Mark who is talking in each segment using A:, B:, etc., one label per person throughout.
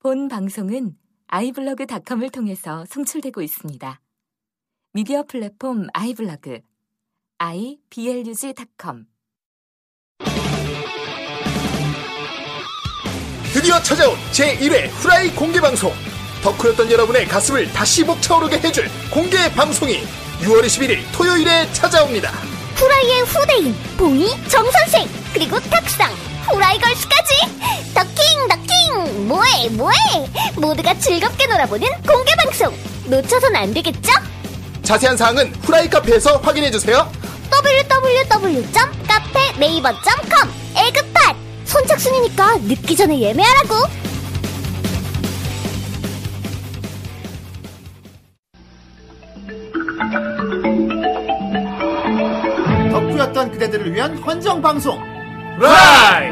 A: 본 방송은 아이블로그닷컴을 통해서 송출되고 있습니다. 미디어 플랫폼 아이블로그 iblog.com
B: 드디어 찾아온 제1회 후라이 공개 방송. 덕후였던 여러분의 가슴을 다시 벅차오르게 해줄 공개 방송이 6월 21일 토요일에 찾아옵니다.
C: 후라이의 후대인 봉이 정선생 그리고 탁상 후라이걸스까지 더킹 더킹 뭐해 뭐해 모두가 즐겁게 놀아보는 공개 방송 놓쳐선 안 되겠죠?
B: 자세한 사항은 후라이 카페에서 확인해 주세요.
C: www.카페네이버.com 에그팟 선착순이니까 늦기 전에 예매하라고
D: 덕후였던 그대들을 위한 헌정 방송.
B: 라이!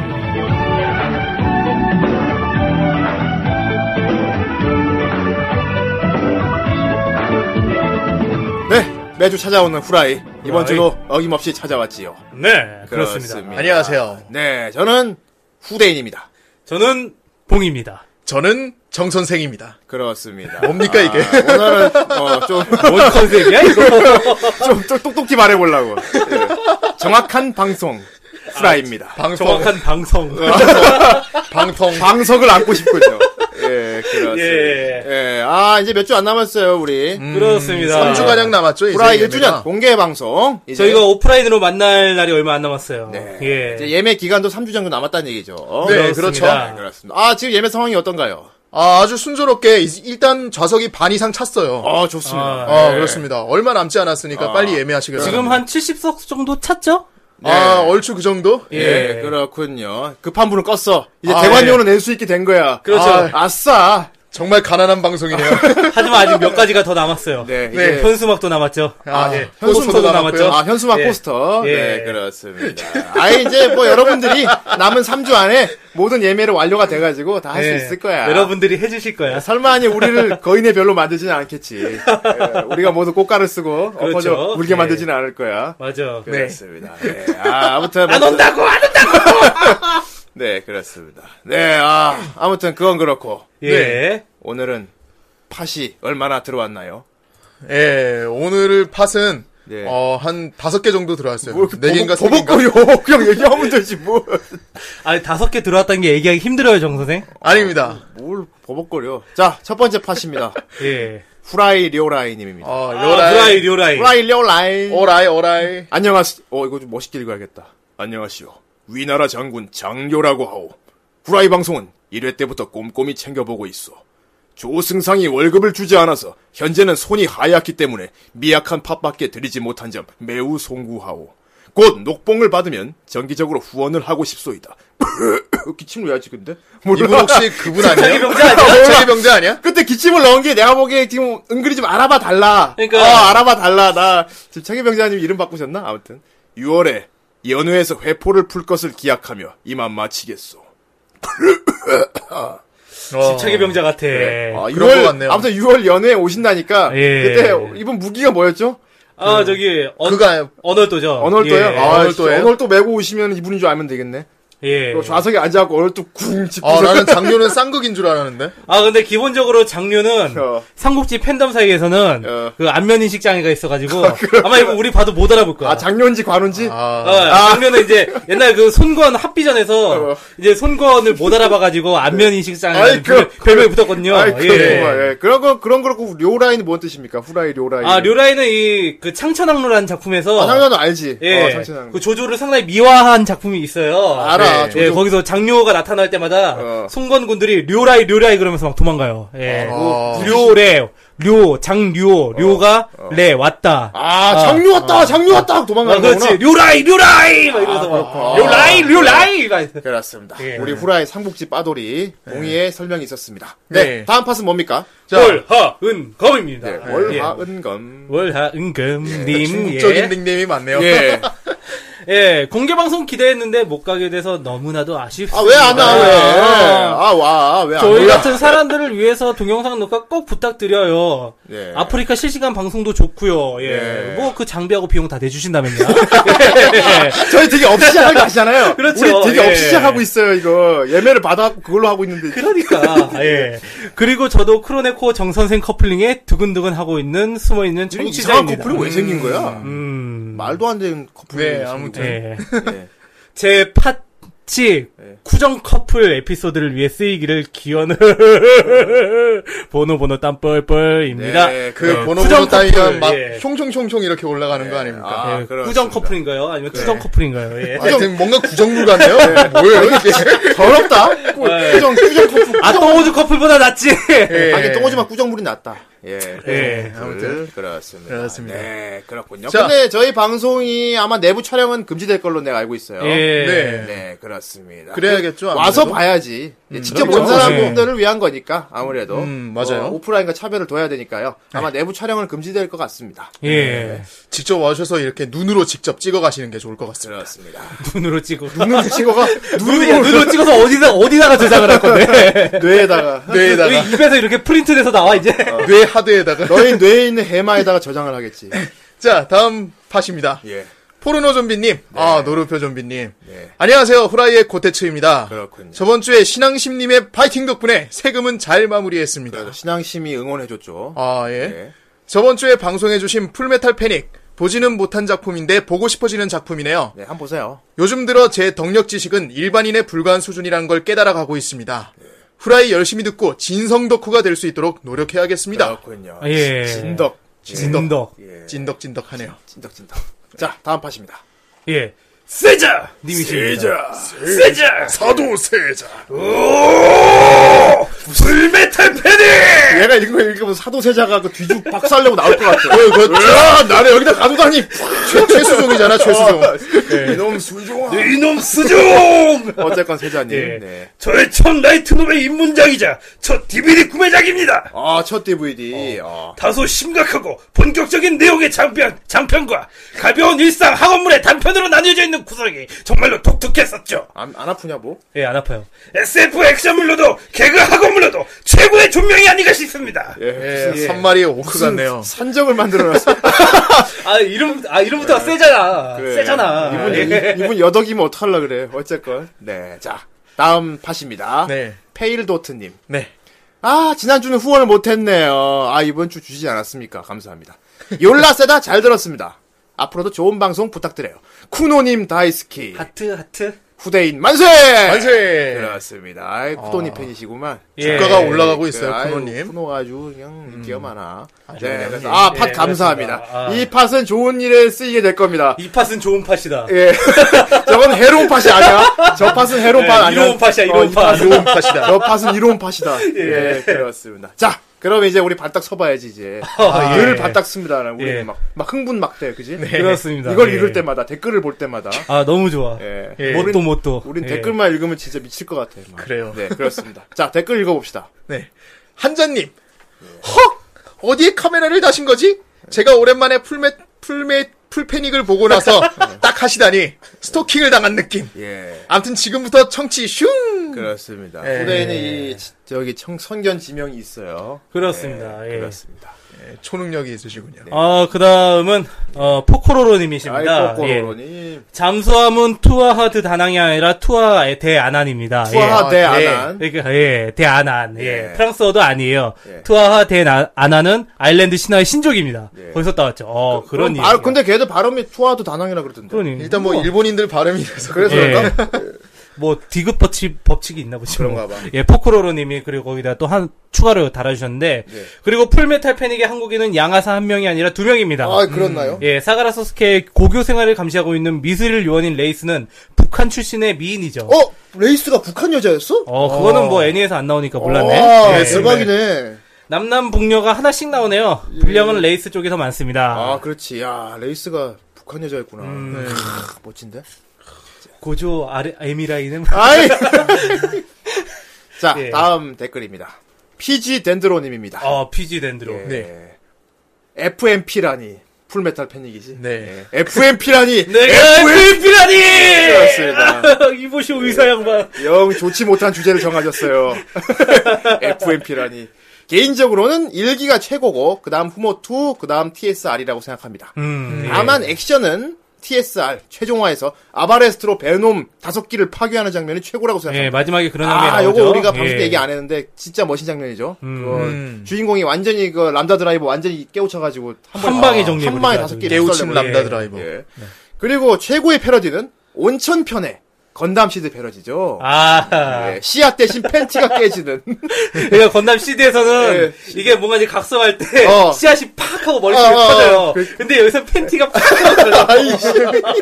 B: 네, 매주 찾아오는 후라이. 이번
E: 후라이.
B: 주도 어김없이 찾아왔지요.
E: 네, 그렇습니다.
B: 그렇습니다.
F: 안녕하세요.
B: 네, 저는 후대인입니다.
E: 저는 봉입니다.
F: 저는 정 선생입니다.
B: 그렇습니다. 아,
F: 뭡니까, 이게?
B: 오늘은 어, 좀
E: 뭔 컨셉이야 이거?
B: 좀, 좀 똑똑히 말해보려고. 예. 정확한 방송, 후라이입니다.
F: 방송
E: 정확한 방송.
B: 음,
F: 방통
B: 방석을 안고 싶군요. 예, 그렇습니다.
E: 예.
B: 예. 아, 이제 몇 주 안 남았어요, 우리.
E: 그렇습니다.
F: 3주가량 남았죠. 음, 이제
B: 아, 후라이
F: 예매가.
B: 1주년 공개 방송. 이제,
E: 저희가 오프라인으로 만날 날이 얼마 안 남았어요.
B: 네.
E: 예.
B: 이제 예매 기간도 3주 정도 남았다는 얘기죠.
F: 네,
E: 그렇습니다.
B: 네, 그렇습니다. 아, 지금 예매 상황이 어떤가요?
F: 아, 아주 순조롭게 이- 일단 좌석이 반 이상 찼어요. 아,
B: 아, 좋습니다.
E: 아,
B: 예.
F: 그렇습니다. 얼마 남지 않았으니까
B: 아.
F: 빨리 예매하시길
E: 지금 한 70석 정도 찼죠?
B: 네.
F: 아, 얼추 그 정도?
B: 예,
E: 예.
B: 그렇군요. 급한 분은 껐어. 이제
F: 아,
B: 대관료는 낼 수 있게 된 거야.
E: 그렇죠.
B: 아, 싸
F: 정말 가난한 방송이네요.
B: 아,
E: 하지만 아직 몇 가지가 더 남았어요.
B: 네, 이제
F: 네.
E: 현수막도 남았죠.
F: 아,
E: 예.
F: 현수막도
E: 포스터도
F: 남았고요.
E: 남았죠.
B: 아, 현수막
E: 예.
B: 포스터.
E: 예.
B: 네, 그렇습니다. 아, 이제 뭐 여러분들이 남은 3주 안에 모든 예매를 완료가 돼가지고 다 할 수
E: 예.
B: 있을 거야.
E: 여러분들이 해주실 거야.
B: 설마 아니 우리를 거인의 별로 만들지는 않겠지. 예, 우리가 모두 꽃가루 쓰고
E: 그렇죠.
B: 엎어져 울게
E: 예.
B: 만들지는 않을 거야.
E: 맞아.
B: 그렇습니다. 네. 아, 아무튼
E: 안 온다고 안 온다고.
B: 네, 그렇습니다. 네, 아, 아무튼 그건 그렇고
E: 예.
B: 오늘은 팥이 얼마나 들어왔나요?
F: 예, 오늘 팟은
B: 네.
F: 어, 한 다섯 개 정도 들어왔어요.
B: 뭐 이렇게
F: 네 개인가 세 개인가?
B: 버벅거려. 그냥 얘기하면 되지 뭐.
E: 아니 다섯 개 들어왔다는 게 얘기하기 힘들어요, 정 선생.
F: 아닙니다.
B: 뭘 버벅거려. 자, 첫 번째 팥입니다.
E: 예.
B: 후라이 리오라이님입니다.
F: 어,
E: 아,
F: 요라이.
E: 요라이 요라이.
B: 후라이 리오라이.
F: 오라이, 오라이.
B: 안녕하시, 어, 이거 좀 멋있게 읽어야겠다. 안녕하시오. 위나라 장군 장료라고 하오. 후라이 방송은 1회 때부터 꼼꼼히 챙겨보고 있어. 조승상이 월급을 주지 않아서 현재는 손이 하얗기 때문에 미약한 팥밖에 드리지 못한 점 매우 송구하오. 곧 녹봉을 받으면 정기적으로 후원을 하고 싶소이다. 기침을 왜 하지 근데?
F: 이분 혹시 그분 아니에요?
E: 병자 아니야?
F: 자기병자 아니야?
B: 그때 기침을 넣은 게 내가 보기에 지금 은근히 좀 알아봐 달라.
E: 그러니까.
B: 어, 알아봐 달라. 나 지금 차기병자님 이름 바꾸셨나? 아무튼 6월에 연회에서 회포를 풀 것을 기약하며 이만 마치겠소.
F: 어.
E: 차기 병자 같아.
B: 아,
F: 그런 것 같네요.
B: 아무튼 6월 연회에 오신다니까
E: 예.
B: 그때 이분 무기가 뭐였죠?
E: 아 저기 언
F: 그가
E: 언월도죠.
B: 언월도요?
E: 예.
B: 아,
F: 언월도예요?
B: 진짜 언월도 메고 오시면 이분인 줄 알면 되겠네.
E: 예.
B: 그리고 좌석에 앉아갖고 언월도 쿵 짚고
F: 아, 나는 장료는 쌍극인 줄 알았는데.
E: 아 근데 기본적으로 장류는
B: 어.
E: 삼국지 팬덤 사이에서는
B: 어.
E: 그 안면 인식 장애가 있어가지고 아마 이거 우리 봐도 못 알아볼 거야.
B: 아 장년지 관운지
E: 어,
F: 아,
E: 장면은 이제 옛날 그 손권 합비전에서 이제 손권을 못 알아봐가지고 안면 인식 장애
B: 어. 아이, 그-
E: 별명이 붙었거든요.
B: 아이
E: 예.
B: 그런 거 예. 그런 거 그런 그렇고 료라인이 뭔 뜻입니까? 후라이 료라인.
E: 아 류라이는 이 그 창천악로라는 작품에서
B: 아, 장년은 알지.
E: 예,
B: 어, 장천왕.
E: 그 조조를 상당히 미화한 작품이 있어요.
B: 알아,
E: 예,
B: 조조.
E: 거기서 장료가 나타날 때마다
B: 어.
E: 송건군들이 료라이 료라이 그러면서 막 도망가요. 예,
F: 어.
E: 료레 료 장료 료가 레 왔다.
B: 아, 장류 왔다, 장류 왔다!
E: 아,
B: 도망가는
E: 그렇지.
B: 거구나.
E: 료라이 료라이 막 이러면서
F: 아,
E: 막 료라이 료라이 막 이러면서.
B: 그렇습니다.
E: 예.
F: 네.
B: 우리 후라이 삼국지 빠돌이 몽이의 설명이 있었습니다. 네,
F: 네.
B: 다음 팟은 뭡니까?
F: 자,
E: 월하은검입니다.
B: 네,
E: 예.
B: 월화은검.
E: 월하은검님.
F: 중국적인
E: 예.
F: 닉네임이 많네요.
B: 예.
E: 예, 공개 방송 기대했는데 못 가게 돼서 너무나도 아쉽습니다.
F: 아, 왜 안 나와, 왜?
E: 아,
F: 아, 와, 왜 안
E: 저희
F: 올라?
E: 같은 사람들을 위해서 동영상 녹화 꼭 부탁드려요.
F: 예.
E: 아프리카 실시간 방송도 좋고요. 예.
F: 예.
E: 뭐 그 장비하고 비용 다 내주신다면요. 예.
F: 저희 되게 없이 시작하고 가시잖아요.
E: 그렇죠.
F: 우리 되게
E: 예.
F: 없이 시작하고 있어요, 이거. 예매를 받아갖고 그걸로 하고 있는데.
E: 그러니까 예. 그리고 저도 크로네코 정 선생 커플링에 두근두근 하고 있는 숨어 있는
F: 이런 이상한 뭐-
E: 청취자입니다.
F: 커플이 왜 생긴 거야?
E: 음.
F: 말도 안 되는 커플이.
G: 네,
F: 왜 생긴
G: 아무튼.
F: 거야?
E: 예. 제 팥치
F: 예.
E: 쿠정 커플 에피소드를 위해 쓰이기를 기원을 번호 번호 땀 뻘뻘입니다.
F: 네, 그 번호
E: 투정
F: 번호 따위가
E: 커플,
F: 막
E: 예.
F: 총총총총 이렇게 올라가는 거 아닙니까? 네. 아,
B: 아,
E: 예,
B: 그렇습니다.
E: 꾸정 커플인가요? 아니면 투정 커플인가요?
B: 그
E: 예.
F: 하여튼 뭔가 구정물 같네요. 뭐예요, 이게? 더럽다. 꾸-
E: 예.
F: 꾸정, 꾸정 커플.
E: 아, 똥오즈 커플보다 낫지!
F: 예.
B: 하긴 똥오지만 아, 꾸정물이 낫다. 예.
E: 예.
F: 아무튼 그렇습니다.
G: 그렇습니다.
B: 네, 그렇군요.
F: 자.
B: 근데 저희 방송이 아마 내부 촬영은 금지될 걸로 내가 알고 있어요.
E: 예.
F: 네.
B: 네, 그렇습니다.
F: 그래야겠죠.
B: 와서
F: 아무래도. 음,
B: 봐야지. 예, 직접
F: 그럼요.
B: 본 사람들을 위한 거니까 아무래도
F: 음, 맞아요. 네.
B: 어, 오프라인과 차별을 둬야 되니까요. 아마 내부 촬영은 금지될 것 같습니다.
E: 예.
F: 직접 와셔서 이렇게 눈으로 직접 찍어 가시는 게 좋을 것 같습니다.
B: 그렇습니다.
E: 눈으로 찍어.
F: 눈으로 찍어가
E: 눈으로, 눈으로 찍어서 어디다, 어디다가 저장을 할 건데.
F: 뇌에다가
E: 여기
F: 뇌에다가
E: 그
F: 어,
E: 입에서 이렇게 프린트돼서 나와, 이제.
F: 뇌 하드에다가
B: 너희 뇌에 있는 해마에다가 저장을 하겠지.
F: 자 다음 팟입니다.
B: 예,
F: 포르노 좀비님, 아 노르표 좀비님,
B: 네.
F: 안녕하세요 후라이의 고테츠입니다.
B: 그렇군요.
F: 저번 주에 신앙심님의 파이팅 덕분에 세금은 잘 마무리했습니다.
B: 그래서 신앙심이 응원해줬죠.
F: 아 예.
B: 예.
F: 저번 주에 방송해주신 풀메탈 패닉 보지는 못한 작품인데 보고 싶어지는 작품이네요.
B: 네, 한번 보세요.
F: 요즘 들어 제 덕력 지식은 일반인에 불과한 수준이란 걸 깨달아 가고 있습니다.
B: 네.
F: 후라이 열심히 듣고 진성 덕후가 될 수 있도록 노력해야겠습니다.
B: 그렇군요.
E: 예.
B: 진덕.
E: 진덕.
B: 예.
F: 찐덕 찐덕하네요.
B: 진덕, 진덕. 자, 다음 팟입니다.
E: 예. 세자! 님이십니다.
F: 세자
B: 예.
F: 사도 세자.
B: 불메탈 패닉! 음. 얘가 이런 거 읽으면 사도세자가 그 뒤죽 박살내고 나올 것 같아.
F: 야 나를 여기다 가둬다니. 최, 최수종이잖아 최수종.
B: 이놈 수종아.
E: 이놈 수종!
B: 예. 어쨌건 세자님.
E: 예.
B: 네.
E: 저의 첫 라이트놈의 입문장이자 첫 DVD 구매작입니다.
B: 아, 첫 DVD. 어.
E: 다소 심각하고 본격적인 내용의 장편, 장편과 가벼운 일상 학원물의 단편으로 나뉘어져 있는 구성이 정말로 독특했었죠.
B: 안, 안 아프냐고?
E: 예, 안 아파요.
H: SF 액션물로도 개그 학원물로도 최고의 존명이 아닌가 싶습니다.
F: 예, 산마리의 오크 같네요.
B: 산적을 만들어놨어.
E: 아, 이름, 아, 이름부터가 세잖아. 세잖아. 예.
B: 이분, 이- 이분 여덕이면 어떡하려 그래. 어쨌건. 예. 네. 자, 다음 팟입니다.
F: 네.
B: 페일도트님.
F: 네.
B: 아, 지난주는 후원을 못했네요. 아, 이번주 주시지 않았습니까? 감사합니다. 욜라세다 잘 들었습니다. 앞으로도 좋은 방송 부탁드려요. 쿠노님 다이스키.
E: 하트, 하트.
B: 후대인 아. 만세!
F: 만세.
B: 그렇습니다. 아이, 쿠노님 팬이시구만.
E: 예.
F: 주가가 올라가고 있어요
B: 아유,
F: 쿠노님.
B: 쿠노가 아주 그냥 기가 많아. 네,
F: 그래요?
B: 그래서 아, 팟
E: 예,
B: 감사합니다.
E: 그렇습니다. 아.
B: 이 팟은 좋은 일에 쓰이게 될 겁니다.
E: 이 팟은 좋은 팟이다.
B: 예. 저건 해로운 팟이 아니야. 저 팟은 해로운
E: 예,
B: 팟 아니야. 어,
E: 이로운 팟이야, 이로운
B: 이
E: 팟.
B: 팟은 이로운 팟이다. 저 팟은 이로운 팟이다. 예, 그렇습니다. 자, 그럼 이제 우리 발딱 서봐야지, 이제.
E: 아,
B: 늘
E: 예.
B: 발딱 씁니다. 우리
E: 예.
B: 는 막, 막 흥분 막 돼, 그지?
E: 그렇습니다.
B: 이걸
E: 예.
B: 읽을 때마다, 댓글을 볼 때마다.
E: 아, 너무 좋아. 뭐
B: 예.
E: 뭣도뭣도
B: 우린 댓글만 읽으면 진짜 미칠 것 같아. 막.
F: 그래요.
B: 네, 그렇습니다. 자, 댓글 읽어봅시다.
F: 네. 한자님. 헉! 어디에 카메라를 다신 거지? 제가 오랜만에 풀메, 풀메, 풀패닉을 보고 나서 딱 하시다니. 스토킹을 당한 느낌.
B: 예.
F: 암튼 지금부터 청취
E: 음.
F: 슝!
B: 그렇습니다.
F: 예.
B: 후대에는 이 지- 저기 청 선견 지명이 있어요.
E: 그렇습니다.
B: 네,
E: 예.
B: 그렇습니다.
F: 네, 초능력이 있으시군요.
E: 아, 그 다음은, 어, 포코로로님이십니다. 예.
B: 아이코코로님
E: 잠수함은 투아하드 다낭이 아니라 투아 대안안입니다.
B: 투하
F: 예.
B: 대
F: 아, 예.
B: 안한
E: 그러니까 예, 대안안. 예.
B: 예.
E: 프랑스어도 아니에요.
B: 예.
E: 투아하 대안안은 아일랜드 신화의 신족입니다.
F: 예.
E: 거기서 따왔죠. 어, 그, 런
B: 아 근데 걔도 발음이 투하도 다낭이라 그러던데.
E: 그러니
F: 일단 뭐, 일본인들 발음이 돼서 그래서
E: 예. 뭐 디귿 법칙 법칙이 있나 보죠.
F: 그런가 봐.
E: 예, 포크로로님이 그리고 거기다 또 한 추가로 달아주셨는데
F: 예.
E: 그리고 풀메탈 패닉의 한국인은 양아사 한 명이 아니라 두 명입니다.
F: 아, 그렇나요?
E: 예, 사가라 소스케의 고교 생활을 감시하고 있는 미스릴 요원인 레이스는 북한 출신의 미인이죠.
F: 어? 레이스가 북한 여자였어?
E: 어, 그거는 뭐 애니에서 안 나오니까 몰랐네.
F: 와,
E: 예.
F: 대박이네.
E: 남남 북녀가 하나씩 나오네요. 분량은 레이스 쪽에서 많습니다.
B: 예. 아 그렇지. 야 레이스가 북한 여자였구나. 네. 크, 멋진데.
E: 고조 아레 에미라이는
B: 아이. 자
E: 예.
B: 다음 댓글입니다. PG 덴드로님입니다. 예.
E: 어 피지 덴드로.
B: 네. FMP라니. 풀메탈 패닉이지.
F: 네.
B: FMP라니
I: 내가 FMP라니!
B: F였습니다.
E: 네. 이보시오 의사 양반.
B: 영 좋지 못한 주제를 정하셨어요. FMP라니. 개인적으로는 일기가 최고고, 그 다음 후모2, 그 다음 TSR이라고 생각합니다.
E: 음,
B: 음,
E: 네. 예.
B: 다만 액션은 TSR, 최종화에서 아바레스트로 베놈 다섯 기를 파괴하는 장면이 최고라고
E: 예,
B: 생각합니다.
E: 마지막에 그런 장면이
B: 아,
E: 나오죠.
B: 요거 우리가 방송 때
E: 예.
B: 얘기 안 했는데, 진짜 멋진 장면이죠. 그거
F: 음.
B: 주인공이 완전히 그 람다 드라이브 완전히 깨우쳐가지고, 한,
E: 한
B: 번에-
E: 방에
B: 아,
E: 정리해버리죠,
B: 한 방에
E: 아주.
B: 다섯 개
F: 깨우침
B: 남
F: 람다 드라이버.
B: 예. 그리고 최고의 패러디는 온천편의 건담 시드 패러디죠.
E: 아,
B: 예, 씨앗 대신 팬티가 깨지는.
E: 그러니까 건담 CD에서는 이게 뭔가 이제 각성할 때
B: 예. 어.
E: 씨앗이 팍 하고 머릿속에
B: 어, 어, 어.
E: 퍼져요. 근데 여기서 팬티가 팍 하고 들어가요.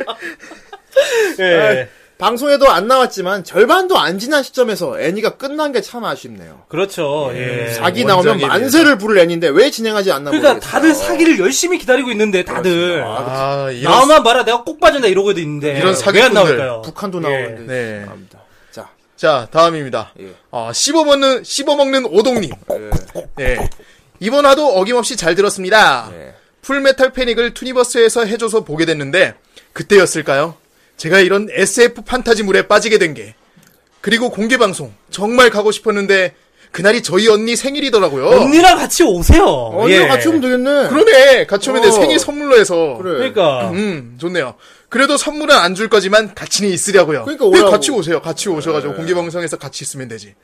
E: 아,
B: 아.
E: 예.
B: 방송에도 안 나왔지만 절반도 안 지난 시점에서 애니가 끝난 게 참 아쉽네요.
E: 그렇죠. 예.
B: 사기 나오면
F: 원작에
B: 만세를 부를 애니인데 왜 진행하지 않나
E: 그러니까
B: 모르겠어요.
E: 다들 사기를 열심히 기다리고 있는데 다들
B: 그렇습니다. 아,
F: 아, 이런.
E: 나만 봐라 내가 꼭 빠진다 이러고 있는데
F: 이런
E: 왜 안
F: 사기꾼들,
E: 나올까요?
B: 북한도
E: 예.
B: 나오는데
F: 네.
B: 나옵니다. 자,
F: 자, 다음입니다.
B: 예.
F: 아, 씹어먹는, 씹어먹는 오동님. 예. 이번 화도 어김없이 잘 들었습니다.
B: 예.
F: 풀메탈 패닉을 투니버스에서 해줘서 보게 됐는데, 그때였을까요? 제가 이런 SF 판타지물에 빠지게 된 게. 그리고 공개방송, 정말 가고 싶었는데, 그날이 저희 언니 생일이더라고요.
E: 언니랑 같이 오세요. 예.
B: 언니가 같이 오면 되겠네.
F: 그러네! 같이 오면 내
B: 어.
F: 생일 선물로 해서.
B: 그래.
E: 그러니까
F: 음, 좋네요. 그래도 선물은 안 줄 거지만 같이는 있으려고요.
B: 그러니까 오라고. 네.
F: 네, 같이 오세요. 같이 오셔가지고 공개방송에서 같이 있으면 되지.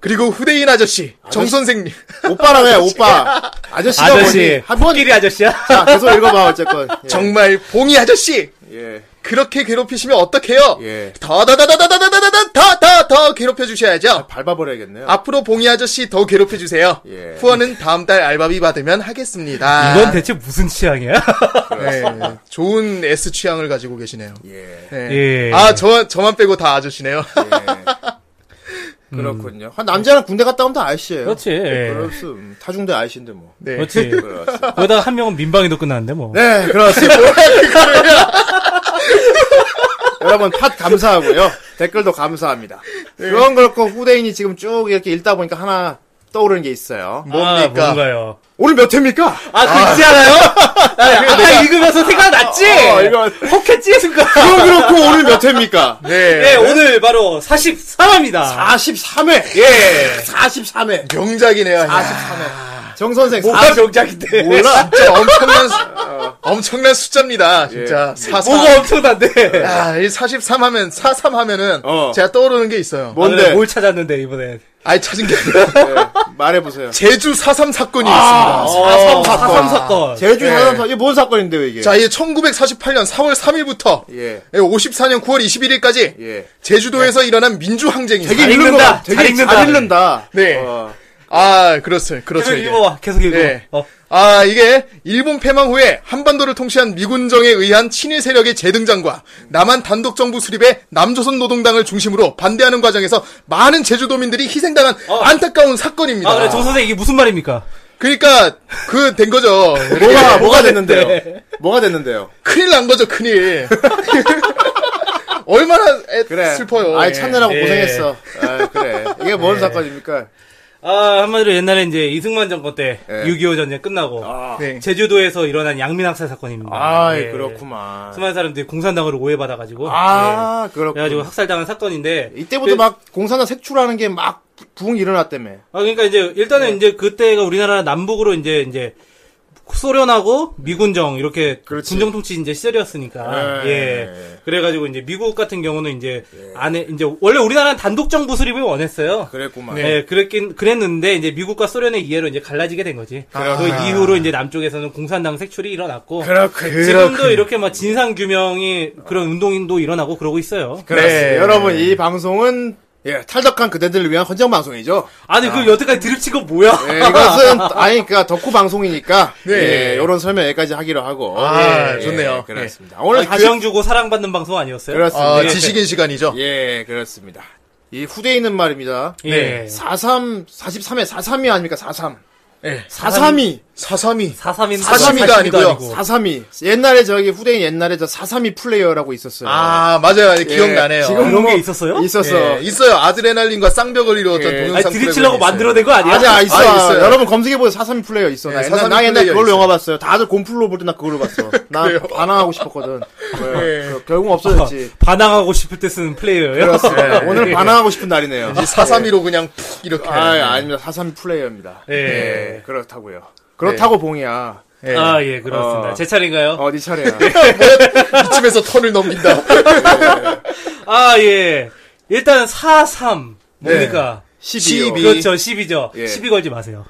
F: 그리고 후대인 아저씨, 정 선생님.
B: 오빠라고 해, 오빠. 아저씨가
E: 아저씨
B: 뭐니?
E: 한끼리 아저씨야.
B: 자, 계속 읽어봐, 어쨌건. 예.
F: 정말 봉이 아저씨
B: 예.
F: 그렇게 괴롭히시면 어떡해요?
B: 예.
F: 다다다다다다다다다다다다 더 괴롭혀 주셔야죠.
B: 밟아버려야겠네요.
F: 앞으로 봉이 아저씨 더 괴롭혀 주세요.
B: 예.
F: 후원은 다음 달 알바비 받으면 하겠습니다.
E: 이건 대체 무슨 취향이야?
F: 네, 좋은 S 취향을 가지고 계시네요.
B: 예.
F: 네.
E: 예.
F: 아, 저 저만 빼고 다 아저씨네요.
B: 예. 그렇군요. 한 남자는 군대 갔다 오면 다 아저씨예요.
E: 그렇지. 예.
B: 그렇습니다. 타중대 아저씨인데 뭐.
F: 네.
E: 그렇지.
B: 그렇습니다.
E: 거기다가 한 명은 민방위도 끝났는데 뭐.
B: 네, 그렇습니다. 여러분 팟 감사하고요. 댓글도 감사합니다. 그건 그렇고 후대인이 지금 쭉 이렇게 읽다 보니까 하나 떠오르는 게 있어요.
E: 아,
F: 뭡니까?
E: 뭔가요?
B: 오늘 몇 회입니까?
E: 아, 그 있지 않아요? 아, 아까 읽으면서 생각났지?
B: 어, 이거
E: 혹했지, 순간?
B: 그건 그렇고 오늘 몇 회입니까?
F: 네.
E: 예, 오늘 바로 44화입니다.
B: 43회. 예. 43회.
F: 명작이네요. 야,
B: 43회. 정 선생
E: 뭐가 명작인데.
B: 몰라.
F: 진짜 엄청난 수- 엄청난
B: 예.
F: 숫자입니다. 진짜 사사.
E: 뭐가 엄청난데.
F: 야,
E: 아,
F: 이 43 하면 43 하면은
B: 어. 뭐?
F: 제가 떠오르는 게 있어요.
B: 뭔데?
E: 뭘 찾았는데, 이번엔.
F: 아예 찾은 게 아니라
B: 예, 말해 보세요.
F: 제주 4.3 사건이
B: 아, 어.
F: 있습니다.
E: 아, 사삼 어. 사건.
B: 제주
F: 예.
B: 사람 사 이게 뭔 사건인데요, 이게?
F: 자, 이게 1948년 4월 3일부터
B: 예.
F: 54년 9월 21일까지
B: 예.
F: 제주도에서 일어난 민주 항쟁입니다.
B: 되게 읽는
E: 읽는다.
B: 거 되게
E: 잘
B: 잘
E: 읽는다.
B: 읽는다.
F: 네.
B: 어,
F: 아, 그렇죠. 그렇죠.
E: 계속
F: 이게.
E: 읽어봐, 계속 읽어.
F: 네.
E: 어.
F: 아, 이게 일본 패망 후에 한반도를 통치한 미군정에 의한 친일 세력의 재등장과 남한 단독 정부 수립에 남조선 노동당을 중심으로 반대하는 과정에서 많은 제주도민들이 희생당한 안타까운 사건입니다.
E: 어. 아, 그래, 정 선생, 이게 무슨 말입니까?
F: 그러니까 그 된 거죠. 네.
B: 뭐가 뭐가 됐는데요? 뭐가 됐는데요?
F: 큰일 난 거죠, 큰일. 얼마나 애-
B: 그래.
F: 슬퍼요.
B: 아이
F: 예.
B: 찾느라고
E: 예.
B: 고생했어. 아, 그래. 이게 뭔 사건입니까?
E: 아, 한마디로 옛날에 이제 이승만 정권 때, 6.25 전쟁 끝나고,
F: 네.
E: 제주도에서 일어난 양민학살 사건입니다.
B: 아,
E: 아, 예.
B: 그렇구만.
E: 수많은 사람들이 공산당으로 오해받아가지고, 예.
B: 아, 그렇군.
E: 그래가지고 학살당한 사건인데,
B: 이때부터
E: 그-
B: 막 공산당 색출하는 게 막 부흥 일어났다며.
E: 아 그러니까 이제 일단은
B: 네.
E: 이제 그때가 우리나라 남북으로 이제 이제 소련하고 미군정 이렇게
B: 그렇지.
E: 군정 통치 이제 시절이었으니까
B: 예.
E: 예 그래가지고 이제 미국 같은 경우는 이제 안에 이제 원래 우리나라는 단독 정부 수립을 원했어요.
B: 그랬구만.
E: 예, 그랬긴 그랬는데 이제 미국과 소련의 이해로 이제 갈라지게 된 거지. 그 이후로 이제 남쪽에서는 공산당 색출이 일어났고
B: 그렇군.
E: 지금도 이렇게 막 진상 규명이 그런 운동인도 일어나고 그러고 있어요.
B: 그렇습니다. 네, 여러분, 이 방송은 예, 탈덕한 그대들을 위한 헌정 방송이죠.
E: 아니 그 여태까지 드립친 건 뭐야?
B: 예, 이것은 아니 그러니까 덕후 방송이니까
F: 네.
B: 예, 요런 설명 여기까지 하기로 하고.
F: 아,
B: 예,
F: 좋네요.
B: 예, 그렇습니다. 오늘
E: 아니,
B: 사실
E: 교양 주고 사랑받는 방송 아니었어요?
B: 그렇습니다.
F: 아,
B: 예.
F: 지식인 시간이죠.
B: 예, 그렇습니다. 이 후대인은 말입니다.
E: 예.
B: 43, 43에 43이 아닙니까? 43.
F: 예.
B: 43이
F: 사삼이.
J: 사삼인
F: 사삼이가 아니고요.
B: 사삼이 옛날에 저기 후대인 옛날에 저 사삼이 플레이어라고 있었어요.
F: 아, 맞아요. 기억나네요.
B: 예. 지금
J: 그런 게 있었어요?
B: 있었어.
F: 예, 있어요. 아드레날린과 쌍벽을 이루었던
B: 예.
J: 아니,
F: 동영상.
J: 들이치려고
F: 프로그램이 있어요.
J: 만들어낸 거 아니야?
B: 맞아 있어.
F: 아, 있어요.
B: 여러분 검색해 보세요. 사삼이 플레이어 있어. 나
F: 예,
B: 옛날,
F: 사삼이
B: 나 옛날
F: 플레이어
B: 그걸로
F: 있어요.
B: 영화 봤어요. 다들 곰풀로 보던 나 그걸로 봤어. 나 반항하고 싶었거든.
F: 예.
B: 그, 결국 없어졌지.
E: 반항하고 싶을 때 쓰는 플레이어예요.
B: 그렇습니다. 오늘 반항하고 싶은 날이네요.
F: 이 사삼이로 그냥 푹 이렇게.
B: 아, 아닙니다. 사삼이 플레이어입니다.
E: 예.
B: 예, 그렇다고요. 그렇다고 봉이야.
F: 예.
E: 아, 예, 그렇습니다.
B: 어.
E: 제 차례인가요?
B: 어, 네 차례야.
F: 이쯤에서 턴을 넘긴다. 어,
E: 아, 예. 일단 4, 3. 뭡니까?
B: 12요.
E: 그렇죠, 10이죠.
B: 네. 예.
E: 10이 걸지 마세요.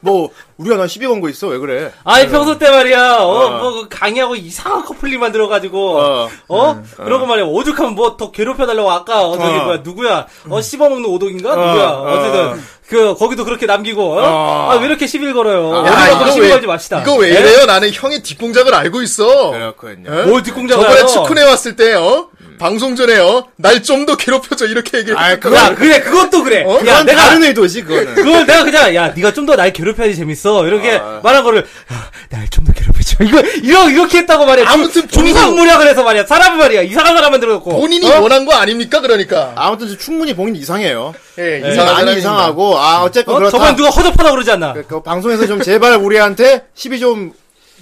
B: 뭐, 우리가 난 12건 거 있어. 왜 그래?
E: 아니, 평소 때 말이야, 어, 뭐그 강의하고 이상한 커플링 만들어가지고,
B: 어.
E: 어,
F: 음,
E: 그러고 말이야, 오죽하면 뭐 더 괴롭혀달라고 아까, 어, 저기,
B: 어.
E: 뭐야, 누구야,
F: 음.
E: 어, 씹어먹는 오독인가? 누구야,
B: 어.
E: 어쨌든, 그, 거기도 그렇게 남기고, 어?
B: 어.
E: 아, 왜 이렇게 10일 걸어요?
B: 아,
E: 우리가
B: 이거
E: 그럼 10일 걸지 맙시다.
F: 이거 왜
E: 예?
F: 이래요? 나는 형의 뒷공작을 알고 있어.
B: 그렇군요.
F: 예?
E: 뭘 뒷공작을
F: 저번에
E: 알아?
F: 측훈에 왔을 때, 어? 방송 전에, 어? 날 좀 더 괴롭혀줘. 이렇게 얘기를.
B: 아, 그건,
E: 야, 그래, 그것도 그래.
F: 어?
E: 야,
B: 그건
E: 내가
B: 다른 의도지, 그거는.
E: 그걸 내가 그냥 야 네가 좀 더 날 괴롭혀야지 재밌어 이렇게
F: 아.
E: 말한 거를 날 좀 더 괴롭혀줘 이거 이거 이렇게 했다고 말이야
F: 아무튼
E: 중상 무략을 해서 말이야 사람 말이야 이상한 사람 만들어놓고
F: 본인이 원한 거 아닙니까? 그러니까.
B: 아무튼 저 충분히 봉인 이상해요. 네,
F: 예, 이상한
B: 이상한
F: 사람입니다.
B: 이상하고, 아, 어쨌건
E: 네. 어?
B: 그렇다.
E: 저번 누가 허접하다 그러지 않나
B: 그, 그 방송에서 좀 제발 우리한테 시비 좀,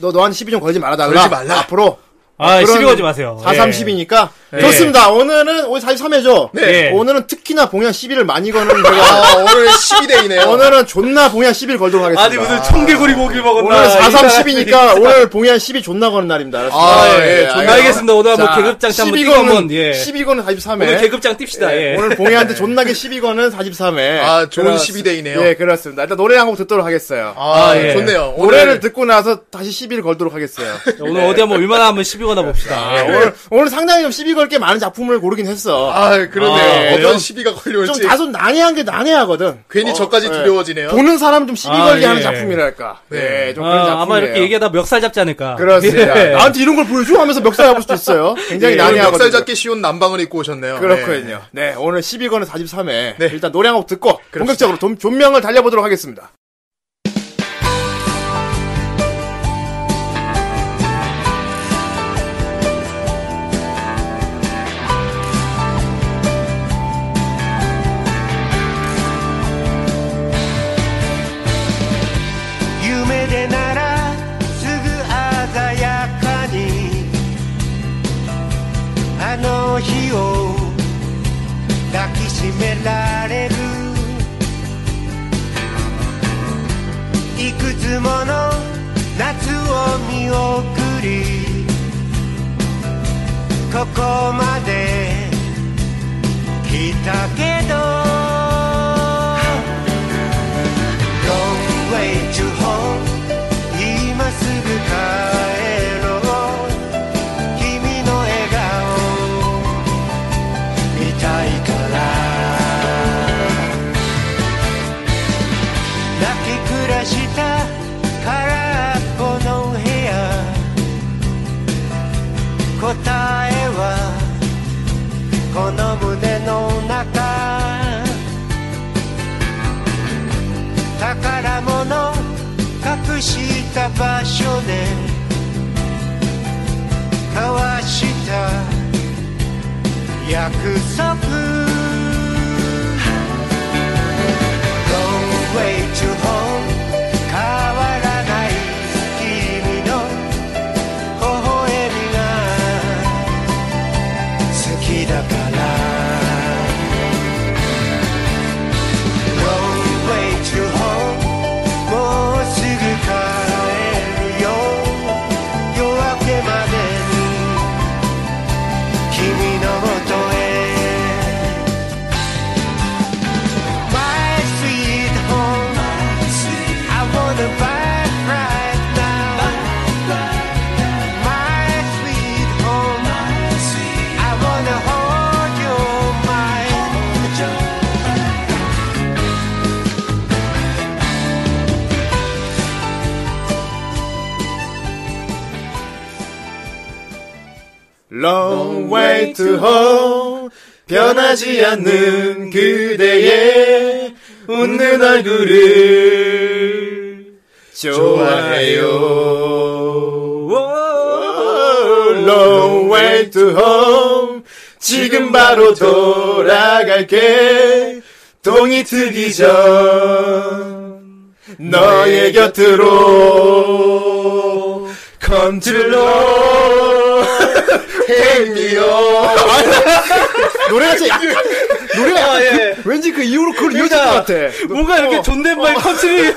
B: 너, 너한테 시비 좀 걸지 말아달라.
F: 걸지 말라.
B: 앞으로.
E: 아
B: 그런
E: 시비 거지 마세요
B: 430이니까.
E: 예.
B: 좋습니다. 오늘은, 오늘 43회죠?
E: 네.
B: 오늘은 특히나 봉양 시비를 많이 거는 제가,
F: 아, 오늘 12대이네요.
B: 오늘은 존나 봉양 시비를 걸도록
E: 예.
B: 하겠습니다.
E: 아니 무슨 청개구리 고기를 먹었나 아,
B: 오늘
E: 이상한
B: 430이니까 오늘 봉양 시비 존나 거는 날입니다. 알았습니다.
F: 아, 예,
E: 사람이. 알겠습니다 오늘 한번 개급장 한번 뛰고 한번 예
B: 12건은 43회.
E: 오늘 개급장 뜁시다 예.
B: 오늘 봉이한테 존나게 12건은 43회.
F: 아, 좋은 12대이네요.
B: 예, 그렇습니다. 일단 노래 한 곡 듣도록 하겠어요.
F: 아,
E: 아, 예.
F: 좋네요. 오늘
B: 노래를 듣고 나서 다시 시비를 걸도록 하겠어요.
E: 오늘 어디 한번 얼마나 한번 시비 거나 봅시다
B: 예.
E: 예.
B: 아, 오늘, 오늘 상당히 좀 시비 걸 게 많은 작품을 고르긴 했어.
F: 아, 그러네요.
B: 아,
F: 어떤
B: 그래요?
F: 시비가
B: 좀
F: 걸려올지.
B: 다소 난해한 게 난해하거든. 어, 예.
F: 괜히 저까지 두려워지네요. 네.
B: 보는 사람 좀 시비
E: 아,
B: 걸게
E: 예.
B: 하는 작품이랄까. 예, 좀 그런 작품이에요.
E: 아, 마 이렇게 얘기하다 멱살 잡지 않을까
B: 그렇습니다. 아,
E: 예.
B: 나한테 이런 걸 보여줘? 하면서 멱살 잡을 수도 있어요. 굉장히
F: 오늘 예,
B: 난해하거든요.
F: 네, 멱살 잡기 쉬운 남방을 입고 오셨네요. 네.
B: 그렇군요. 네, 오늘 12권은 43회. 일단 노래 한 곡 듣고 본격적으로 돈- 존명을 달려보도록 하겠습니다.
K: 「夢でならすぐ鮮やかに」「あの日を抱きしめられる」「いくつもの夏を見送り」「ここまで来たけど」 Long way to home 今すぐ帰ろう君の笑顔見たいから泣き暮らした空っぽの部屋答えはこの胸の中宝物隠した場所で交わした約束 Long way to home 変わらない君の微笑みが好きだから「もうすぐ帰るよ」「夜明けまでに君のもとへ」「My sweet home I wanna back right now」「My sweet home I wanna hold your mind」
B: Long way to home 변하지 않는 그대의
F: 웃는 얼굴을
L: 좋아해요. Oh, Long way to home. 지금 바로 돌아갈게. 동이 트기 전 너의 곁으로 컨트롤 헬미어
B: 노래가 진짜 약간
E: 아,
B: 노래가
E: 예.
B: 왠지 그 이후로 그걸 이어질 것
E: 그러니까.
B: 같아.
E: 뭔가 이렇게
B: 어.
E: 존댓말 컨트리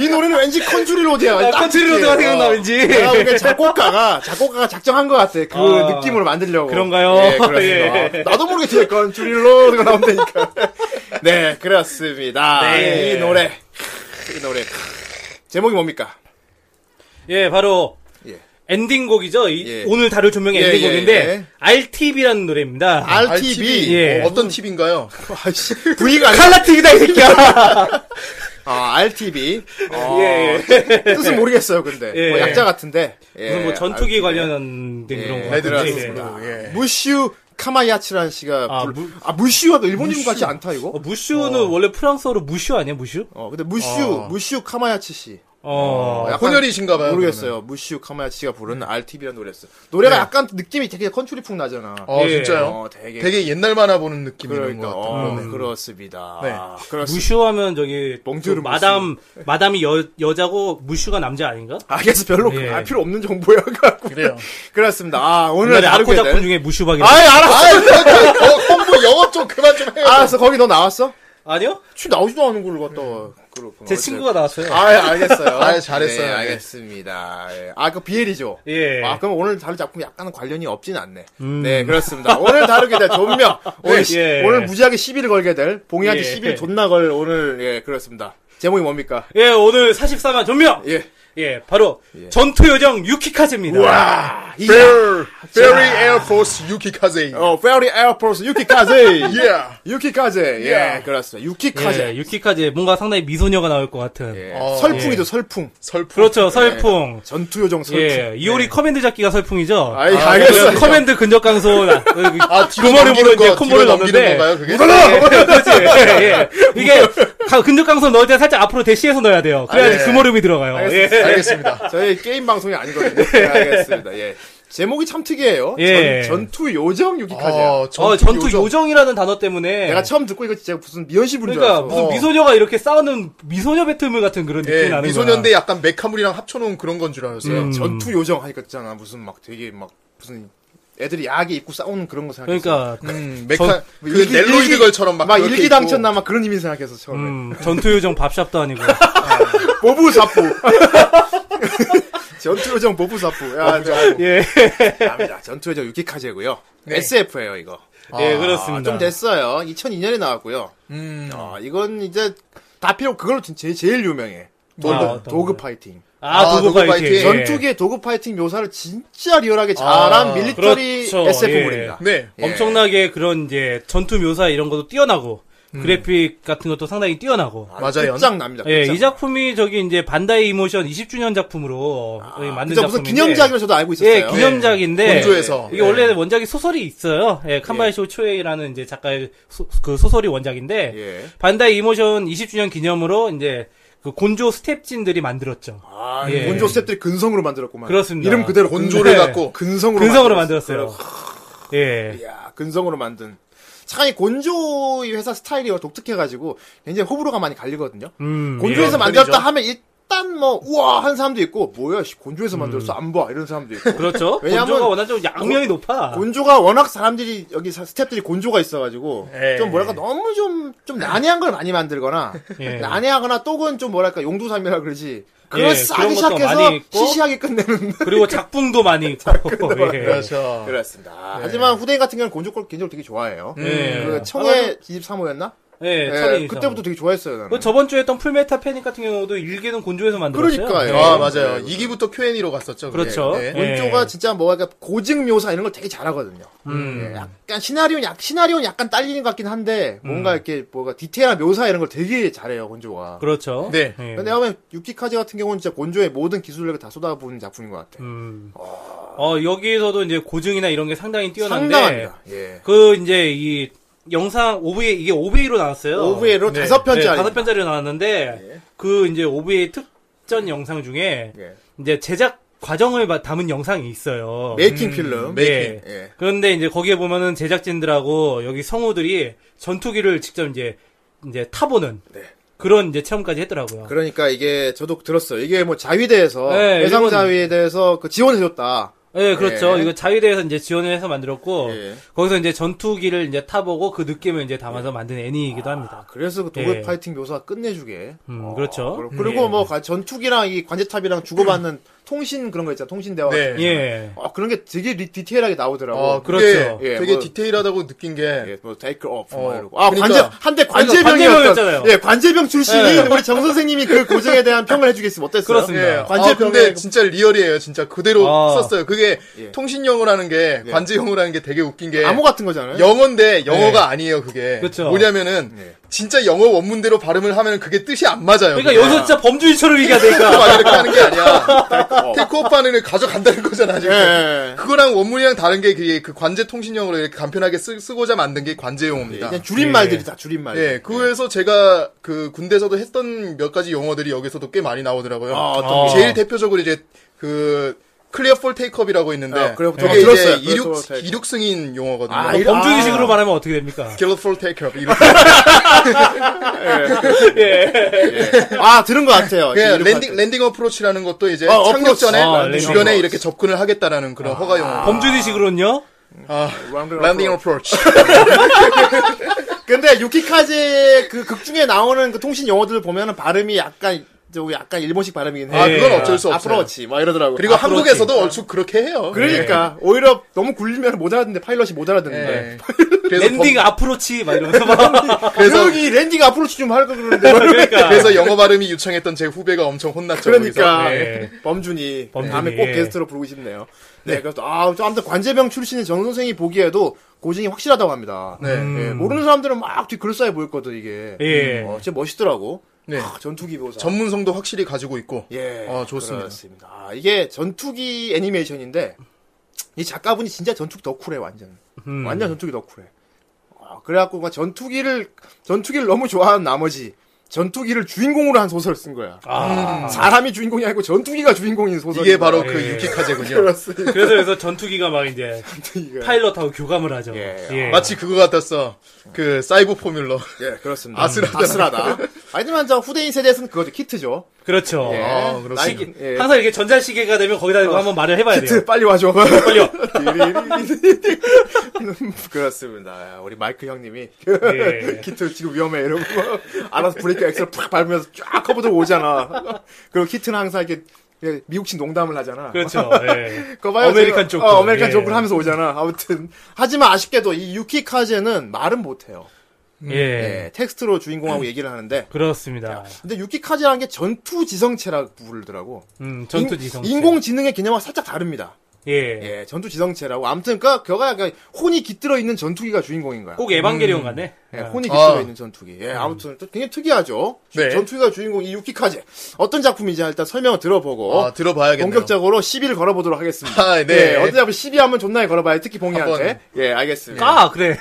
B: 이 노래는 왠지 컨트리 로드야. 딱
E: 컨트리 로드가
B: 느낌.
E: 생각나
B: 어.
E: 왠지.
B: 내가 보기엔 작곡가가 작곡가가 작정한 것 같아. 그
E: 아.
B: 느낌을 만들려고.
E: 그런가요?
B: 예, 그렇습니다. 나도 모르게 뒤에 컨트리 로드가 나온다니까. 네, 그렇습니다.
E: 네.
B: 이 노래, 이 노래 제목이 뭡니까?
E: 예, 바로
B: 예.
E: 엔딩곡이죠. 이-
B: 예.
E: 오늘 다룰 조명의
B: 예,
E: 엔딩곡인데
B: 예, 예.
E: RTV라는 노래입니다.
B: RTV.
E: 아, 예.
F: 어, 떤 팁인가요?
B: V가 뭐 칼라 TV다 이 새끼야. 아, RTV. 어,
E: 예,
B: 뜻은 모르겠어요, 근데.
E: 예.
B: 뭐 약자 같은데. 예,
E: 무슨 뭐 전투기
B: RTV.
E: 관련된 그런 거
B: 네,
E: 같은데.
B: 들었습니다.
F: 예.
B: 무슈 카마야치라는 씨가
E: 아,
B: 아, 불...
E: 무-
B: 아 무슈가 또 일본 이름 같지 않다 이거?
E: 어, 무슈는 원래 프랑스어로 무슈 아니야, 무슈?
B: 어 근데 무슈
F: 어.
B: 무슈 카마야치 씨
E: 어.
B: 약간
F: 혼혈이신가봐요.
B: 모르겠어요 무슈 카마야치 씨가 부른 RTV라는 노래였어요 노래가
F: 네.
B: 약간 느낌이 되게 컨트리풍 나잖아
F: 그러면. 어,
E: 예.
F: 진짜요?
B: 어, 되게
F: 되게 옛날 만화 보는 느낌이 있는
B: 그러니까
F: 것 같아요. 음.
B: 어, 그렇습니다
F: 네.
B: 그렇습니다
E: 무슈하면 저기
B: 멍주를
E: 그 마담 마담이 여 여자고 무슈가 남자 아닌가?
B: 아 그래서 별로
E: 예.
B: 알 필요 없는 정보야 갖고
F: 그래요.
B: 그렇습니다 아 오늘
E: 옛날에 아코
B: 다루게
E: 작품
B: 될
E: 중에 무슈박이라고.
B: 아이 알았어
F: 어, 홍보 영어 좀 그만 좀 해요.
B: 알았어 거기 너 나왔어?
E: 아니요?
B: 치 나오지도 않은 걸로 갔다 와 그렇구나
E: 제
B: 어째-
E: 친구가 나왔어요.
B: 아, 예, 알겠어요.
F: 아, 잘했어요.
B: 네,
F: 네.
B: 알겠습니다. 예. 아, 그 비엘이죠.
E: 예.
B: 아, 그럼 오늘 다룰 작품 약간 관련이 없진 않네. 네, 그렇습니다. 오늘 다루게 될 존명. 오늘, 시-
E: 예.
B: 오늘 무지하게 시비를 걸게 될 봉이한테
E: 예.
B: 시비를 존나 걸 오늘 예, 그렇습니다. 제목이 뭡니까?
E: 예, 오늘 44만 전명. 예,
B: 예.
E: 바로 전투 요정 유키카즈입니다.
B: 와. 이
F: Fair, Fairy Air Force 유키카제.
B: 어, 페리 에어포스 유키카제.
F: 예. Yeah.
B: 유키카제. 예,
F: 예.
B: 그렇습니다.
E: 예,
B: 유키카제.
E: 유키카즈 뭔가 상당히 미소녀가 나올 것 같은.
B: 예.
F: 어,
B: 설풍이죠, 설풍.
F: 설프.
E: 그렇죠, 설풍.
B: 전투 요정 설풍.
E: 예, 이오리 커맨드 잡기가 설풍이죠.
B: 아이,
F: 아,
B: 알겠어요.
E: 그 커맨드 근접 강소 나- 그-
F: 아,
E: 그
F: 뒤로
E: 머리
F: 넘기는
E: 보고 이제
F: 거,
E: 콤보를
F: 뒤로 넘기는
E: 넣는데
F: 건가요, 그게?
E: 예, 그렇지. 예, 예. 이게 가- 근접 강소 넣을 때 살짝 앞으로 대시해서 넣어야 돼요. 그래야지
F: 아, 예.
E: 그 머름이 들어가요. 예.
F: 알겠습니다.
B: 저희 게임 방송이 아니거든요. 네, 알겠습니다. 예. 제목이 참 특이해요.
E: 예.
B: 전, 투 요정 유기카제야.
F: 어,
E: 어, 전투 요정. 이라는 단어 때문에
B: 내가 처음 듣고 이거 진짜 무슨 미연시부인
E: 그러니까
B: 줄 알았어.
E: 무슨
F: 어.
E: 미소녀가 이렇게 싸우는 미소녀 배틀물 같은 그런 느낌이
F: 예,
E: 나는
F: 미소년대 약간 메카물이랑 합쳐놓은 그런 건 줄 알았어요.
E: 음.
B: 전투 요정 하니까 있잖아. 무슨 막 되게 막 무슨 애들이 야하게 입고 싸우는 그런 거
E: 거야.
B: 생각했어.
E: 그러니까
F: 음, 메카,
B: 전-
F: 그
B: 일기-
F: 넬로이드
B: 일기-
F: 걸처럼 막.
B: 막
F: 그렇게
B: 일기당천나
F: 있고.
B: 막 그런 의미 생각했어 처음에.
E: 음, 전투 요정 밥샵도 아니고
B: 보부사포. 전투 요정 보부사포. 야, 저,
E: 예.
B: 아닙니다. 전투 요정 유기카제고요. SF예요 이거.
E: 예,
B: 네. 아,
E: 그렇습니다.
B: 좀 됐어요. 2002년에 나왔고요.
F: 음.
B: 아, 이건 이제 다 필요 없고 그걸로 제, 제일 유명해. 도그,
E: 어떤
B: 도그
E: 거요?
B: 파이팅.
E: 아,
F: 아,
E: 도구
F: 도구
E: 파이팅.
F: 파이팅. 예.
B: 전투기의 도그 파이팅 묘사를 진짜 리얼하게 잘한
F: 아,
B: 밀리터리
E: 그렇죠.
B: SF물입니다.
F: 네.
B: 예.
E: 엄청나게 그런 이제 전투 묘사 이런 것도 뛰어나고
B: 음.
E: 그래픽 같은 것도 상당히 뛰어나고
F: 맞아요.
B: 끝장 납니다.
E: 예,
B: 끝장.
E: 이 작품이 저기 이제 반다이 이모션 20주년 작품으로 예, 만든
B: 아, 그죠?
E: 작품인데
B: 무슨 기념작으로 저도 알고 있었어요. 예.
E: 예, 기념작인데
F: 본조에서.
E: 이게 원래 원작이 소설이 있어요. 예, 칸바이 쇼초에이라는 이제 작가의 소, 그 소설이 원작인데
B: 예.
E: 반다이 이모션 20주년 기념으로 이제 그 곤조 스텝진들이 만들었죠.
B: 아,
E: 예.
B: 본조 스텝들이 근성으로 만들었구만.
E: 그렇습니다.
B: 이름 그대로
F: 곤조를
E: 네.
F: 갖고.
B: 근성으로
E: 근성으로
B: 만들었어요.
E: 만들었어요. 예.
B: 그래. 이야, 근성으로 만든. 참, 이 곤조 이 회사 스타일이 독특해가지고 굉장히 호불호가 많이 갈리거든요.
E: 음.
B: 곤조에서
F: 예,
B: 만들었다
F: 그러죠.
B: 하면 일단 뭐 우와 하는 사람도 있고 뭐야 씨, 곤조에서 만들었어 안 봐 이런 사람도 있고
E: 예. 그렇죠.
B: 왜냐면-
E: 곤조가 워낙 좀 양면이 높아.
B: 곤조가 워낙 사람들이 여기 사- 스탭들이 곤조가 있어가지고
F: 예.
B: 좀 뭐랄까 너무 좀, 좀 난해한 걸 많이 만들거나
E: 예.
B: 난해하거나 또는 좀 뭐랄까 용두삼이라 그러지 그걸
E: 예,
B: 싸게
E: 그런 것도
B: 시작해서
E: 많이 있고.
B: 시시하게 끝내는
E: 그리고 작품도 많이 있고. 예.
F: 그렇죠.
B: 그렇습니다 하지만 후대인 같은 경우는 곤조 걸 개인적으로 되게 좋아해요
E: 예.
B: 그 청해 23호였나?
E: 예, 철인
B: 그때부터 되게 좋아했어요 나는
E: 그 저번 주에 했던 풀메타 패닉 같은 경우도 일기는 곤조에서 만들었어요.
B: 그러니까요.
E: 예.
F: 아, 맞아요. 2기부터 Q&A로 갔었죠. 그게.
E: 그렇죠.
F: 네.
E: 예.
B: 곤조가 진짜 뭐랄까 고증 묘사 이런 걸 되게 잘하거든요
E: 음.
B: 예, 약간 시나리오는 약 시나리오는 약간 딸리는 것 같긴 한데 뭔가 이렇게 뭐가 디테일한 묘사 이런 걸 되게 잘해요 곤조가.
E: 그렇죠.
F: 네.
E: 예.
B: 근데 내가 보면 유키카제 같은 경우는 진짜 곤조의 모든 기술력을 다 쏟아부은 작품인 것 같아.
E: 음. 어, 여기에서도 이제 고증이나 이런 게 상당히 뛰어난데
B: 상당합니다. 예.
E: 그 이제 이 영상 OVA 이게 OVA로 나왔어요. 네.
B: OVA로 다섯 편짜리.
E: 다섯 편짜리로 나왔는데 그 이제 OVA 특전 영상 중에
B: 예.
E: 이제 제작 과정을 바- 담은 영상이 있어요.
B: 메이킹 필름.
E: 예.
B: 예.
E: 그런데 이제 거기에 보면은 제작진들하고 여기 성우들이 전투기를 직접 이제 이제 타보는 그런 이제 체험까지 했더라고요.
B: 그러니까 이게 저도 들었어요. 이게 뭐 자위대에서
E: 네,
B: 해상
E: 일본-
B: 자위대에서 그 지원해줬다.
E: 예, 그렇죠.
B: 예.
E: 이거 자위대에서 이제 지원을 해서 만들었고
B: 예.
E: 거기서 이제 전투기를 이제 타보고 그 느낌을 이제 담아서 만든 애니이기도 합니다.
B: 그래서 그 독일
E: 예.
B: 파이팅 묘사가 끝내주게.
E: 음, 그렇죠.
B: 그리고- 그리고
F: 예.
B: 뭐 가- 전투기랑 이 관제탑이랑 주고받는 통신 그런 거 있잖아. 통신 대화.
F: 음. 네.
E: 예.
B: 어, 그런 게 되게 리- 디테일하게 나오더라고.
F: 어,
E: 그렇죠.
F: 그렇죠.
B: 예,
F: 되게
B: 뭐-
F: 디테일하다고 느낀 게
B: 예, 뭐 테이크 오프
F: 어,
B: 뭐 이러고. 아,
F: 그러니까- 네.
B: 관제 한때
E: 관제병이었잖아요.
B: 관제병이었잖아요. 예, 관제병 출신인 우리 정 선생님이 그 고증에 대한 평을 해주겠으면 어땠어요?
E: 그렇습니다.
F: 예.
B: 관제
F: 아, 근데
B: 병에-
F: 진짜 리얼이에요. 진짜 그대로
E: 아.
F: 썼어요. 그게
B: 예.
F: 통신영어라는 게
B: 예.
F: 관제영어라는 게 되게 웃긴 게
B: 그 암호 같은 거잖아요. 예. 그렇죠.
F: 영어인데 영어가 아니에요. 그게
E: 그쵸.
F: 뭐냐면은 진짜 영어 원문대로 발음을 하면 그게 뜻이 안 맞아요.
E: 그러니까 여기서 진짜 범주인처럼 얘기하니까.
F: 막 이렇게 하는 게 아니야. 테크업 반응을 가져간다는 거잖아, 지금.
B: 어. 예, 예.
F: 그거랑 원문이랑 다른 게 그게 그 관제 통신용으로 이렇게 간편하게 쓰, 쓰고자 만든 게 관제용어입니다.
B: 그냥 네, 줄임말들이 다 줄임말.
F: 예, 그래서 제가 그 군대에서도 했던 몇 가지 용어들이 여기서도 꽤 많이 나오더라고요.
B: 아,
E: 어떤 게?
F: 제일 대표적으로 이제 그 클리어 폴 테이크업이라고 있는데
B: 아, 그래요?
F: 그게
B: 어,
F: 이제
B: 들었어요.
F: 이륙
B: 클리어 폴 테이크업.
F: 이륙 승인 용어거든요.
B: 아, 이륙-
E: 범주인식으로 말하면 어떻게 됩니까?
F: 클리어 폴 테이크업 이렇게
B: 아, 들은 것 같아요.
F: 그
B: 이렇게
F: 랜딩 랜딩 어프로치라는 것도 이제
B: 어,
F: 착륙 전에
E: 어프로치. 아, 랜딩
F: 주변에 이렇게 접근을 하겠다라는
B: 아,
F: 그런 허가 용어.
E: 범주인식으로는요?
F: 아,
B: 랜딩
F: 랜딩 어프로치.
B: 근데 유키카즈의 그 극중에 나오는 그 통신 용어들 보면은 발음이 약간 저 약간 일본식 발음이긴 해요. 예.
F: 아, 그건 어쩔 수 없어요.
B: 앞으로치 막 이러더라고.
F: 그리고
B: 아,
F: 한국에서도 얼추 그렇게 해요. 예,
B: 그러니까 오히려 너무 굴리면 못 알아듣는데 파일럿이 못
F: 예.
B: 알아듣는데.
F: 그래서
E: 랜딩 앞으로치 막 이러면서 막
F: 범- 그래서 그렇죠,
B: 여기 랜딩 앞으로치 좀 할까 그러는데.
E: 그러니까
F: 그래서 영어 발음이 유창했던 제 후배가 엄청 혼났죠.
B: 그러니까
E: 네.
B: 범준이
E: 범준이,
B: 다음에 꼭
E: 예.
B: 게스트로 부르고 싶네요. 네, 그래서 아, 저 아무튼 관제병 출신인 정 선생이 보기에도 고증이 확실하고 합니다.
F: 거기서. 네.
B: 예, 모르는 사람들은 막 뒷글싸에 보였거든 이게.
E: 예.
B: 어, 진짜 멋있더라고.
F: 네.
B: 아, 전투기 묘사.
F: 전문성도 확실히 가지고 있고.
B: 예.
F: 어, 좋습니다.
B: 그렇습니다. 아, 이게 전투기 애니메이션인데, 이 작가분이 진짜 전투기 덕후래, 완전.
F: 음.
B: 완전 전투기 덕후래. 아, 그래갖고, 막 전투기를, 전투기를 너무 좋아하는 나머지, 전투기를 주인공으로 한 소설을 쓴 거야. 음.
E: 아.
B: 사람이 주인공이 아니고 전투기가 주인공인 소설.
F: 이게 바로 그
E: 예.
F: 유키카제군요.
B: 그렇습니다.
E: 그래서 그래서 전투기가 막 이제
B: 이거.
E: 파일럿하고 교감을 하죠.
B: 예.
F: 마치 그거 같았어. 그 사이버 포뮬러.
B: 예, 그렇습니다.
F: 아슬하다.
B: 아슬하다. 하지만 저 후대인 세대에서는 그거죠. 키트죠.
E: 그렇죠.
B: 예.
F: 아, 그렇군요.
E: 시기-
B: 예. 어,
E: 항상 이렇게 전자시계가 되면 거기다 이거 한번 말을 해봐야 돼요.
B: 키트, 빨리 와줘.
E: 빨리요.
B: 그렇습니다. 야, 우리 마이크 형님이
E: 예.
B: 키트 지금 위험해 이러고 알아서 브레이크 엑셀 팍 밟으면서 쫙 커브도 오잖아. 그리고 키트는 항상 이렇게 이렇게 미국식 농담을 하잖아.
E: 그렇죠. 예.
B: 그거 봐요,
E: 아메리칸
B: 지금.
E: 조크.
B: 어, 아메리칸
E: 예.
B: 조크를 하면서 오잖아. 아무튼 하지만 아쉽게도 이 유키 카제는 말은 못해요.
E: 예.
B: 예, 텍스트로
E: 네.
B: 주인공하고 얘기를 하는데.
E: 그렇습니다.
B: 근데 유키 카제라는 게 전투 지성체라고 부르더라고.
E: 음, 전투지성.
B: 인공지능의 개념과 살짝 다릅니다.
E: 예.
B: 예, 전투 지성체라고. 아무튼 그 그가 약간 혼이 깃들어 있는 전투기가 주인공인 거야.
E: 꼭 에반게리온 같네.
B: 예, 혼이
F: 어. 아.
B: 깃들어 있는 전투기. 예, 아무튼 또 굉장히 특이하죠.
F: 네.
B: 전투기가 주인공 이 유키카제. 어떤 작품인지 일단 설명을 들어보고
F: 아, 들어봐야겠네요.
B: 본격적으로 시비를 걸어보도록 하겠습니다.
F: 아, 네.
B: 예, 어떤 작품 시비 한번 존나게 걸어봐요. 특히 봉이한테.
F: 한번.
B: 예, 알겠습니다.
E: 아, 그래.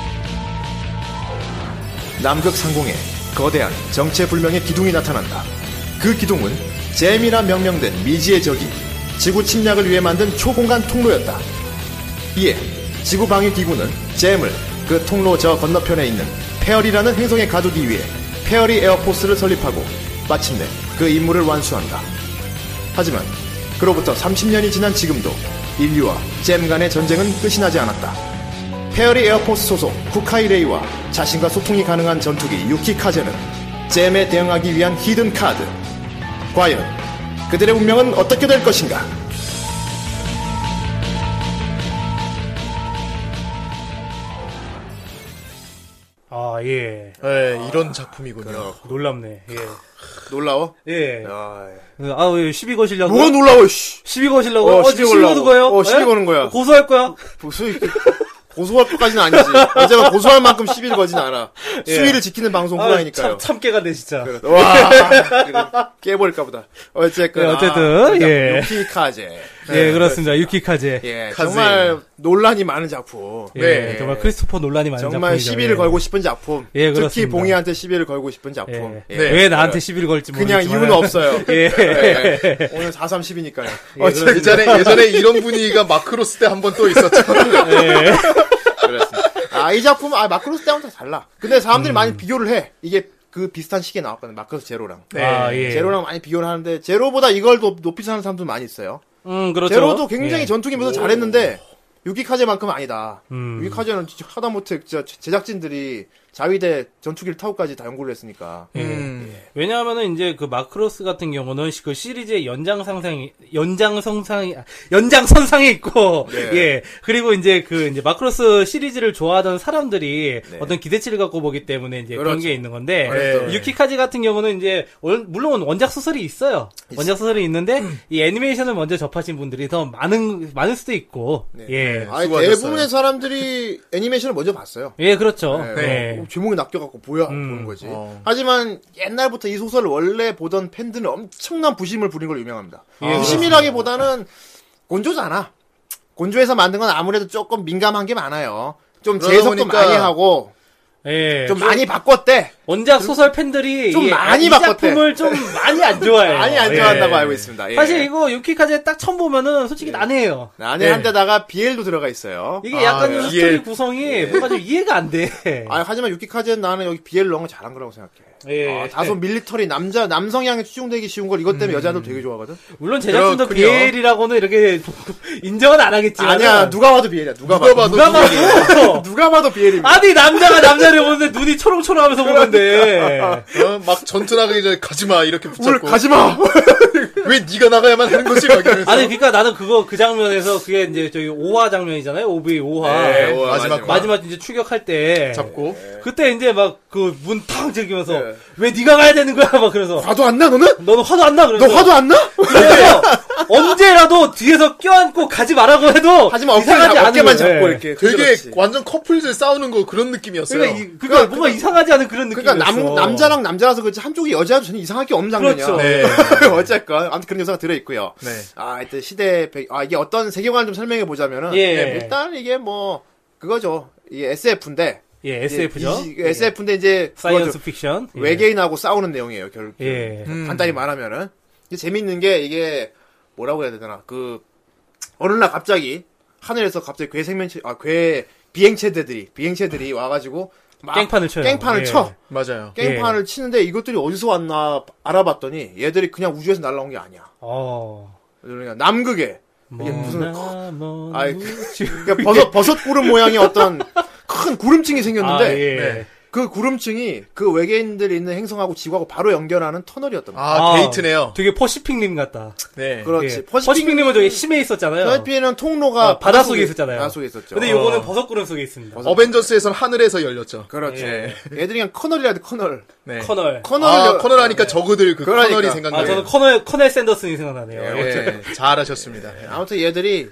F: 네.
B: 남극 상공에 거대한 정체불명의 기둥이 나타난다. 그 기둥은 잼이라 명명된 미지의 적이 지구 침략을 위해 만든 초공간 통로였다. 이에 지구 방위 기구는 잼을 그 통로 저 건너편에 있는 페어리라는 행성에 가두기 위해 페어리 에어포스를 설립하고 마침내 그 임무를 완수한다. 하지만 그로부터 30년이 지난 지금도 인류와 잼 간의 전쟁은 끝이 나지 않았다. 페어리 에어포스 소속 쿠카이레이와 자신과 소통이 가능한 전투기 유키카제는 잼에 대응하기 위한 히든 카드. 과연 그들의 운명은 어떻게 될 것인가?
E: 아, 예.
F: 예, 이런 작품이군요.
E: 놀랍네. 예.
B: 놀라워?
E: 예.
B: 아,
E: 아, 왜 시비 거시려고?
B: 뭐가 놀라워, 씨.
E: 시비 거시려고?
B: 어,
E: 어,
B: 시비
E: 시비
B: 걸라고.
E: 거는 거예요?
B: 어, 시비
E: 예?
B: 거는 거야.
E: 고소할 거야?
B: 무슨, 이렇게 고소할 것까지는 아니지. 어제가 고소할 만큼 시비를 거진 않아. 수위를 지키는 방송 후라이니까요.
E: 예. 아, 참, 참깨가 돼, 진짜.
B: 와, 이거 깨버릴까 보다. 어쨌든.
E: 네, 어쨌든,
B: 아,
E: 예.
B: 유키카제.
E: 예, 그렇습니다. 유키카제. 예,
B: 네, 예,
M: 카즈이.
B: 정말 논란이 많은 작품.
F: 네.
E: 정말 크리스토퍼 논란이 많은
B: 정말
E: 작품이죠.
B: 시비를
E: 예.
B: 걸고 싶은 작품.
E: 예,
B: 특히
E: 그렇습니다.
B: 봉이한테 시비를 걸고 싶은 작품.
E: 예.
B: 예.
E: 왜 나한테 시비를 걸지
B: 그냥
E: 모르겠지만.
B: 이유는 없어요.
E: 예.
B: 예. 오늘 430이니까요.
F: 어, 예전에, 예전에 이런 분위기가 마크로스 때 한 번 또 있었죠.
B: 아, 이 작품, 아, 마크로스 때랑은 다 달라. 근데
E: 음.
B: 사람들이 많이 비교를 해. 이게 그 비슷한 시기에 나왔거든요. 마크로스 제로랑.
E: 아, 예.
B: 제로랑 많이 비교를 하는데, 제로보다 이걸 더 높이 사는 사람도 많이 있어요.
E: 음, 그렇죠.
B: 제로도 굉장히
E: 예.
B: 전투기면서 잘했는데, 유기카제만큼은 아니다.
E: 음.
B: 유기카제는 진짜 하다못해 진짜 제- 제작진들이 자위대 전투기를 타고까지 다 연구를 했으니까.
E: 예. 왜냐하면은 이제 그 마크로스 같은 경우는 시- 그 시리즈의 연장 상상이 연장 성상이 아, 연장 선상이 있고
B: 네.
E: 예 그리고 이제 그 이제 마크로스 시리즈를 좋아하던 사람들이
B: 네.
E: 어떤 기대치를 갖고 보기 때문에 이제 그런
B: 그렇죠.
E: 게 있는 건데 유키카즈 같은 경우는 이제 월- 물론 원작 소설이 있어요 원작 소설이 있는데 이 애니메이션을 먼저 접하신 분들이 더 많은 많을 수도 있고 예.
B: 네. 아니,
F: 수고하셨어요.
B: 대부분의 사람들이 애니메이션을 먼저 봤어요.
E: 예, 그렇죠.
B: 네.
E: 예.
B: 제목이 낚여갖고 뭐야
E: 음.
B: 보는 거지. 하지만 옛날부터 이 소설을 원래 보던 팬들은 엄청난 부심을 부린 걸 유명합니다.
E: 예,
B: 부심이라기보다는 곤조잖아. 곤조에서 만든 건 아무래도 조금 민감한 게 많아요. 좀
F: 그러다
B: 재해석도
F: 보니까
B: 많이 하고
E: 예.
B: 좀 많이 바꿨대.
E: 원작 소설 팬들이
B: 좀
E: 이-
B: 많이
E: 이
B: 바꿨대. 네.
E: 작품을 좀 많이 안 좋아해요.
B: 많이 안
E: 예.
B: 좋아한다고 알고 있습니다. 예.
E: 사실 이거 유키카제 딱 처음 보면은 솔직히 난해해요.
B: 네,
E: 예.
B: 안에 한 데다가 아, BL도 들어가 있어요.
E: 이게 약간
F: 예.
E: 스토리 구성이 뭔가 좀 이해가 안 돼.
B: 아, 하지만 유키카즈는 나는 여기 BL 넣은 거 잘한 거라고 생각해.
E: 예. 음.
B: 아, 다소 밀리터리 남자 남성향에 추중되기 쉬운 걸 이것 때문에 여자도 되게 좋아하거든.
E: 물론 제작진도
F: 그렇군요.
E: BL이라고는 이렇게 인정은 안 하겠지만.
B: 아니야 누가 봐도 BL이야. 누가,
F: 누가 봐도
B: 봐도.
F: 누가
E: 누가 봐도
B: 누가 봐도 BL입니다.
E: 아니 남자가 남자를 보는데 눈이 초롱초롱하면서 보는데
F: 어, 막 전투 나가기 전에 가지마 이렇게
B: 물
F: 붙잡고
B: 아, 가지 마.
F: 왜 네가 나가야만 하는 거지? 막 이러면서
E: 아니 그러니까 나는 그거 그 장면에서 그게 이제 저기 5화 장면이잖아요 OVA 5화
F: 네, 오화, 마지막 화.
E: 마지막 이제 추격할 때
F: 잡고
E: 그때 이제 막 그 문 탕 즐기면서
B: 예.
E: 왜 네가 가야 되는 거야 막 그래서
B: 화도 안 나 너는?
E: 너는 화도 안 나 그래서
B: 너 화도 안 나?
E: 그래서 언제라도 뒤에서 껴안고 가지 말라고 해도
B: 하지만 어깨
E: 이상하지 않은
B: 어깨만
E: 거예요.
B: 잡고 이렇게.
F: 되게
B: 그렇지.
F: 완전 커플들 싸우는 거 그런 느낌이었어요.
E: 그러니까, 이, 그러니까 뭔가 이상하지 않은 그런 느낌
B: 그러니까 남 남자랑 남자라서 그렇지 한쪽이 여자도 전혀 이상할 게 없는 장면이야.
E: 그렇죠.
B: 어쨌건 아무튼 그런 요소가 들어 있고요. 아 일단 시대 배- 아 이게 어떤 세계관을 좀 설명해 보자면은
E: 예.
B: 네, 일단 이게 뭐 그거죠. 이게 SF인데
E: 예 SF죠 예,
B: SF인데 이제
E: 사이언스
B: 그거죠.
E: 픽션 예.
B: 외계인하고 싸우는 내용이에요. 결국
E: 예.
B: 네, 간단히 말하면은 이게 재밌는 게 이게 뭐라고 해야 되나 그 어느 날 갑자기 하늘에서 갑자기 괴 생명체 아 괴 비행체들이 비행체들이 와가지고 막
E: 깽판을 쳐요.
B: 깽판을
E: 예.
B: 쳐
F: 맞아요.
B: 깽판을 치는데 이것들이 어디서 왔나 알아봤더니 얘들이 그냥 우주에서 날라온 게 아니야
E: 어
B: 그러니까 남극에 이게 무슨
E: 뭐나 뭐
B: 아이, 그러니까 버섯 버섯 구름 모양의 어떤 큰 구름층이 생겼는데
E: 아, 예.
F: 네.
B: 그 구름층이 그 외계인들이 있는 행성하고 지구하고 바로 연결하는 터널이었던 거야.
F: 아,
E: 아.
F: 데이트네요.
E: 되게 퍼시픽님 같다
F: 네.
B: 그렇지.
E: 예.
B: 퍼시픽
E: 퍼시픽님은 저기 심해 있었잖아요
B: 퍼시픽은 그 어. 통로가
E: 아, 어. 바다 속에 있었잖아요.
B: 바다 속에 있었죠.
E: 근데 요거는 버섯구름 속에 있습니다
F: 어벤져스에선 하늘에서 열렸죠.
B: 그렇지. 애들이 예. 그냥 커널이라도 커널.
F: 네.
E: 커널
B: 커널.
F: 아, 커널 하니까 저그들 그
B: 그러니까.
F: 커널이
E: 아
F: 생각나요.
E: 저는 커널 커널 샌더슨이 생각나네요
F: 예, 잘하셨습니다.
B: 아무튼 얘들이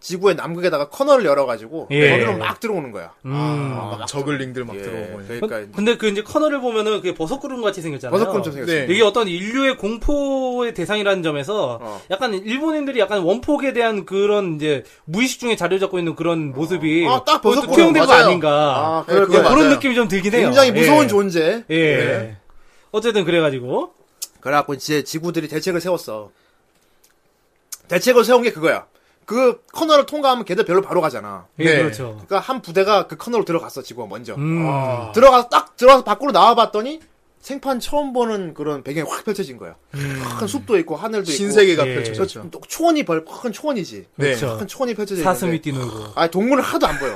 B: 지구의 남극에다가 커널을 열어가지고
E: 예.
B: 거기로 막 들어오는 거야.
E: 음.
F: 아, 막 저글링들 막
B: 예,
F: 들어오고. 예.
B: 그러니까
E: 근데 그 이제 커널을 보면은 그게 버섯구름 같이 생겼잖아요.
B: 버섯구름처럼 생겼어.
F: 네.
E: 이게 어떤 인류의 공포의 대상이라는 점에서
B: 어.
E: 약간 일본인들이 약간 원폭에 대한 그런 이제 무의식 중에 자리 잡고 있는 그런 모습이
B: 아,
E: 그것도
B: 딱 버섯구름,
E: 투영된 거
F: 맞아요.
E: 아닌가
B: 아, 그래,
F: 그거
B: 그래.
F: 맞아요.
E: 그런 느낌이 좀 들긴 해요.
B: 굉장히 무서운
E: 예.
B: 존재.
E: 예. 어쨌든 그래가지고
B: 그래갖고 이제 지구들이 대책을 세웠어. 대책을 세운 게 그거야. 그 커널을 통과하면 걔들 별로 바로 가잖아.
E: 예,
F: 네.
E: 그렇죠.
B: 그러니까 한 부대가 그 커널로 들어갔어 지구가 먼저.
E: 음.
B: 들어가서 딱 들어가서 밖으로 나와봤더니 생판 처음 보는 그런 배경이 확 펼쳐진 거야. 큰 숲도 있고 하늘도 있고.
F: 신세계가
E: 음. 예.
F: 펼쳐졌죠.
B: 또 초원이 벌, 큰 초원이지.
F: 네.
E: 그렇죠.
B: 큰 초원이 펼쳐져 있는데.
E: 사슴이 뛰놀고.
B: 아 동물은 하나도 안 보여.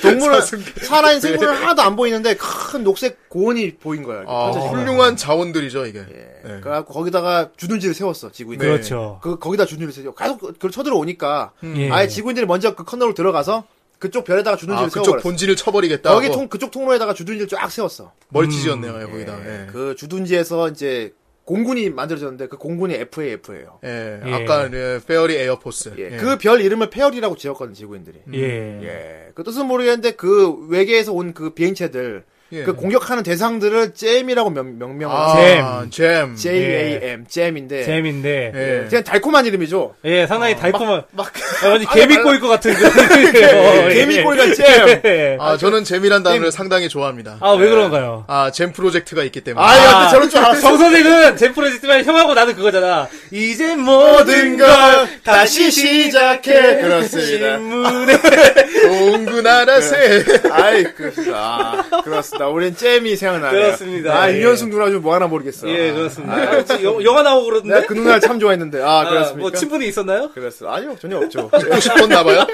B: 동물은
E: 네.
B: 살아있는 생물은 하나도 안 보이는데 큰 녹색 고원이 보인 거야. 이렇게
F: 아,
B: 그 펼쳐진 거야.
F: 훌륭한 자원들이죠, 이게.
B: 예.
F: 네.
B: 그래갖고 거기다가 주둔지를 세웠어 지구인들.
E: 그렇죠.
B: 그 거기다 주둔지를 세워. 계속 그- 그걸 쳐들어오니까
E: 예.
B: 아예 지구인들이 먼저 그 컨널로 들어가서 그쪽 별에다가 주둔지를
F: 아, 그쪽
B: 세워버렸어.
F: 본진을 쳐버리겠다.
B: 거기
F: 하고
B: 통 그쪽 통로에다가 주둔지를 쫙 세웠어.
F: 멀티 지었네요, 거기다. 예.
B: 그 주둔지에서 이제 공군이 만들어졌는데 그 공군이 FAF예요.
F: 예,
E: 예.
F: 아까 예, 페어리 에어포스.
B: 예.
F: 예.
B: 그 별 이름을 페어리라고 지었거든 지구인들이.
E: 예.
B: 예. 그 뜻은 모르겠는데 그 외계에서 온 그 비행체들
F: 예.
B: 그 공격하는 대상들을 잼이라고 명, 명명을
F: 아,
B: 하죠.
F: 잼.
B: J-A-M, 잼인데.
E: 잼인데. 예,
F: 예.
B: 그냥 달콤한 이름이죠. 어,
E: 상당히 달콤한.
F: 막-
E: 아, 완전 개미꼬일 것 같은. 그-
B: 개미꼬리가 잼. 예.
E: 예.
F: 아, 저는 잼이란 단어를 상당히 좋아합니다.
E: 아, 왜 그런가요?
F: 아, 잼 프로젝트가 있기 때문에.
B: 아, 야, 근데 저런 줄 알았어.
E: 정 선생은 잼 프로젝트만 형하고 나는 그거잖아. 이제 모든
F: 모든
E: 걸
F: 걸 다시 시작해. 그렇습니다.
E: 문에
B: 아.
F: 동구나라세.
B: 네. 아이, 그렇습니다. 아, 그렇습니다. 우린 잼이 생각나네요.
E: 그렇습니다.
B: 아,
E: 예.
B: 이현숙 누나 좀 뭐 하나 모르겠어.
E: 예, 그렇습니다. 아, 혹시 영- 영화 나오고
B: 내가
E: 그러던데?
B: 그 누나를 참 좋아했는데. 아,
E: 아,
B: 그렇습니까? 네.
E: 뭐 친분이 있었나요?
B: 그렇습니다. 아니요, 전혀 없죠.
F: 싶었나봐요.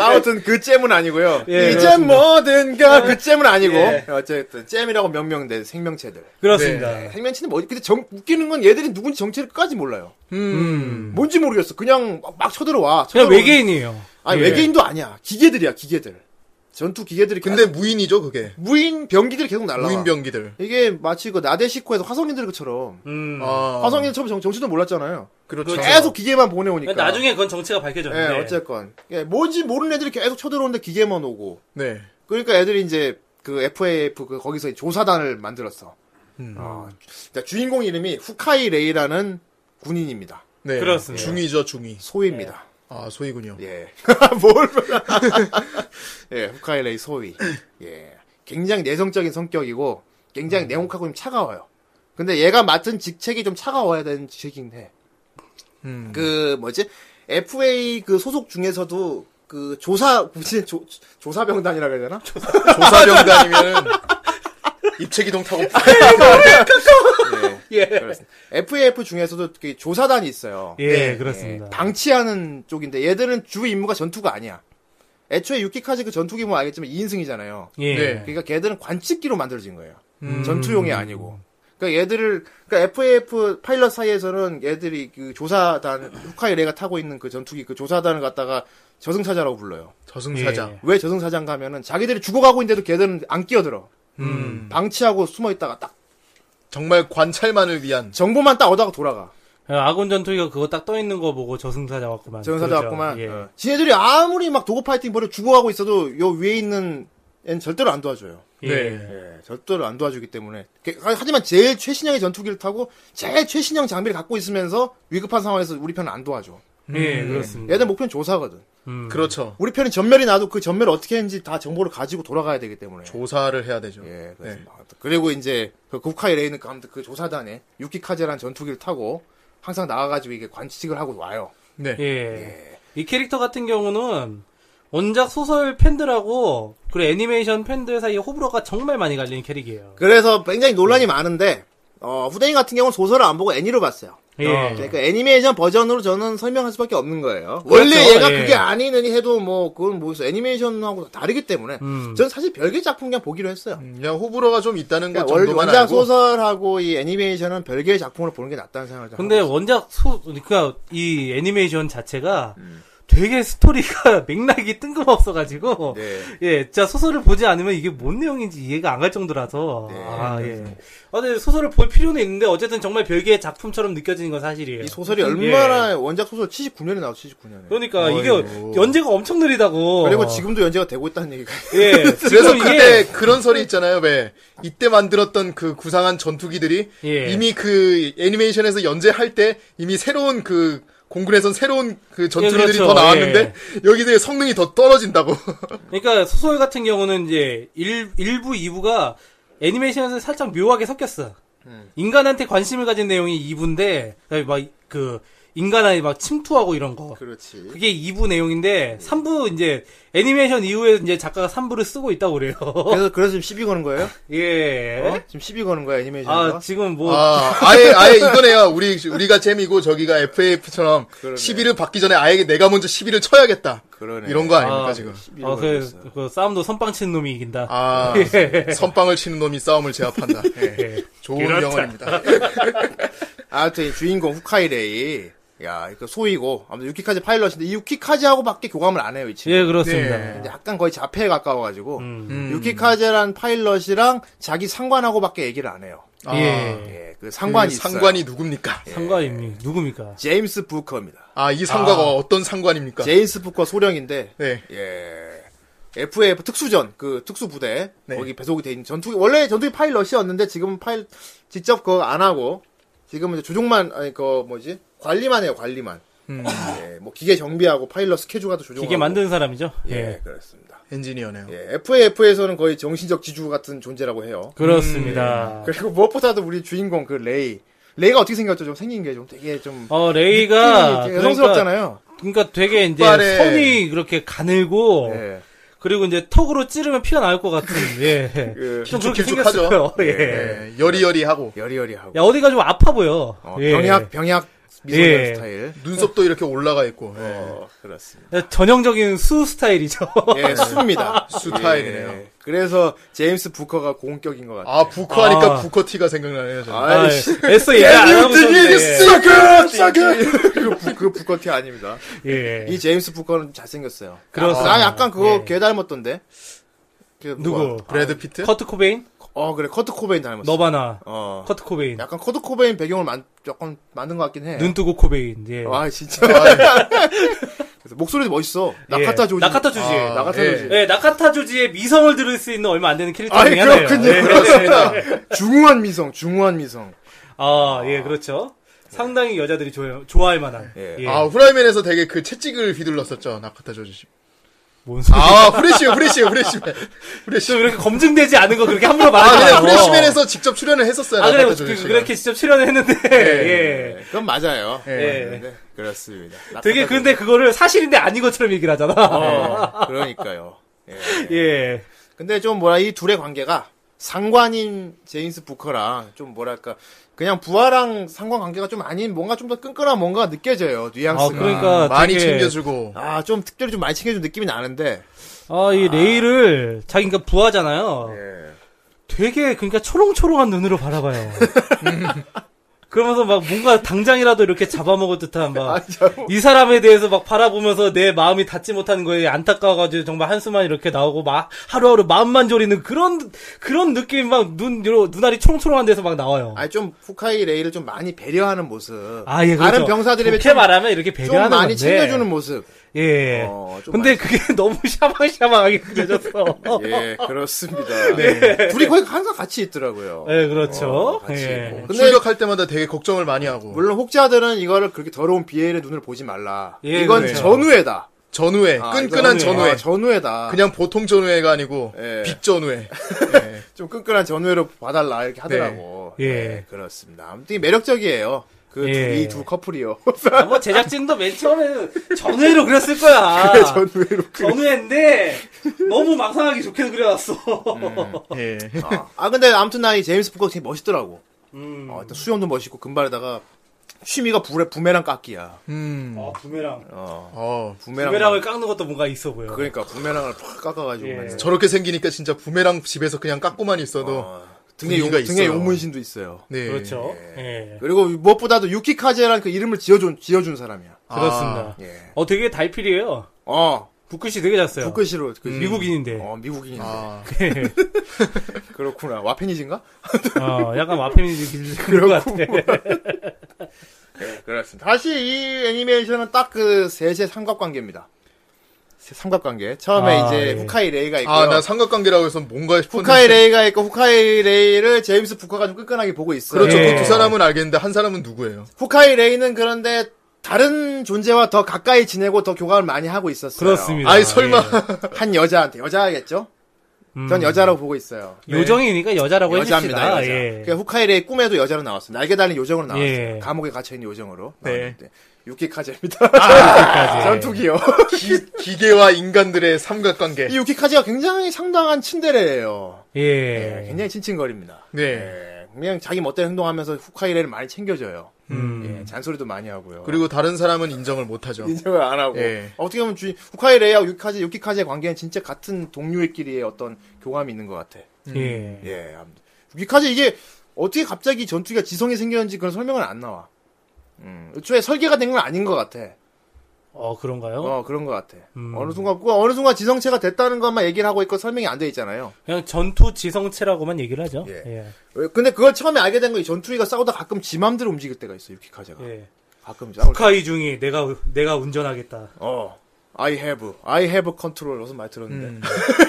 B: 아무튼 그 잼은 아니고요.
E: 예,
B: 이제
E: 그렇습니다.
B: 뭐든가 그 잼은 아니고
E: 예.
B: 어쨌든 잼이라고 명명된 생명체들. 아,
E: 그렇습니다.
B: 생명체는 뭐지? 근데 정- 웃기는 건 얘들이 누군지 정체를 끝까지 몰라요.
F: 음.
B: 뭔지 모르겠어. 그냥 막, 막 쳐들어와.
E: 그냥
B: 쳐들어오는-
E: 외계인이에요.
B: 아니
E: 예.
B: 외계인도 아니야. 기계들이야 기계들. 전투 기계들이.
F: 근데
B: 계속-
F: 무인이죠, 그게.
B: 무인 병기들이 계속 날라.
F: 무인 병기들.
B: 이게 마치 그 나데시코에서 화성인들 것처럼.
E: 음.
F: 아,
B: 화성인은 처음 정, 정신도 몰랐잖아요.
F: 그렇죠.
B: 계속 기계만 보내오니까.
E: 나중에 그건 정체가 네.
B: 예,
E: 밝혀졌는데.
B: 그러니까. 어쨌건. 예, 뭔지 모르는 애들이 계속 쳐들어오는데 기계만 오고.
F: 네.
B: 그러니까 애들이 이제 그 FAF 그 거기서 조사단을 만들었어. 어, 자, 주인공 이름이 후카이 레이라는 군인입니다.
F: 네.
E: 그렇습니다.
F: 중이죠, 중이.
B: 소위입니다.
F: 아, 소이군요.
B: 예. 뭘. 예, 후카이 레이 소위. 예. 굉장히 내성적인 성격이고, 굉장히 냉혹하고 좀 차가워요. 근데 얘가 맡은 직책이 좀 차가워야 되는 직책이긴 해.
F: 음.
B: 그, 뭐지? FA 그 소속 중에서도 그 조사, 뭐지? 조, 조사병단이라 그래야 되나?
F: 조사병단이면은 입체기동 타고.
E: 예.
B: 네, 그렇습니다. FAF 중에서도 그 조사단이 있어요.
E: 예,
F: 네.
E: 그렇습니다.
B: 예, 방치하는 쪽인데 얘들은 주 임무가 전투가 아니야. 애초에 유키카즈 그 전투기 뭐 알겠지만 2인승이잖아요.
E: 예.
F: 네.
B: 그러니까 걔들은 관측기로 만들어진 거예요.
E: 음.
B: 전투용이 아니고. 그러니까 얘들을 그러니까 FAF 파일럿 사이에서는 얘들이 그 조사단 후카이 레가 타고 있는 그 전투기 그 조사단을 갖다가 저승사자라고 불러요.
F: 저승사자.
E: 예.
B: 왜 저승사장 가면은 자기들이 죽어가고 있는데도 걔들은 안 끼어들어.
E: 음.
B: 방치하고 숨어 있다가 딱
F: 정말 관찰만을 위한.
B: 정보만 딱 얻어가 돌아가.
E: 아군 전투기가 그거 딱 떠 있는 거 보고 저승사 잡았구만.
B: 저승사자
E: 그렇죠.
B: 왔구만.
E: 예.
B: 어. 지네들이 아무리 막 도구 파이팅 벌여 죽어가고 있어도 요 위에 있는 애는 절대로 안 도와줘요.
E: 예.
B: 예, 절대로 안 도와주기 때문에. 게- 하- 하지만 제일 최신형의 전투기를 타고 제일 최신형 장비를 갖고 있으면서 위급한 상황에서 우리 편은 안 도와줘.
E: 예, 그렇습니다.
B: 얘들 목표는 조사거든.
E: 음.
F: 그렇죠.
B: 우리 편이 전멸이 나도 그 전멸을 어떻게 했는지 다 정보를 가지고 돌아가야 되기 때문에.
F: 조사를 해야 되죠.
B: 예, 그렇습니다.
F: 네.
B: 그리고 이제 그 국카이 레이는 그 아무튼 그 조사단에 유키카제라는 전투기를 타고 항상 나와가지고 이게 관측을 하고 와요.
F: 네.
E: 예. 이 캐릭터 같은 경우는 원작 소설 팬들하고 그리고 애니메이션 팬들 사이에 호불호가 정말 많이 갈리는 캐릭이에요.
B: 그래서 굉장히 논란이 많은데 어, 후대인 같은 경우는 소설을 안 보고 애니로 봤어요.
E: 예.
B: 어, 그러니까 애니메이션 버전으로 저는 설명할 수밖에 없는 거예요. 원래
E: 그렇죠.
B: 얘가
E: 예.
B: 그게 아니느니 해도 뭐 그건 뭐 있어. 애니메이션하고 다르기 때문에
E: 음.
B: 저는 사실 별개 작품 그냥 보기로 했어요.
F: 음, 그냥 호불호가 좀 있다는 것
B: 그러니까
E: 뭐
B: 원-
F: 정도만
B: 원작
F: 알고.
B: 소설하고 이 애니메이션은 별개의 작품으로 보는 게 낫다는 생각을 좀
E: 근데
B: 하고 있어요.
E: 원작 소 그러니까 이 애니메이션 자체가
B: 음.
E: 되게 스토리가 맥락이 뜬금없어 가지고
B: 네.
E: 예, 진짜 소설을 보지 않으면 이게 뭔 내용인지 이해가 안 갈 정도라서
B: 네,
E: 아, 예. 아, 근데 소설을 볼 필요는 있는데 어쨌든 정말 별개의 작품처럼 느껴지는 건 사실이에요.
B: 이 소설이
E: 예.
B: 얼마나 원작 소설 79년에 나왔 79년에.
E: 그러니까 이게 연재가 엄청 느리다고.
B: 그리고 지금도 연재가 되고 있다는 얘기가
E: 예.
F: 그래서
E: 지금
F: 그때
E: 이게
F: 그런 설이 있잖아요. 왜 이때 만들었던 그 구상한 전투기들이
E: 예.
F: 이미 그 애니메이션에서 연재할 때 이미 새로운 그 공군에선 새로운 그 전투기들이
E: 그렇죠.
F: 더 나왔는데 여기서 성능이 더 떨어진다고.
E: 그러니까 소설 같은 경우는 이제 1, 일부 2부가 애니메이션에서 살짝 묘하게 섞였어. 인간한테 관심을 가진 내용이 2부인데 막 그 인간한테 막 침투하고 이런 거.
B: 그렇지.
E: 그게 2부 내용인데 3부 이제 애니메이션 이후에 이제 작가가 3부를 쓰고 있다고 그래요.
B: 그래서 그래서 지금 시비 거는 거예요?
E: 예.
B: 어? 지금 시비 거는 거야 애니메이션에서?
E: 아, 지금 뭐
F: 아, 아예 아예 이거네요. 우리 우리가 재미고 저기가 FAF처럼 시비를 받기 전에 아예 내가 먼저 시비를 쳐야겠다.
B: 그러네.
F: 이런 거 아닙니까
E: 아.
F: 지금?
E: 어, 그, 그 싸움도 선빵 치는 놈이 이긴다.
F: 아, 선빵을 치는 놈이 싸움을 제압한다. 예.
E: 예.
F: 좋은
N: 그렇다.
F: 영어입니다.
B: 아무튼 이 주인공 후카이레이 야 이거 소이고 아무튼 유키카즈 파일럿인데 이 유키카즈하고 밖에 교감을 안 해요 이 친구.
E: 예, 그렇습니다.
F: 네.
B: 근데 약간 거의 자폐에 가까워가지고
E: 음.
B: 유키카제란 파일럿이랑 자기 상관하고밖에 얘기를 안 해요.
E: 예.
B: 예, 그 상관이 있어요.
F: 음, 상관이 누굽니까?
E: 상관입니다. 누굽니까?
B: 제임스 부커입니다.
F: 아, 이 상과가 어떤 상관입니까?
E: 예.
B: 제임스 부커 소령인데
F: 네.
B: 예 FF 특수전 그 특수부대
E: 네.
B: 거기 배속이 돼 있는 전투기 원래 전투기 파일럿이었는데 지금은 파일 직접 그거 안 하고 지금은 이제 조종만 아니 그 뭐지 관리만 해요 관리만 예, 뭐 기계 정비하고 파일럿 스케줄가도 조종하고
E: 음. 기계 만드는 사람이죠. 예.
B: 예 그렇습니다
F: 엔지니어네요.
B: 예, FF에서는 거의 정신적 지주 같은 존재라고 해요
E: 그렇습니다.
B: 그리고 무엇보다도 우리 주인공 그 레이 레이가 어떻게 생겼죠 좀 생긴 게 좀 되게 좀
E: 어 레이가 그러니까,
B: 되게 여성스럽잖아요
E: 그러니까 되게 이제
F: 흑발에-
E: 선이 그렇게 가늘고
B: 예.
E: 그리고 이제 턱으로 찌르면 피가 나올 것 같은 예. 좀 그렇게
F: 길쭉길쭉하죠.
E: 생겼어요. 예.
F: 예, 여리여리하고
B: 여리여리하고
E: 야 어디가 좀 아파 보여.
B: 어,
E: 예.
B: 병약 병약 미소년
E: 예.
B: 스타일
F: 눈썹도 이렇게 올라가 있고 예.
B: 어, 그렇습니다.
E: 전형적인 수 스타일이죠.
B: 예, 수입니다.
F: 수타일이네요.
B: 예. 그래서 제임스 부커가 공격인 것 같아요.
F: 아 부커하니까
E: 아.
F: 부커티가 생각나네요. 저는.
B: 아,
E: 아,
B: 아이씨.
E: 애써 얘기 안 하고 있었는데. 예.
B: 싸그 싸그 그, 부- 그 부커티 아닙니다.
E: 예.
B: 이 제임스 부커는 잘생겼어요.
E: 그렇습니다.
B: 나 약간 그거
E: 예.
B: 걔 닮았던데. 그
E: 누구?
B: 누가?
F: 브래드 피트?
E: 커트 코베인,
B: 어 그래 커트 코베인 닮았어.
E: 너바나,
B: 어.
E: 커트 코베인,
B: 약간 커트 코베인 배경을 만, 조금 만든 것 같긴 해.
E: 눈 뜨고 코베인. 예.
B: 와 아, 진짜. 그래서 목소리도 멋있어. 나카타 조지.
E: 예. 나카타 조지.
B: 아, 나카타
F: 예.
B: 조지.
E: 예, 나카타 조지의 미성을 들을 수 있는 얼마 안 되는 캐릭터
B: 아이
E: 중에 하나예요.
B: 그렇군요.
E: 예.
B: 그렇습니다. 중후한 미성, 중후한 미성.
E: 아, 예, 그렇죠. 상당히 여자들이 좋아요, 좋아할 만한.
B: 예.
E: 예.
F: 아 후라이맨에서 되게 그 채찍을 휘둘렀었죠 나카타 조지 씨.
E: 뭔 소리?
F: 아 후레시맨 후레시맨 후레시맨 후레시맨.
E: 이렇게 검증되지 않은 거 그렇게 함부로
F: 아
E: 말하지
F: 그냥
E: 말고.
F: 후레시맨에서 직접 출연을 했었어요
E: 아, 그래,
F: 나카타 조지
E: 그,
F: 씨가.
E: 그렇게 직접 출연했는데,
F: 네.
E: 예.
B: 예, 그건 맞아요.
F: 예.
E: 예.
B: 네, 그렇습니다. 나카타
E: 되게
B: 조지.
E: 근데 그거를 사실인데 아닌 것처럼 얘기를 하잖아.
B: 예, 그러니까요. 예.
E: 예.
B: 근데 좀 뭐라 이 둘의 관계가 상관인 제임스 부커랑 좀 뭐랄까 그냥 부하랑 상관 관계가 좀 아닌 뭔가 좀 더 끈끈한 뭔가 느껴져요
E: 아,
B: 뉘앙스가
E: 그러니까
F: 음, 많이
E: 되게-
F: 챙겨주고
B: 아, 좀 특별히 좀 많이 챙겨준 느낌이 나는데
E: 아, 이 레이를 자기가 그러니까 부하잖아요.
B: 예.
E: 되게 그러니까 초롱초롱한 눈으로 바라봐요. 음. 그러면서 막 뭔가 당장이라도 이렇게 잡아먹을 듯한 막 이 사람에 대해서 막 바라보면서 내 마음이 닿지 못하는 거에 안타까워가지고 정말 한숨만 이렇게 나오고 막 하루하루 마음만 졸이는 그런 그런 느낌 막 눈 눈알이 초롱초롱한 데서 막 나와요.
B: 아니 좀 후카이 레이를 좀 많이 배려하는 모습
E: 아, 예, 그렇죠.
B: 다른 병사들에 비해
E: 좋게
B: 좀,
E: 말하면 이렇게
B: 좀
E: 배려하는 건데.
B: 많이 챙겨주는 모습
E: 예.
B: 어, 좀
E: 근데 그게 너무 샤방샤방하게 그려졌어.
B: 예 그렇습니다 네. 둘이 거의 항상 같이 있더라고요
E: 예, 그렇죠.
B: 어, 같이
E: 예.
B: 있고. 근데
F: 출격할 때마다 되게 걱정을 많이 하고
B: 물론 혹자들은 이거를 그렇게 더러운 비애의 눈을 보지 말라
E: 예,
B: 이건
E: 그렇죠.
B: 전우애다
F: 전후에
B: 아,
F: 끈끈한
E: 전후에.
F: 전후에
B: 아, 전우애다
F: 그냥 보통 전후회가 아니고
B: 예.
F: 빅 전후회
B: 좀 끈끈한 전후로 봐달라 이렇게 하더라고.
E: 예.
B: 네, 그렇습니다. 아무튼 되게 매력적이에요. 그
E: 예.
B: 이 두 커플이요.
E: 아, 뭐 제작진도 맨 처음에는 전후회로 그렸을 거야.
B: 전후로.
E: 전후회인데 너무 망상하기 좋게 그려놨어.
B: 음,
F: 예.
B: 아, 아, 근데 아무튼 나이 제임스 부커 되게 멋있더라고.
E: 음.
B: 어, 일단 수염도 멋있고 금발에다가 취미가 부레, 부메랑 깎기야.
F: 음.
E: 아, 부메랑.
F: 어.
B: 부메랑.
E: 부메랑을 깎는 것도 뭔가 있어 보여.
B: 그러니까 부메랑을 팍 깎아가지고
E: 예.
B: 맨날.
F: 저렇게 생기니까 진짜 부메랑 집에서 그냥 깎고만 있어도
B: 어, 등에 용,
F: 분위기가
B: 등에
F: 있어요.
B: 용문신도 있어요.
F: 네.
E: 그렇죠. 예.
B: 그리고 무엇보다도 유키카제라는 그 이름을 지어준 지어준 사람이야.
F: 아.
E: 그렇습니다.
B: 예.
E: 어, 되게 달필이에요.
B: 어.
E: 붓끝이 되게 잤어요.
B: 북끝이로 그
E: 음. 미국인인데.
B: 어 미국인인데
F: 아,
B: 그렇구나 와페니즈인가?
E: 어, 약간 마페미지 그런 것 같아.
B: 그렇습니다. 다시 이 애니메이션은 딱 그 셋의 삼각관계입니다. 세- 삼각관계. 처음에
E: 아,
B: 이제
E: 예.
B: 후카이 레이가 있고,
F: 아, 나 삼각관계라고 해서 뭔가 싶었는데.
B: 후카이 레이가 있고, 후카이 레이를 제임스 부커가 좀 끈끈하게 보고 있어요.
F: 그렇죠.
E: 예.
F: 그두 사람은 알겠는데 한 사람은 누구예요?
B: 후카이 레이는 그런데 다른 존재와 더 가까이 지내고 더 교감을 많이 하고 있었어요.
E: 그렇습니다.
F: 아이, 설마.
B: 한 여자한테 여자겠죠? 전 여자라고 보고 있어요.
E: 예. 요정이니까 여자라고
B: 여자입니다.
E: 해줍시다.
B: 여자.
E: 예.
B: 그 후카이 레이 꿈에도 여자로 나왔어요. 날개 달린 요정으로 나왔어요.
E: 예.
B: 감옥에 갇혀 있는 요정으로
F: 네.
B: 나왔는데 유키카제입니다.
E: 여기까지.
B: 전투기요.
F: 기, 기계와 인간들의 삼각관계.
B: 이 유키카제가 굉장히 상당한 친데레예요. 예,
E: 예.
B: 굉장히 친친거립니다.
F: 네.
B: 예, 그냥 자기 멋대로 행동하면서 후카이레를 많이 챙겨줘요.
E: 음.
B: 예, 잔소리도 많이 하고요.
F: 그리고 다른 사람은 인정을 못하죠.
B: 인정을 안 하고
F: 예.
B: 어떻게 보면 주인 후카이레와 유키카제 유키카제의 관계는 진짜 같은 동료끼리의 어떤 교감이 있는 것 같아.
F: 음.
E: 예.
B: 예, 아무튼. 유키카제 이게 어떻게 갑자기 전투기가 지성이 생겼는지 그런 설명은 안 나와. 음, 애초에 설계가 된 건 아닌 것 같아.
E: 어, 그런가요?
B: 어, 그런 것 같아.
E: 음.
B: 어느 순간, 그 어느 순간 지성체가 됐다는 것만 얘기를 하고 있고 설명이 안 돼 있잖아요.
E: 그냥 전투 지성체라고만 얘기를 하죠.
B: 예.
E: 예.
B: 왜- 근데 그걸 처음에 알게 된 거 이 전투기가 싸우다 가끔 지 맘대로 움직일 때가 있어, 유키카제가.
E: 예.
B: 가끔 싸울 때.
E: 북카이 중이 내가 내가 운전하겠다.
B: 어. I have, I have control. 무슨 말 들었는데.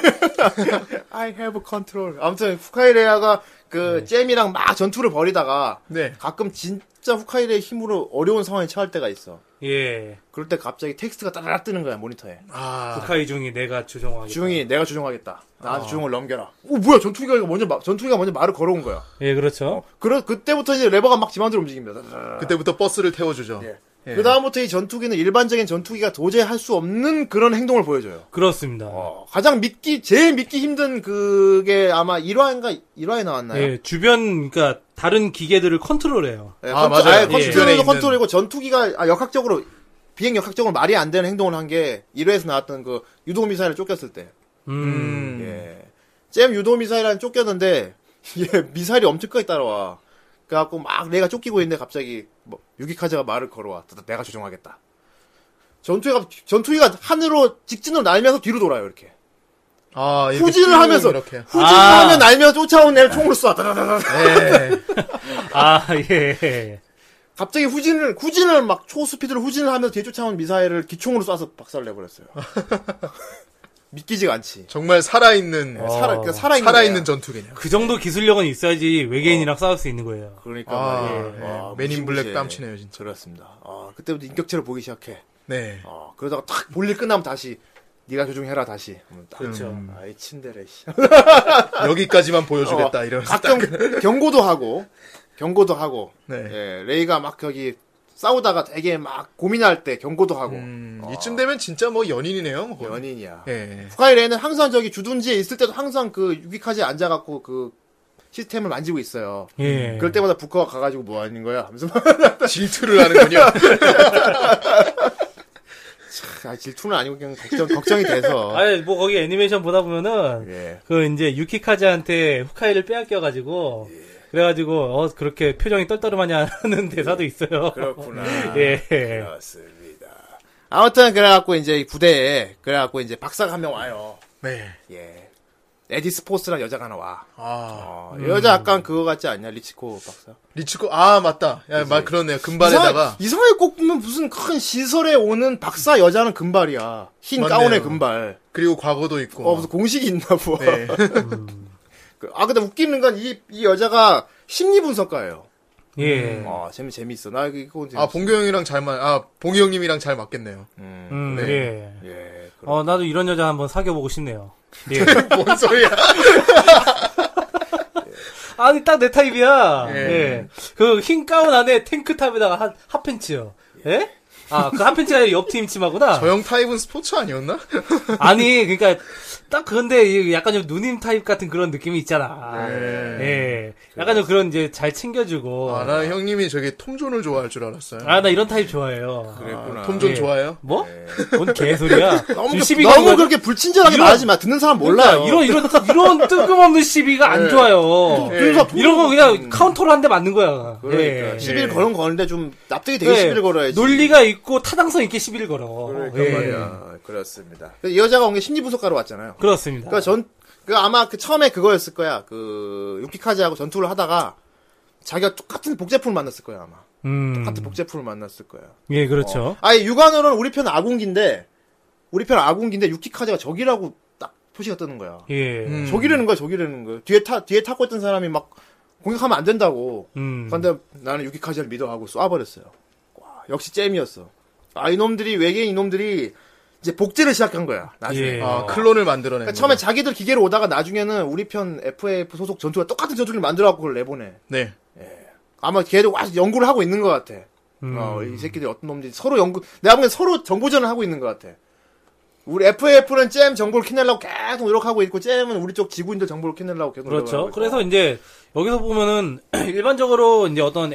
B: I have control. 아무튼 후카이레아가 그 잼이랑 막 전투를 벌이다가
F: 네.
B: 가끔 진짜 후카이레의 힘으로 어려운 상황에 처할 때가 있어.
E: 예.
B: 그럴 때 갑자기 텍스트가 따라락 뜨는 거야 모니터에. 아.
E: 북한이 중이 내가 조종하기.
B: 주웅이 내가 조종하겠다. 나한테 주종을 넘겨라. 오 뭐야 전투기가 먼저 마- 전투기가 먼저 말을 걸어온 거야.
E: 예, 그렇죠.
B: 그러 그때부터 이제 레버가 막 지맘대로 움직입니다.
F: 그때부터 버스를 태워주죠.
B: 그 다음부터 이 전투기는 일반적인 전투기가 도저히 할 수 없는 그런 행동을 보여줘요.
E: 그렇습니다.
B: 어,
F: 어.
B: 가장 믿기 제일 믿기 힘든 그게 아마 1화인가 1화에 나왔나요?
E: 예, 주변 그러니까 다른 기계들을 컨트롤해요.
B: 예,
F: 아,
B: 컨트-
F: 맞아요.
B: 아예 컨트롤도
E: 예. 주변에
F: 있는-
B: 컨트롤이고 전투기가 아, 역학적으로 비행 역학적으로 말이 안 되는 행동을 한 게 1회에서 나왔던 그 유도 미사일을 쫓겼을 때.
E: 음.
B: 예. 잼 유도 미사일은 쫓겼는데 얘 미사일이 엄청 까지 따라와. 그래갖고 막 내가 쫓기고 있는데 갑자기 뭐 유기카즈가 말을 걸어와. 따다, 내가 조종하겠다. 전투기가 전투기가 하늘로 직진으로 날면서 뒤로 돌아요 이렇게.
F: 아, 이렇게
B: 후진을
F: 쭉
B: 하면서
F: 이렇게.
B: 후진을
E: 아.
B: 하면 날면서 쫓아온 애를 총으로 쏴. 따다다다다.
F: 예.
E: 아, 예.
B: 갑자기 후진을 후진을 막 초스피드로 후진을 하면서 뒤에 쫓아온 미사일을 기총으로 쏴서 박살 내버렸어요. 믿기지가 않지.
F: 정말 살아있는
B: 살아 그러니까 살아있는
F: 살아있는
B: 애야.
F: 전투기네요.
E: 그 정도 기술력은 있어야지 외계인이랑 싸울 수 있는 거예요.
B: 그러니까
F: 아,
B: 말이야. 와,
F: 맨인 블랙
B: 무시무시해.
F: 땀치네요, 진짜.
B: 그렇습니다. 아 그때부터 인격체를 보기 시작해.
F: 네.
B: 어, 그러다가 탁 볼일 끝나면 다시 네가 조종해라 다시. 그렇죠.
F: 음.
B: 아이 침대래. 씨. 아, 어,
F: 여기까지만 보여주겠다, 이러면서.
B: 가끔 경고도 하고 경고도 하고.
F: 네.
B: 예, 레이가 막 여기 싸우다가 되게 막 고민할 때 경고도 하고. 어,
F: 음, 이쯤 되면 진짜 뭐 연인이네요. 뭐.
B: 아. 연인이야.
F: 예.
B: 후카이레는 항상 저기 주둔지에 있을 때도 항상 그 유기카지에 앉아갖고 그 시스템을 만지고 있어요.
E: 예.
B: 그럴 때마다 부커가 가가지고 뭐 하는 거야? 하면서 막
F: 질투를 하는군요.
B: 아, 질투는 아니고 그냥 걱정, 걱정이 돼서.
E: 아니, 뭐, 거기 애니메이션 보다 보면은,
B: 예.
E: 그, 이제, 유키카즈한테 후카이를 빼앗겨가지고,
B: 예.
E: 그래가지고, 어, 그렇게 표정이 떨떠름하냐 하는 대사도 있어요.
B: 그렇구나.
E: 예.
B: 그렇습니다. 아무튼 그래갖고 이제 이 부대에 그래갖고 이제 박사가 한 명 와요.
F: 네.
B: 예. 에디 스포츠랑 여자가 하나 와.
F: 아,
B: 어, 여자 약간 그거 같지 않냐? 리치코 박사.
F: 리츠코, 아, 맞다. 야, 막 그러네요.
B: 이상하-
F: 금발에다가.
B: 이상하게 꼭 보면 무슨 큰 시설에 오는 박사 여자는 금발이야. 흰
F: 맞네요.
B: 가운에 금발.
F: 그리고 과거도 있고.
B: 어, 무슨 공식이 있나 보아.
F: 네.
B: 그- 아, 근데 웃기는 건 이, 이 여자가 심리 분석가예요.
E: 예.
B: 아, 재미, 재미있어. 나 이거 재밌어.
F: 아, 봉교 형이랑 잘 맞, 아, 봉이 형님이랑 잘 맞겠네요.
E: 음,
F: 네.
E: 예.
B: 예. 그럼.
E: 어, 나도 이런 여자 한번 사귀어보고 싶네요. 예.
F: 뭔 소리야.
E: 아니, 딱 내 타입이야.
F: 예.
E: 예. 그, 흰 가운 안에 탱크탑에다가 한, 핫팬츠요. 예? 아, 그 핫팬츠가 아니라 옆팀 치마구나.
F: 저형 타입은 스포츠 아니었나?
E: 아니, 그러니까, 딱 그런데, 이 약간 좀 누님 타입 같은 그런 느낌이 있잖아. 예. 약간 좀 그런 이제 잘 챙겨주고.
F: 아, 나 형님이 저기 톰존을 좋아할 줄 알았어요.
E: 어. 아, 나 이런 타입 좋아해요.
B: 그랬구나.
F: 톰존
E: 예.
F: 좋아해요?
E: 뭐? 뭔 개소리야.
B: 너무,
E: 이
B: 그-
E: 시비
B: 너무
E: 거는 거-
B: 그렇게 불친절하게
E: 이런-
B: 말하지 마. 듣는 사람
F: 그러니까
B: 몰라요. 예.
E: 이런, 이런, 이런 뜬금없는 시비가 안 좋아요. 예.
B: 듣는 사람
E: 이런 거 그냥 카운터로 한 대 맞는 거야.
B: 그러니까.
F: 네.
E: 예.
B: 시비를 걸은 거는데 좀 납득이 되게
E: 예.
B: 시비를 걸어야지.
E: 논리가 있고 타당성 있게 시비를 걸어.
B: 그러니까
E: 예.
F: 네.
B: 말이야. 그렇습니다. 이 여자가 온 게 심리 분석가로 왔잖아요.
E: 그렇습니다.
B: 그러니까 전, 그 아마 그 처음에 그거였을 거야. 그, 유키카즈하고 전투를 하다가 자기가 똑같은 복제품을 만났을 거야, 아마.
E: 음.
B: 똑같은 어. 복제품을 만났을 거야.
E: 예, 그렇죠.
B: 아예 육안으로는 우리 편 아군기인데, 우리 편 아군기인데 유키카즈가 적이라고 딱 표시가 뜨는 거야.
E: 예.
F: 음.
B: 적이라는 거야, 적이라는 거야. 뒤에 타, 뒤에 타고 있던 사람이 막 공격하면 안 된다고.
E: 음.
B: 근데 나는 유키카즈를 믿어 하고 쏴버렸어요. 와, 역시 잼이었어. 아, 이놈들이, 외계인 이놈들이 이제 복제를 시작한 거야, 나중에.
E: 예.
F: 아, 클론을 만들어낸 거.
B: 그러니까
E: 네.
B: 처음에 자기들 기계로 오다가 나중에는 우리 편 FAF 소속 전투가 똑같은 전투를 만들어갖고 그걸 내보내.
F: 네.
B: 아마 걔도 와서 연구를 하고 있는 것 같아.
E: 음.
B: 어, 이 새끼들이 어떤 놈들이 서로 연구, 내가 보기엔 서로 정보전을 하고 있는 것 같아. 우리 FAF는 잼 정보를 캐내려고 계속 노력하고 있고, 잼은 우리 쪽 지구인들 정보를 캐내려고 계속
E: 그렇죠.
B: 노력하고 어,
E: 그래서 이제 여기서 보면은 일반적으로 이제 어떤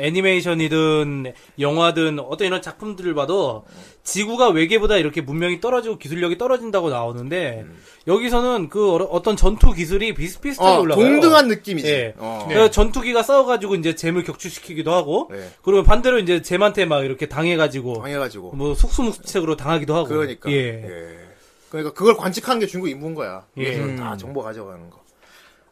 E: 애니메이션이든 영화든 어떤 이런 작품들을 봐도 지구가 외계보다 이렇게 문명이 떨어지고 기술력이 떨어진다고 나오는데
B: 음.
E: 여기서는 그 어러- 어떤 전투 기술이 비슷비슷하게
B: 어,
E: 올라가요.
B: 동등한 느낌이지.
E: 예.
B: 어.
F: 네.
E: 그래서 전투기가 싸워가지고 이제 잼을 격추시키기도 하고
B: 네.
E: 그리고 반대로 이제 잼한테 막 이렇게 당해가지고
B: 당해가지고.
E: 뭐 속수무책으로 당하기도 하고
B: 그러니까.
E: 예.
B: 예. 그러니까 그걸 관측하는 게 중국 인부인 거야.
E: 예.
B: 그래서 다 정보 가져가는 거.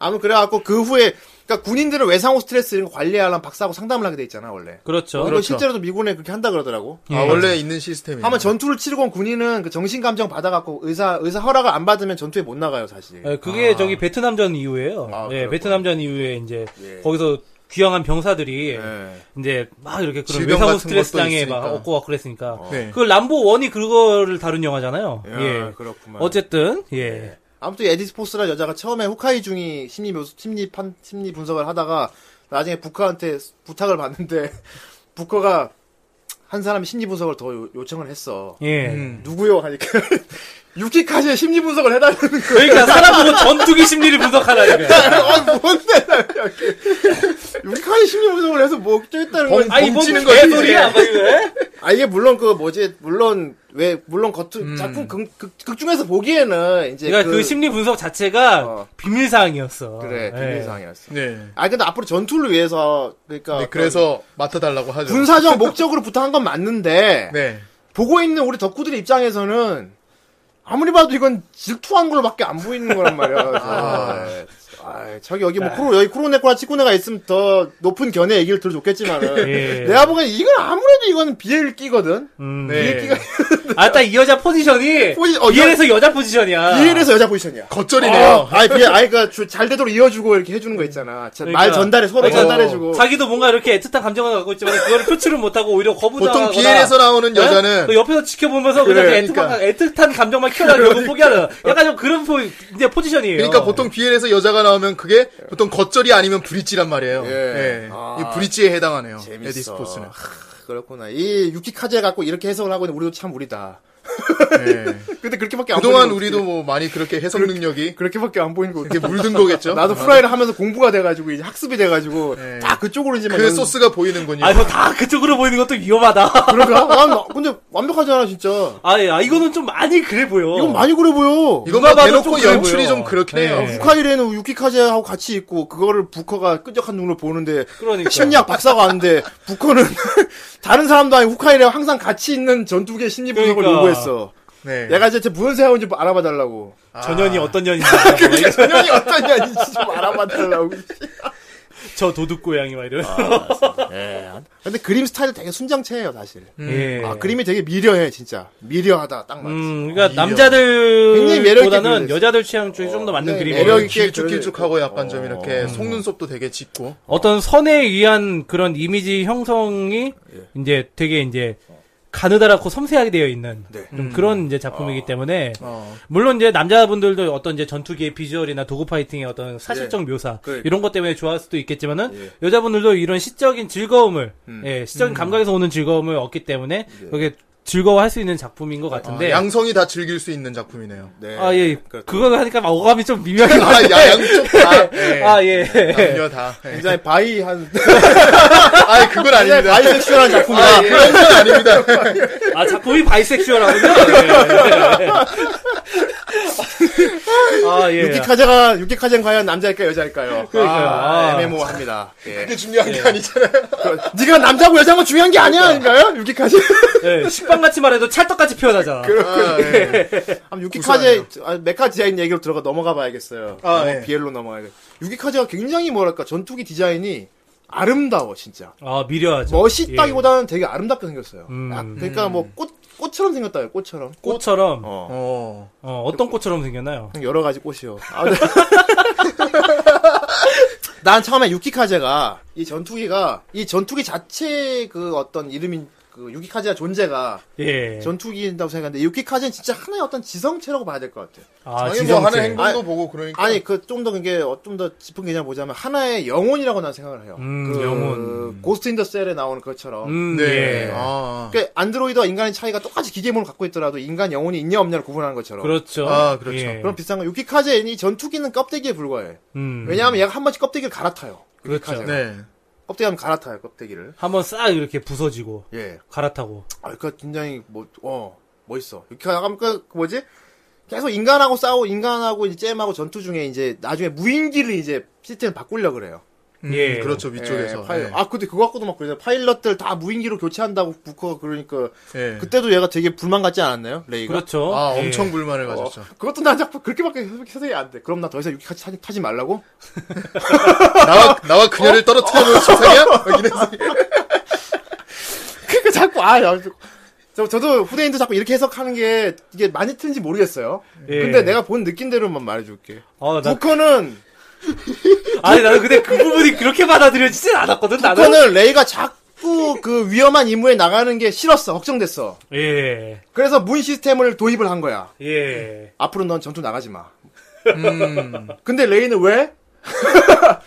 B: 아무 그래갖고 그 후에 그러니까 군인들은 외상후 스트레스 이런 거 관리하려면 박사하고 상담을 하게 돼 있잖아 원래.
E: 그렇죠. 예.
B: 그거 실제로도 미군에 그렇게 한다 그러더라고.
F: 아, 원래 있는 시스템이에요.
B: 하면 전투를 치르고 온 군인은 그 정신 감정 받아갖고 의사 의사 허락을 안 받으면 전투에 못 나가요 사실.
E: 예, 그게 저기 베트남전 이후에요.
B: 아,
E: 예,
B: 그렇구나.
E: 베트남전 이후에 이제 거기서 귀향한 병사들이
B: 예.
E: 이제 막 이렇게 그런
F: 질병
E: 외상후
F: 같은
E: 스트레스장에
F: 것도
E: 막
F: 있으니까.
E: 얻고 막 그랬으니까
F: 네.
E: 그 람보 원이 그거를 다룬 영화잖아요.
B: 어. 야,
E: 예.
B: 그렇구만. 네.
E: 어쨌든 예.
B: 아무튼 에디스 포스라 여자가 처음에 후카이 중이 심리 묘수, 심리 판, 심리 분석을 하다가 나중에 부커한테 부탁을 받는데 부커가 한 사람이 심리 분석을 더 요, 요청을 했어.
E: 예.
F: 음.
B: 누구요? 하니까 유키카즈의 심리 분석을 해달라는 거야.
E: 그러니까 사람 보고 전투기 심리를 분석하라니까.
B: 아, 뭔데? 유키카즈 심리 분석을 해서 뭐 어쩌겠다는 거야.
E: 아니 뭔
F: 찌는 거지.
E: 개소리야, 막 이거.
B: 아 이게 물론 그 뭐지 물론 왜 물론 겉 작품 극, 극, 극 중에서 보기에는 이제
E: 음. 그러니까 그, 심리 분석 자체가
B: 예, 어.
E: 비밀 사항이었어.
B: 그래
E: 예.
B: 비밀상이었어.
F: 네.
B: 아 근데 앞으로 전투를 위해서 그러니까
F: 네, 그래서 맡아달라고 하죠.
B: 군사적 목적으로 부탁한 건 맞는데
F: 네.
B: 보고 있는 우리 덕후들 입장에서는 아무리 봐도 이건 질투한 걸로밖에 안 보이는 거란 말이야. 아, 아, 저기 여기 뭐 크로 여기 크로네코나 치코네가 있으면 더 높은 견해 얘기를 들어줬겠지만은
E: 예.
B: 내가 보기엔 이건 아무래도 이건 비엘 끼거든.
E: 음.
F: 네.
E: 아, 딱 이 여자 포지션이
B: 포지- 어,
E: BL에서 여자 포지션이야.
B: 비엘에서 여자 포지션이야.
F: 아.
B: 어,
F: 겉절이네요.
B: 아이 비엘 아이가 잘 되도록 그러니까 이어주고 이렇게 해주는 거 있잖아. 진짜 말
E: 그러니까-
B: 전달해 서로
F: 어.
E: 그러니까
B: 전달해주고.
E: 자기도 뭔가 이렇게 애틋한 감정을 갖고 있지만 그걸 표출을 못하고 오히려 거부당하거나
F: 보통 BL에서 나오는
E: 네?
F: 여자는
E: 그 옆에서 지켜보면서 그냥
F: 그래,
E: 애틋한,
F: 그러니까.
E: 애틋한 감정만 키워다 결국 포기하는 약간 좀 그런 포, 이제 포지션이에요.
F: 그러니까 보통 BL에서 여자가 나오면 그게 보통 겉절이 아니면 브릿지란 말이에요. 예. 이 브릿지에 해당하네요.
B: 재밌어.
F: 에디 스포츠는.
B: 하, 그렇구나. 이 유키카제 갖고 이렇게 해석을 하고 있는 우리도 참 우리다.
F: 예.
B: 근데 그렇게밖에 안
F: 그동안
B: 보이는 거
F: 우리도 뭐 많이 그렇게 해석 능력이
B: 그렇게밖에 안 보이는 거
F: 이렇게 물든 거겠죠. 어.
B: 나도 후라이를 하면서 공부가 돼가지고 이제 학습이 돼가지고
F: 네.
B: 다 그쪽으로 이제 막
F: 그
B: 연-
F: 소스가 보이는군요.
E: 아, 이거 다 그쪽으로 보이는 것도 위험하다.
B: 그런가? 난 근데 완벽하잖아 진짜.
E: 아, 예, 아, 이거는 좀 많이 그래 보여.
B: 이건 어. 많이 그래 보여.
F: 이것만
E: 봐도 좀
F: 대놓고
E: 그래
F: 연출이
E: 보여.
F: 좀 그렇긴
E: 네.
F: 해요.
B: 후카이레는 유키카제하고 같이 있고 그거를 부커가 끈적한 눈으로 보는데
E: 그러니까.
B: 심리학 박사가 왔는데 부커는 다른 사람도 아니고 후카이레랑 항상 같이 있는 전투계 심리 분석을
E: 그러니까.
B: 요구했어.
F: 네.
B: 얘가 이제 대체 무슨 생각인지 알아봐 달라고.
E: 전현이 어떤 년인지
B: 전형이 어떤 년인지 좀 알아봐 달라고.
E: 저 도둑 고양이 막 이런.
B: 아, 근데 그림 스타일도 되게 순정체예요 사실.
E: 예.
B: 아 그림이 되게 미려해 진짜. 미려하다 딱 맞지.
E: 음, 그러니까
B: 아, 굉장히 매력 있게
E: 남자들보다는
B: 그려졌어.
E: 여자들 취향 쪽이 좀 더 맞는
B: 굉장히
E: 그림이에요.
F: 매력
B: 이렇게 어.
F: 있게 길쭉길쭉하고 약간 좀 이렇게 속눈썹도 되게 짙고.
E: 어떤 선에 의한 그런 이미지 형성이
B: 예.
E: 이제 되게 이제
B: 어.
E: 가느다랗고 섬세하게 되어 있는
B: 네.
E: 좀 그런 이제
B: 어.
E: 작품이기 때문에 물론 이제 남자분들도 어떤 이제 전투기의 비주얼이나 도구 파이팅의
B: 예.
E: 어떤 사실적 묘사
B: 그러니까.
E: 이런 것 때문에 좋아할 수도 있겠지만은 여자분들도 이런 시적인 즐거움을
B: 음.
E: 예, 시적인 감각에서 오는 즐거움을 얻기 때문에
B: 예.
E: 그게 즐거워할 수 있는 작품인 것
B: 어,
E: 같은데
F: 양성이 다 즐길 수 있는 작품이네요.
B: 네.
E: 아, 예.
F: 그러니까
E: 그거 하니까 막 어감이 좀 미묘하게
F: 아, 야, 양쪽 다. 예.
E: 아, 예.
F: 남녀 다. 예.
B: 네. 굉장히 바이한
F: 아, 그건 아닙니다.
B: 바이섹슈얼한 작품이다.
F: 아, 예. 그건 아닙니다.
E: 아, 작품이 바이섹슈얼하군요. 예. 아, 예.
B: 유키카제가 유키카제는 과연 남자일까요 여자일까요?
E: 그러니까요. 아.
B: 아, 애매모호합니다. 예.
F: 그게 중요한 게 아니잖아요.
B: 네가 남자고 여자인 건 중요한 게 아니야 아닌가요? 유키카제.
E: 예, 식빵같이 말해도 찰떡같이 표현하잖아.
F: 아, 예.
B: 한번 유키카제 아, 메카 디자인 얘기로 들어가 넘어가 봐야겠어요.
F: 아,
B: 어,
F: 예.
B: 비엘로 넘어가야겠. 유키카제가 굉장히 뭐랄까 전투기 디자인이 아름다워 진짜.
E: 아, 미려하죠.
B: 멋있다기보다는 되게 아름답게 생겼어요.
E: 음.
B: 아, 그러니까 뭐 꽃 꽃처럼 생겼다 요 꽃처럼.
E: 예. 꽃처럼, 어.
B: 어.
F: 어.
E: 어떤 꽃처럼 생겼나요?
B: 여러 가지 꽃이요. 아, 네. 난 처음에 유키카제가 이 전투기가 이 전투기 자체 그 어떤 이름인 그 유키카제와 존재가
E: 예.
B: 전투기인다고 생각하는데 유키카제는 진짜 하나의 어떤 지성체라고 봐야 될 것 같아.
E: 아,
F: 아니, 뭐
E: 지성체.
F: 하는 행동도
B: 아니,
F: 보고 그러니까.
B: 아니 그 좀 더 그게 좀 더 짚은 개념 보자면 하나의 영혼이라고 난 생각을 해요.
E: 음,
B: 그
E: 영혼.
B: 고스트 인더 셀에 나오는 것처럼.
E: 음,
F: 네.
E: 예.
F: 아.
B: 그 안드로이드와 인간의 차이가 똑같이 기계물을 갖고 있더라도 인간 영혼이 있냐 없냐를 구분하는 것처럼.
E: 그렇죠.
F: 아, 그렇죠.
E: 예.
B: 런 비슷한 거 유키카제니 전투기는 껍데기에 불과해.
E: 음.
B: 왜냐하면 얘가 한 번씩 껍데기를 갈아타요.
E: 그렇죠.
B: 유키카제가.
F: 네.
B: 껍데기 하면 갈아타요, 껍데기를.
E: 한번 싹 이렇게 부서지고,
B: 예.
E: 갈아타고.
B: 아, 그니까 굉장히, 뭐, 어, 멋있어. 유키카제가, 그, 그 뭐지? 계속 인간하고 싸우고, 인간하고 이제 잼하고 전투 중에 이제 나중에 무인기를 이제 시스템을 바꾸려고 그래요.
H: 예.
F: 그렇죠 위쪽에서.
B: 예, 파일럿.
F: 예.
B: 아 근데 그거 갖고도 막 그래요. 파일럿들 다 무인기로 교체한다고 부커가 그러니까
F: 예.
B: 그때도 얘가 되게 불만 갖지 않았나요? 레이가.
H: 그렇죠.
F: 아
H: 예.
F: 엄청 불만을
B: 어,
F: 가졌죠.
B: 그것도 난 자꾸 그렇게밖에 해석이 안 돼. 그럼 나 더 이상 육기 같이 타지, 타지 말라고?
F: 나와 나와 그녀를 떨어뜨려 놓은 세상이야? 여기는
B: 그러니까 자꾸 아, 야, 저, 저도 후대인도 자꾸 이렇게 해석하는 게 이게 많이 틀린지 모르겠어요.
E: 예.
B: 근데 내가 본 느낌대로만 말해줄게.
E: 어, 나,
B: 부커는
E: 아니 나는 근데 그 부분이 그렇게 받아들여지진 않았거든 나는.
B: 부커는 레이가 자꾸 그 위험한 임무에 나가는 게 싫었어, 걱정됐어.
E: 예.
B: 그래서 문 시스템을 도입을 한 거야.
E: 예.
B: 앞으로 넌 전투 나가지 마.
E: 음.
B: 근데 레이는 왜?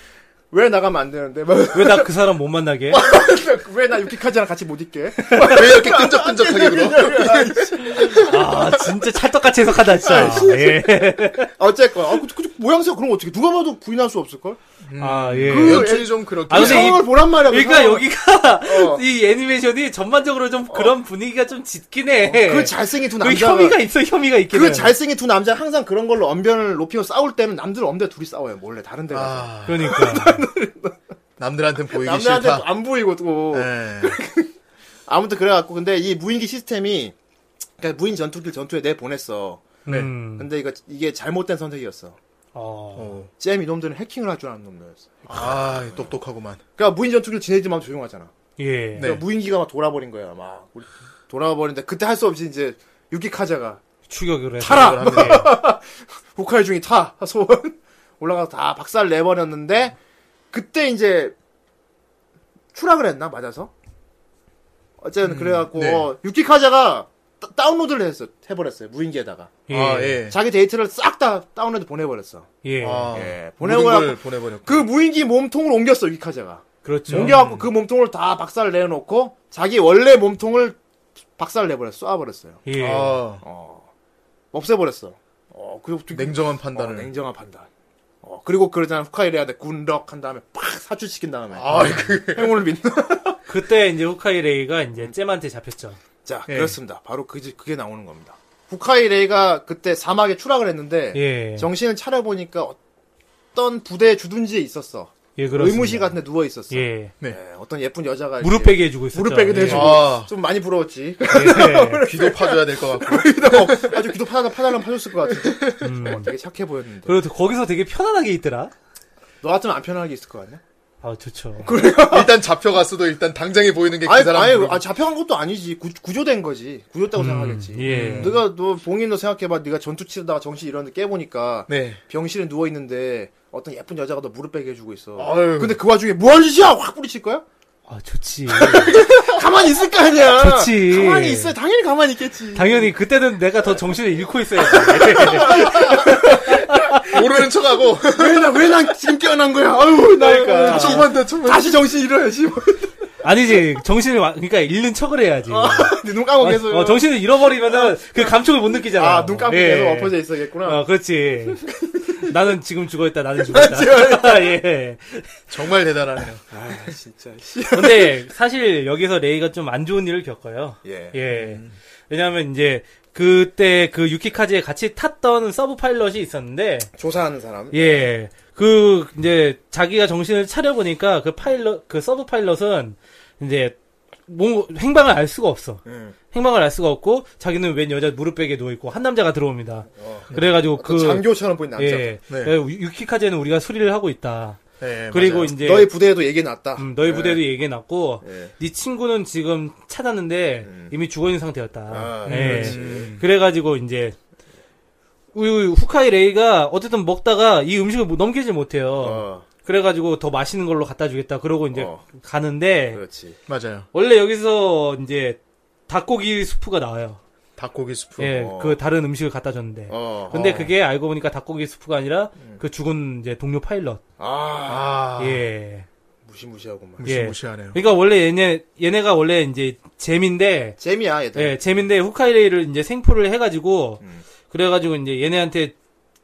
B: 왜 나가면 안 되는데? 뭐,
E: 왜 나 그 사람 못 만나게?
B: 왜나 유키카즈랑 같이 못 있게?
F: 왜 이렇게
B: 어?
F: 끈적끈적하게 굴어?
E: 아 진짜 찰떡같이 해석한다 진짜. 예.
B: 어쨌건 아, 그, 그 모양새가 그런 거 어떻게 누가 봐도 부인할 수 없을 걸?
E: 아 예.
F: 연출이 좀 그렇게.
E: 아, 근데 이-
B: 상황을 보란 말이야. 그
E: 그러니까
B: 상황을.
E: 여기가
B: 어.
E: 이 애니메이션이 전반적으로 좀 그런 분위기가 좀 짙긴 해.
B: 그 잘생긴 두
E: 그
B: 남자가
E: 혐의가 있어 혐의가 있긴 해.
B: 그 잘생긴 두 남자 항상 그런 걸로 언변을 높이고 싸울 때는 남들 없는데 둘이 싸워요. 몰래 다른 데 가서.
F: 아,
E: 그러니까.
F: 남들한테 보이기
B: 남자한테
F: 싫다.
B: 안 보이고 또
E: 네.
F: 예.
B: 아무튼 그래갖고 근데 이 무인기 시스템이 그러니까 무인 전투기를 전투에 내 보냈어.
E: 음.
B: 근데 이거 이게 잘못된 선택이었어.
E: 어.
B: 잼 이놈들은 해킹을 할 줄 아는 놈들이었어.
F: 아 똑똑하구만.
B: 그러니까 무인 전투기를 지네들만 조용하잖아.
E: 예.
B: 그러니까 무인기가 막 돌아버린 거야. 막 우리- 돌아버리는데 그때 할 수 없이 이제 유키카자가
E: 추격을 해서.
B: 타라!
E: 그걸 하네.
B: 북한의 중이 타 소원 올라가서 다 박살 내버렸는데 그때 이제 추락을 했나 맞아서 어쨌든 그래갖고
F: 네.
B: 어, 유키카자가 따- 다운로드를 했어 해버렸어요 무인기에다가
E: 예.
F: 아 예.
B: 자기 데이터를 싹 다 다운로드 보내버렸어
E: 예.
F: 아,
B: 예,
F: 모든
B: 보내고
F: 걸
B: 나서
F: 보내버렸고.
B: 그 무인기 몸통을 옮겼어 유키카자가
E: 그렇죠.
B: 옮겨갖고 그 몸통을 다 박살 내놓고 자기 원래 몸통을 박살 내버렸어 쏴버렸어요
E: 예.
F: 아,
B: 없애버렸어 어, 그,
F: 냉정한
B: 어,
F: 판단을.
B: 냉정한 판단. 어, 그리고 그러잖아. 후카이레한테 군덕 한 다음에 팍 사출시킨 다음에.
F: 아, 그
B: 행운을 믿는.
E: 그때 이제 후카이레이가 이제 잼한테 잡혔죠.
B: 자,
F: 예.
B: 그렇습니다. 바로 그, 그게 나오는 겁니다. 후카이레이가 그때 사막에 추락을 했는데
E: 예.
B: 정신을 차려보니까 어떤 부대의 주둔지에 있었어.
E: 예, 그렇습니다.
B: 의무실 같은 데 누워 있었어.
E: 예.
B: 예, 어떤 예쁜 여자가
E: 무릎
B: 이렇게
E: 베개 해주고 있었죠.
B: 무릎 베기도
E: 예.
B: 해주고
F: 아.
B: 좀 많이 부러웠지.
E: 예.
F: 귀도 파줘야 될 것 같고.
B: 어, 아주 귀도 파달라 파달라 파줬을 것 같은데. 어, 되게 착해 보였는데.
E: 음. 그리고 거기서 되게 편안하게 있더라.
B: 너 같으면 안 편하게 있을 것 같냐?
E: 아, 좋죠.
F: 일단 잡혀갔어도 일단 당장에 보이는 음, 게 그
B: 아니,
F: 사람.
B: 아니,
F: 무릎.
B: 아, 잡혀간 것도 아니지. 구, 구조된 거지. 구조됐다고 생각하겠지.
E: 예.
B: 네가 너 봉인 너 생각해봐. 네가 전투 치르다가 정신 잃었는데 깨보니까
F: 네.
B: 병실에 누워 있는데 어떤 예쁜 여자가 너 무릎 베게 해주고 있어.
F: 아유.
B: 근데 그 와중에 뭐 하는 짓이야? 확 뿌리칠 거야?
E: 아, 좋지.
B: 가만히 있을 거 아니야.
E: 좋지.
B: 가만히 있어. 당연히 가만히 있겠지.
E: 당연히 그때는 내가 더 정신을 잃고 있어야지.
F: 모르는 척하고.
B: 왜난 지금 깨어난 거야? 아유, 나니까. 다시,
F: 좀만 더, 좀만
B: 다시 정신 잃어야지.
E: 아니지. 정신을, 와- 그러니까 잃는 척을 해야지.
B: 근데 네, 눈
F: 아,
B: 감고
E: 어,
B: 아, 계속.
E: 어, 정신을 잃어버리면은 그 감촉을 못 느끼잖아.
B: 아, 눈 감고
E: 예.
B: 계속 엎어져 있어야겠구나.
E: 어, 그렇지. 나는 지금 죽어있다, 나는 죽어있다. 예.
F: 정말 대단하네요.
B: 아,
E: 그 근데 사실 여기서 레이가 좀 안 좋은 일을 겪어요.
B: 예.
E: 예. 왜냐하면 이제 그때 그 유키카즈에 같이 탔던 서브 파일럿이 있었는데,
B: 조사하는 사람.
E: 예. 그 이제 자기가 정신을 차려 보니까 그 파일럿 그 서브 파일럿은 이제 뭔 행방을 알 수가 없어.
B: 예.
E: 행방을 알 수가 없고 자기는 웬 여자 무릎백에 누워 있고 한 남자가 들어옵니다. 그래가지고 그
B: 예. 장교처럼 보이는 남자.
E: 예,
F: 네.
E: 예, 유- 유키카제는 우리가 수리를 하고 있다.
F: 네,
E: 그리고
F: 맞아요.
E: 이제
B: 너희 부대에도 얘기 났다.
E: 음, 너희 부대도 얘기해 놨고
B: 예.
E: 네 친구는 지금 찾았는데 이미 죽어 있는 상태였다.
B: 음. 아,
E: 예. 그래가지고 이제 우유 후카이 레이가 어쨌든 먹다가 이 음식을 뭐 넘기지 못해요.
B: 어,
E: 그래가지고 더 맛있는 걸로 갖다 주겠다. 그러고 이제
B: 어.
E: 가는데
B: 그렇지.
F: 맞아요.
E: 원래 여기서 이제 닭고기 수프가 나와요.
F: 닭고기 수프.
E: 예,
B: 어.
E: 그 다른 음식을 갖다 줬는데.
B: 어. 음.
E: 근데 그게 알고 보니까 닭고기 수프가 아니라 그 죽은 이제 동료 파일럿.
B: 아,
F: 아,
E: 예.
B: 무시무시하고만.
E: 예.
F: 무시무시하네요.
E: 그러니까 원래 얘네 얘네가 원래 이제 잼인데
B: 재미야, 얘들.
E: 예, 잼인데 후카이레이를 이제 생포를 해가지고
B: 음.
E: 그래가지고 이제 얘네한테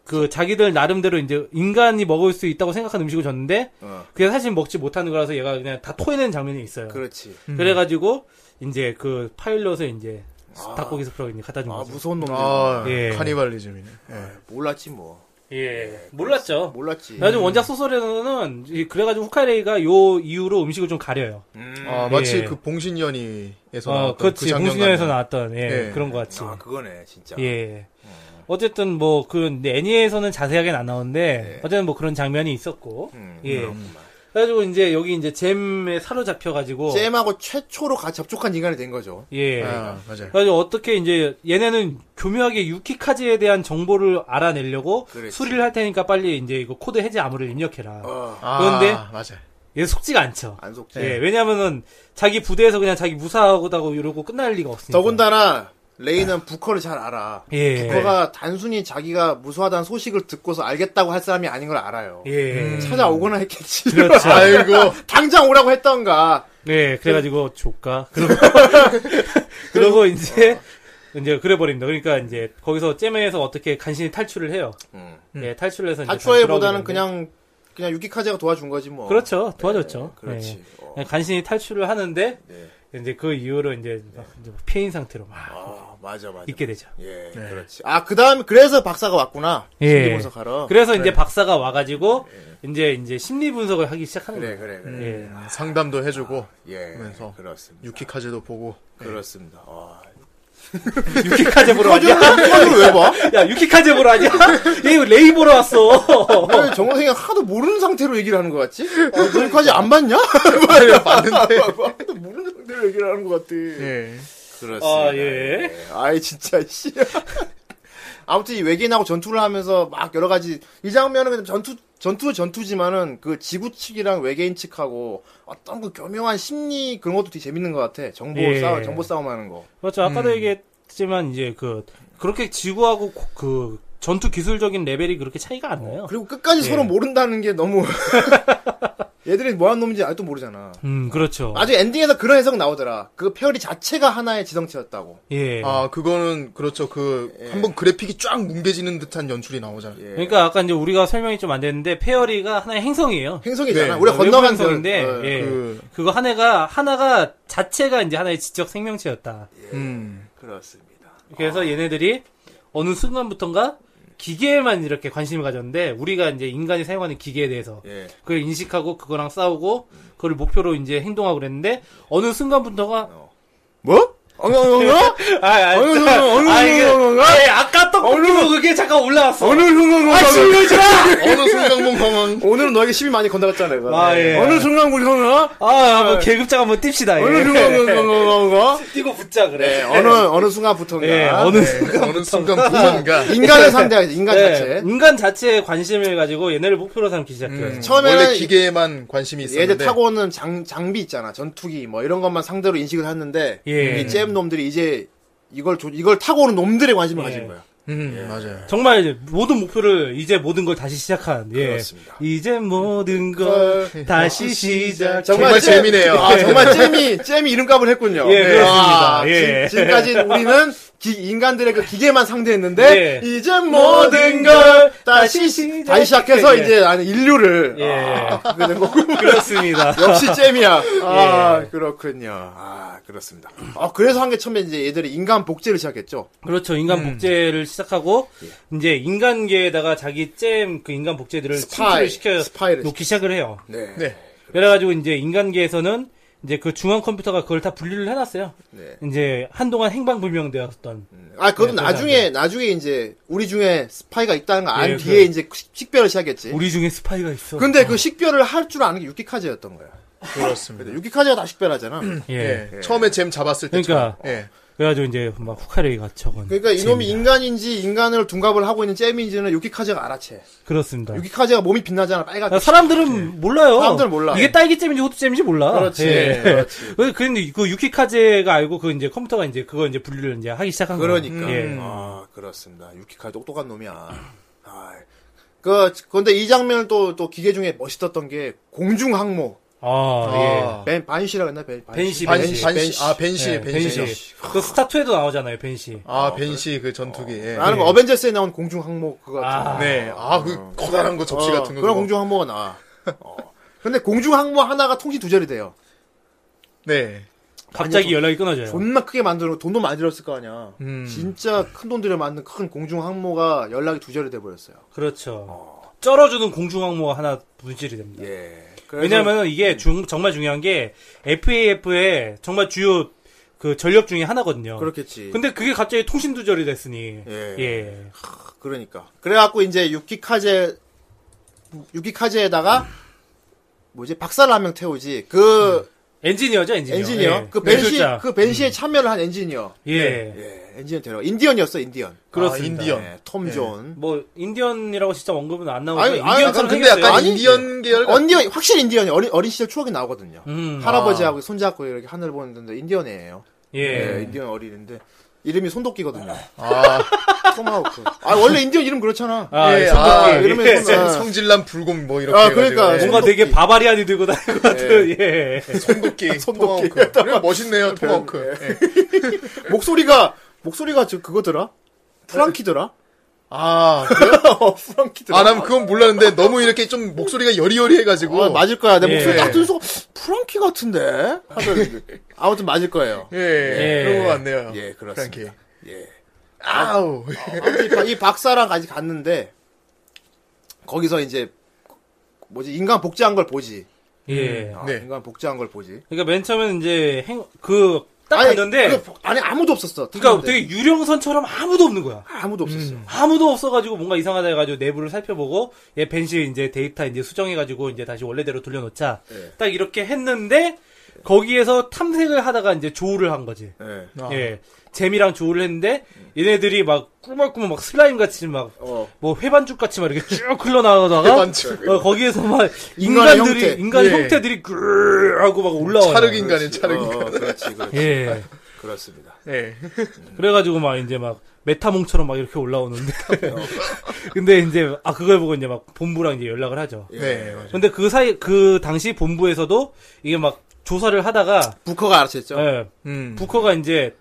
E: 그 자기들 나름대로 이제 인간이 먹을 수 있다고 생각한 음식을 줬는데
B: 어.
E: 그게 사실 먹지 못하는 거라서 얘가 그냥 다 토해내는 장면이 있어요.
B: 그렇지.
E: 그래가지고 이제 그 파일럿을 이제 닭고기 스프로 이제 갖다 준
B: 아
E: 거죠.
B: 무서운 놈들.
F: 아,
E: 예.
F: 카니발리즘이네.
B: 몰랐지 뭐.
E: 예. 몰랐죠.
B: 몰랐지.
E: 나중 원작 소설에서는 이- 그래가지고 후카이레이가 요 이후로 음식을 좀 가려요.
F: 아, 마치
E: 예.
F: 그 봉신연이에서
E: 어,
F: 나왔던 그
E: 그렇지.
F: 장면
E: 공신에서
F: 같네.
E: 나왔던 예,
F: 예.
E: 그런 것 같이.
O: 아, 그거네, 진짜.
E: 예. 어쨌든 뭐 그 애니에서는 자세하게는 안 나오는데 어쨌든 뭐 그런 장면이 있었고 예. 그래가지고 이제 여기 이제 잼에 사로잡혀가지고
B: 잼하고 최초로 가- 접촉한 인간이 된 거죠.
E: 예.
F: 아, 맞아요.
E: 그래서 어떻게 이제 얘네는 교묘하게 유키카즈에 대한 정보를 알아내려고
B: 그렇지. 어.
E: 수리를 할 테니까 빨리 이제 이거 코드 해제 암호를 입력해라.
F: 아,
E: 그런데-
F: 맞아요.
E: 얘 속지가 않죠.
B: 안 속지.
E: 예, 왜냐면은 자기 부대에서 그냥 자기 무사하고 다고 이러고 끝날 리가 없으니까.
B: 더군다나 레이는 부커를 잘 알아.
E: 아. 예.
B: 부커가 단순히 자기가 무수하다는 소식을 듣고서 알겠다고 할 사람이 아닌 걸 알아요.
E: 예.
B: 찾아오거나 했겠지.
E: 그렇죠.
B: 아이고 당장 오라고 했던가.
E: 예, 그래가지고 조까 그러고 그러고 이제 이제 그래버립니다. 그러니까 이제 거기서 잼에서 어떻게 간신히 탈출을 해요. 예, 탈출을 해서 이제
B: 다초에보다는
E: 다시 돌아오게
B: 음. 그냥 그냥 유키카제가 도와준 거지 뭐.
E: 되는데. 그렇죠 도와줬죠.
B: 그렇지.
E: 예.
B: 어.
E: 그냥 간신히 탈출을 하는데 이제 그 이후로 이제, 이제 피해인 상태로 막
B: 네. 아, 맞아 맞아.
E: 있게 되죠.
B: 예, 그렇지. 아, 그다음 그래서 박사가 왔구나.
E: 네. 예.
B: 심리 분석하러.
E: 그래서 이제 박사가 와가지고
B: 네.
E: 이제 이제 심리 분석을 하기 시작하는
B: 그래
E: 거예요.
B: 그래 그래.
E: 예.
F: 음, 상담도 해주고
B: 예.
F: 그래서
B: 그렇습니다.
F: 유키카제도 보고
B: 그렇습니다. 아, 네.
E: 유키카제
F: 예.
E: 보러 왔냐?
B: 이걸 왜 봐?
E: 야 유키카제 보러 왔냐? 얘 레이 보러 왔어.
B: 왜 정선생이 하나도 모르는 상태로 얘기를 하는 것 같지? 여기까지 안 봤냐?
F: 어, 그러니까. 봤는데
B: 하나도 모르는 상태로 얘기를 하는 것 같아.
F: 예.
B: 그렇습니다.
E: 아, 예.
B: 아이, 진짜, 씨. 아무튼 이 외계인하고 전투를 하면서 막 여러 가지, 이 장면은 그냥 전투, 전투, 전투지만은 그 지구 측이랑 외계인 측하고 어떤 그 교묘한 심리 그런 것도 되게 재밌는 것 같아. 정보
E: 예.
B: 싸움, 정보 싸움 하는 거.
E: 그렇죠.
B: 음.
E: 아까도 얘기했지만 이제 그 그렇게 지구하고 고- 그 전투 기술적인 레벨이 그렇게 차이가 안 나요.
B: 그리고 끝까지
E: 예.
B: 서로 모른다는 게 너무. 얘들이 뭐하는 놈인지 아직도 모르잖아.
E: 음, 그렇죠.
B: 아주 엔딩에서 그런 해석 나오더라. 그 페어리 자체가 하나의 지성체였다고.
E: 예.
F: 아 그거는 그렇죠 그 한번 그래픽이 쫙 뭉개지는 듯한 연출이 나오잖아요.
B: 예.
E: 그러니까 아까 이제 우리가 설명이 좀 안 됐는데 페어리가 하나의 행성이에요.
B: 행성이잖아.
F: 네.
B: 우리가
E: 외부
B: 건너간 그-
E: 행성인데
B: 어,
E: 예.
F: 그-
E: 그... 거 하나가 하나가 자체가 이제 하나의 지적 생명체였다.
F: 음.
B: 예, 그렇습니다. 아.
E: 그래서 얘네들이 어느 순간부턴가 기계에만 이렇게 관심을 가졌는데 우리가 이제 인간이 사용하는 기계에 대해서
B: 예.
E: 그걸 인식하고 그거랑 싸우고 그걸 목표로 이제 행동하고 그랬는데 어느 순간부터가
B: 뭐? 엉엉엉엉?
E: 아, 아,
B: 어느 순간, 어느
E: 아, 이게-
B: 순간,
E: 예, 아까 떡볶이로 그게 잠깐 올라왔어.
B: 어느 순간 아, 실례지마!
F: 어느 순간봉 상황
B: 오늘은 너에게 시비 많이 건다갔잖아, 이거.
E: 아, 예.
B: 어느 순간 공성아?
E: 아, 한번 계급장 한번 띕시다.
B: 어. 어느 순간 공성아?
E: 뛰고 붙자 그래.
B: 네, 어느, 어느 순간부터인가.
E: 예, 어느
B: 네.
F: 어느 순간 부산가
B: 인간을 상대하지, 인간
E: 예,
B: 자체.
E: 인간 자체에 관심을 가지고 얘네를 목표로 삼기 시작해요.
B: 처음에는
F: 원래 기계에만 관심이 있었는데
B: 얘들 타고 오는 장, 장비 있잖아. 전투기, 뭐, 이런 것만 상대로 인식을 했는데,
E: 예.
B: 이 잼 놈들이 이제 이걸, 조- 이걸 타고 오는 놈들에 관심을 가진 거야.
F: 음 맞아요.
E: 정말 이제 모든 목표를 이제 모든 걸 다시 시작한. 예.
B: 그렇습니다.
E: 이제 모든 걸 다시 시작.
F: 정말
B: 잼-
F: 재미네요.
B: 아, 정말 잼이, 잼이 이름값을 했군요. 네.
E: 예, 그렇습니다.
B: 와,
E: 예.
B: 지, 금까지 우리는 기- 인간들의 그 기계만 상대했는데,
E: 예.
B: 이제 모든 걸 다시, 시, 다시 시작해서
E: 예.
B: 이제 나는 인류를.
E: 예.
B: 아, 그렇게 된 거고.
E: 그렇습니다.
B: 역시 잼이야. 아,
E: 예.
B: 그렇군요. 아, 그렇습니다. 아, 그래서 한 게 처음에 이제 얘들이 인간 복제를 시작했죠.
E: 그렇죠. 인간
B: 음.
E: 복제를 시작하고 이제 인간계에다가 자기 잼 그 인간 복제들을
B: 예. 스파이,
E: 침투를 시켜
B: 스파이를
E: 놓기 시작을 해요.
B: 네.
E: 그래가지고 이제 인간계에서는 이제 그 중앙 컴퓨터가 그걸 다 분리를 해놨어요.
B: 네.
E: 이제 한동안 행방불명되었던
B: 아, 그것도
E: 네,
B: 나중에, 나중에 이제, 우리 중에 스파이가 있다는 걸 안
E: 예,
B: 뒤에
E: 그-
B: 이제 식- 식별을 시작했지.
E: 우리 중에 스파이가 있어.
B: 근데 그 식별을 할 줄 아는 게 유키카제였던 거야.
F: 그렇습니다.
B: 유키카제가 다 네. 식별하잖아. 그러니까
E: 예.
F: 예. 처음에 잼 잡았을 때.
E: 그러니까.
B: 그렇죠. 네.
F: 예.
E: 그래가지고 이제 막 후카레이가 저건.
B: 그러니까 이놈이
E: 잼이다.
B: 인간인지 인간을 둔갑을 하고 있는 잼인지는 유키카제가 알아채.
E: 그렇습니다.
B: 유키카제가 몸이 빛나잖아, 빨갛게.
E: 아, 사람들은 몰라요.
B: 사람들은 몰라.
E: 이게 딸기잼인지 호두잼인지 몰라.
B: 그렇지,
E: 예.
B: 그렇지.
E: 그- 근데 그 유키카제가 알고 그 이제 컴퓨터가 이제 그거 이제 분류를 이제 하기 시작한 거예요.
B: 그러니까.
F: 음.
E: 예.
B: 아, 그렇습니다. 유키카제 똑똑한 놈이야. 아, 그, 근데 이 장면을 또, 또 기계 중에 멋있었던 게 공중항모.
E: 아,
F: 아.
B: 벤, 반시라고 했나? 벤,
E: 벤시,
F: 벤시,
E: 벤시.
F: 벤시, 아,
E: 예.
B: 네.
F: 벤시,
E: 예,
F: 벤시.
E: 벤시.
B: 아.
E: 그 스타투에도 나오잖아요, 벤시.
F: 아, 벤시 그 전투기. 예.
B: 나는 그 어벤져스에 나온 공중항모 그거 같은 거.
E: 아,
F: 네. 아, 그 커다란 거 접시 같은 거.
B: 어.
F: 그거.
B: 그런 공중항모가 어. 나와. 어. 근데 공중항모 하나가 통신 두 자리 돼요.
F: 네.
E: 갑자기 연락이 끊어져요.
B: 존나 크게 만들어 돈도 많이 들었을 거 아니야.
F: 음.
B: 진짜 큰 돈 들여 만든 큰 공중 항모가 연락이 두 절이 돼 버렸어요.
E: 그렇죠. 쩔어주는 공중항모가 하나 분실이 됩니다.
B: 아. 예.
E: 왜냐하면 이게 중- 정말 중요한 게 FAF의 정말 주요 그 전력 중에 하나거든요.
B: 어, 그렇겠지.
E: 근데 그게 갑자기 통신 두절이 됐으니
B: 예.
E: 예.
B: 그러니까. 그래갖고 이제 유키카제 유키카제에다가 뭐지 박사를 한 명 태우지. 그
E: 엔지니어죠 엔지니어.
B: 엔지니어
E: 예.
B: 그 벤시
E: 기술자.
B: 그 벤시에 참여를 한 엔지니어.
E: 예.
B: 예. 엔지니어 데려. 인디언이었어 인디언.
E: 그렇습니다.
F: 아, 인디언.
B: 예, 톰 존.
E: 뭐 인디언이라고 진짜 언급은 안 나오고
B: 아니, 아니,
F: 약간
E: 인디언처럼
F: 근데 약간
E: 생겼어요.
F: 인디언 계열 같
B: 언디언 확실히 인디언이 어린 어린 시절 추억이 나오거든요.
E: 음,
B: 할아버지하고 손잡고 이렇게 하늘 보는데 인디언이에요.
E: 예.
B: 예, 인디언 어린인데 이름이 손도끼거든요.
F: 아,
B: 토마호크. 아 원래 인디언 이름 그렇잖아.
E: 아,
F: 예,
E: 성격이.
F: 아,
E: 예.
B: 이러면
E: 예.
B: 손-
F: 성질난 불곰 뭐 이렇게
B: 아, 그러니까.
F: 해가지고.
E: 뭔가 되게 바바리안이 들고 다니는 것 같은 예.
F: 예, 손도끼 손도끼 토마호크. 멋있네요 토마호크 예.
B: 목소리가 목소리가 저 그거더라. 프랑키더라.
F: 아 그래요?
B: 어, 프랑키더라.
F: 아, 난 그건 몰랐는데 너무 이렇게 좀 목소리가 여리여리해가지고.
B: 어, 맞을 거야. 내
E: 예.
B: 목소리 딱 들어서 프랑키 같은데. 하더니 아무튼 맞을 거예요.
F: 예,
E: 예.
F: 그런 것 같네요.
B: 예, 그렇습니다.
F: 프랑키.
B: 예.
F: 아우.
B: 아무튼 이 박- 이 박사랑 같이 갔는데 거기서 이제 뭐지 인간 복제한 걸 보지.
E: 예.
B: 아,
F: 네.
B: 인간 복제한 걸 보지.
E: 그러니까 맨 처음에는 이제 행 그 딱 갔는데
B: 그 안에 아무도 없었어.
E: 그러니까
B: 탔는데.
E: 되게 유령선처럼 아무도 없는 거야.
B: 아무도 없었어. 요
E: 아무도 없어가지고 뭔가 이상하다 해가지고 내부를 살펴보고 얘 벤시 이제 데이터 이제 수정해가지고 이제 다시 원래대로 돌려놓자
B: 예.
E: 딱 이렇게 했는데 거기에서 탐색을 하다가 이제 조우를 한 거지
B: 예.
F: 아.
E: 예 재미랑 조우를 했는데 얘네들이 막 꾸물꾸물 막 슬라임 같이
B: 어.
E: 막 뭐 회반죽 같이 막 이렇게 쭉 흘러나오다가
F: 반칙.
E: 어, 거기에서 막
B: 인간의
E: 인간들이
B: 형태.
E: 인간
F: 예.
E: 형태들이 그 하고 막 올라와요
F: 차르인간이 차르기.
B: 어, 그렇지, 그렇지.
E: 예
B: 그렇습니다. 음.
F: 예.
E: 그래가지고 막 이제 막 메타몽처럼 막 이렇게 올라오는데 근데 이제 아 그걸 보고 이제 막 본부랑 이제 연락을 하죠.
B: 예.
F: 네.
E: 근데 그 사이 그 당시 본부에서도 이게 막 조사를 하다가
B: 부커가 알아챘죠.
E: 예,
F: 음.
E: 부커가 이제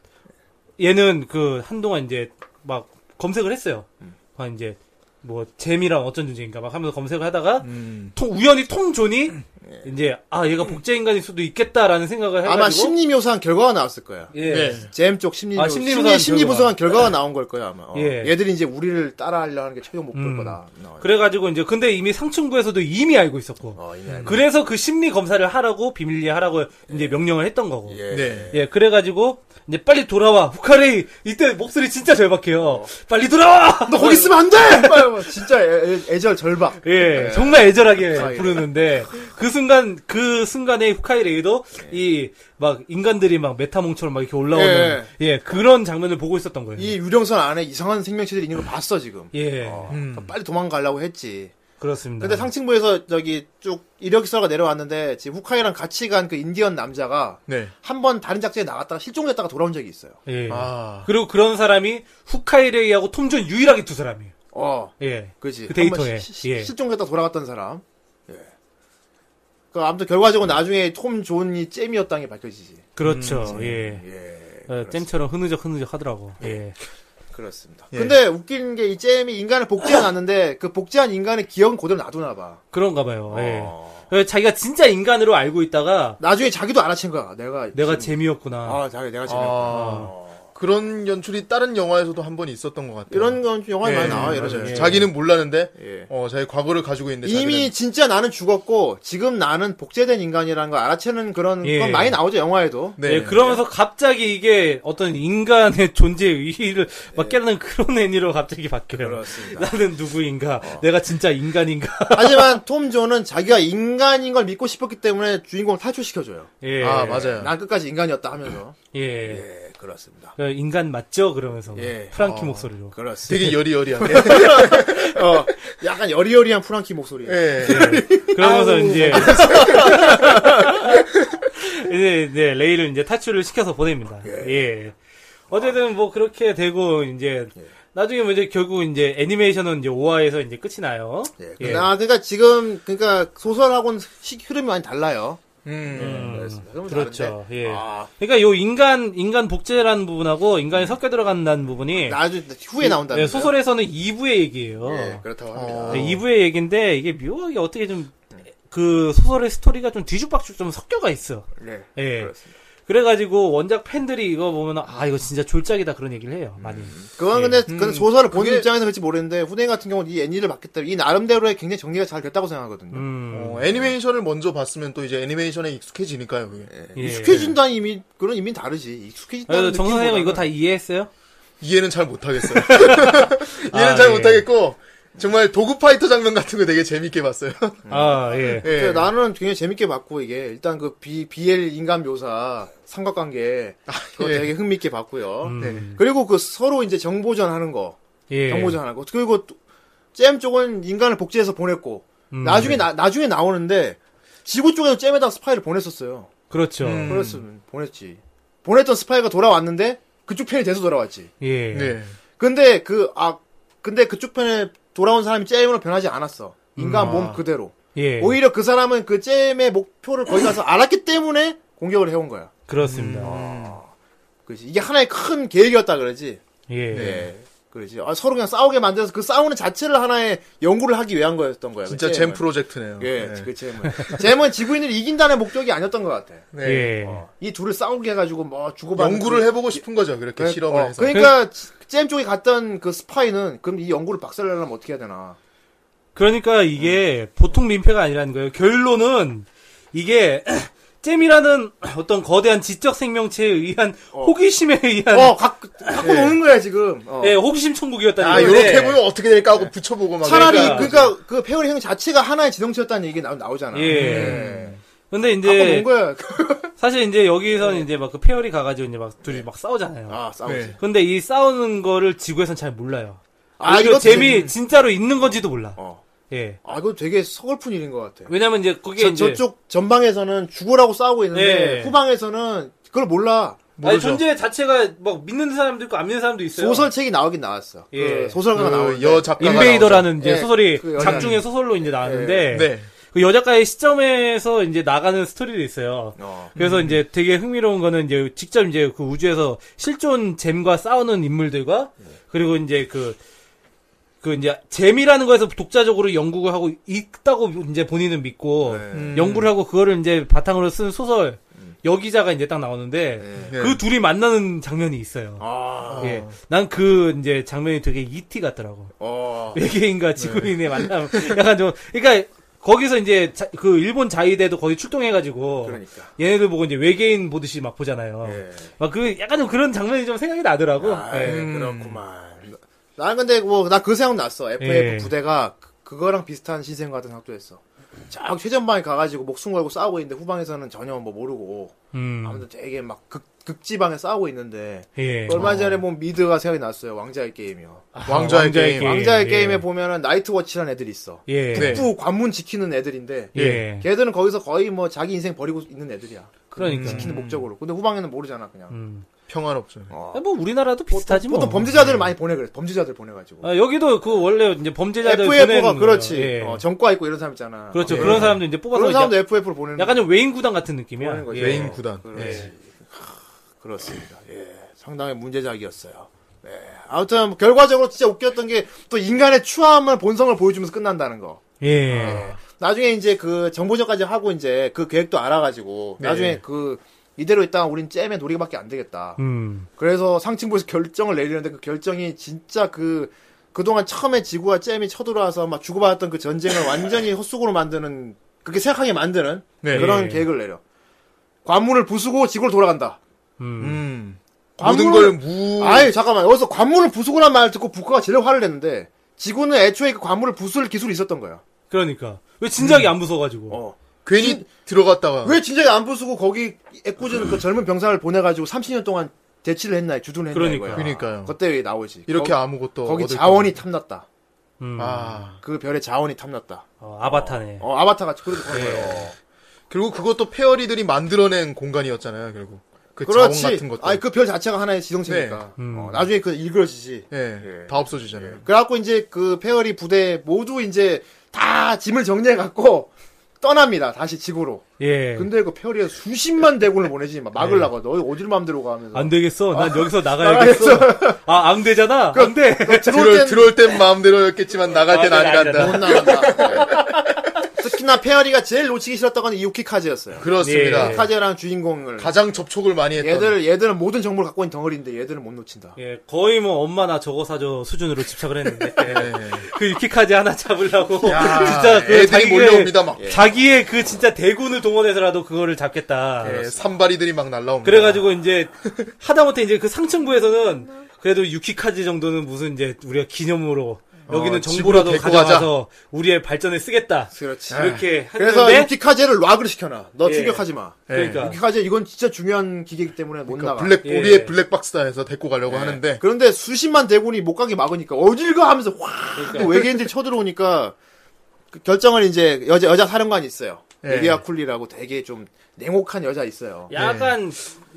E: 얘는 그 한동안 이제 막 검색을 했어요.
B: 음.
E: 막 이제 뭐 재미랑 어쩐 존재인가 막 하면서 검색을 하다가
B: 음.
E: 통- 우연히 톰 존이 이제 아 얘가 복제 인간일 수도 있겠다라는 생각을 해가지고
B: 예. 아마 심리 네. 묘사한 결과가 나왔을 거야.
E: 예.
B: 잼 쪽 심리
E: 아,
B: 묘-
E: 심리
B: 심리
E: 묘사한
B: 심리
E: 결과.
B: 부서한 결과가 나온 걸 거야 아마. 어.
E: 예.
B: 얘들이 이제 우리를 따라하려 하는 게 최종 목표일
E: 음.
B: 거다. 어,
E: 그래가지고 이제 근데 이미 상층부에서도 이미 알고 있었고
B: 어, 이미 알고.
E: 그래서 그 심리 검사를 하라고 비밀리에 하라고 이제 명령을 했던 거고. 예.
B: 예.
F: 네.
E: 그래가지고 이제 빨리 돌아와 후카레이 이때 목소리 진짜 절박해요. 빨리 돌아와.
B: 어. 너 거기 있으면 안 돼. 빨리 와. 진짜 애, 절 절박.
E: 예, 정말 애절하게
B: 후카레이.
E: 부르는데 그 순간 그 순간에 후카이레이도
B: 예.
E: 이 막 인간들이 막 메타몽처럼 막 이렇게 올라오는 예, 그런 장면을 보고 있었던 거예요.
B: 이 유령선 안에 이상한 생명체들이 있는 걸 봤어 지금.
E: 예,
B: 어, 빨리 도망가려고 했지.
E: 그렇습니다.
B: 근데 상층부에서 저기 쭉 이력서가 내려왔는데 지금 후카이랑 같이 간 그 인디언 남자가
F: 네.
B: 한 번 다른 작전에 나갔다가 실종됐다가 돌아온 적이 있어요.
E: 예.
F: 아.
E: 그리고 그런 사람이 후카이레이하고 톰존 유일하게 두 사람이에요.
B: 어.
E: 예.
B: 그지.
E: 그 데이터에.
B: 한번 시- 시-
E: 예.
B: 실종됐다 돌아갔던 사람. 예. 그 아무튼 결과적으로 나중에 톰 존이 잼이었다는 게 밝혀지지.
E: 그렇죠. 예.
B: 예.
E: 어, 잼처럼 흐느적 흐느적 하더라고. 예.
B: 그렇습니다. 근데 웃기는 게 이 잼이 인간을 복제해놨는데 그 복제한 인간의 기억은 그대로 놔두나 봐.
E: 그런가 봐요. 예. 그래서 자기가 진짜 인간으로 알고 있다가
B: 나중에 자기도 알아챈 거야. 내가
E: 내가
B: 지금-
E: 재미였구나.
B: 아, 자기 내가 잼.
F: 아. 그런 연출이 다른 영화에서도 한 번 있었던 것 같아요.
B: 이런 건 영화에 많이
F: 예,
B: 나와 이런 네,
F: 맞아요.
B: 거.
F: 자기는 몰랐는데
B: 예.
F: 어 자기 과거를 가지고 있는데
B: 이미 진짜 나는 죽었고 지금 나는 복제된 인간이라는 걸 알아채는 그런
E: 예.
B: 건 많이 나오죠 영화에도.
F: 자기는-
E: 예, 그러면서 갑자기 이게 어떤 인간의 존재의 의의를 막 깨닫는 그런 애니로 갑자기 바뀌어요. 나는 누구인가? 내가 진짜 인간인가?
B: 하지만 톰 존은 자기가 인간인 걸 믿고 싶었기 때문에 주인공을 탈출시켜줘요.
E: 예.
F: 아 맞아요.
B: 난 끝까지 인간이었다 하면서.
E: 예.
B: 예, 네. 그렇습니다.
E: 그 인간 맞죠? 그러면서.
B: 예.
E: 프랑키 목소리로.
B: 그렇습니다.
F: 되게 여리여리하네.
B: 어, 약간 여리여리한 프랑키 목소리. 예.
F: 예.
E: 그러면서 이제 이제 이제 레이를 이제 탈출을 시켜서 보냅니다. 예. 어쨌든 뭐 그렇게 되고 이제 나중에 뭐 이제 결국 이제 애니메이션은 이제 5화에서 이제 끝이 나요. 예.
B: 아, 그러니까 지금 그러니까 소설하고는 시- 흐름이 많이 달라요. 네,
F: 음.
B: 그렇습니다. 흐름이
E: 그렇죠.
B: 다른데.
E: 예.
B: 아.
E: 그러니까 요 인간 인간 복제라는 부분하고 인간이 섞여 들어간다는 부분이
B: 나중에 후에 나온다.
E: 예, 소설에서는 2부의 얘기예요.
B: 예, 그렇다고 합니다.
E: 네, 2부의 얘기인데 이게 묘하게 어떻게 좀 그 소설의 스토리가 좀 뒤죽박죽 좀 섞여가 있어.
B: 네.
E: 예.
B: 그렇습니다.
E: 그래가지고 원작 팬들이 이거 보면 아 이거 진짜 졸작이다 그런 얘기를 해요 많이.
B: 그건
E: 예.
B: 근데 그건 소설을 보는
F: 그게-
B: 입장에서 그렇지 모르겠는데 후대인 같은 경우는 이 애니를 봤기 때문에 이 나름대로의 굉장히 정리가 잘 됐다고 생각하거든요.
E: 음.
F: 어, 애니메이션을 먼저 봤으면 또 이제 애니메이션에 익숙해지니까요, 그게.
E: 예. 아,
B: 익숙해진다는 이미 그런 이미 다르지.
E: 그래서
B: 익숙해진다는
E: 정 선생님은 이거 다
B: 느낌보다는-
E: 이해했어요?
F: 이해는 잘 못하겠어요. 이해는
E: 아,
F: 잘
E: 예.
F: 못하겠고, 정말 도구파이터 장면 같은 거 되게 재밌게 봤어요.
B: 음.
E: 아 예.
F: 예.
B: 그래서 나는 굉장히 재밌게 봤고 이게 일단 그 B, BL 인간 묘사 삼각관계 그거
F: 예.
B: 되게 흥미있게 봤고요.
E: 아, 음.
B: 그리고 그 서로 이제 정보전 하는 거,
E: 예.
B: 정보전 하는 거. 그리고 또, 잼 쪽은 인간을 복제해서 보냈고
E: 음.
B: 나중에 나, 나중에 나오는데 지구 쪽에도 잼에다 스파이를 보냈었어요.
E: 그렇죠.
F: 음.
B: 그랬으면 보냈지. 보냈던 스파이가 돌아왔는데 그쪽 편이 돼서 돌아왔지.
E: 예.
F: 네.
B: 근데 그 아 근데 그쪽 편에 돌아온 사람이 잼으로 변하지 않았어. 인간
E: 음, 아.
B: 몸 그대로.
E: 예.
B: 오히려 그 사람은 그 잼의 목표를 거기 가서 알았기 때문에 공격을 해온 거야.
E: 그렇습니다.
B: 음. 그렇지. 이게 하나의 큰 계획이었다 그러지.
E: 예.
B: 예. 그렇지. 아, 서로 그냥 싸우게 만들어서 그 싸우는 자체를 하나의 연구를 하기 위한 거였던 거야. 그
F: 진짜 잼
B: 잼은.
F: 프로젝트네요.
B: 예,
F: 네.
B: 그 잼은. 잼은 지구인을 이긴다는 목적이 아니었던 것 같아.
F: 네.
E: 예.
B: 이 둘을 싸우게 해가지고 뭐 주고받는.
F: 연구를
B: 그-
F: 해보고 싶은 거죠, 그렇게
B: 그-
F: 실험을
B: 어,
F: 해서.
B: 그러니까 잼 쪽에 갔던 그 스파이는 그럼 이 연구를 박살내려면 어떻게 해야 되나.
E: 그러니까 이게 보통 민폐가 아니라는 거예요. 결론은 이게 잼이라는 어떤 거대한 지적 생명체에 의한 호기심에 의한
B: 어, 각, 갖고
E: 네.
B: 노는 거야 지금. 어.
E: 예, 호기심 천국이었다는
F: 아,
E: 거예요.
F: 요렇게 해보면 어떻게 될까 하고 붙여보고 막.
B: 그 예. 차라리
E: 그러니까-
B: 그러니까 그 페어리 형 자체가 하나의 지동체였다는 얘기 나 나오잖아. 네.
E: 예. 근데
B: 갖고 논
E: 이제
B: 거야.
E: 사실 이제 여기선 이제 막 그 페어리 가가지고 이제 막 둘이 막 싸우잖아요.
B: 아 싸우지.
F: 네.
E: 근데 이 싸우는 거를 지구에선 잘 몰라요.
B: 아
E: 이거
B: 이거
E: 재미
B: 재미.
E: 진짜로 있는 건지도 몰라.
B: 어.
E: 예.
B: 아 이거 되게 서글픈 일인 것 같아.
E: 왜냐면 이제 그게
B: 저,
E: 이제
B: 저쪽 전방에서는 죽으라고 싸우고 있는데
E: 예.
B: 후방에서는 그걸 몰라.
E: 아니,
F: 모르죠.
E: 존재 자체가 막 믿는 사람도 있고 안 믿는 사람도 있어요.
B: 소설책이 나오긴 나왔어.
E: 예.
B: 그 소설가가 나오는데.
F: 여 작가가.
E: 인베이더라는 이제
B: 예,
E: 소설이
B: 그 여자. 예,
E: 작중의 소설로 이제 나왔는데
F: 나오죠. 네.
E: 그 여자가의 시점에서 이제 나가는 스토리도 있어요.
B: 어.
E: 그래서 이제 되게 흥미로운 거는 이제 직접 이제 그 우주에서 실존 잼과 싸우는 인물들과 그리고 이제 그, 그 이제 잼이라는 거에서 독자적으로 연구를 하고 있다고 이제 본인은 믿고
B: 네.
F: 음.
E: 연구를 하고 그거를 이제 바탕으로 쓴 소설 여기자가 이제 딱 나오는데
F: 네.
E: 그 둘이 만나는 장면이 있어요.
B: 아.
E: 예. 난 그 이제 장면이 되게 이티 같더라고.
B: 어.
E: 외계인과 지구인의 네 만남. 약간 좀 그러니까 거기서 이제 자- 그 일본 자위대도 거기 출동해가지고
B: 그러니까.
E: 얘네들 보고 이제 외계인 보듯이 막 보잖아요.
B: 예.
E: 막 그 약간 좀 그런 장면이 좀 생각이 나더라고.
B: 아,
E: 예.
F: 음.
B: 그렇구만. 난 근데 뭐 나 그 생각 났어. FF
E: 예.
B: 부대가 그- 그거랑 비슷한 시생 같은 생각도 했어. 저 최전방에 가가지고 목숨 걸고 싸우고 있는데 후방에서는 전혀 뭐 모르고
E: 음.
B: 아무튼 되게 막 극, 극지방에 싸우고 있는데
E: 예. 아,
B: 얼마 전에 본 미드가 생각이 났어요. 왕자의 게임이요.
F: 왕좌의 게임.
B: 왕자의
E: 예.
B: 게임에 보면은 나이트워치라는 애들이 있어.
E: 예.
F: 네.
B: 북부 관문 지키는 애들인데
E: 예.
B: 걔들은 거기서 거의 뭐 자기 인생 버리고 있는 애들이야.
E: 그러니까.
B: 지키는 목적으로. 근데 후방에는 모르잖아 그냥.
E: 음.
F: 평화롭죠.
E: 아, 뭐 우리나라도 비슷하지 뭐.
B: 보통 범죄자들을 많이 보내 그래. 범죄자들 보내가지고.
E: 아, 여기도 그 원래 이제 범죄자들 보내는
B: FF가
E: 거예요.
B: 그렇지.
E: 예.
B: 어, 정과 있고 이런 사람 있잖아.
E: 그렇죠.
B: 예.
E: 그런 사람도 이제 뽑아서
B: 그런 사람도
E: 이제
B: FF로 보내는
E: 약간 좀 외인 구단 같은 느낌이야.
B: 보내는 거지.
E: 예.
F: 메인 구단.
B: 그렇지. 하, 그렇습니다. 예. 상당히 문제작이었어요. 예. 아무튼 뭐 결과적으로 진짜 웃겼던 게 또 인간의 추함을 본성을 보여주면서 끝난다는 거.
E: 예.
B: 아. 나중에 이제 그 정보전까지 하고 이제 그 계획도 알아가지고
E: 네.
B: 나중에 그 이대로 있다가 우린 잼의 놀이밖에 안 되겠다.
E: 음.
B: 그래서 상층부에서 결정을 내리는데 그 결정이 진짜 그 그동안 처음에 지구와 잼이 쳐들어와서 막 주고받았던 그 전쟁을 완전히 헛수고로 만드는 그렇게 생각하게 만드는
F: 네.
B: 그런
E: 예.
B: 계획을 내려. 관문을 부수고 지구로 돌아간다.
E: 음.
F: 음. 모든 걸
B: 관문을
F: 무.
B: 아예 잠깐만 여기서 관문을 부수고란 말을 듣고 북한가 제일 화를 냈는데 지구는 애초에 그 관문을 부술 기술이 있었던 거야.
E: 그러니까. 왜 진작에 안 무서워가지고.
B: 어.
F: 괜히 들어갔다가.
B: 왜 진작에 안 부수고 거기 애꿎은 그 젊은 병사를 보내가지고 30년 동안 대치를 했나 주둔을 했나
E: 그러니까.
B: 이거야.
F: 그러니까요.
B: 그때 왜 나오지?
F: 이렇게
B: 거,
F: 아무것도.
B: 어, 거기
F: 얻을
B: 자원이
F: 거
B: 탐났다.
E: 음.
F: 없- 아.
B: 그 별의 자원이 탐났다.
E: 어, 아바타네.
B: 어, 아바타 같이 그런 거예요.
F: 그리고 그것도 페어리들이 만들어낸 공간이었잖아요, 결국. 그
B: 그렇지.
F: 자원 같은 것도.
B: 아니 그 별 자체가 하나의 지성체니까.
E: 네. 음.
B: 어, 나중에 그 일그러지지.
F: 예.
B: 예.
F: 다 없어지잖아요.
B: 그래갖고 이제 그 페어리 부대 모두 이제 다 짐을 정리해갖고 떠납니다. 다시 지구로.
E: 예.
B: 근데 그 페어리에 수십만 대군을 보내지 막 막으려고 너 어딜 맘대로 가면서.
E: 네. 안 되겠어. 난
F: 아,
E: 여기서 나가야겠어. 아, 안 되잖아. 안 돼.
F: 그렇죠.
B: 너 들어올
F: 들어올,
B: 땐
F: 들어올 땐 마음대로였겠지만 나갈 땐
E: 아, 네,
F: 아니란다.
B: 못 나간다. 네. 특히나 페어리가 제일 놓치기 싫었던 건 이오키 카즈였어요.
F: 그렇습니다. 네.
E: 예.
B: 카즈랑 주인공을
F: 가장 접촉을 많이 했던.
B: 얘들 얘들은 모든 정보를 갖고 있는 덩어리인데 얘들은 못 놓친다.
E: 예, 거의 뭐 엄마 나 저거 사줘 수준으로 집착을 했는데 그 유키카즈 하나 잡으려고
F: 예. 야,
E: 진짜 그
F: 애들이
E: 자기의-
F: 몰려옵니다, 막.
E: 자기의 그 진짜 대군을 동원해서라도 그거를 잡겠다.
F: 예, 산발이들이 막 날라옵니다.
E: 그래가지고 이제 하다못해 이제 그 상층부에서는 그래도 유키카즈 정도는 무슨 이제 우리가 기념으로 여기는
F: 어,
E: 정보라도
F: 집으로 데리고
E: 가져와서 우리의 발전에 쓰겠다.
B: 그렇지.
E: 이렇게
F: 아.
B: 그래서
E: 했는데
B: 유키 카즈를 락을 시켜놔. 너
E: 네? 예.
B: 출격하지 마.
E: 그러니까
B: 유키 카즈 이건 진짜 중요한 기계이기 때문에 못 나가.
F: 그러니까 블랙
E: 예.
F: 우리의 블랙박스다에서 데리고 가려고 하는데
B: 그런데 수십만 대군이 못 가게 막으니까 어딜 가 하면서 확
E: 그러니까.
B: 외계인들 이 쳐들어오니까 그 결정을 이제 여자 여자 사령관이 있어요.
F: 예.
B: 에리아 쿨리라고 되게 좀 냉혹한 여자 있어요.
E: 약간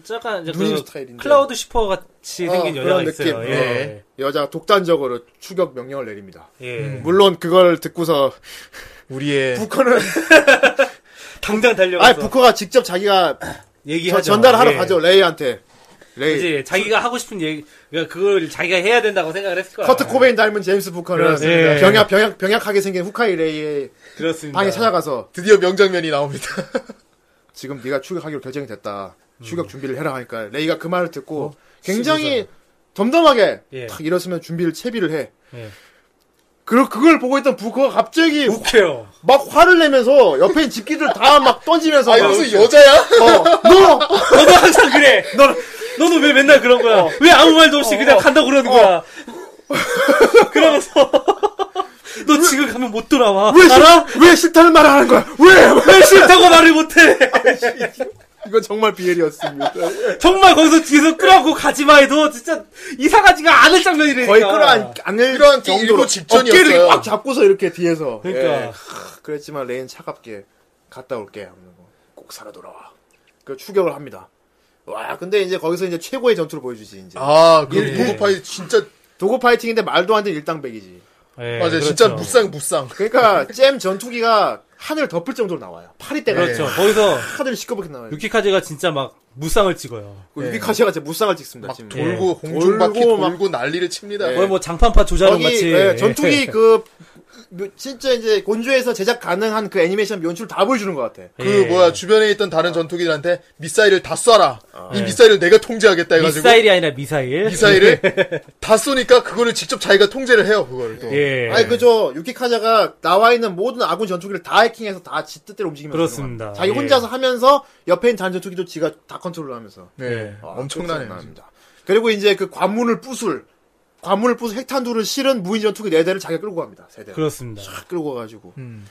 E: 약간 이제
B: 네. 누님
E: 그
B: 스타일인데.
E: 클라우드 슈퍼 같이
B: 어,
E: 예, 생긴
B: 그런
E: 여자가
B: 느낌. 네.
E: 있어요. 예.
B: 여자가 독단적으로 추격 명령을 내립니다.
E: 예.
B: 물론 그걸 듣고서
F: 우리의
B: 부커는
E: 당장
B: 아니
E: 달려가서
B: 부커가 직접 자기가
E: 얘기하죠.
B: 전달하러
E: 예.
B: 가죠 레이한테. 레이
E: 그지 자기가 하고 싶은 얘기 그러니까 그걸 자기가 해야 된다고 생각을 했을 거야.
B: 커트 코베인 닮은 제임스 부커는
E: 그렇습니다. 예.
B: 병약 병약 병약하게 생긴 후카이 레이의
E: 그렇습니다.
B: 방에 찾아가서
F: 드디어 명장면이 나옵니다.
B: 지금 네가 추격하기로 결정이 됐다. 추격 준비를 해라 하니까 레이가 그 말을 듣고 굉장히 덤덤하게
E: 어? 예.
B: 탁 일어서면 준비를 채비를 해.
E: 예.
B: 그리고 그걸 보고 있던 부커가 갑자기
E: 웃겨요.
B: 막 화를 내면서 옆에 있는 집기들 다 막 던지면서
F: 아
B: 막
F: 무슨
E: 그렇죠.
F: 여자야?
B: 어, 너!
E: 너도 항상 그래. 너 너는 왜 맨날 그런 거야?
B: 어.
E: 왜 아무 말도 없이 그냥 간다고 그러는 거야? 그러면서 너 지금 가면 못 돌아와.
B: 왜, 싫, 왜 싫다는 말을 하는 거야? 왜!
E: 왜 싫다고 말을 못해?
B: 이건 정말 비엘이었습니다.
E: 정말 거기서 뒤에서 끌어안고 가지마 해도 진짜 이상하지가 않을 장면이라니까.
B: 거의 끌어안, 안을
F: 끌어안기
B: 정도로
F: 일보 직전이었어요.
B: 어깨를 꽉 잡고서 이렇게 뒤에서.
E: 그러니까.
B: 예. 크, 그랬지만 레인 차갑게 갔다 올게. 하는 거. 꼭 살아 돌아와. 그 추격을 합니다. 와, 근데 이제 거기서 이제 최고의 전투를 보여주지, 이제.
F: 아, 그
E: 예.
F: 보고파이 진짜
B: 도구 파이팅인데 말도 안 되는 일당백이지.
E: 예,
F: 맞아요.
E: 그렇죠.
F: 진짜 무쌍 무쌍.
B: 그러니까 잼 전투기가 하늘 덮을 정도로 나와요. 파리
F: 네.
B: 때가
E: 그렇죠. 거기서
B: 하늘 시꺼멓게
F: 그,
B: 나와요.
E: 유키카제가 진짜 막 무쌍을 찍어요.
B: 유비카시가 진짜 무쌍을 찍습니다.
F: 네. 막
B: 지금.
F: 돌고
E: 예.
F: 홍중바퀴
B: 돌고 막-
F: 돌고 난리를 칩니다.
E: 거의 뭐 장판파 조자랑
B: 거기
E: 같이
B: 예, 전투기 그 묘- 진짜 이제 곤조에서 제작 가능한 그 애니메이션 연출 다 보여주는 것 같아.
F: 그 뭐야 주변에 있던 다른 전투기들한테 미사일을 다 쏴라. 이 미사일을 내가 통제하겠다 해가지고
E: 미사일이 아니라 미사일.
F: 미사일을 다 쏘니까 그거를 직접 자기가 통제를 해요 그거를 또.
E: 예.
B: 아니 그죠 유키카자가 나와 있는 모든 아군 전투기를 다 해킹해서 다 지 뜻대로 움직이면서
E: 그렇습니다.
B: 하는 거야. 자기
E: 예.
B: 혼자서 하면서 옆에 있는 다른 전투기도 지가 다 컨트롤하면서
F: 네.
B: 아,
F: 엄청나네요.
B: 그렇구나. 그리고 이제 그 관문을 부술 관문을 부술 핵탄두를 실은 무인 전투기 네 대를 자기가 끌고 갑니다. 세 대.
E: 그렇습니다.
B: 쫙 끌고 가가지고
E: 음.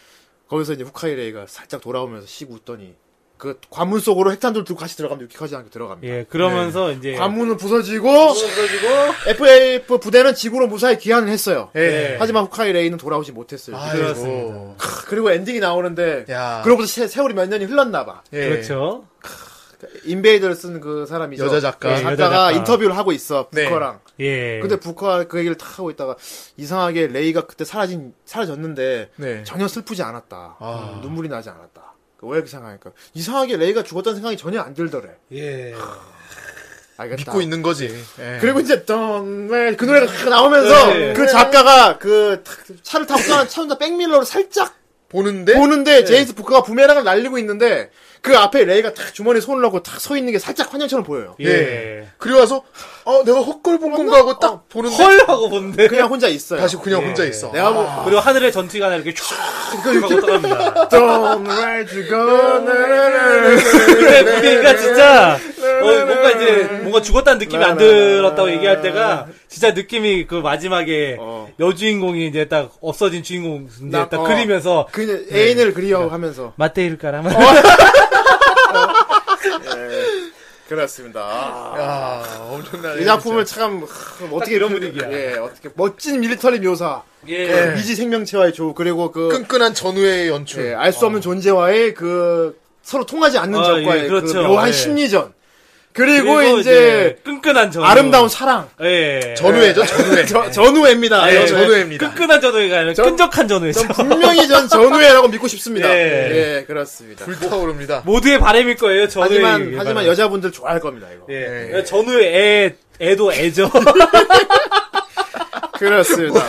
B: 거기서 이제 후카이레이가 살짝 돌아오면서 씩 웃더니 그 관문 속으로 핵탄두를 들고 같이 들어가면 유키카자한테 들어갑니다.
E: 예, 그러면서 이제
B: 관문은 부서지고
E: 가지고
B: FAF 부대는 지구로 무사히 귀환을 했어요.
F: 예.
B: 하지만 후카이 레이는 돌아오지 못했어요.
F: 아이고.
B: 크, 그리고 엔딩이 나오는데
F: 야.
B: 그로부터 세, 세월이 몇 년이 흘렀나 봐.
F: 예.
E: 그렇죠.
B: 인베이더를 쓴 그 사람이죠.
F: 여자 작가.
B: 그
E: 예,
B: 작가가
E: 여자 작가.
B: 인터뷰를 하고 있어.
F: 네.
B: 부커랑.
E: 예.
B: 근데 부커가 그 얘기를 탁 하고 있다가 이상하게 레이가 그때 사라진 사라졌는데
F: 네.
B: 전혀 슬프지 않았다.
F: 아.
B: 눈물이 나지 않았다. 그러니까 왜 이렇게 생각하니까 이상하게 레이가 죽었다는 생각이 전혀 안 들더래.
E: 예.
B: 알겠다.
F: 믿고 있는 거지. 예.
B: 그리고 이제 덩그 노래가 탁 나오면서
E: 네.
B: 그 작가가 그 탁- 차를 타고 가는 차 혼자 백밀러로 살짝
F: 보는데
B: 보는데 제이스 부커가 부메랑을 날리고 있는데 그 앞에 레이가 탁 주머니에 손을 넣고 탁 서 있는 게 살짝 환영처럼 보여요. 네.
E: 예.
F: 그리고 와서 어 내가 헛걸 본 건가 하고 딱 보는데
E: 헐 하고 본데.
B: 그냥 혼자 있어요.
F: 다시 그냥 혼자 있어.
B: 내가 뭐
E: 그리고 하늘에 전투기가 하나 이렇게 쭉 하고 떠납니다.
B: Don't let you go. 나나나나.
E: 근데 그러니까 진짜 어, 뭔가 이제 뭔가 죽었다는 느낌이
B: 네,
E: 안 들었다고 얘기할 때가 진짜 느낌이 그 마지막에
B: 어.
E: 여주인공이 이제 딱 없어진 주인공 이제
B: 나-
E: 딱
B: 어.
E: 그리면서
B: 그냥 애인을 그리워하면서
E: 맞대일 까라.
B: 어. 그렇습니다. 아,
F: 야 엄청나네.
B: 이 작품을 참 하, 어떻게
E: 이런
B: 그-
E: 분위기야.
B: 예, 어떻게 멋진 밀리터리 묘사,
E: 예.
B: 미지 생명체와의 조우 그리고 그
F: 끈끈한 전후의 연출.
B: 예, 알 수 없는 존재와의 그 서로 통하지 않는
E: 그렇죠. 어. 아,
B: 적과의
E: 예, 그렇죠.
B: 그 묘한
E: 예.
B: 심리전 그리고, 이제
E: 끈끈한 전후.
B: 아름다운 사랑
E: 어. 예.
F: 전후회죠 전후회.
B: 저- 전우회입니다.
F: 예,
B: 예,
F: 전후회입니다.
E: 끈끈한 전후가 아니라 끈적한 그, 전후죠.
B: 전 분명히 전 전우회라고 믿고 싶습니다.
E: 예.
B: 예, 그렇습니다.
F: 불타오릅니다.
E: 모두의 바램일 거예요. 전후의
B: 하지만
E: 예,
B: 하지만
E: 바람.
B: 여자분들 네. 좋아할 겁니다. 이거
E: 예. 전후의 애 애도 애죠.
B: 그렇습니다.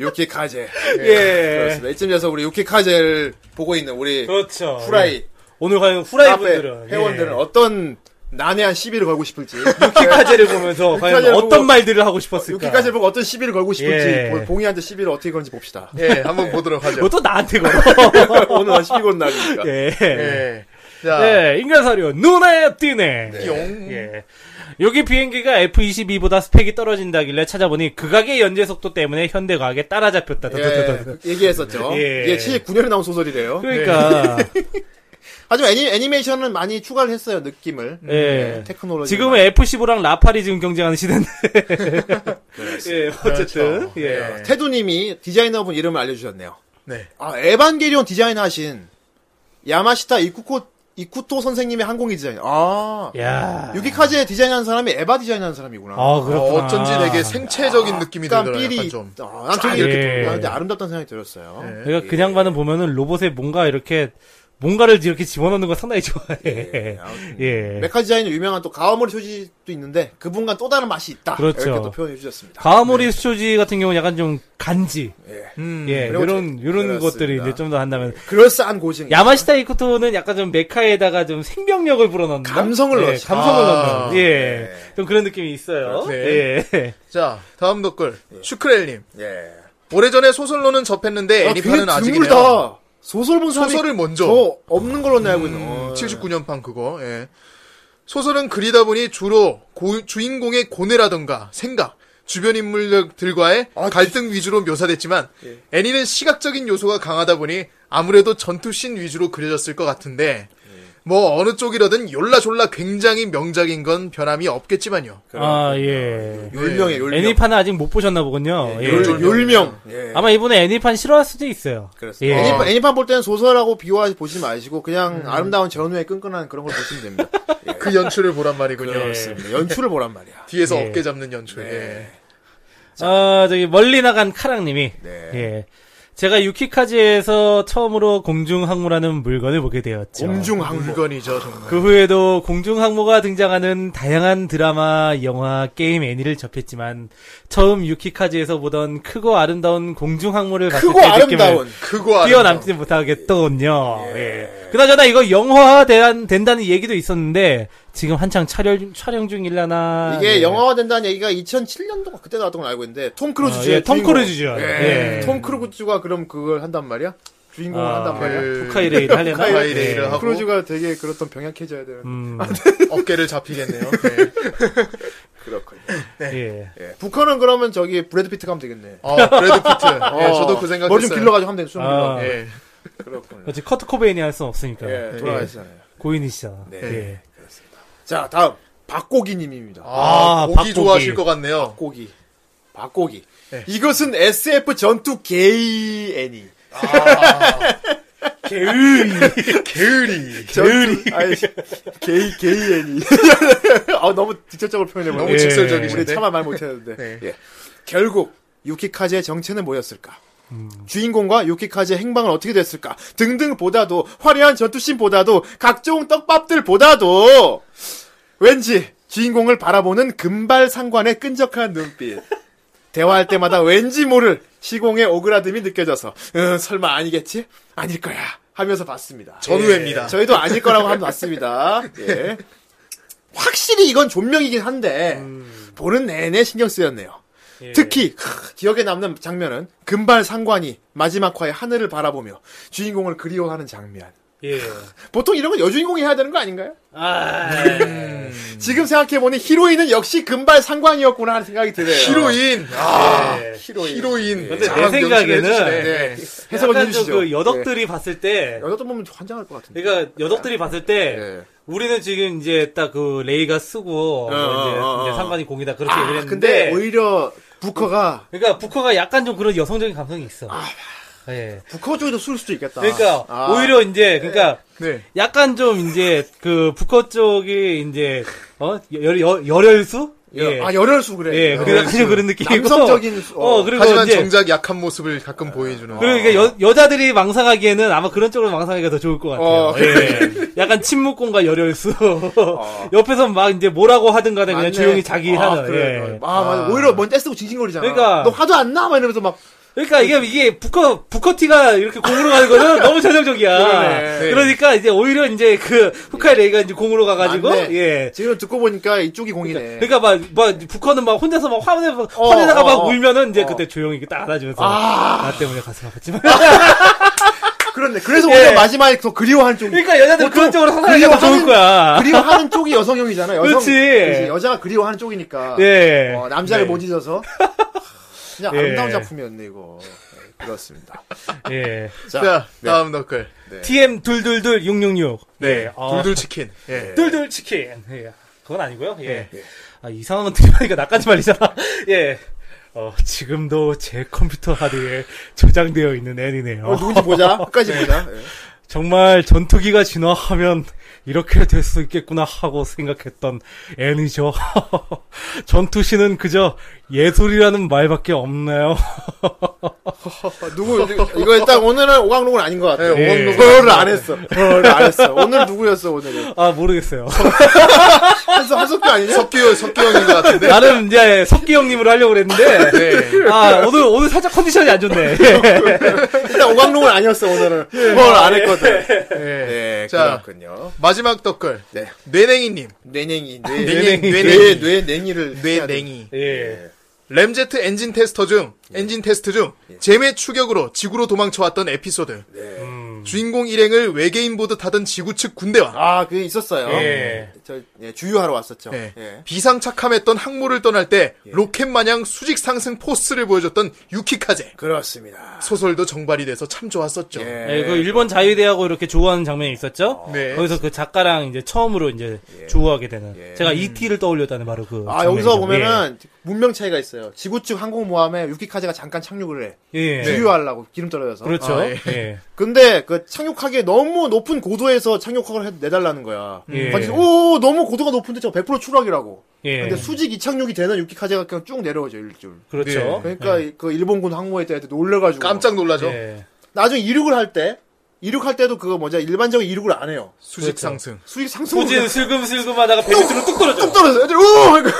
B: 유키카제.
E: 예.
B: 그렇습니다. 이쯤에서 우리 유키카제를 보고 있는 우리
E: 그렇죠. 예.
B: 후라이
E: 오늘 과연 후라이
B: 카페
E: 분들은 예.
B: 회원들은 어떤 난해한 시비를 걸고 싶을지 예.
E: 유키카제를 보면서 과연
B: 유키카제를
E: 어떤
B: 보고-
E: 말들을 하고 싶었을까?
B: 유키카제를 보고 어떤 시비를 걸고 싶을지
E: 예.
B: 보- 봉이한테 시비를 어떻게 건지 봅시다.
F: 예, 한번 보도록 하죠.
E: 뭐또 나한테 걸어.
B: 오늘 시비 건 날이니까.
E: 예.
F: 예. 자,
E: 예, 인간사료 눈에 띄네.
F: 용.
E: 예. 여기 비행기가 F-22보다 스펙이 떨어진다길래 찾아보니 극악의 연재 속도 때문에 현대 과학에 따라잡혔다.
B: 예,
E: 더더더더더.
B: 그 얘기했었죠.
E: 예.
B: 이게 79년에 나온 소설이래요.
E: 그러니까
B: 네. 하지만 애니, 애니메이션은 많이 추가를 했어요, 느낌을.
F: 음.
E: 예.
B: 네, 테크놀로지.
E: 지금은 F-15랑 라팔이 지금 경쟁하는 시대인데. 예,
B: 그렇죠.
E: 어쨌든 예.
B: 네. 테두님이 디자이너분 이름을 알려주셨네요.
F: 네.
B: 아, 에반게리온 디자인 하신 야마시타 이쿠코, 이쿠토 선생님의 항공기 디자인. 아.
E: 야.
B: 유기카제 디자인한 사람이 에바 디자인한 사람이구나.
E: 아, 그렇구나.
F: 어쩐지 되게 생체적인 느낌이
B: 약간
F: 들더라.
B: 삘이.
F: 약간 좀. 예.
B: 아, 난 되게
E: 예.
B: 이렇게 보는데 아름답다는 생각이 들었어요.
E: 내가
B: 예.
E: 그냥 반은 보면은 로봇에 뭔가 이렇게 뭔가를 이렇게 집어넣는 거 상당히 좋아해.
B: 아무튼
E: 예.
B: 네. 메카 디자인은 유명한 또 가와모리 소지도 있는데 그분과 또 다른 맛이 있다.
E: 그렇죠.
B: 이렇게 또 표현해 주셨습니다.
E: 가와모리 수초지 같은 경우는 약간 좀 간지.
F: 음.
E: 예,
B: 그리고
E: 요런, 요런
B: 그렇습니다. 네,
E: 것들이 이제 좀 더 한다면.
B: 그럴싸한 고증.
E: 야마시타 이코토는 약간 좀 메카에다가 좀 생명력을 불어넣는다.
B: 감성을 네.
E: 예,
B: 넣었죠.
E: 감성을
F: 아,
E: 넣는. 예. 좀 그런 느낌이 있어요.
B: 그렇죠.
F: 네.
E: 예.
F: 자, 다음 댓글. 슈크렐님.
B: 예.
F: 오래전에 소설로는 접했는데
B: 아,
F: 애니판은
B: 되게
F: 아직이네요.
B: 드물다. 소설 본 사람이
F: 소설을 먼저. 음,
B: 저 없는 걸로 알고 있는. 어.
F: 79년판 그거. 예. 소설은 그리다 보니 주로 고- 주인공의 고뇌라던가 생각, 주변 인물들과의
B: 아,
F: 갈등 위주로 묘사됐지만
B: 예.
F: 애니는 시각적인 요소가 강하다 보니 아무래도 전투씬 위주로 그려졌을 것 같은데
B: 예.
F: 뭐 어느 쪽이라든 졸라졸라 굉장히 명작인 건 변함이 없겠지만요.
E: 아, 예.
B: 율명이에요, 율명.
E: 애니판은 아직 못 보셨나 보군요. 예.
B: 율, 율명. 예.
E: 아마 이번에 애니판 싫어할 수도 있어요.
B: 그렇습니다.
E: 예.
B: 애니판, 애니판 볼 때는 소설하고 비교하지 보지 마시고
F: 음.
B: 그냥 아름다운 전후의 끈끈한 그런 걸 보시면 됩니다.
F: 그 연출을 보란 말이군요.
B: 그렇습니다. 연출을 보란 말이야.
F: 뒤에서
E: 예.
F: 어깨 잡는 연출. 예.
E: 아, 저기 멀리 나간 카랑님이
B: 네.
E: 예. 제가 유키카지에서 처음으로 공중항모라는 물건을 보게 되었죠.
B: 공중항공.
F: 물건이죠 정말.
E: 그 후에도 공중항모가 등장하는 다양한 드라마, 영화, 게임, 애니를 접했지만 처음 유키카지에서 보던 크고 아름다운 공중항모를 봤을
B: 크고
E: 때그 느낌을
B: 아름다운.
F: 그거
E: 뛰어남지 못하겠더군요. 예. 그나저나 이거 영화화 대한, 된다는 얘기도 있었는데 지금 한창 촬영, 촬영 중일라나
B: 이게
E: 예.
B: 영화화 된다는 얘기가 2007년도가 그때 나왔던 걸 알고 있는데 톰 크루즈
E: 아,
B: 주의
E: 예, 톰
B: 주인공.
E: 크루즈죠.
B: 예.
E: 예.
B: 톰 크루즈가 그럼 그걸 한단 말이야? 주인공을
E: 아,
B: 한단 말이야?
F: 그-
E: 후카이레이를 하려나? 예.
F: 후카이레이를 하고
B: 크루즈가 되게 그렇던 병약해져야 예. 되는.
E: 음,
F: 어깨를 잡히겠네요. 네.
B: 그렇군요.
E: 예.
B: 예. 북한은 그러면 저기 브래드 피트 가면 되겠네.
F: 어, 브래드 피트. 예, 저도 그 생각했어요.
B: 머리 좀 길러가지고 하면 되겠어.
E: 아.
B: 아.
F: 예.
B: 그렇군요.
E: 그렇지 커트 코베인이 할 수는 없으니까
B: 예, 돌아가시잖아요.
E: 고인이시잖아.
B: 네.
E: 예.
B: 자, 다음. 박고기님입니다.
F: 아,
E: 아,
F: 고기
E: 박고기.
F: 좋아하실 것 같네요.
B: 박고기. 박고기.
F: 네.
B: 이것은 SF 전투 E. 게이 애니.
F: 아. 게으리.
B: 게으리. 아이, 게이, 게이 애니. E. 아, 너무 직접적으로 표현해버려.
F: 너무
E: 예.
B: 우리
F: 직설적이신데. 네.
B: 차마 말 못했는데. 예. 결국 유키카즈의 정체는 뭐였을까? 주인공과 유키카즈의 행방은 어떻게 됐을까? 등등보다도 화려한 전투씬보다도 각종 떡밥들보다도 왠지 주인공을 바라보는 금발상관의 끈적한 눈빛. 대화할 때마다 왠지 모를 시공의 오그라듦이 느껴져서 음, 설마 아니겠지? 아닐 거야 하면서 봤습니다.
F: 전우회입니다.
B: 예. 저희도 아닐 거라고 하면 봤습니다. 예. 확실히 이건 존명이긴 한데 보는 내내 신경 쓰였네요.
E: 예.
B: 특히 크, 기억에 남는 장면은 금발 상관이 마지막 화에 하늘을 바라보며 주인공을 그리워하는 장면.
E: 예.
B: 보통 이런 건 여주인공이 해야 되는 거 아닌가요?
E: 아,
B: 음. 지금 생각해보니 히로인은 역시 금발 상관이었구나 하는 생각이 드네요.
F: 히로인. 아, 히로인.
B: 예.
F: 히로인.
E: 근데 내
F: 자랑 명칭을
E: 생각에는
F: 해주시네. 네.
E: 약간
B: 해석을
E: 좀
B: 해주시죠. 예.
E: 그 여덕들이 봤을 때
B: 여자도 보면 환장할 것 같은데.
E: 그러니까 여덕들이 봤을 때
B: 예.
E: 우리는 지금 이제 딱 그 레이가 쓰고 뭐 이제,
B: 어, 어,
E: 이제
B: 어.
E: 상관이 공이다 그렇게 얘기를 했는데
B: 근데 오히려 부커가
E: 그러니까 부커가 약간 좀 그런 여성적인 감성이 있어. 예.
B: 부커 쪽에도 쏠 수도 있겠다.
E: 그러니까
B: 아.
E: 오히려 이제 그러니까
F: 네.
E: 약간 좀 이제 그 부커 쪽이 이제 어열 열혈수 예.
B: 아 열혈수 그래.
E: 예,
B: 열혈수.
E: 그 약간 그런 느낌이고.
B: 남성적인 수-
E: 어, 그리고
F: 하지만
E: 이제
F: 정작 약한 모습을 가끔 보여주는.
E: 그리고 이게 여, 여자들이 망상하기에는 아마 그런 쪽으로 망상하기가 더 좋을 것 같아요.
B: 어,
E: 예. 약간 침묵공과 열혈수. 옆에서 막 이제 뭐라고 하든 간에 그냥
B: 어. 맞네.
E: 조용히 자기
B: 아,
E: 하는.
B: 그래.
E: 예.
B: 아, 맞아. 오히려 먼저 쓰고 징징거리잖아.
E: 그러니까.
B: 너 화도 안 나? 막 이러면서 막
E: 그러니까 이게 이게 부커 부커티가 이렇게 공으로 가는 거는 너무 전형적이야.
B: 그러네.
E: 그러니까 이제 오히려 이제 그 후카이 레이가 이제 공으로 가가지고
B: 맞네.
E: 예.
B: 지금 듣고 보니까 이쪽이 공이네.
E: 그러니까 막, 막, 부커는 막 혼자서 막 화내,
B: 어,
E: 화내다가 막
B: 어, 어.
E: 울면은 이제 그때 조용히 이렇게 딱 안아주면서. 나 때문에 가슴 아팠지만.
B: 그렇네. 그래서 원래 마지막에 더 그리워하는 쪽이.
E: 예. 그러니까 여자들 그런 쪽으로 상상하기가 더 좋을 거야.
B: 그리워하는 쪽이 여성형이잖아. 여성.
E: 그렇지.
B: 그렇지. 여자가 그리워하는 쪽이니까.
E: 예.
B: 어, 남자를
E: 네.
B: 못 잊어서. 그냥
E: 예.
B: 아름다운 작품이었네 이거. 네, 그렇습니다.
E: 예.
F: 자,
B: 네.
F: 다음 너클.
E: TM 둘둘둘 666.
F: 네.
E: 어.
F: 둘둘 치킨. 예.
E: 둘둘 치킨. 예. 그건 아니고요. 예.
F: 네.
E: 아, 이상한 건 들으니까 나까지 말리잖아. 예. 어, 지금도 제 컴퓨터 하드에 저장되어 있는 애니네요.
B: 어, 누군지 보자. 끝까지 보자. 예.
E: 정말 전투기가 진화하면 이렇게 될 수 있겠구나 하고 생각했던 애니죠. 전투신은 그저 예술이라는 말밖에 없나요?
B: 어, 누구 누구- 이거 일단 오늘은 네, 오광록은 아닌 것 같아.
E: 예.
B: 오광록을 안 했어. 오광록을 안 했어. 오늘 누구였어 오늘은?
E: 아, 모르겠어요.
B: 한석 한석규 아니냐?
F: 석규, 석규형인 것 같은데.
E: 나름 이제 석기 형님으로 하려고 그랬는데,
F: 네.
E: 아, 오늘, 오늘 살짝 컨디션이 안 좋네. 예.
B: 일단 오광록은 아니었어 오늘은. 오늘 안 했거든. 네,
F: 자.
B: 그렇군요.
F: 마지막 덧글.
B: 네.
F: 뇌냉이님.
B: 뇌냉이
F: 뇌냉이.
B: 뇌뇌 뇌냉이를 해야 돼.
F: 뇌냉이.
E: 예.
F: 램제트 엔진 테스터 중,
B: 예.
F: 엔진 테스트 중, 잼의 추격으로 지구로 도망쳐왔던 에피소드.
B: 네.
F: 음. 주인공 일행을 외계인 보듯 하던 지구 측 군대와
B: 아, 그게 있었어요.
E: 예.
B: 저 예, 주유하러 왔었죠.
F: 네.
B: 예.
F: 비상착함했던 항모를 떠날 때 로켓 마냥 수직 상승 포스를 보여줬던 유키카제
B: 그렇습니다.
F: 소설도 정발이 돼서 참 좋았었죠.
E: 예, 그 일본 자유대하고 이렇게 조우하는 장면이 있었죠.
F: 네.
E: 거기서 그 작가랑 이제 처음으로 이제 조우하게 되는. 제가 E.T.를 떠올렸다는 바로 그.
B: 아,
E: 장면이죠.
B: 여기서 보면은 문명 차이가 있어요. 지구 측 항공모함에 유키카제가 잠깐 착륙을 해. 네.
E: 예. 예.
B: 주유하려고 기름 떨어져서.
E: 그렇죠.
F: 아,
E: 예.
F: 예.
B: 근데 그 착륙하기에 너무 높은 고도에서 착륙을 해- 내달라는 거야.
E: 예.
B: 완전 오 너무 고도가 높은데 저거 100% 추락이라고.
E: 예.
B: 근데 수직 이착륙이 되는 유키카제가 그냥 쭉 내려오죠 일줄.
E: 그렇죠.
B: 그러니까 그 일본군 항모에 대해 놀래가지고
F: 깜짝 놀라죠.
E: 예.
B: 나중에 이륙을 할 때 이륙할 때도 그거 뭐지 일반적인 이륙을 안 해요. 그렇죠.
F: 수직 상승.
B: 수직 상승.
E: 소진 슬금슬금 하다가 배 밑으로 뚝 떨어져.
B: 떨어져. 애들 오! 이거.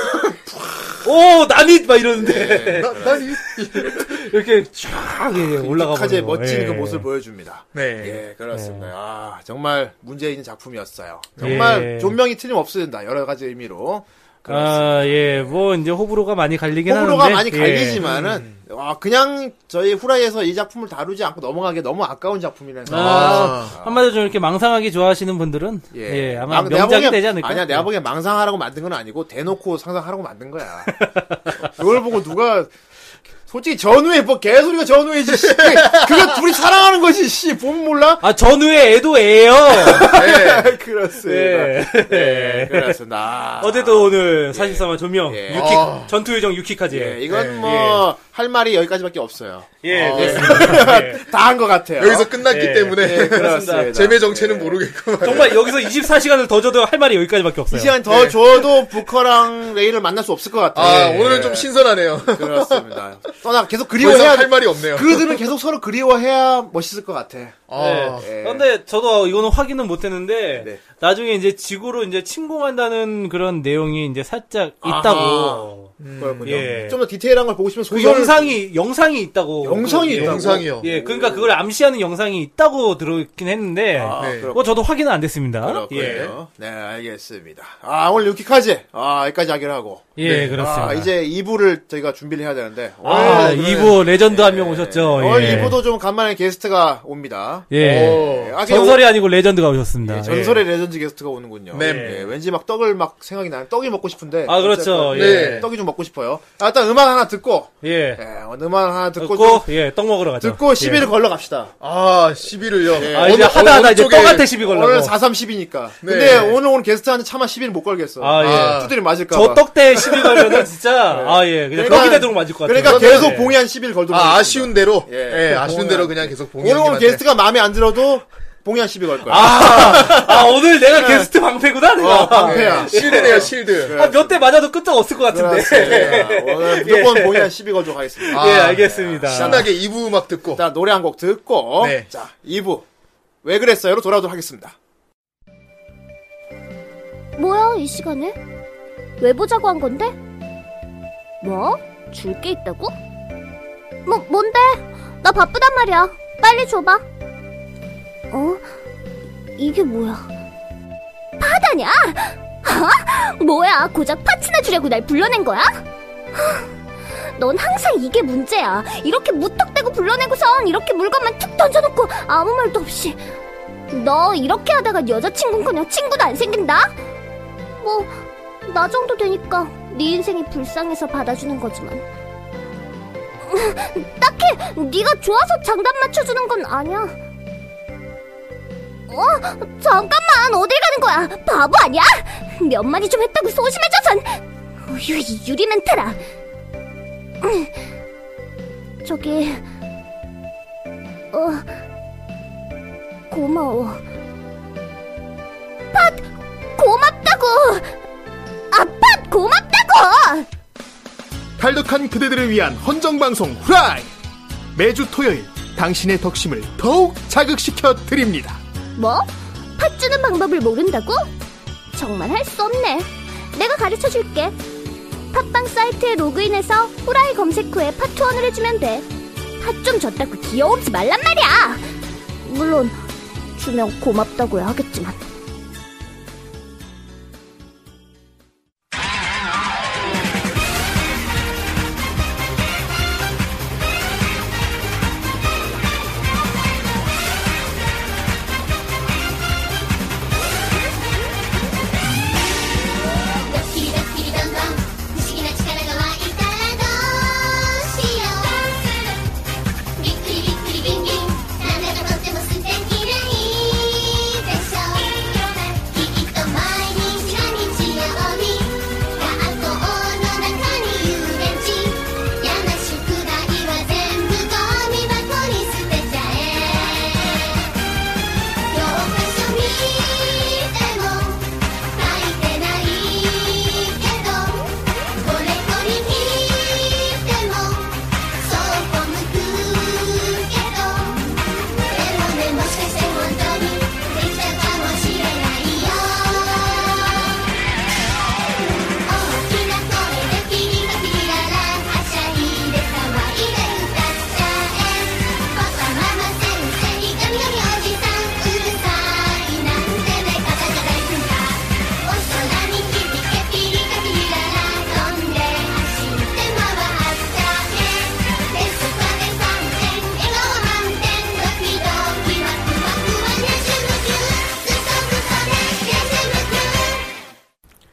E: 오, 난이! 막 이러는데.
B: 네.
F: 나- 나 이-
E: 이렇게 쫙 예, 올라가 버리고.
B: 유키카제의 그 멋진
E: 예.
B: 그 모습을 보여줍니다.
F: 네.
B: 예, 그렇습니다. 아, 정말 문제 있는 작품이었어요. 정말
E: 예.
B: 존명이 틀림없습니다. 여러 가지 의미로.
E: 아, 예. 뭐, 이제 호불호가 많이 갈리긴
B: 호불호가
E: 하는데.
B: 많이
E: 예.
B: 갈리지만은 와, 그냥 저희 후라이에서 이 작품을 다루지 않고 넘어가게 너무 아까운 작품이라는 생각이 들어요.
E: 아, 한마디로 좀 이렇게 망상하기 좋아하시는 분들은 예, 아마
B: 아, 내가
E: 명작이
B: 보기엔-
E: 되지 않을까? 예.
B: 아니야, 내가 보기엔 망상하라고 만든 건 아니고 대놓고 상상하라고 만든 거야. 그걸 보고 누가 솔직히 전우회 뭐 개소리가 전우회지. 씨. 그거 둘이 사랑하는 거지. 씨, 보면 몰라?
E: 아, 전후에 애도 애예요.
B: 그렇습니다.
E: 예.
B: 네, 그렇습니다. 아.
E: 어제도 오늘 사실상 조명
B: 예.
E: 유킥
F: 어.
E: 전투 요정 유키까지.
B: 예,
E: 예.
B: 이건 뭐 할 말이 여기까지밖에 없어요.
E: 예,
B: 어,
E: 그렇습니다. 예.
B: 다 한 것 같아요.
F: 여기서 끝났기
E: 예.
F: 때문에
B: 그렇습니다.
F: 재미 정체는 모르겠고.
E: 정말 여기서 24시간을 더 줘도 할 말이 여기까지밖에 없어요.
B: 이 시간 더 줘도 부커랑 레이를 만날 수 없을 것 같아요.
F: 아
B: 예.
F: 오늘은 좀 신선하네요.
B: 그렇습니다. 떠나 계속
F: 더 이상
B: 그리워해야
F: 할 말이 없네요.
B: 그들은 계속 서로 그리워해야 멋있을 것 같아.
F: 아,
B: 예.
E: 근데 네. 저도 이거는 확인은 못 했는데
B: 네.
E: 나중에 이제 지구로 이제 침공한다는 그런 내용이 이제 살짝 있다고.
B: 그렇군요.
E: 예.
B: 좀 더 디테일한 걸 보고 싶으면
E: 그
B: 소설
E: 영상이 영상이 있다고.
B: 영상이
E: 예.
B: 있다고?
F: 영상이요.
E: 예, 그러니까 그걸 암시하는 영상이 있다고 들었긴 했는데
B: 아,
F: 네.
E: 그거 저도 확인은 안 됐습니다.
B: 그렇군요.
E: 예.
B: 네, 알겠습니다. 아, 오늘 유키까지. 아, 여기까지 하기로 하고.
E: 예, 그렇습니다.
B: 아, 이제 2부를 저희가 준비를 해야 되는데.
E: 아,
B: 오늘
E: 이부 레전드 한 명 오셨죠.
B: 오늘
E: 예.
B: 2부도 어, 좀 간만에 게스트가 옵니다.
E: 예.
B: 예, 아, 그냥
E: 전설이 아니고 레전드가 오셨습니다.
B: 예, 전설의 레전드 게스트가 오는군요.
F: 네.
B: 예, 왠지 막 떡을 막 생각이 나는 떡이 먹고 싶은데.
E: 아, 그렇죠.
B: 어쨌든
E: 예.
B: 네, 떡이 좀 먹고 싶어요. 아, 일단 음악 하나 듣고.
E: 예. 예.
B: 예, 오늘 음악 하나 듣고.
E: 듣고,
B: 좀-
E: 예, 떡 먹으러 가죠.
B: 듣고 시비를 걸러 갑시다.
F: 아 시비를요.
E: 예. 아, 이제 하다 하다 이제 떡한테 시비 걸라고. 네.
B: 오늘 430이니까. 근데 오늘 온 게스트한테 차마 시비를 못 걸겠어.
E: 아, 예.
B: 두드리 맞을까 봐.
E: 저 떡대 시비 걸면은 진짜, 아, 예. 그냥 떡이 되도록 맞을 것 같아요. 예.
B: 그러니까 계속 봉이한 시비를 걸도록.
F: 아
B: 하겠습니다.
F: 아쉬운 대로.
B: 예.
F: 예, 아쉬운 대로 그냥 계속 봉이
B: 오늘 온
F: 형님한테.
B: 게스트가 마음에 안 들어도 봉이한 시비 걸 거야.
E: 아, 아, 오늘 내가 게스트 방패구나, 내가.
B: 네. 어, 방패야.
F: 예, 실드네요 실드.
E: 한 몇 대 맞아도 끝장 없을 것 같은데.
B: 그렇습니다. 예, 오늘 무조건 봉이한 시비 걸도록 하겠습니다.
F: 아,
E: 예, 알겠습니다.
F: 신나게 2부 음악 듣고
B: 자, 노래 한 곡 듣고.
F: 네.
B: 자, 2부. 왜 그랬어요로 돌아오도록 하겠습니다.
C: 뭐야 이 시간에? 왜 보자고 한 건데? 뭐? 줄 게 있다고? 뭐, 뭔데? 나 바쁘단 말이야. 빨리 줘봐. 어? 이게 뭐야? 파다냐? 어? 뭐야, 고작 파츠나 주려고 날 불러낸 거야? 하, 넌 항상 이게 문제야. 이렇게 무턱대고 불러내고선 이렇게 물건만 툭 던져놓고 아무 말도 없이. 너 이렇게 하다가 여자친구는커녕 친구도 안 생긴다? 뭐, 나 정도 되니까 네 인생이 불쌍해서 받아주는 거지만. 딱히 네가 좋아서 장단 맞춰주는 건 아니야. 어? 잠깐만 어딜 가는 거야? 바보 아니야? 몇 마디 좀 했다고 소심해져선 어휴 이 유리 멘탈아 음. 저기 어 고마워 팟 고맙다고 아팟 고맙다고
F: 탈덕한 그대들을 위한 헌정방송 후라이! 매주 토요일 당신의 덕심을 더욱 자극시켜 드립니다.
C: 뭐? 팥 주는 방법을 모른다고? 정말 할 수 없네. 내가 가르쳐 줄게. 팟빵 사이트에 로그인해서 후라이 검색 후에 팟 투원을 해주면 돼. 팥좀 줬다고 귀여우지 말란 말이야. 물론 주면 고맙다고야 하겠지만.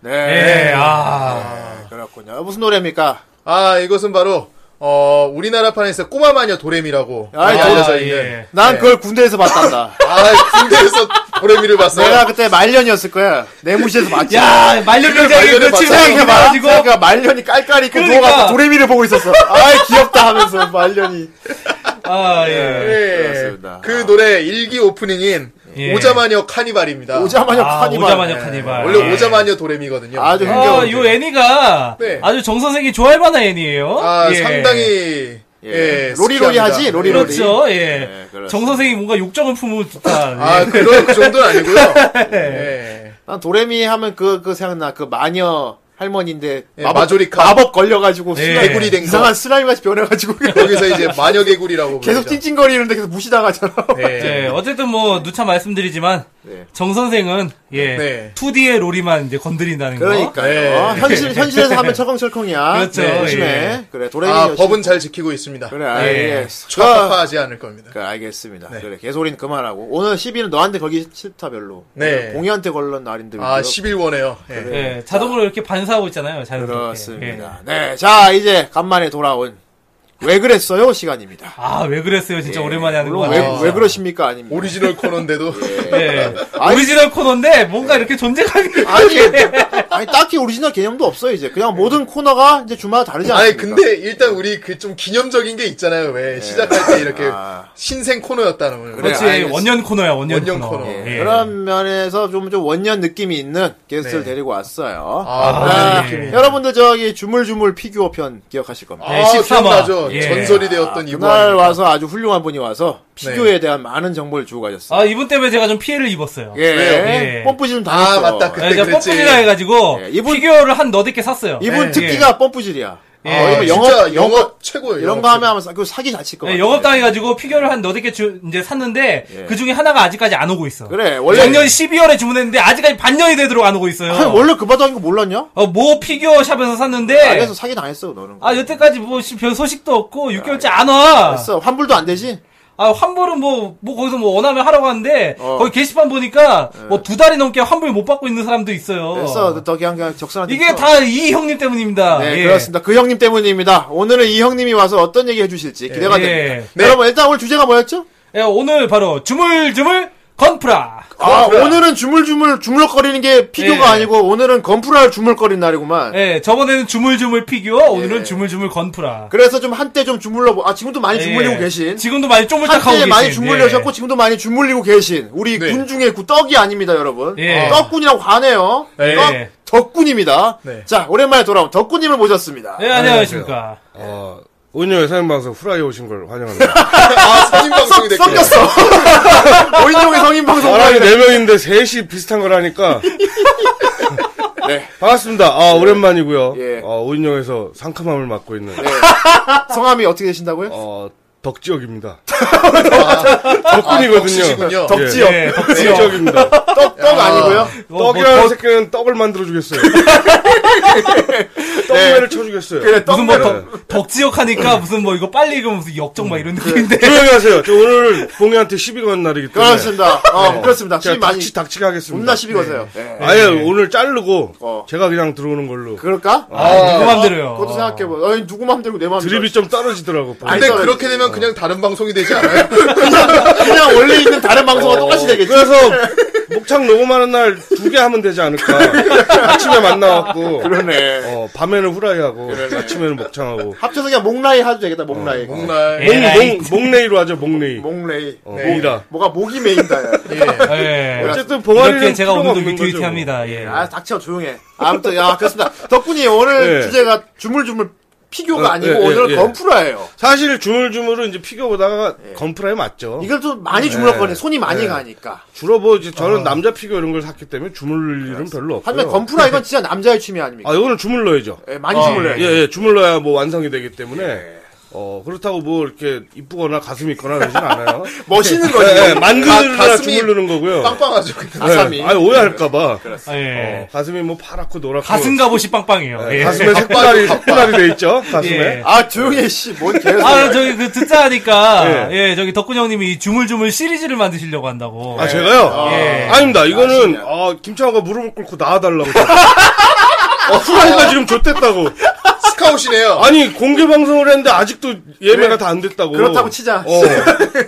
P: 네, 아.
B: 그렇군요. 무슨 노래입니까?
F: 아, 이것은 바로, 어, 우리나라판에서 꼬마 마녀 도레미라고
B: 아이, 예.
F: 알려져
B: 도레미.
F: 있는.
B: 난
F: 네.
B: 그걸 군대에서 봤단다.
F: 아, 군대에서 도레미를 봤어요.
B: 내가 그때 말년이었을 거야. 내무실에서 봤지.
P: 야, 말년 경쟁이
F: 말년에
P: 그
F: 봤어.
P: 친구가
B: 생각해봐.
P: 가지고
B: 그러니까 말년이 깔깔이 있고
P: 그러니까.
B: 누워갖고 도레미를 보고 있었어. 아이, 귀엽다 하면서 말년이.
P: 아, 예.
F: 예.
B: 그렇습니다.
F: 그 노래 일기 오프닝인
E: 예.
F: 오자마녀 카니발입니다.
B: 오자마자
P: 아,
B: 카니발.
P: 오자마녀 카니발.
F: 원래
P: 예.
F: 오자마녀 도레미거든요.
B: 아주
F: 예.
B: 흥겨운.
E: 아, 요 애니가
F: 네.
E: 아주 정 선생이 좋아할 만한 애니예요.
F: 아,
E: 예.
F: 상당히
B: 예.
F: 예,
B: 로리로리
F: 스키합니다.
B: 하지? 로리로리.
E: 그렇죠. 예.
B: 네, 그렇습니다.
E: 정 선생이 뭔가 욕정을 품은 듯한.
F: 아, 그런 그 정도는 아니고요. 예.
B: 난 도레미 하면 그, 그 생각나. 그 마녀 할머니인데.
F: 예, 마조리카.
B: 마법 걸려가지고. 슬라임.
F: 개구리 댕서.
B: 이상한 슬라임같이 변해가지고.
F: 여기서 이제 마녀 개구리라고
B: 계속
F: 부르죠.
B: 찡찡거리는데 계속 무시당하잖아.
E: 예. 예. 어쨌든 뭐 누차 말씀드리지만
B: 네.
E: 정 선생은 예
F: 네.
E: 2D의 로리만 이제 건드린다는 거.
B: 그러니까요.
F: 네.
B: 어, 현실, 현실에서 하면 철컹철컹이야. 네,
E: 그렇죠.
B: 조심해.
E: 예.
B: 그래, 도레미.
F: 아,
B: 열심히-
F: 법은 네. 잘 지키고 있습니다.
B: 그래, 알겠어.
F: 초합하지 않을 겁니다. 아,
B: 그 알겠습니다.
F: 네.
B: 그래 개소리는 그만하고 오늘 10일은 너한테 걸기 싫다 별로. 그
F: 네.
B: 봉이한테 걸는 날인데.
F: 아,
B: 그렇-
F: 11원에요.
E: 예. 자동으로 이렇게 반사하고 있잖아요. 자연스럽게. 예.
B: 그렇습니다. 네, 자 이제 간만에 돌아온 왜 그랬어요 시간입니다.
E: 아, 왜 그랬어요? 진짜 오랜만에 하는 거
B: 물론
E: 같아요.
B: 예. 왜, 왜 그러십니까 아닙니다.
F: 오리지널 코너인데도
E: 예. 오리지널 코너인데 뭔가 이렇게 존재감이
B: 아, 네. 아니, 네, 아니 딱히 오리지널 개념도 없어요 이제 그냥 모든 코너가 이제 주마다 다르지 않습니까?
F: 아니 근데 일단 우리 그 좀 기념적인 게 있잖아요 왜 시작할 때 이렇게
B: 예. 아.
F: 신생 코너였다는 걸
B: 그래,
E: 그렇지.
B: 알겠습니다.
E: 원년 코너야, 원년,
F: 원년
E: 코너.
F: 코너.
E: 예.
B: 그런 면에서 좀, 좀 원년 느낌이 있는 게스트를
F: 네.
B: 데리고 왔어요.
F: 아,
B: 아,
E: 예.
B: 예. 여러분들 저기 주물주물 피규어 편 기억하실 겁니다. 아,
E: 네,
F: 아,
E: 13화.
F: 기억나죠
E: 예.
F: 전설이 되었던 이분
B: 그날 와서 아주 훌륭한 분이 와서 피규어에 대한 많은 정보를 주고 가셨어요.
E: 아, 이분 때문에 제가 좀 피해를 입었어요.
B: 예.
E: 그래요? 예.
B: 펌프 좀
F: 아
B: 당했어.
F: 맞다
E: 아,
F: 그때
E: 제가
F: 그랬지
E: 뻔뿌리라 해가지고
B: 예, 이분-
E: 피규어를 한 너댓 개 샀어요.
B: 이분
E: 예.
B: 특기가 펌프질이야.
E: 예.
B: 아, 이러면 영업,
F: 진짜 영업,
B: 영업,
F: 최고예요.
B: 이런
F: 영업
B: 거
F: 최고.
B: 하면 아마 사- 그거 사기 다칠 것
E: 예,
B: 같아.
E: 영업 당해가지고 피규어를 한 너댓 개 주- 이제 샀는데 그 중에 하나가 아직까지 안 오고 있어.
B: 그래, 원래-
E: 작년 12월에 주문했는데 아직까지 반년이 되도록 안 오고 있어요.
B: 아니, 원래 그 바닥인 거 몰랐냐?
E: 어, 모 피규어 샵에서 샀는데
B: 알겠어, 사기 당했어, 너는.
E: 네. 아 여태까지 뭐 별 소식도 없고 6개월째
B: 아,
E: 안 와.
B: 됐어, 환불도 안 되지?
E: 아 환불은 뭐 뭐 거기서 뭐 원하면 하라고 하는데
B: 어. 예.
E: 거기 게시판 보니까 뭐 두 달이 넘게 환불 못 받고 있는 사람도 있어요.
B: 됐어, 너 그냥, 그냥 적선한테.
E: 이게 다 이 형님 때문입니다.
B: 네,
E: 예.
B: 그렇습니다. 그 형님 때문입니다. 오늘은 이 형님이 와서 어떤 얘기 해주실지 기대가
E: 예.
B: 됩니다.
E: 네.
B: 여러분, 일단 오늘 주제가 뭐였죠?
E: 예, 오늘 바로 주물주물 건프라.
B: 아, 오늘은 주물주물 주물럭거리는 게 피규어가
E: 예.
B: 아니고 오늘은 건프라를 주물거리는 날이구만.
E: 예, 저번에는 주물주물 피규어,
B: 예.
E: 오늘은 주물주물 건프라.
B: 그래서 좀 한때 좀 주물러, 아, 지금도 많이 주물리고
E: 예.
B: 계신.
E: 지금도 많이 쪼물딱하고
B: 한때
E: 계신. 예.
B: 많이 주물려셨고 지금도 많이 주물리고 계신 우리
F: 네.
B: 군 중에 구 떡이 아닙니다, 여러분. 어,
E: 예.
B: 떡군이라고 하네요.
E: 예. 네.
B: 떡, 덕군입니다. 자, 오랜만에 돌아온 덕군님을 모셨습니다.
E: 예, 예, 안녕하십니까.
H: 어, 오늘 사연방송 후라이 오신 걸 환영합니다.
F: 아, 사진 방송이 아, 네. 됐고.
B: 섞였어. 오인종의 성인 방송.
H: 사람이 4명인데 셋이 비슷한 걸 하니까.
B: 네.
H: 반갑습니다. 아, 오랜만이고요.
B: 예. 네.
H: 어, 오인영에서 상큼함을 맡고 있는
B: 성함이 어떻게 되신다고요?
H: 어, 덕지역입니다. 덕분이거든요.
F: 덕지시군요.
B: 네. 덕지요. 네.
E: 예, 덕지요.
H: 덕지역입니다. 어,
B: 떡, 떡 아니고요.
H: 네.
E: 뭐,
H: 떡이라는
E: 뭐,
H: 새끼는 떡을 만들어 주겠어요. 떡매를 쳐 주겠어요.
B: 네. 그래, 떡
E: 무슨 뭐
B: 네.
E: 덕, 덕지역 하니까 무슨 뭐 이거 빨리 이거 무슨 역적
B: 음,
E: 막 이런 느낌인데.
H: 조용히 하세요. 저 오늘 봉이한테 시비 건 날이기 때문에.
B: 그렇습니다. 어, 그렇습니다.
H: 제가
B: 시비 많이
H: 닥치, 닥치게 하겠습니다. 네.
B: 겁나 시비 거세요. 예.
H: 아예 오늘 자르고
B: 어.
H: 제가 그냥 들어오는 걸로
B: 그럴까?
E: 아, 누구 맘대로요.
B: 그것도 생각해봐. 아니, 누구 맘대로 내 맘대로.
H: 드립이 좀 떨어지더라고.
B: 아니,
F: 근데
B: 알잖아,
F: 그렇게 되면 그냥 다른 방송이 되지 않아요?
B: 그냥 원래 있는 다른 방송과 똑같이 되겠지.
H: 예, 그래서 목창 녹음하는 날 두 개 하면 되지 않을까. 아침에 만나갖고
B: 그러네.
H: 어, 밤에는 후라이하고 아침에는 목창하고
B: 합쳐서 그냥 목라이 하도 되겠다, 목라이. 예.
F: 정말.
E: 예,
B: 네,
E: 에라이.
H: 목, 목, 목레이로 하죠 목레이.
B: 목레이.
H: 어, 목이라.
B: 뭐가 목이 메인다. 야. 네,
E: 예.
H: 어쨌든
B: 뭐
E: 이렇게
H: 봉아리는
E: 제가 오늘도
H: 필요가 없는 거죠,
E: 위트위트
H: 뭐.
E: 합니다. 예.
B: 아, 닥쳐, 조용해. 아무튼, 야, 그렇습니다. 덕분이 오늘
H: 예.
B: 주제가 주물주물 피규어가
H: 어,
B: 아니고
H: 예, 예,
B: 오늘은
H: 예.
B: 건프라예요.
H: 사실 주물주물은 이제 피규어보다가 건프라에 맞죠.
B: 네. 이걸 또 많이 주물럭거리네. 손이 많이 가니까.
H: 주로 뭐 이제 저는 남자 피규어 이런 걸 샀기 때문에 주물 일은 별로 없고요.
B: 네, 하지만 건프라 이건 진짜 남자의 취미 아닙니까?
H: 아 이거는 주물러야죠.
B: 예, 많이 주물러야
H: 예,
B: 돼.
H: 예, 주물러야 뭐 완성이 되기 때문에 어 그렇다고 뭐 이렇게 이쁘거나 가슴이 있거나 그러진 않아요.
B: 멋있는 거지.
H: 예, 예,
F: 가-
H: 만들어야
F: 가슴이
H: 주물르는 거고요.
F: 빵빵하죠.
B: 가슴이.
H: 예, 아니 오해할까봐.
E: 예.
H: 어, 가슴이 뭐 파랗고 노랗고.
E: 가슴 갑옷이 빵빵해요.
B: 네,
E: 예.
H: 가슴에 색깔이 색깔이 돼 있죠. 가슴에.
E: 예.
B: 아, 조용히 해, 씨. 뭔 개소리야.
E: 아, 저기 그 듣자 하니까 예, 저기 덕군 형님이 이 주물주물 시리즈를 만드시려고 한다고.
H: 아 제가요?
E: 예.
H: 아닙니다. 이거는 아, 김창호가 무릎을 꿇고 나와달라고. 어, 후라이가 지금 좆됐다고.
F: 스카웃이네요.
H: 아니 공개 방송을 했는데 아직도 예매가 다 안 됐다고.
B: 그렇다고 치자.
H: 어.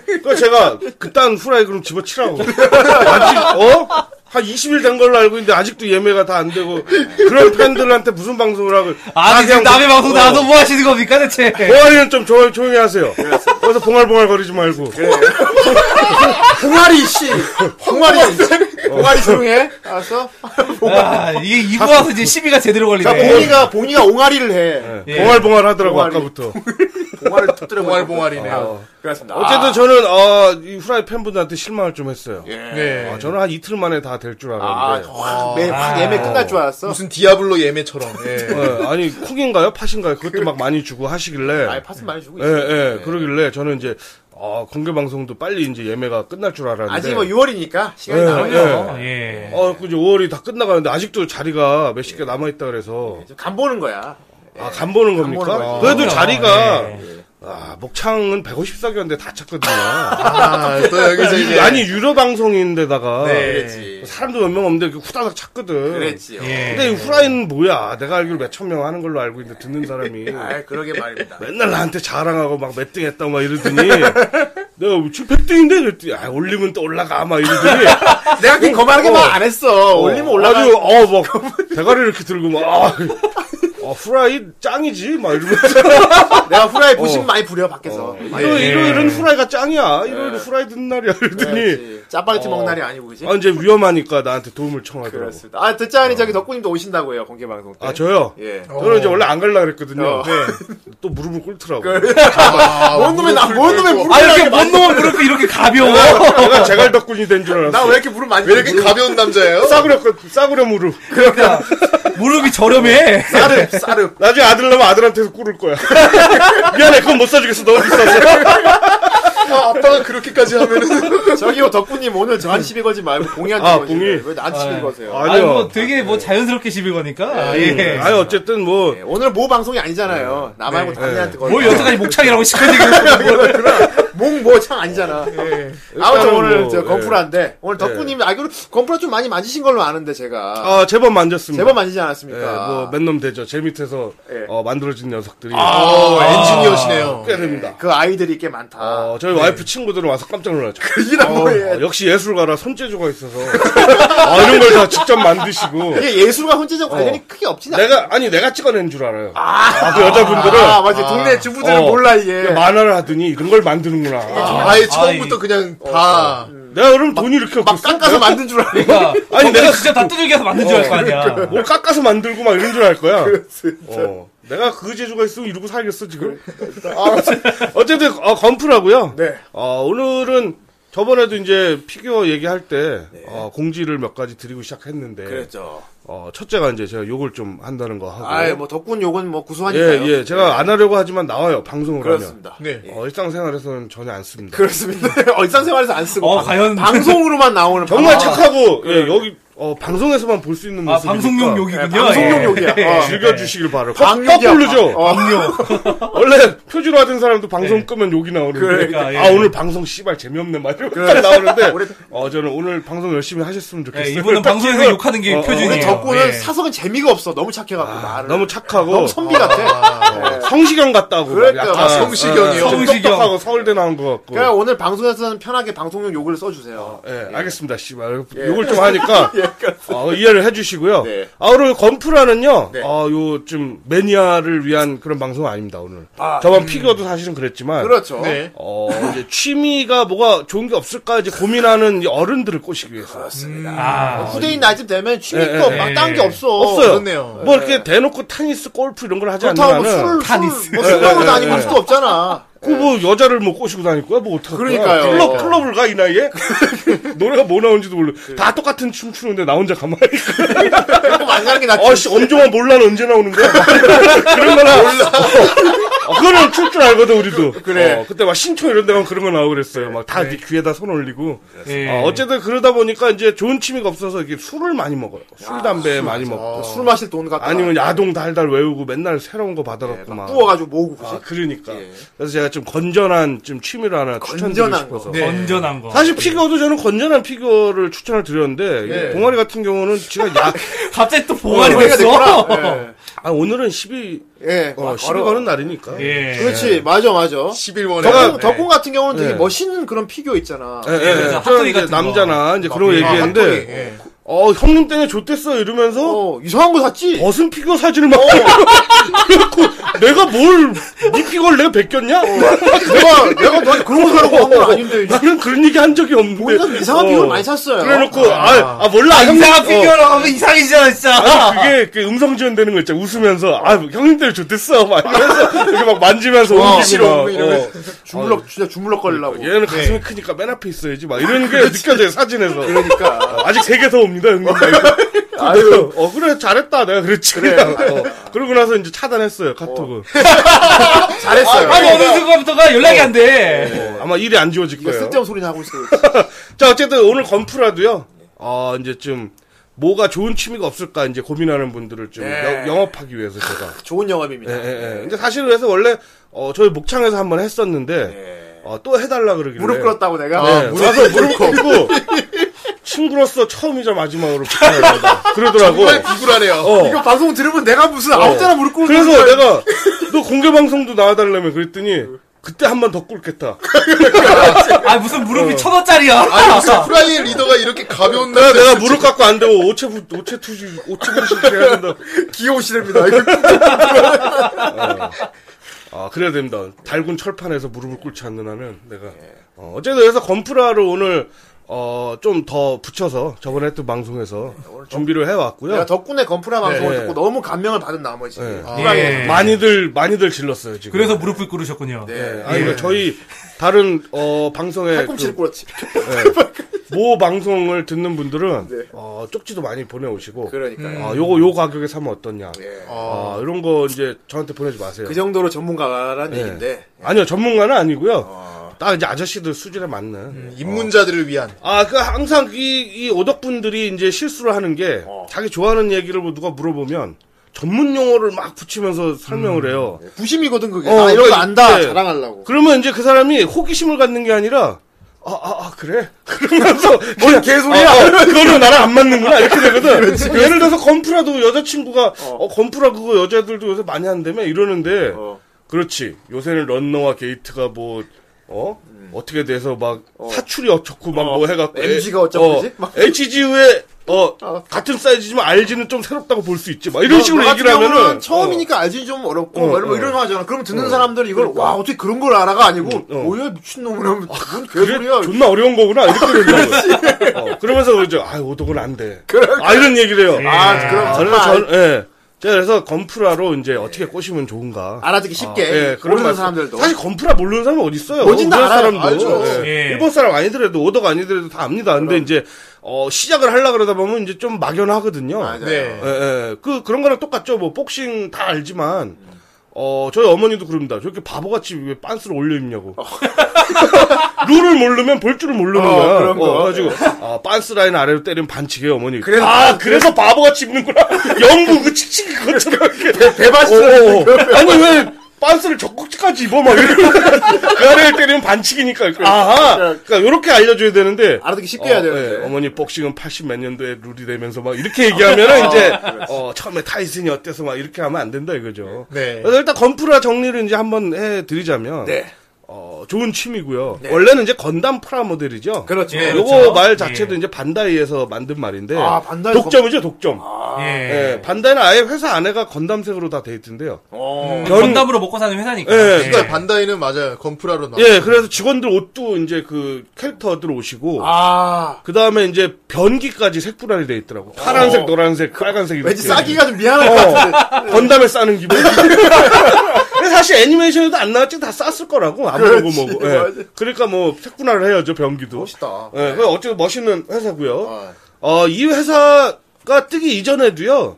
H: 그러니까 제가 그딴 후라이 그럼 집어치라고. 아직 어? 한 20일 된 걸로 알고 있는데 아직도 예매가 다 안 되고 그런 팬들한테 무슨 방송을 하고
E: 아니, 지금 남의 방송
H: 나
E: 나와서 뭐 하시는 겁니까, 대체?
H: 봉아리는 어. 좀 조용히, 조용히 하세요. 그래서 봉알봉알 거리지 말고.
B: 예. 홍아리, 씨. 홍아리.
F: 어.
B: 홍아리 조용해. 알았어?
E: 아, 이게 이거 와서 이제 시비가 제대로
B: 자,
E: 걸리네.
B: 봉이가, 봉이가 옹알이를 해.
E: 예.
H: 봉알봉알 하더라고
B: 봉아리.
H: 아까부터.
B: 봉알을 터뜨려.
F: 봉알봉알이네요.
B: 어. 그렇습니다.
H: 어쨌든 저는 어, 이 후라이 팬분들한테 실망을 좀 했어요.
B: 예.
E: 네.
H: 어, 저는 한 이틀 만에 다 될 줄
B: 아,
H: 알았는데.
B: 확, 매, 확 예매 끝날 줄 알았어.
F: 무슨 디아블로 예매처럼. 예.
H: 예, 아니 콩인가요? 팥인가요? 그것도 막 많이 주고 하시길래
B: 아니, 팟은 많이 주고 네.
H: 예,
B: 있어.
H: 예, 그러길래 저는 이제 아, 공개 방송도 빨리 이제 예매가 끝날 줄 알았는데
B: 아직 뭐 6월이니까 시간이 뭐
H: 예,
B: 남아요.
E: 예.
H: 어, 그 이제 5월이 다 끝나가는데 아직도 자리가 몇 십 개 남아 있다 그래서
B: 이제 간 보는 거야.
H: 아, 간 보는 겁니까?
B: 보는 아, 네. 거지.
H: 그래도 자리가
E: 예.
H: 아, 목창은 154개였는데 다 찼거든요.
F: 아, 또 여기서 이제.
H: 아니 유료 방송인데다가
B: 네, 그랬지.
H: 사람도 몇 명 없는데 그 후다닥 찼거든.
B: 그랬지요.
F: 예.
E: 예.
H: 근데 이 후라이는 뭐야? 내가 알기로 몇 천 명 하는 걸로 알고 있는데 듣는 사람이
B: 아, 그러게 말입니다.
H: 맨날 나한테 자랑하고 막 몇 등 했다고 막 이러더니 내가 뭐 지금 100등인데 그랬더니 아, 올리면 또 올라가 막 이러더니
B: 내가 그렇게 거만하게
H: 어.
B: 말 안 했어. 올리면 올라가.
H: 아주 어막 대가리를 이렇게 들고 막 아, 어, 후라이 짱이지 막 이러면서
B: 내가 후라이
F: 어.
B: 부심 많이 부려, 밖에서. 많이
H: 이거 일요일은 후라이가 짱이야
B: 예.
H: 일요일은 후라이 듣는 날이야 이러더니
B: 부려야지. 짜파게티
H: 어.
B: 먹는 날이 아니고, 그지?
H: 아, 이제 위험하니까 나한테 도움을 청하더라고.
B: 그렇습니다. 아, 듣자니 저기 덕구님도 오신다고 해요, 공개방송 때.
H: 아 저요?
B: 예.
H: 저는 이제 원래 안 갈라 그랬거든요.
B: 어.
H: 네. 또 무릎을 꿇더라고.
F: 아,
B: 뭔 놈의 나, 뭔 놈의 무릎
E: 아 이렇게 뭔 놈은 무릎이 이렇게 가벼워.
H: 내가 제갈덕군이 된 줄 알았어.
B: 나 왜 이렇게 무릎 많이
F: 아, 왜 이렇게 가벼운 남자예요?
H: 싸구려 거- 싸구려 무릎.
E: 무릎이 저렴해.
B: 싸름, 싸름.
H: 나중에 아들 나면 아들한테서 꿇을 거야. 미안해, 그건 못 사주겠어. 너무 비싸서.
F: 아, 아빠가 그렇게까지 하면은
B: 저기요, 덕분님 오늘 저한 시비 걸지 말고 공이한테
H: 아,
B: 거지.
H: 공이.
B: 왜 나한테 시비
E: 아,
B: 거세요?
H: 아,
E: 아니
H: 아니요. 음,
E: 뭐 되게 뭐 자연스럽게 시비 거니까. 예.
H: 아니 어쨌든 뭐
B: 네, 오늘 모 방송이
F: 네.
B: 아니잖아요. 나 말고 당신한테 걸어.
F: 뭐
E: 뭘 여태까지 목창이라고 시켜지고
B: 몽모창 아니잖아.
F: 네.
B: 아무튼
H: 일단은
B: 오늘
H: 뭐,
B: 저
H: 예.
B: 건프라인데 오늘 덕분님 알기로 건프라 좀 많이 만지신 걸로 아는데 제가
H: 아, 제법 만졌습니다.
B: 제법 만지지
H: 예,
B: 않았습니까?
H: 뭐 맨놈 되죠. 제 밑에서
B: 예. 아.
H: 어, 만들어진 녀석들이
F: 어, 엔지니어시네요.
H: 꽤 됩니다.
B: 그 아이들이 네. 그 꽤 많다.
H: 아. 어, 저희 와이프 친구들은 와서 깜짝 놀랐죠.
B: 이란 뭐예요?
H: 어, 역시 예술가라 손재주가 있어서 아, 이런 걸 다 직접 만드시고
B: 이게 예술과 혼재적 관련이 크게 없진 않아.
H: 내가 아니 내가 찍어낸 줄 알아요. 아, 그 여자분들은
B: 아, 맞아. 동네 주부들은
H: 어.
B: 몰라, 이게.
H: 만화를 하더니 이런 걸 만드는구나.
F: 아예 처음부터 그냥 다
H: 내가 그럼 돈이 이렇게
B: 막
H: 없었어?
B: 깎아서 만든 줄 알아.
H: 아니 내가 그렇죠.
E: 진짜 다 두들겨서 만든 줄 알 거 아니야.
H: 뭘 깎아서 만들고 막 이런 줄 알 거야. 어. 내가 그 재주가 있으면 이러고 살겠어 지금. 아, 어쨌든 어, 건프라고요.
B: 네.
H: 어, 오늘은 저번에도 이제 피규어 얘기할 때 어, 공지를 몇 가지 드리고 시작했는데
B: 네. 그랬죠.
H: 어, 첫째가 이제 제가 욕을 좀 한다는 거 하고.
B: 아이, 뭐, 덕분 욕은 뭐,
H: 예,
B: 구수하니까요. 네.
H: 예. 제가 안 하려고 하지만 나와요. 방송을
B: 그렇습니다.
F: 네.
H: 하면. 어, 일상생활에서는 전혀 안 씁니다.
B: 그렇습니다. 어, 일상생활에서 안 쓰고.
E: 어,
B: 방-
E: 과연.
B: 방송으로만 나오는.
H: 정말
B: 방- 아.
H: 착하고 예, 여기 어, 방송에서만 볼 수 있는
E: 아
H: 모습.
E: 방송용 욕이군요.
B: 방송용
E: 예.
B: 욕이야. 어.
H: 즐겨주시길 바라요.
B: 방역이야,
H: 거꾸로죠.
B: 방- 어.
H: 원래 표지로 하던 사람도 방송 끄면 욕이 나오는데
E: 그러니까, 예.
H: 아 오늘 방송 씨발 재미없네 막 이러고 딱 나오는데 어 저는 오늘 방송 열심히 하셨으면
E: 예,
H: 좋겠어요.
E: 이분은 방송에서 욕하는 게
H: 어, 어,
E: 표준이에요.
B: 우리 덕분은
E: 예.
B: 네. 사석은 재미가 없어. 너무 착해갖고, 말을.
H: 아, 너무 착하고
B: 너무 선비 같아. 네.
H: 성시경 같다고 막
B: 그러니까,
H: 약간
B: 아,
F: 성시경이요.
H: 좀
E: 성시경.
H: 똑똑하고 서울대 나온 것 같고
B: 그러니까 오늘 방송에서는 편하게 방송용 욕을 써주세요.
H: 예, 알겠습니다 씨발 욕을 좀 하니까 어, 이해를 해주시고요.
B: 네.
H: 아 오늘 건프라는요 어, 아요좀 매니아를 위한 그런 방송 아닙니다 오늘 저번 피규어도 사실은 그랬지만
B: 그렇죠.
H: 어, 이제 취미가 뭐가 좋은 게 없을까 이제 고민하는 이 어른들을 꼬시기 위해서.
E: 아,
B: 후대인 나이쯤 되면
H: 예,
B: 취미껏
H: 예,
B: 막
E: 예,
B: 딴 게
E: 예.
B: 없어.
H: 없어요.
F: 그렇네요.
H: 뭐 이렇게 대놓고 테니스, 골프 이런 걸 하지
B: 그렇다고 뭐
H: 않으면은
B: 술을,
E: 테니스.
B: 술을, 뭐 술을 먹고
H: 예,
B: 다니고
H: 예,
B: 할 수도 없잖아.
H: 그뭐 여자를 뭐 꼬시고 다닐 거야? 뭐 어떡할
B: 그러니까요. 네.
H: 거야? 클럽 클럽을 가 이 나이에? 노래가 뭐 나오는지도 몰라. 다 똑같은 춤 추는데 나 혼자 가만히 있고.
B: 그거 많이 하는 게 낫지.
H: 아씨 엄정한 몰라는 언제 나오는 거야? 그런 거나 몰라. 어, 그거는 출 줄 알거든 우리도.
B: 그래. 네.
H: 어, 그때 막 신촌 이런 데 가면 그런 거 나오고 그랬어요. 막 다 귀에다 손 올리고.
E: 예.
H: 어, 어쨌든 그러다 보니까 이제 좋은 취미가 없어서 이게 술을 많이 먹어요. 술, 담배 많이 먹고.
B: 아, 술 마실 돈 갖다.
H: 아니면 야동 달달 외우고 맨날 새로운 거 받아갖고 막.
B: 부어가지고 모으고 그지?
H: 아, 그러니까. 그래서 제가 좀 건전한 좀 취미를 하나 추천드리고
B: 예. 건전한
H: 싶어서.
E: 네.
H: 네.
E: 건전한 거.
H: 사실 피규어도 저는 건전한 피규어를 추천을 드렸는데,
B: 예.
H: 이 동아리 같은 경우는 제가 야,
E: 갑자기 또 봉화리
B: 그래야 되겠구나.
E: 됐어.
H: 아, 오늘은 12,
B: 예.
H: 어, 12가는 날이니까.
E: 예.
B: 그렇지, 맞아, 맞아.
F: 11원에
B: 덕공, 덕공 같은 경우는 되게
H: 예.
B: 멋있는 그런 피규어 있잖아.
H: 예, 예.
E: 그래서
H: 저는
E: 핫도이
H: 이제
E: 같은 거. 예.
H: 남자나 이제 그런 거
B: 아,
H: 얘기했는데,
B: 예.
H: 어, 형님 때문에 좋댔어 이러면서,
B: 어, 이상한 거 샀지?
H: 벗은 피규어 사진을 막, 그래갖고, 내가 뭘, 네 피규어를 내가 베꼈냐? 어.
B: 내가, 내가 너 그런 거 사라고 한 건 아닌데.
H: 나는 그런 얘기 한 적이 없는데.
B: 보니까 이상한
H: 어.
B: 피규어 많이 샀어요.
H: 그래놓고, 아, 아, 몰라. 형님.
E: 이상한
H: 어.
E: 피규어로 하면 이상해지잖아, 진짜.
H: 아니, 그게, 그 음성 지원되는 거 있잖아. 웃으면서, 아, 형님 때문에 좋댔어. 막 이러면서, 이렇게 막
B: 어,
H: 만지면서 옮기고. 막, 어.
B: 주물럭, 진짜 주물럭 거리려고.
H: 얘는 가슴이 크니까 맨 앞에 있어야지. 막 이런 게 느껴져요, 사진에서.
B: 그러니까.
H: 어, 아직 세 개 더 옵니다, 형님. 아유. 어, 그래, 잘했다. 내가 그랬지. 그래. 어. 그러고 나서 이제 차단했어요, 카톡을.
B: 잘했어요.
E: 아니, 어느 순간부터가 연락이 안 돼.
H: 어, 아마 일이 안 지워질
B: 이거
H: 거예요.
B: 쓸데없는 소리나 하고 있어.
H: 자, 어쨌든 오늘 건프라도요. 어, 이제 좀 뭐가 좋은 취미가 없을까 이제 고민하는 분들을 좀
B: 네.
H: 여- 영업하기 위해서 제가.
B: 좋은 영업입니다.
H: 예, 예, 예. 근데 사실 그래서 원래 어, 저희 목창에서 한번 했었는데 어, 또 해달라
B: 네.
H: 그러길래.
B: 무릎 꿇었다고 내가.
H: 네, 와서 무릎 꿇고 친구로서 처음이자 마지막으로 부탁하려고 그러더라고.
F: 정말 비굴하네요.
H: 어. 네.
B: 이거 방송 들으면 내가 무슨 아홉 자나 무릎 꿇는
H: 그래서
B: 거야.
H: 내가 너 공개 방송도 나와달라며 그랬더니 그때 한 번 더 꿇겠다.
E: 아, 무슨 무릎이 천 원짜리야.
F: 아니 무슨 프라이의 리더가 이렇게 가벼운
H: 내가,
B: 네,
F: 날
H: 내가 무릎 깎고 안 되고 오체 부 오체 투지 오체 분식 해야 된다.
B: 귀여우시랍니다. 이거
H: 아, 그래야
B: 예.
H: 됩니다. 달군 철판에서 무릎을 꿇지 않는 한은 내가. 어, 어쨌든 그래서 건프라를 오늘 어, 좀 더 붙여서 저번에 했던 방송에서 준비를 해왔고요.
B: 예, 내가 덕분에 건프라 방송을
H: 네.
B: 듣고 너무 감명을 받은 나머지 아,
H: 아, 많이들 많이들 질렀어요 지금.
E: 예. 그래서 뭐- 무릎을 꿇으셨군요.
H: 예, 아니 그 저희 다른 어 방송에
B: 팔꿈치를
H: 그,
B: 꿇었지.
H: 예, 모 방송을 듣는 분들은 어 쪽지도 많이 보내오시고
B: 네. 그러니까요.
H: 아 요거 요 가격에 사면 어떻냐.
B: 예.
H: 아 이런 거 이제 저한테 보내지 마세요.
B: 그 정도로 전문가라는
H: 예.
B: 얘기인데
H: 아니요 전문가는 아니고요. 딱 이제 아저씨들 수준에 맞는.
F: 입문자들을 위한
H: 아, 그 항상 이, 이 오덕분들이 이제 실수를 하는 게 자기 좋아하는 얘기를 뭐 누가 물어보면 전문 용어를 막 붙이면서 설명을 해요.
B: 부심이거든 그게.
H: 어,
B: 나 이런 거
H: 그러니까
B: 안다
H: 이제-
B: 자랑하려고.
H: 그러면 이제 그 사람이 호기심을 갖는 게 아니라 아, 아, 아, 그래? 그러면서, 뭔 개소리야? 그거는 나랑 안 맞는구나? 이렇게 되거든. 그러니까 예를 들어서 건프라도 여자친구가, 어, 건프라 그거 여자들도 요새 많이 한다며? 이러는데,
B: 어.
H: 그렇지. 요새는 런너와 게이트가 뭐, 어?
B: 음.
H: 어떻게 돼서 막, 사출이 어쩌고 막 뭐 해갖고.
B: MG 가 어쩌고 그러지? 막.
H: HGU의, 어, 같은 사이즈지만 RG는 좀 새롭다고 볼 수 있지. 막 이런 식으로
B: 너 같은
H: 얘기를 하면은.
B: 경우는 처음이니까 알지 좀 어렵고
H: 어,
B: 뭐 이런
H: 어. 그러니까.
B: 이런 거 하잖아. 그럼 듣는 사람들은 이걸 와 어떻게 그런 걸 알아가 아니고
H: 어. 아,
B: 뭐야 미친 놈이라 무슨
H: 그게
B: 개소리야.
H: 존나 어려운 거구나
B: 아,
H: 이렇게 된다고. 어, 그러면서 그러죠. 아 오독은 안 돼. 아 이런 얘기를 해요.
B: 아 그럼
H: 저는
B: 정말 네.
H: 전- 예. 제가 그래서 건프라로 이제 어떻게 꼬시면 좋은가.
B: 알아듣기 쉽게
H: 예, 그런
B: 모르는
H: 말씀.
B: 사람들도
H: 사실 건프라 모르는 사람이 어디 있어요?
B: 뭔진 다
H: 우리나라
B: 알아요.
H: 사람도
B: 알죠.
H: 예.
E: 예.
H: 일본 사람 아니더라도 오덕 아니더라도 다 압니다. 근데 이제 어, 시작을 하려 그러다 보면 이제 좀 막연하거든요.
B: 맞아요.
H: 예, 예. 그 그런 거랑 똑같죠. 뭐 복싱 다 알지만 어 저희 어머니도 그럽니다. 저렇게 바보같이 왜 빤스를 올려 입냐고. 룰을 모르면 볼 줄을 모르는
B: 어,
H: 거야.
B: 그런 거.
H: 어, 그래가지고 아 빤스 라인 아래로 때리면 반칙이에요 어머니.
B: 그래서
H: 아 그래서 바보같이 입는구나. 영구 그 칙칙이 그것처럼 이렇게
B: 대바스
H: 오, 오. 아니 왜 반스를 젖꼭지까지 입어 막 이러고 그 아래를 때리면 반칙이니까 아하 그러니까 이렇게 알려줘야 되는데
B: 알아듣기 쉽게 해야 되는데.
H: 예, 어머니 복싱은 80 몇 년도에 룰이 되면서 막 이렇게
B: 아,
H: 얘기하면은 이제 어, 처음에 타이슨이 어때서 막 이렇게 하면 안 된다 이거죠
F: 네.
H: 그래서 일단 건프라 정리를 이제 한번 해드리자면
B: 네.
H: 어, 좋은 취미고요 원래는 이제 건담 프라모델이죠
B: 그렇죠.
E: 예.
H: 요거
E: 그렇죠.
H: 말 자체도
E: 예.
H: 이제 반다이에서 만든 말인데
B: 아, 반다이 아, 네.
H: 독점이죠 독점
E: 예.
H: 예, 반다이는 아예 회사 안에가 건담색으로 다 돼 있던데요.
E: 음, 건담으로 먹고 사는 회사니까.
H: 예,
E: 예.
F: 그러니까 반다이는 맞아요 건프라로 나
H: 예, 그래서 직원들 옷도 이제 그 캐릭터들 오시고
B: 아
H: 그 다음에 이제 변기까지 색분할이 돼 있더라고. 파란색, 노란색, 빨간색 이렇게.
B: 왠지 예. 싸기가 좀 미안할 것 같은데
H: 어, 건담에 싸는 기분. 근데 사실 애니메이션에도 안 나왔지 다 쌌을 거라고 아무런 거
B: 그렇지,
H: 뭐고.
B: 맞아.
H: 예. 그러니까 뭐 색분할을 해야죠 변기도.
B: 멋있다. 네.
H: 예, 그 어쨌든 멋있는 회사고요.
B: 어.
H: 어, 이 회사가 뜨기 이전에도요.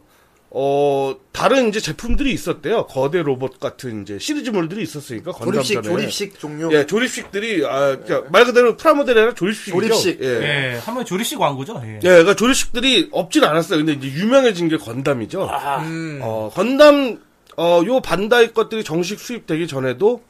H: 어, 다른 이제 제품들이 있었대요. 거대 로봇 같은 이제 시리즈물들이 있었으니까 건담
B: 조립식
H: 전에.
B: 조립식 종류
H: 예, 조립식들이 아, 그러니까 말 그대로 프라모델이 아니라 조립식이죠.
B: 조립식.
H: 예. 예.
E: 예, 한번 조리씨 광고죠. 예.
H: 그러니까 조립식들이 없진 않았어요. 근데 이제 유명해진 게 건담이죠.
B: 아. 음.
H: 어, 건담 어, 요 반다이 것들이 정식 수입되기 전에도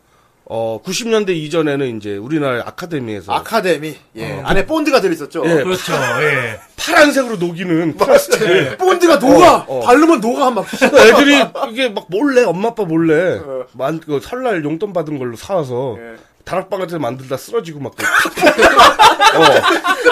H: 어, 90년대 이전에는 이제 우리나라 아카데미에서
B: 아카데미 예.
H: 어.
B: 안에 본드가 들어있었죠
H: 예.
E: 그렇죠. 예.
H: 파란색으로 녹이는 플라스틱을
B: 본드가 녹아
H: 예. 어, 어.
B: 예. 바르면 녹아 막
H: 그 애들이 이게 막 몰래 엄마 아빠 몰래
B: 어.
H: 만, 그 설날 용돈 받은 걸로 사와서
B: 예.
H: 다락방 같은 데 만들다 쓰러지고 막 그-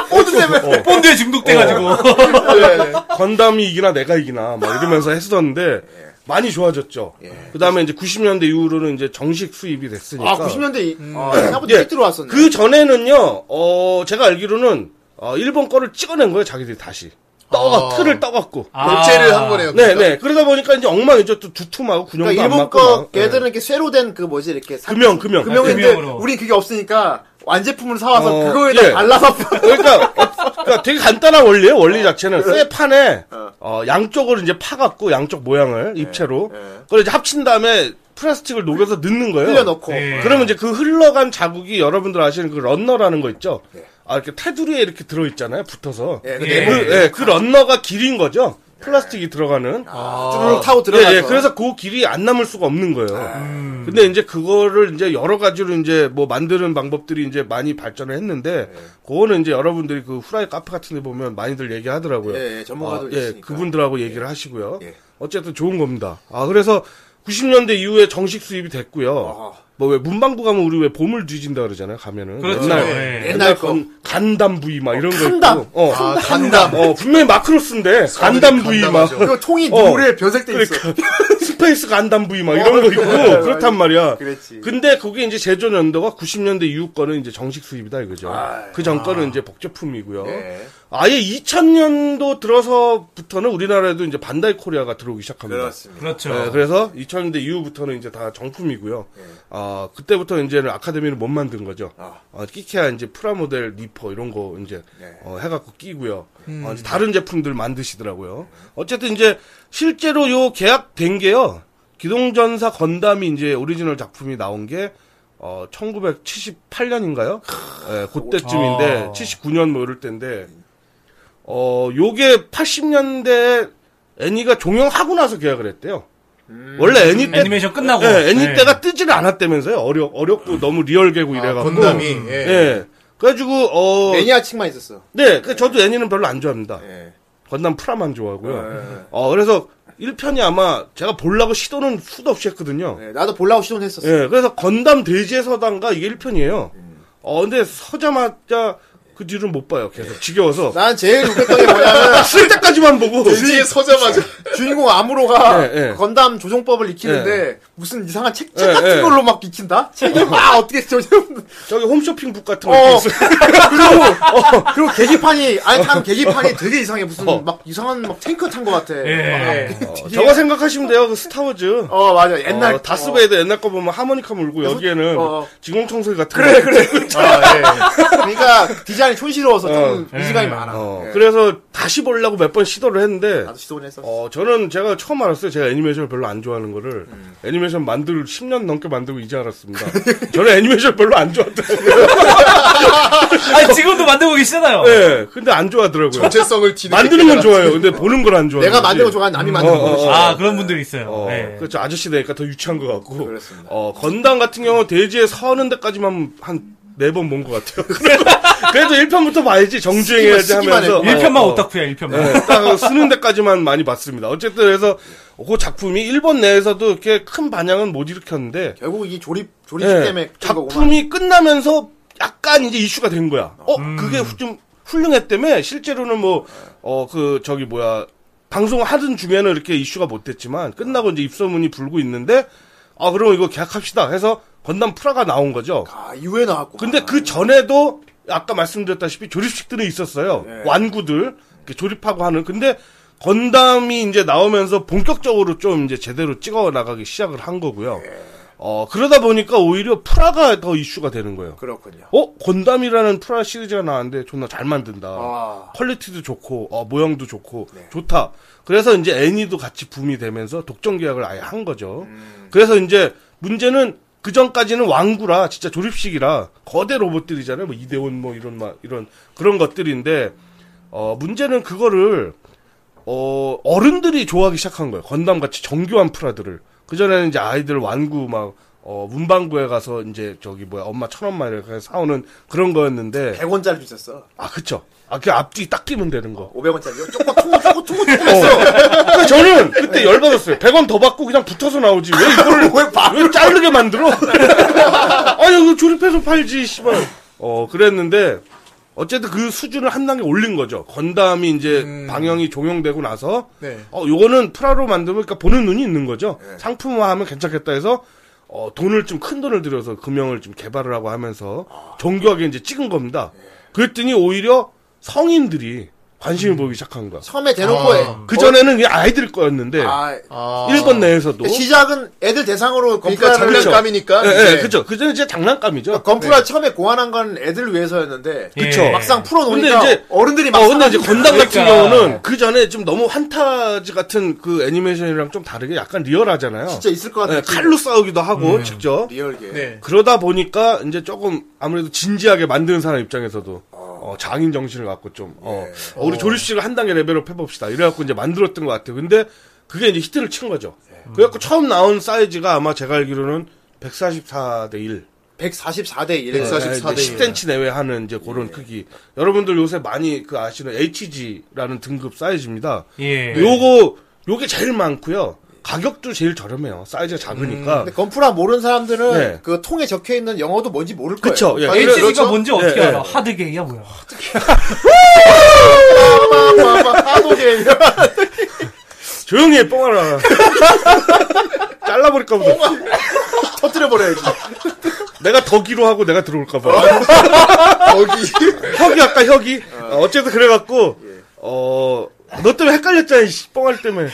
B: 본드 때문에
H: 어.
E: 본드에 중독돼가지고.
H: 건담이 이기나 내가 이기나 막 이러면서 했었는데
B: 예.
H: 많이 좋아졌죠. 그다음에 이제 90년대 이후로는 이제 정식 수입이 됐으니까.
B: 아 90년대 아, 생각보다 일찍 들어왔었네
H: 그 전에는요. 어 제가 알기로는 어, 일본 거를 찍어낸 거예요. 자기들이 다시
B: 아.
H: 떠가 틀을 떠갖고.
E: 아.
F: 결제를
H: 아.
F: 한 거네요
H: 네네. 그러다 보니까 이제 엉망이죠. 또 두툼하고 군용도
B: 그러니까
H: 안
B: 일본
H: 맞고.
B: 거
H: 막.
B: 걔들은 이렇게 쇠로 된 그 뭐지 이렇게
H: 예. 금형 금형.
B: 금형인데
E: 금형으로.
B: 우린 그게 없으니까 완제품을 사와서
H: 어,
B: 그거에다
H: 예.
B: 발라서
H: 그러니까, 어, 그러니까 되게 간단한 원리예요.
B: 어.
H: 원리 자체는 쇠 판에 어, 양쪽을 이제 파갖고 양쪽 모양을
B: 예,
H: 입체로 그걸 이제 합친 다음에 플라스틱을 녹여서 넣는 거예요.
B: 흘려넣고
E: 예.
H: 그러면 이제 그 흘러간 자국이 여러분들 아시는 그 런너라는 거 있죠. 아 이렇게 테두리에 이렇게 들어 있잖아요. 붙어서.
B: 예, 그
E: 예.
H: 그,
B: 네모-
H: 예, 그 런너가 길인 거죠. 플라스틱이 들어가는.
B: 아.
E: 아.
B: 쭈르륵 타고
H: 예,
B: 들어가서 아.
H: 예, 그래서 그 길이 안 남을 수가 없는 거예요.
E: 음.
H: 근데 이제 그거를 이제 여러 가지로 이제 뭐 만드는 방법들이 이제 많이 발전을
B: 예.
H: 했는데, 그거는 이제 여러분들이 그 후라이 카페 같은 데 보면 많이들 얘기하더라고요.
B: 예, 예, 전문가들
H: 아, 예,
B: 있으니까.
H: 그분들하고 얘기를 하시고요. 어쨌든 좋은 겁니다. 아, 그래서 90년대 이후에 정식 수입이 됐고요. 뭐 왜 문방구 가면 우리 왜 보물 뒤진다 그러잖아요. 가면은
E: 그렇죠.
H: 옛날
E: 예.
H: 옛날 건 간담 부위 막 이런 거 있고. 어.
B: 아, 간담.
H: 어, 분명히 마크로스인데 간담 부위 막
B: 그 총이
H: 어. 그러니까.
B: 노래 변색돼 있어. 어,
H: 스페이스 간담 부위 막 이런 거 있고 그렇단 말이야.
B: 그렇지.
H: 근데 그게 이제 제조 연도가 90년대 이후 거는 이제 정식 수입이다 이거죠. 그 전 거는 이제 복제품이고요.
B: 아, 네.
H: 아예 2000년도 들어서부터는 우리나라에도 이제 반다이 코리아가 들어오기 시작합니다.
B: 그렇습니다.
E: 그렇죠. 네.
H: 네, 그래서 2000년대 이후부터는 이제 다 정품이고요. 아 그때부터 이제는 아카데미를 못 만든 거죠.
B: 아.
H: 어, 끼케야 이제 프라모델 리퍼 이런 거 이제
B: 네.
H: 어, 해갖고 끼고요.
E: 음.
H: 어, 이제 다른 제품들 만드시더라고요. 어쨌든 이제 실제로 요 계약된 게요. 기동전사 건담이 이제 오리지널 작품이 나온 게 어, 1978년인가요? 예, 그때쯤인데
E: 아. 음.
H: 79년 뭐 이럴 때인데 어, 요게 80년대 애니가 종영하고 나서 계약을 했대요.
B: 음.
H: 원래 애니 때
E: 애니메이션 끝나고.
H: 예, 애니
E: 네.
H: 때가 뜨지를 않았다면서요. 어려 어렵고 너무 리얼개고
B: 아,
H: 이래갖고.
B: 건담이
H: 예.
B: 예.
H: 그래가지고 어.
B: 매니아층만 있었어.
H: 네, 그 저도 애니는 별로 안 좋아합니다.
B: 예.
H: 건담 프라만 좋아하고요.
B: 예.
H: 어, 그래서 1편이 아마 제가 보려고 시도는 수도 없이 했거든요.
B: 예, 나도 보려고 시도는 했었어.
H: 예, 그래서 건담 돼지의 서당가 이게 1편이에요.
B: 음.
H: 어, 근데 서자마자 그 뒤를 못 봐요. 계속 지겨워서.
B: 난 제일 웃겼던 게 뭐냐면
H: 딱 쓸 때까지만 보고.
F: 뒤에 서자마자
B: 주인공 아무로가
H: 예, 예.
B: 건담 조종법을 익히는데 무슨 이상한 책책
H: 예,
B: 같은
H: 예.
B: 걸로 막 익힌다? 책을 막 어떻게 저
H: 저기 홈쇼핑북 같은 거
B: 어.
H: 있어요.
B: 그리고 어, 그리고 계기판이 아니 참 계기판이 되게 이상해 무슨
H: 어.
B: 막 이상한 막 탱크 탄 것 같아.
E: 예.
B: 막.
H: 어, 저거 생각하시면 돼요. 그 스타워즈.
B: 어 맞아 옛날
H: 어, 다스베이더 옛날 거 보면 하모니카 물고 여기에는
B: 어.
H: 진공청소기 같은 그래, 거. 그래.
B: 어, 예. 그러니까 디자인이 촌스러워서 좀 미시감이 많아.
H: 어,
B: 예.
H: 그래서 다시 보려고 몇 번 시도를 했는데
B: 나도 시도는 했었어.
H: 어, 저는 제가 처음 알았어요. 제가 애니메이션을 별로 안 좋아하는 거를. 애니메이션 만들, 10년 넘게 만들고 이제 알았습니다. 저는 애니메이션 별로 안 좋아하더라고요.
E: 아니, 지금도 만들고 계시잖아요.
H: 네, 근데 안 좋아하더라고요.
F: 정체성을 뒤늦게
H: 만드는 건
F: 깨달았-
H: 좋아요. 근데 보는 걸 안 좋아해요.
B: 내가 만든 거 좋아하는 남이 만든
H: 어,
B: 거.
H: 어,
B: 좋아하지.
E: 아, 그런 분들이 있어요.
H: 어,
E: 네.
H: 그렇죠. 아저씨 되니까 더 유치한 것 같고.
B: 그렇습니다.
H: 어, 건담 같은 경우 돼지에 서는 데까지만 한 네 번 본 것 같아요. 그래도, 그래도 1편부터 봐야지 정주행해야지
B: 쓰기만
H: 하면서.
B: 해도.
E: 1편만
H: 어, 어.
E: 오타쿠야, 1편만.
H: 네, 딱 쓰는 데까지만 많이 봤습니다. 어쨌든 그래서 그 작품이 일본 내에서도 이렇게 큰 반향은 못 일으켰는데
B: 결국 이 조립 조립
H: 예,
B: 때문에 큰 거구만.
H: 작품이 끝나면서 약간 이제 이슈가 된 거야.
B: 음.
H: 어, 그게 후- 좀 훌륭했다며 실제로는 뭐 어 그 저기 뭐야 방송 하던 중에는 이렇게 이슈가 못 됐지만 끝나고 이제 입소문이 불고 있는데 아 그럼 이거 계약합시다 해서 건담 프라가 나온 거죠.
B: 아 이후에 나왔고.
H: 근데 그 전에도 아까 말씀드렸다시피 조립식들은 있었어요. 완구들 이렇게 조립하고 하는. 근데 건담이 이제 나오면서 본격적으로 좀 이제 제대로 찍어 나가기 시작을 한 거고요. 어 그러다 보니까 오히려 프라가 더 이슈가 되는 거예요.
B: 그렇군요.
H: 어 건담이라는 프라 시리즈가 나왔는데 존나 잘 만든다.
B: 아.
H: 퀄리티도 좋고 어, 모양도 좋고 좋다. 그래서 이제 애니도 같이 붐이 되면서 독점 계약을 아예 한 거죠. 그래서 이제 문제는 그 전까지는 왕구라 진짜 조립식이라 거대 로봇들이잖아요. 뭐 이대원 뭐 이런 막 이런 그런 것들인데 어 문제는 그거를 어 어른들이 좋아하기 시작한 거예요. 건담 같이 정교한 프라들을 그 전에는 이제 아이들 완구 막 어, 문방구에 가서 이제 저기 뭐야 엄마 천 원만 이렇게 사오는 그런 거였는데
B: 100원짜리 주셨어.
H: 아, 그쵸. 아, 그 앞뒤 딱 끼면 되는 거.
B: 500원짜리요? 쪼꼬, 쪼꼬, 쪼꼬, 쪼꼬, 쪼꼬
H: 그러니까 저는 그때 열받았어요. 100원 더 받고 그냥 붙어서 나오지. 왜 이걸, 왜 자르게 만들어? 아니, 이거 조립해서 팔지, 씨발. 어, 그랬는데, 어쨌든 그 수준을 한 단계 올린 거죠. 건담이 이제 방영이 종영되고 나서,
F: 네.
H: 어, 요거는 프라로 만들면, 그러니까 보는 눈이 있는 거죠. 상품화하면 괜찮겠다 해서, 어, 돈을 좀 큰 돈을 들여서 금형을 좀 개발을 하고 하면서 정교하게 이제 찍은 겁니다. 그랬더니 오히려 성인들이 관심을 보이기 시작한 거야.
B: 처음에 대놓고 해.
H: 그 전에는 그냥 아이들 거였는데
B: 아,
H: 일본 내에서도
B: 그러니까 시작은 애들 대상으로
F: 그러니까
B: 공프라를-
F: 장난감이니까.
H: 예, 예,
F: 이제 그러니까
H: 그죠 예. 그 전에 이제 장난감이죠.
B: 건프라 처음에 고안한 건 애들 위해서였는데
E: 그쵸. 예.
B: 막상
H: 근데
B: 풀어놓으니까
H: 이제
B: 어른들이 막
H: 어, 근데 이제
B: 사가지고-
H: 건담 같은
E: 그러니까.
H: 경우는 그 전에 좀 너무 환타지 같은 그 애니메이션이랑 좀 다르게 약간 리얼하잖아요.
B: 진짜 있을 것 같은
H: 예, 칼로 네. 싸우기도 하고
E: 음.
H: 직접
B: 리얼게.
H: 그러다 보니까 이제 조금 아무래도 진지하게 만드는 사람 입장에서도 어, 장인 정신을 갖고 좀 어, 어, 우리 조립 씨를 한 단계 레벨업 해봅시다 이래갖고 이제 만들었던 것 같아요. 근데 그게 이제 히트를 친 거죠. 그래갖고 처음 나온 사이즈가 아마 제가 알기로는 144대 1. 예,
B: 144대 1.
F: 144 대
H: 10cm 내외하는 이제 그런 크기. 여러분들 요새 많이 그 아시는 HG라는 등급 사이즈입니다.
E: 예.
H: 요거 요게 제일 많고요. 가격도 제일 저렴해요. 사이즈가
F: 음,
H: 작으니까.
B: 근데 건프라 모르는 사람들은
H: 네.
B: 그 통에 적혀 있는 영어도 뭔지 모를 거예요.
H: 그쵸, 예.
B: 아니,
H: 그래,
E: HD가
B: 그렇죠?
E: 뭔지 어떻게
H: 예,
E: 알아?
H: 예.
E: 하드게이야 뭐야?
B: 하도게
H: 조용히 해, 뽕아라. 잘라버릴까 보다.
B: 터뜨려 버려야지.
H: 내가 덕이로 하고 내가 들어올까 봐. 덕이. 혁이 아까 혁이. 어. 어쨌든 그래갖고 어. 너 때문에 헷갈렸잖아, 이 뻥할 때문에.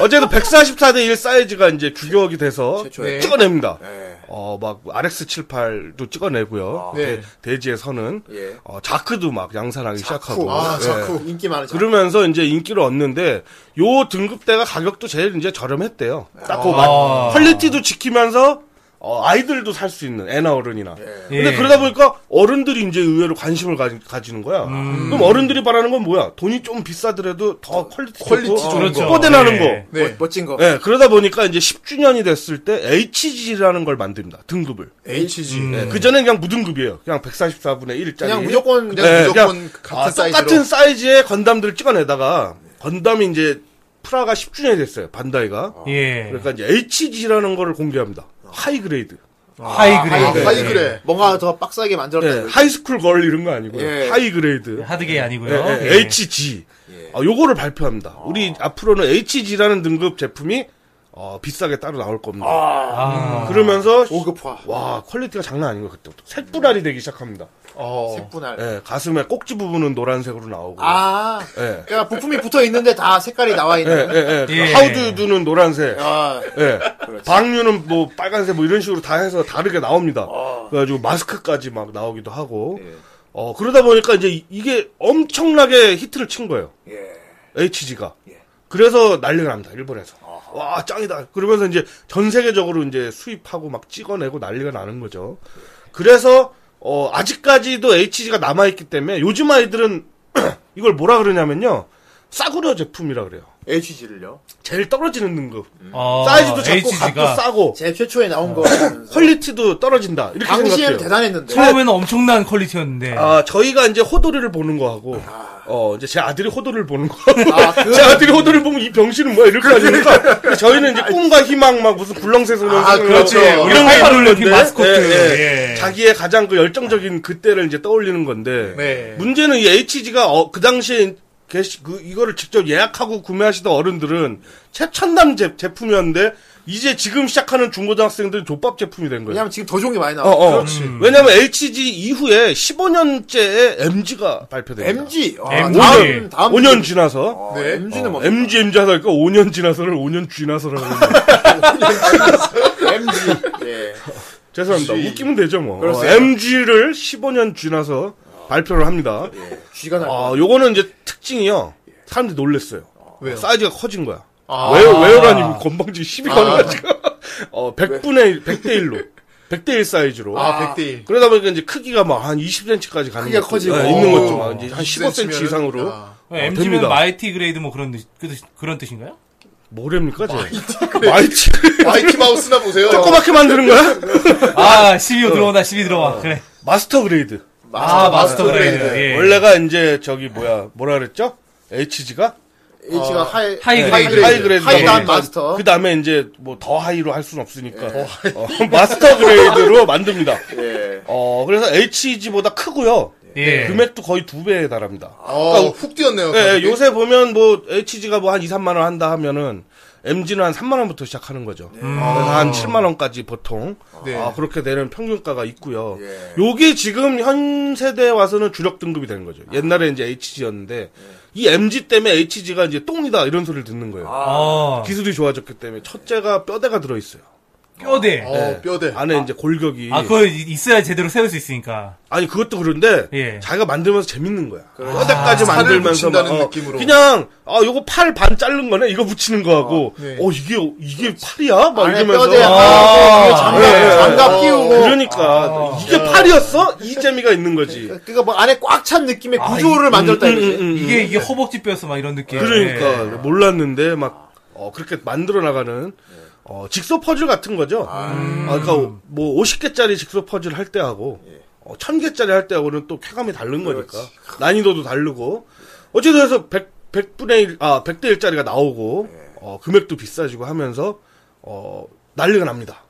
H: 어제도 144대1 사이즈가 이제 규격이 돼서
B: 최초에.
H: 찍어냅니다.
B: 네. 아.
H: 어, 막, RX78도 찍어내고요.
F: 네.
H: 대지의 선은.
B: 예.
H: 어, 자크도 막 양산하기 시작하고.
B: 아,
H: 예.
B: 자쿠 인기 많으죠.
H: 그러면서 이제 인기를 얻는데 요 등급대가 가격도 제일 이제 저렴했대요. 딱그
E: 아.
H: 퀄리티도 지키면서 어, 아이들도 살 수 있는 애나 어른이나. 근데
E: 예.
H: 그러다 보니까 어른들이 이제 의외로 관심을 가지, 는 거야.
E: 음.
H: 그럼 어른들이 바라는 건 뭐야? 돈이 좀 비싸더라도 더 퀄리티,
F: 퀄리티
H: 좋고 어,
F: 좋은
E: 거.
H: 뽀대나는
E: 예.
H: 거.
B: 멋- 멋진 거.
H: 예, 그러다 보니까 이제 10주년이 됐을 때 HG라는 걸 만듭니다. 등급을.
F: HG.
H: 그 전에 그냥 무등급이에요. 그냥 144분의 1짜리.
B: 음. 그냥 무조건
F: 예. 그냥
H: 네,
F: 무조건
H: 그냥,
F: 같은
H: 아,
F: 사이즈로.
H: 똑같은 사이즈의 건담들을 찍어내다가 건담이 이제 프라가 10주년이 됐어요. 반다이가.
E: 예.
H: 그러니까 이제 HG라는 거를 공개합니다. 하이그레이드.
E: 하이그레이드.
F: 아,
H: 네.
F: 하이 그래.
B: 뭔가 더 빡세게 만들었다.
H: 예,
B: 는
H: 하이스쿨 걸 이런 거 아니고요.
B: 예.
H: 하이그레이드.
E: 하드게이 아니고요.
H: 예, 예,
E: 예.
H: HG. 아, 요거를 발표합니다. 우리 앞으로는 HG라는 등급 제품이 어, 비싸게 따로 나올 겁니다.
E: 아.
H: 그러면서
B: 고급화.
H: 와 퀄리티가 장난 아닌 것 그때부터 샛불알이 되기 시작합니다.
F: 아.
B: 색분할.
H: 예, 가슴에 꼭지 부분은 노란색으로 나오고.
B: 아.
H: 예.
B: 그러니까 부품이 붙어 있는데 다 색깔이 나와
H: 예,
B: 있는.
H: 예, 예.
E: 예.
H: 하우드두는 노란색.
B: 아.
H: 예. 방류는 뭐 빨간색 뭐 이런 식으로 다 해서 다르게 나옵니다. 그래가지고 마스크까지 막 나오기도 하고. 어, 그러다 보니까 이제 이- 이게 엄청나게 히트를 친 거예요. HG가. 그래서 난리가 납니다, 일본에서. 와, 짱이다. 그러면서 이제 전 세계적으로 이제 수입하고 막 찍어내고 난리가 나는 거죠. 그래서, 어, 아직까지도 HG가 남아있기 때문에 요즘 아이들은 이걸 뭐라 그러냐면요. 싸구려 제품이라 그래요.
B: HG를요.
H: 제일 떨어지는 등급.
E: 어,
H: 사이즈도 작고
E: HG가
H: 값도 싸고
B: 제 최초에 나온 거.
H: 퀄리티도 떨어진다. 이렇게
B: 당시에는
H: 어. 생각해요.
B: 대단했는데.
E: 처음에는 엄청난 퀄리티였는데.
H: 아, 저희가 이제 호돌이를 보는 거하고,
E: 아.
H: 어, 이제 제 아들이 호돌이를 보는 거.
B: 아, 그-
H: 제 아들이 호돌이를 보면 이 병신은 뭐야, 이렇게
E: 그러니까.
H: 하니까. 근데 저희는 이제 꿈과 희망, 막 무슨 굴렁쇠소년.
B: 아, 그렇지.
E: 우리 팔팔 올림픽 마스코트. 예.
H: 네, 자기의 가장 그 열정적인 그때를 이제 떠올리는 건데.
E: 네.
H: 문제는 이 HG가 그 당시에 게시, 그, 이거를 직접 예약하고 구매하시던 어른들은 최첨단 제, 제품이었는데, 이제 지금 시작하는 중고등학생들은 족밥 제품이 된 거예요.
B: 왜냐면 지금 더 좋은 게 많이
H: 어,
B: 나와.
H: 어. 왜냐면 HG 이후에 15년째에 MG가 발표됩니다.
B: MG. 와,
E: MG.
B: 아,
F: 네.
B: 다음 다음
H: 5년 지나서.
B: 어, MG는 뭐?
H: MG, MG 하다니까 5년 지나서를 5년 쥐나서라고. 그러는데.
B: MG.
F: 네.
B: 예.
H: 죄송합니다.
B: G.
H: 웃기면 되죠, 뭐.
B: 그렇습니다.
H: MG를 15년 쥐나서 발표를 합니다.
B: G가 나.
H: 아, 요거는 이제 특징이요. 사람들이 놀랬어요.
F: 왜요?
H: 사이즈가 커진 거야. 왜요? 왜요라니, 건방지 12가가 지금. 어, 100분의, 100대1로. 100대1 사이즈로.
F: 아, 100대1.
H: 그러다 보니까 이제 크기가 막 한 20cm까지 가는
B: 크기가
H: 것도-
B: 커지고.
H: 예, 있는 것도 막 이제 한
F: 20cm
H: 15cm
F: 면은-
H: 이상으로
F: 야.
H: 어,
E: MG면
H: 됩니다.
E: 마이티 그레이드 뭐 그런 뜻- 그 뜻- 그런 뜻인가요?
H: 뭐랍니까 쟤? 마이티 어,
F: 마이티 마우스나 보세요.
H: 조그맣게 만드는 거야?
E: 아, 12호 들어온다. 12 들어와. 그래.
H: 마스터 그레이드.
E: 아, 마스터 그레이드. 예.
H: 원래가 이제 저기 뭐야 뭐라 그랬죠? HG가
B: H가 하이
E: 하이 그레이드.
H: 예. 하이 그레이드.
B: 하이단
H: 예.
B: 마스터.
H: 그 다음에 이제 뭐 더 하이로 할 수는 없으니까 어, 마스터 그레이드로 만듭니다.
B: 예.
H: 어 그래서 HG보다 크고요.
E: 예.
H: 금액도 거의 두 배에 달합니다.
F: 어, 훅 뛰었네요.
H: 예,
F: 가격이.
H: 요새 보면 뭐 HG가 뭐 한 2, 3만 원 한다 하면은 MG는 한 3만 원부터 시작하는 거죠.
E: 네.
H: 그래서
E: 아.
H: 한 7만 원까지 보통
F: 네.
H: 아, 그렇게 내는 평균가가 있고요.
E: 예.
H: 요게 지금 현 세대에 와서는 주력 등급이 되는 거죠.
E: 아.
H: 옛날에 이제 HG였는데
E: 네.
H: 이 MG 때문에 HG가 이제 똥이다 이런 소리를 듣는 거예요.
E: 아,
H: 기술이 좋아졌기 때문에 첫째가 뼈대가 들어 있어요.
E: 뼈대.
H: 네.
F: 어, 뼈대.
H: 안에 이제 골격이
E: 아, 그거 이- 있어야 제대로 세울 수 있으니까.
H: 아니 그것도 그런데
E: 예.
H: 자기가 만들면서 재밌는 거야. 뼈대까지
F: 살을
H: 만들면서 막,
F: 붙인다는
H: 어,
F: 느낌으로.
H: 그냥 아 요거 팔 반 자른 거네 이거 붙이는 거하고
F: 네.
H: 어 이게 이게 팔이야 막
B: 안에
H: 이러면서
B: 뼈대
H: 아,
B: 하나 장갑
H: 예, 예.
B: 장갑
F: 어.
B: 끼우고.
H: 그러니까 이게 팔이었어 이 재미가 있는 거지.
B: 그니까 뭐 안에 꽉 찬 느낌의
E: 아,
B: 구조를
E: 이-
B: 만들었다
H: 음,
B: 그러니까 이거지.
H: 음, 음.
E: 이게, 이게 허벅지 뼈였어. 막 이런 느낌.
H: 그러니까
E: 예.
H: 몰랐는데 막 어, 그렇게 만들어 나가는 어, 직소 퍼즐 같은 거죠. 아, 그러니까 뭐 50개짜리 직소 퍼즐 할 때하고 어, 1000개짜리 할 때하고는 또 쾌감이 다른 거니까 난이도도 다르고 어쨌든 해서 100, 분의 1, 아 100대 1짜리가 나오고 어, 금액도 비싸지고 하면서 어, 난리가 납니다.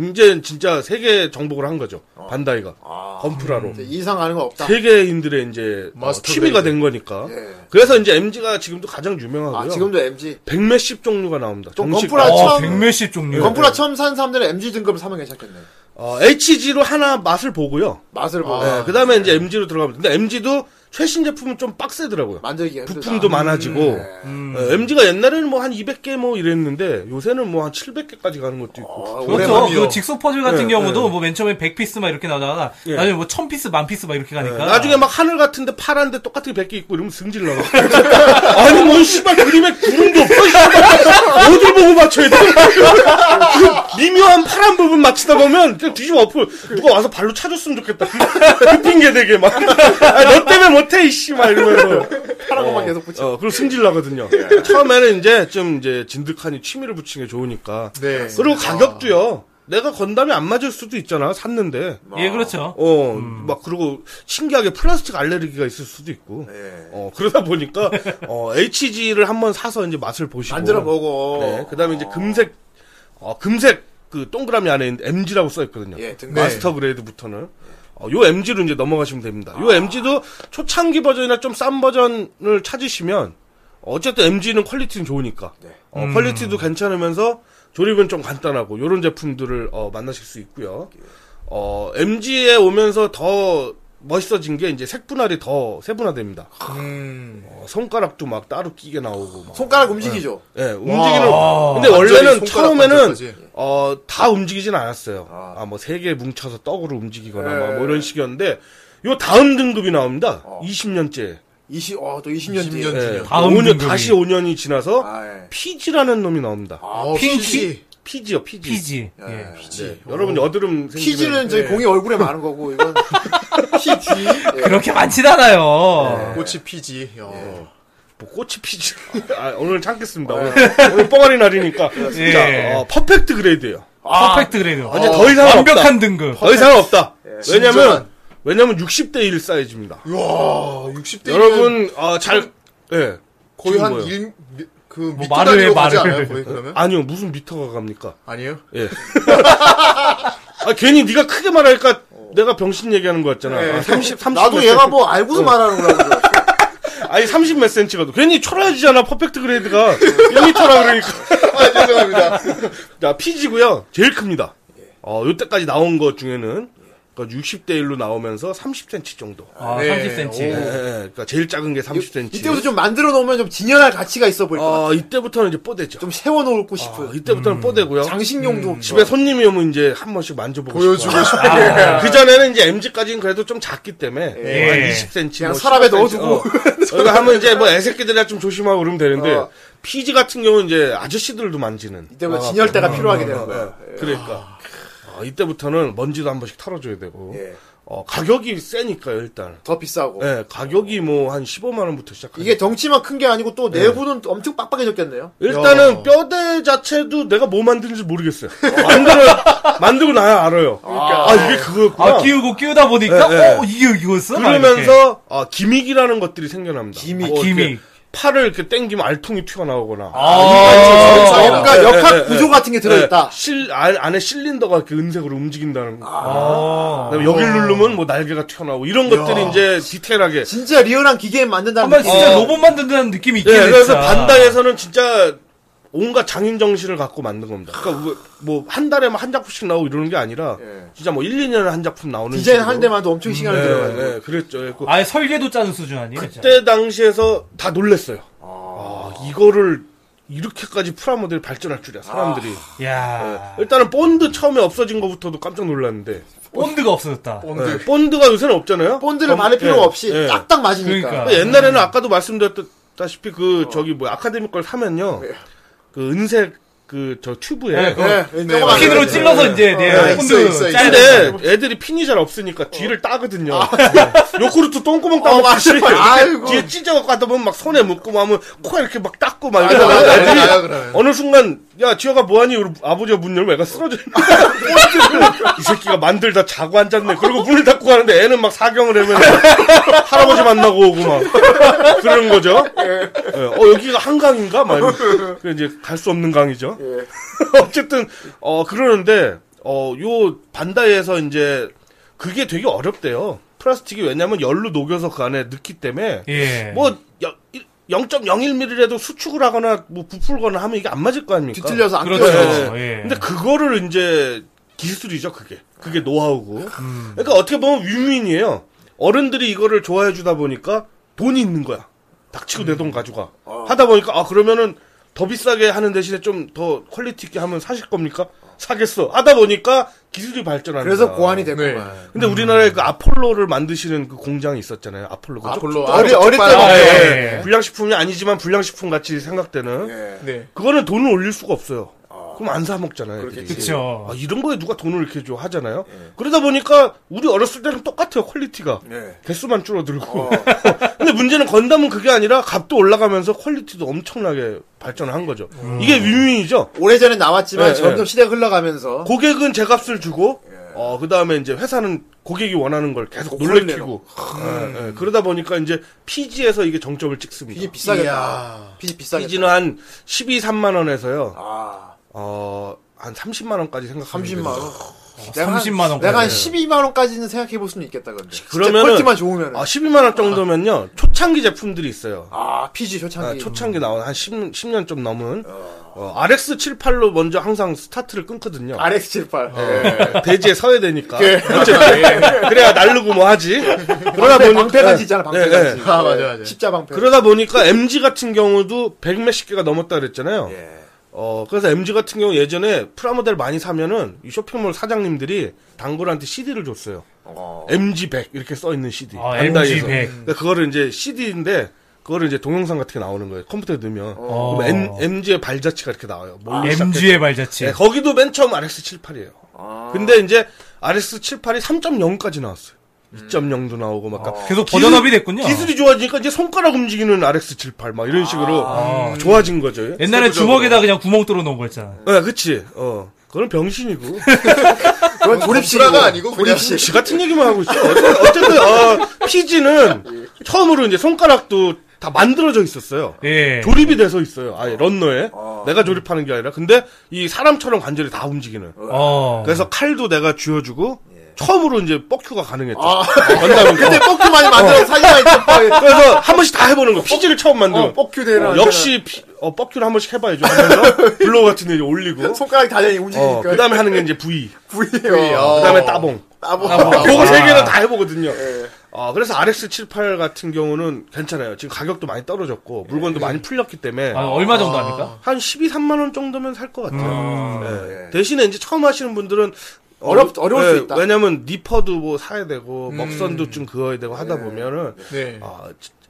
H: 이제 진짜 세계 정복을 한 거죠. 반다이가 건프라로.
B: 이제 이상 가는 거 없다.
H: 아. 세계인들의 이제 어,
B: 마스터
H: 취미가
B: 그레이드.
H: 된 거니까. 그래서 이제 MG가 지금도 가장 유명하고요.
B: 예. 아 지금도 MG.
H: 백몇십 종류가 나옵니다.
B: 좀
H: 정식-
B: 건프라
H: 어,
B: 처음
Q: 백몇십 종류.
B: 건프라
H: 네.
B: 처음 산 사람들은 MG 등급을 사면 괜찮겠네.
H: 어, HG로 하나 맛을 보고요.
B: 맛을 뭐 보고
H: 네, 그 다음에
B: 예.
H: 이제 MG로 들어가면 근데 MG도 최신 제품은 좀 빡세더라고요.
B: 만들기 힘들다.
H: 부품도 많아지고
B: 음.
Q: 음.
H: MG가 옛날에는 뭐 한 200개 뭐 이랬는데 요새는 뭐 한 700개까지 가는 것도
B: 어,
H: 있고.
Q: 그렇죠.
B: 오래간이요.
Q: 그 직소 퍼즐 같은
H: 네,
Q: 경우도
H: 네.
Q: 뭐 맨 처음에 100피스 막 이렇게 나오다가
H: 예.
Q: 나중에 뭐 1000피스, 만 피스 막 이렇게 가니까
H: 나중에 막 하늘 같은데 파란데 똑같은 100개 있고 이러면 승질 나고. 아니 뭔 씨발 그림에 구름도 없어. 씨발. 어딜 보고 맞춰야 돼? 그 미묘한 파란 부분 맞추다 보면 그냥 뒤집어 엎고 누가 와서 발로 차줬으면 좋겠다. 그 핑계 대게 막. 아, 너 때문에 못해 이씨 막 이러면서.
B: 파란 것만 계속 붙여.
H: 어, 그리고 승질 나거든요. 예. 처음에는 이제 좀 이제 진득하니 취미를 붙이는 게 좋으니까.
B: 네.
H: 그리고 가격도요. 내가 건담이 안 맞을 수도 있잖아. 샀는데.
Q: 예, 그렇죠.
H: 어, 막 그리고 신기하게 플라스틱 알레르기가 있을 수도 있고.
B: 네.
H: 어, 그러다 보니까 어, HG를 한번 사서 이제 맛을 보시고
B: 만들어 보고.
H: 네. 그다음에 이제 금색 어, 금색 그 동그라미 안에 MG라고 써 있거든요.
B: 예, 등급.
H: 마스터 그레이드부터는 어, 요 MG로 이제 넘어가시면 됩니다.
B: 아.
H: 요 MG도 초창기 버전이나 좀 싼 버전을 찾으시면 어쨌든 MG는 퀄리티는 좋으니까
B: 네.
H: 어, 퀄리티도 괜찮으면서 조립은 좀 간단하고 요런 제품들을 어, 만나실 수 있고요. 어, MG에 오면서 더 멋있어진 게 이제 색분할이 더 세분화됩니다.
B: 음.
H: 어, 손가락도 막 따로 끼게 나오고 막.
B: 손가락 움직이죠.
H: 예, 움직이는. 근데 원래는
F: 완전히 손가락
H: 처음에는
F: 관절까지.
H: 어 다 움직이진 않았어요. 아 뭐 세 개 뭉쳐서 떡으로 움직이거나 막뭐 이런 식이었는데 요 다음 등급이 나옵니다. 20년째.
B: 20, 어, 또 20년
F: 네.
B: 뒤에.
F: 20년 뒤에.
Q: 다음
H: 5년
Q: 등급이.
H: 다시 5년이 지나서
B: 아, 예.
H: 피지라는 놈이 나옵니다.
B: 아,
F: 핑키.
H: 피지요, 피지.
Q: 피지. 예.
H: 네, 여러분 여드름 생기면
B: 키즈는
F: 네.
B: 저희 공이 얼굴에 많은 거고, 이건. PG.
Q: 그렇게 많진
H: 예.
Q: 않아요.
F: 꽃이 피지. 어.
H: 뭐 꽃이 피지. 아, 오늘 참겠습니다. 오늘, 오늘 뻥아리 날이니까.
Q: 예.
H: 자, 어, 퍼펙트 그레이드예요.
Q: 퍼펙트 그래도.
H: 이제 아, 더 이상 은 없다.
Q: 완벽한 등급.
H: 더 이상 은 없다. 왜냐면
F: 진정한.
H: 왜냐면 60대 1 사이즈입니다.
F: 우와, 아,
B: 예.
F: 60대.
H: 여러분 아, 잘 예.
F: 거의
H: 지금
F: 한
H: 뭐예요?
F: 1, 그, 미터
Q: 뭐 말을
F: 단위로
Q: 해,
F: 가지
Q: 말을.
F: 않아요, 거의 그러면?
H: 아니요 무슨 미터가 갑니까?
F: 아니에요?
H: 예. 아 괜히 네가 크게 말하니까 내가 병신 얘기하는 거 같잖아. 아, 30, 30
B: 예. 나도
H: 몇
B: 얘가
H: 센치-
B: 뭐
H: 네.
B: 알고서 말하는 거라고. 그래.
H: 아니 30 몇 센치가도 괜히 초라해지잖아 퍼펙트 그레이드가 1미터라 그러니까.
F: 아, 죄송합니다.
H: 자 피지고요 제일 큽니다. 어 요때까지 나온 것 중에는 그러니까 60대 1로 나오면서 30cm 정도.
Q: 아, 30cm.
H: 예, 예, 그러니까 제일 작은 게 30cm.
B: 이때부터 좀 만들어 놓으면 좀 진열할 가치가 있어 보일 것 같아.
H: 아 이때부터는 이제 뽀대죠.
B: 좀 음. 세워놓고
H: 아,
B: 싶은.
H: 이때부터는 음. 뽀대고요.
B: 장식용도 없고.
H: 집에 손님이 오면 이제 한 번씩 만져보고 싶어요.
F: 보여주고 싶어.
B: 아.
H: 그 전에는 이제 MG까지는 그래도 좀 작기 때문에
Q: 예.
H: 한 뭐 20cm
B: 그냥 서랍에 넣어두고.
H: 그거 하면 이제 뭐 애새끼들이랑 좀 조심하고 그러면 되는데
B: 어.
H: 피지 같은 경우는 이제 아저씨들도 만지는
B: 이때부터 진열대가
Q: 아,
B: 필요하게 예, 되는 거야.
H: 그러니까 아, 이때부터는 먼지도 한 번씩 털어줘야 되고
B: 예.
H: 어, 가격이 세니까요 일단
B: 더 비싸고.
F: 네.
H: 예, 가격이 뭐 한 15만 원부터 시작하죠
B: 이게 덩치만 큰 게 아니고 또
F: 네.
B: 내부는 엄청 빡빡해졌겠네요.
H: 일단은 뼈대 자체도 내가 뭐 만드는지 모르겠어요 만들어 만들고 나야 알아요
B: 그러니까.
H: 아, 이게 그거였구나
Q: 아, 끼우고 끼우다 보니까,
H: 예, 예.
Q: 어, 이게 이거였어? 막 이렇게.
H: 그러면서 아, 기믹이라는 것들이 생겨납니다
Q: 아,
H: 뭐 이렇게
Q: 기믹.
H: 팔을 이렇게 땡기면 알통이
Q: 아.
H: 튀어나오거나
F: 아, 네,
B: 뭔가
H: 예,
B: 역학
H: 예,
B: 구조 같은 게 아, 들어있다.
H: 네, 실, 안, 안에 실린더가 이렇게 은색으로 움직인다는 거.
B: 아.
Q: 아.
H: 그다음에 여길
B: 어.
H: 누르면 뭐 날개가 튀어나오고 이런 것들이 이제 디테일하게.
B: 진짜 리얼한
F: 네.
B: 기계 만든다는
Q: 정말
B: 느낌.
Q: 진짜 로봇 만든다는 느낌이
H: 어. 예,
Q: 있긴 했어.
H: 그래서 반다에서는 진짜 온갖 장인 정신을 갖고 만든 겁니다. 그러니까 뭐 한 달에 한 작품씩 나오고 이러는 게 아니라 진짜 뭐 1, 2년에 한 작품 나오는
B: 예. 디자인
H: 식으로.
B: 할 때마다 엄청 시간을
H: 예,
B: 들어가지고.
H: 예, 그랬죠. 예, 그-
Q: 아예 설계도 짜는 수준 아니에요? 진짜?
H: 그때 당시에서 다 놀랬어요. 아, 이거를 이렇게까지 프라모델이 발전할 줄이야, 사람들이.
B: 아.
Q: 야
H: 일단은 본드 처음에 없어진 것부터도 깜짝 놀랐는데. 예,
Q: 본드가 없어졌다.
H: 본드. 본드가 요새는 없잖아요.
B: 본드를 말할 필요
H: 예,
B: 없이
H: 예.
B: 딱딱 맞으니까.
Q: 그러니까.
H: 근데 옛날에는 아까도 말씀드렸다시피
B: 어.
H: 그 저기 뭐 아카데미 걸 사면요. 그 은색 그 저 튜브에.
Q: 예, 그거
B: 예, 예, 네. 조그만
Q: 핀으로
B: 거.
Q: 찔러서 이제 네,
F: 어, 있어요,
Q: 본드
F: 있어요,
Q: 짜야
B: 네,
Q: 돼.
H: 근데 애들이 핀이 잘
B: 어.
H: 없으니까 뒤를 따거든요. 예. 요구르트 똥구멍 그 따먹듯이
B: 아. 아이고.
H: 뒤에 찢어갖고 하다 보면 막 손에 묻고 막 하면 코에 이렇게 막 닦고 막
F: 아,
H: 이러다가
F: 아,
H: 애들이
B: 네.
F: 아, 그러면.
H: 어느 순간 야, 지혁아 뭐하니? 그리고 아버지가 문 열면 애가 쓰러져 있는 거야. 이 새끼가 만들다 자고 앉았네. 그리고 문을 닫고 가는데 애는 막 사경을 하면 할아버지 만나고 오고 막 그런 거죠. 예, 어 여기가 한강인가? 막 이러면서. 그래, 이제 갈 수 없는 강이죠. 어쨌든 어 그러는데 어요 반다이에서 이제 그게 되게 어렵대요. 플라스틱이 왜냐면 열로 녹여서 그 안에 넣기 때문에
Q: 예.
E: 네.
H: 뭐 0.01mm라도 수축을 하거나 뭐 부풀거나 하면 이게 안 맞을 거 아닙니까?
B: 뒤틀려서 안
Q: 그렇죠.
H: 예.
Q: 예.
E: 네.
H: 근데 그거를 이제 기술이죠, 그게. 그게 노하우고. 그러니까 어떻게 보면 윈윈이에요. 어른들이 이거를 좋아해 주다 보니까 돈이 있는 거야. 닥치고 내 돈 가져가.
B: 어.
H: 하다 보니까 아 그러면은 더 비싸게 하는 대신에 좀 더 퀄리티 있게 하면 사실 겁니까? 사겠어. 하다 보니까 기술이 발전하는
B: 그래서
H: 거야.
B: 고안이 됐구만.
H: 근데 우리나라에 그 아폴로를 만드시는 그 공장이 있었잖아요. 아폴로. 그
B: 아폴로.
H: 쪽-
B: 어리-
H: 쪽-
B: 어릴
H: 쪽-
B: 때부터.
H: 아,
Q: 예.
H: 불량식품이 아니지만 불량식품 같이 생각되는.
F: 네.
H: 그거는 돈을 올릴 수가 없어요. 아. 그럼 안 사 먹잖아요. 애들이.
Q: 그렇죠.
H: 아, 이런 거에 누가 돈을 이렇게 줘 하잖아요. 그러다 보니까 우리 어렸을 때랑 똑같아요 퀄리티가
O: 네.
H: 개수만 줄어들고. 근데 문제는 건담은 그게 아니라 값도 올라가면서 퀄리티도 엄청나게 발전한 거죠. 이게 윈윈이죠.
B: 오래전에 나왔지만
H: 예,
B: 점점
H: 예.
B: 시대가 흘러가면서
H: 고객은 제 값을 주고, 어, 그 다음에 이제 회사는 고객이 원하는 걸 계속 놀래키고. 예, 예. 그러다 보니까 이제 PG에서 이게 정점을 찍습니다.
B: 이게 비싸겠다. 비, 비싸겠다.
H: PG는 한 12, 3만원에서요,
B: 아,
H: 어, 한 30만원까지 생각하면
B: 30만
H: 됩니다.
B: 원. 내가 한-
Q: 30만 원.
B: 내가 한 12만 원까지는 생각해 볼 수는 있겠다 근데.
H: 그러면은-
B: 그러면 퀄리티만 좋으면.
H: 아, 12만 원 정도면요. 초창기 제품들이 있어요.
B: 아, PG 초창기.
H: 아, 초창기 나온 한 10, 10년 좀 넘은 어, RX78로 먼저 항상 스타트를 끊거든요.
B: 아, RX78.
H: 돼지에 서야 되니까. 어쨌든. 그래야 날르고 뭐 하지.
B: 예. 아, 그러다 보니 방패단지 있잖아,
H: 네,
B: 방패단지.
H: 네.
B: 아, 맞아, 맞아. 십자 방패.
H: 그러다 보니까 MG 같은 경우도 100 몇십 개가 넘었다 그랬잖아요. 어, 그래서 MG 같은 경우 예전에 프라모델 많이 사면은 이 쇼핑몰 사장님들이 단골한테 CD를 줬어요. MG100 이렇게 써 있는 CD.
Q: 아,
H: 반다이에서.
Q: MG100.
H: 근데 그거를 이제 CD인데 그거를 이제 동영상 같은 게 나오는 거예요. 컴퓨터에 넣으면.
Q: 어.
H: 그럼 M, MG의 발자취가 아, 이렇게 나와요.
Q: 아,
H: 멀리 시작해서.
Q: MG의 발자취.
H: 네, 거기도 맨 처음 RX78이에요. 근데 이제 RX78이 3.0까지 나왔어요. 2.0도 나오고 막 그러니까
Q: 계속 버전업이 됐군요.
H: 기술이 좋아지니까 이제 손가락 움직이는 RX78 막 이런 식으로 좋아진 거죠. 예,
Q: 옛날에 주먹에다 그냥 구멍 뚫어 놓은 거 있잖아.
H: 그치. 어. 그건 병신이고.
B: 그건
F: 불화가 아니고 그냥
H: 씨 같은 얘기만 하고 있어. 어쨌든, 어쨌든 어, PG는 처음으로 이제 손가락도 다 만들어져 있었어요.
Q: 예.
H: 조립이 돼서 있어요. 아예 런너에. 내가 조립하는 게 아니라. 근데 이 사람처럼 관절이 다 움직이는.
Q: 어.
H: 그래서 칼도 내가 쥐어주고 처음으로 이제 뻑큐가 가능했죠. 건담은
B: 그때 예. 아. 뻑큐 많이 만들어서 사진 많이 찍고.
H: 그래서 한 번씩 다 해보는 거. 피지를 처음 만들어.
B: 어, 뻑큐 대라.
H: 역시 피- 어, 뻑큐를 한 번씩 해봐야죠. 하면서 블로그 같은 데 올리고.
B: 손가락이 다리 움직이니까.
H: 그 다음에 하는 게 이제 V.
B: 부위예요.
H: 그 다음에 따봉.
B: 따봉. 아. 예.
H: 요거 세 개는 다 해보거든요. 어, 그래서 RX78 같은 경우는 괜찮아요. 지금 가격도 많이 떨어졌고,
B: 예.
H: 물건도 많이 풀렸기 때문에.
Q: 아, 얼마 정도 합니까? 음.
H: 한 12, 3만원 정도면 살 것
E: 음.
H: 같아요. 예. 대신에 이제 처음 하시는 분들은 예,
B: 어렵- 어려울 수 있다. 음.
H: 왜냐면 니퍼도 뭐 사야 되고, 먹선도 좀 그어야 되고 하다
B: 예.
H: 보면은,
F: 네.
H: 아,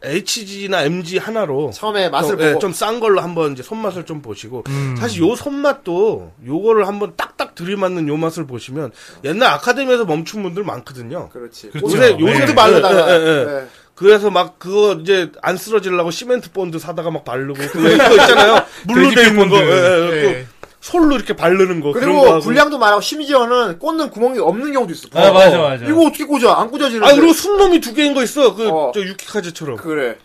H: HG나 MG 하나로
B: 처음에 맛을 보고. 음.
H: 좀 싼 걸로 한번 이제 손맛을 좀 보시고 사실 요 손맛도 요거를 한번 딱딱 들이맞는 요 맛을 보시면 옛날 아카데미에서 멈춘 분들 많거든요.
B: 그렇지.
Q: 그렇죠.
H: 요새 요새
B: 본드 바르다가.
H: 예, 예, 예.
B: 네.
H: 그래서 막 그거 이제 안 쓰러지려고 시멘트 본드 사다가 막 바르고 그 이거 있잖아요. 물로 돼 있는 거. 예, 예,
F: 네.
H: 그 솔로 이렇게 바르는 거. 그런 거
B: 그리고
H: 하고.
B: 분량도 많고 심지어는 꽂는 구멍이 없는 경우도 있어.
Q: 아, 맞아, 맞아.
B: 이거 어떻게 꽂아? 안 꽂아지는데.
H: 아 그리고 순놈이 두 개인 거 있어. 그
B: 어.
H: 저 유키카즈처럼.
B: 그래.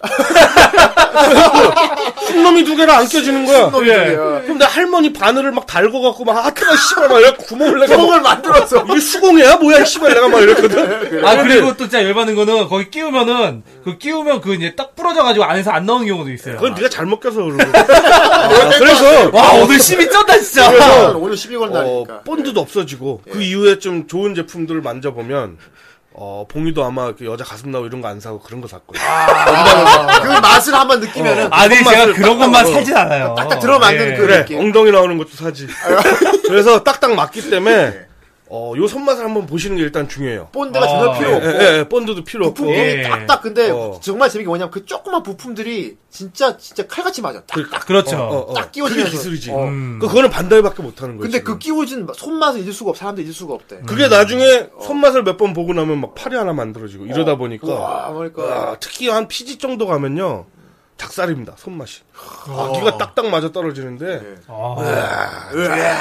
H: 순놈이 두 개를 안 껴지는 거야.
B: 놈이
Q: 예.
B: 그래요.
H: 그럼 내 할머니 바늘을 막 달고 갖고 막 하트가 씨발 막 이렇게 구멍을 내가
B: 구멍을 만들었어.
H: 이게 수공이야? 뭐야, 이 씨발. 내가 막 이랬거든.
Q: 아, 그리고 또 진짜 열받는 거는 거기 끼우면은, 그 끼우면 그 이제 딱 부러져가지고 안에서 안 나오는 경우도 있어요.
H: 그건 네가 잘못 껴서 그러고. 아, 그래서,
Q: 와, 오늘 심이 쩐다, 진짜.
B: 아, 오늘 12월
H: 예. 어,
B: 날이니까. 예.
H: 본드도 없어지고, 그 이후에 좀 좋은 제품들을 만져보면, 어, 봉이도 아마 그 여자 가슴 나고 이런 거 안 사고 그런 거 샀거든.
B: 아,
F: 아,
B: 그 맛을 한번
F: 어.
B: 느끼면은
Q: 아니, 제가 그런 것만
H: 어.
Q: 살진 않아요. 예.
B: 딱딱 들어 맞는 그
H: 그래,
B: 느낌. 아,
H: 엉덩이 나오는 것도 사지. 그래서 딱딱 맞기
B: 예.
H: 때문에, 어, 요 손맛을 한번 보시는 게 일단 중요해요.
B: 본드가 전혀
F: 어.
Q: 아,
B: 필요
Q: 예,
B: 없고. 그
H: 예, 예, 본드도 필요 없고.
B: 부품들이
Q: 예.
B: 딱딱 근데
H: 어.
B: 정말 재밌게 뭐냐면 그 조그만 부품들이 진짜 진짜 칼같이 맞아. 딱.
Q: 그렇죠.
B: 딱
H: 어, 그게
B: 끼워지면서.
H: 기술이지.
B: 어.
Q: 음.
H: 그, 그거는 반달밖에 못하는 거지.
B: 근데
F: 그렇죠.
B: 그 끼워진 손맛을 잊을 수가 없. 사람들 잊을 수가 없대.
H: 그게 나중에
B: 어.
H: 손맛을 몇 번 보고 나면 막 팔이 하나 만들어지고 이러다 보니까
B: 와, 그러니까.
H: 아, 특히 한 피지 정도 가면요 닭살입니다. 손맛이.
B: 어.
H: 아기가 딱딱 맞아 떨어지는데.
B: 네.
H: 으아,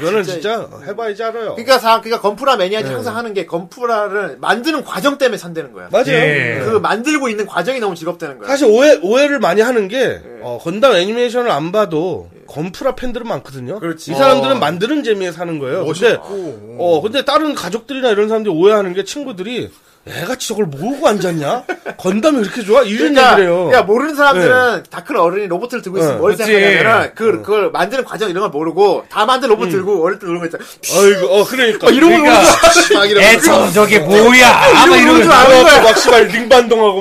H: 이거는 진짜, 해봐야지 알아요.
B: 그러니까 사, 그러니까 건프라 매니아들이 항상 하는 게 건프라를 만드는 과정 때문에 산다는 거야.
H: 맞아요.
B: 예. 그
H: 네.
B: 만들고 있는 과정이 너무 즐겁다는 거야.
H: 사실 오해 오해를 많이 하는 게
B: 예.
H: 어, 건담 애니메이션을 안 봐도 건프라 팬들은 많거든요.
B: 그렇지.
H: 이 사람들은
B: 어.
H: 만드는 재미에 사는 거예요. 근데 어 근데 다른 가족들이나 이런 사람들이 오해하는 게 친구들이 애같이 저걸 모으고 앉았냐? 건담이 그렇게 좋아? 이런
B: 그러니까,
H: 얘기를 해요.
B: 그러니까 모르는 사람들은 다 큰 어른이 로봇을 들고 있으면
H: 네.
B: 뭘
H: 그치.
B: 생각하냐면 그, 그걸 만드는 과정 이런 걸 모르고 다 만든 로봇 들고 어릴 때 누른 거 있잖아.
H: 아이고 어 그러니까
B: 이런 걸
Q: 그러니까
B: 막 이러면서.
E: 예,
Q: 애참 저게 뭐야? 아마
B: 이런
Q: 이러면서
B: 줄 아는 거야. 어,
H: 막 씨발 어, 링반동하고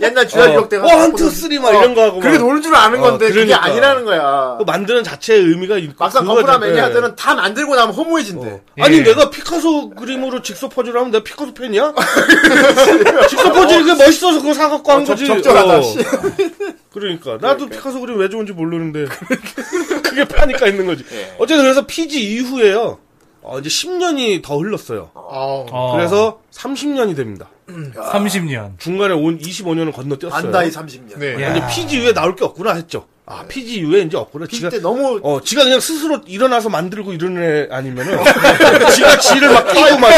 B: 옛날 주야 기억 때가 어.
H: 원투 어. 쓰리 막 이런 거 하고
B: 그게
H: 막.
B: 노는 줄 아는
H: 어,
B: 건데 그게
H: 그러니까.
B: 아니라는 거야.
H: 그 만드는 자체의 의미가 있고
B: 막상
H: 그거가
B: 건프라
H: 좀-
B: 매니아들은 다 만들고 나면 허무해진대.
H: 예. 아니 내가 피카소 그림으로 직소 퍼즐을 하면 내가 피카소 팬이야? 직소 퍼즐이 그 멋있어서 그거 사갖고 한
B: 적-
H: 거지
B: 적절하다,
H: 어.
B: 씨.
H: 그러니까 나도 피카소 그림 왜 좋은지 모르는데
B: 그러니까.
H: 그게 파니까 있는 거지
B: 예.
H: 어쨌든 그래서 피지 이후에요 어, 이제 10년이 더 흘렀어요
Q: 어.
H: 그래서 30년이 됩니다
Q: 30년. 예.
H: 중간에 온 25년을 건너뛰었어요
B: 반다이 30년.
F: 네.
Q: 야.
H: 이제 피지 이후에 나올 게 없구나 했죠 아 피지 이후에 이제 없구나
B: 그
H: 지가-
B: 때 너무
H: 어, 지가 그냥 스스로 일어나서 만들고 이러는 애 아니면은, 지가 지를 막 끼고 막,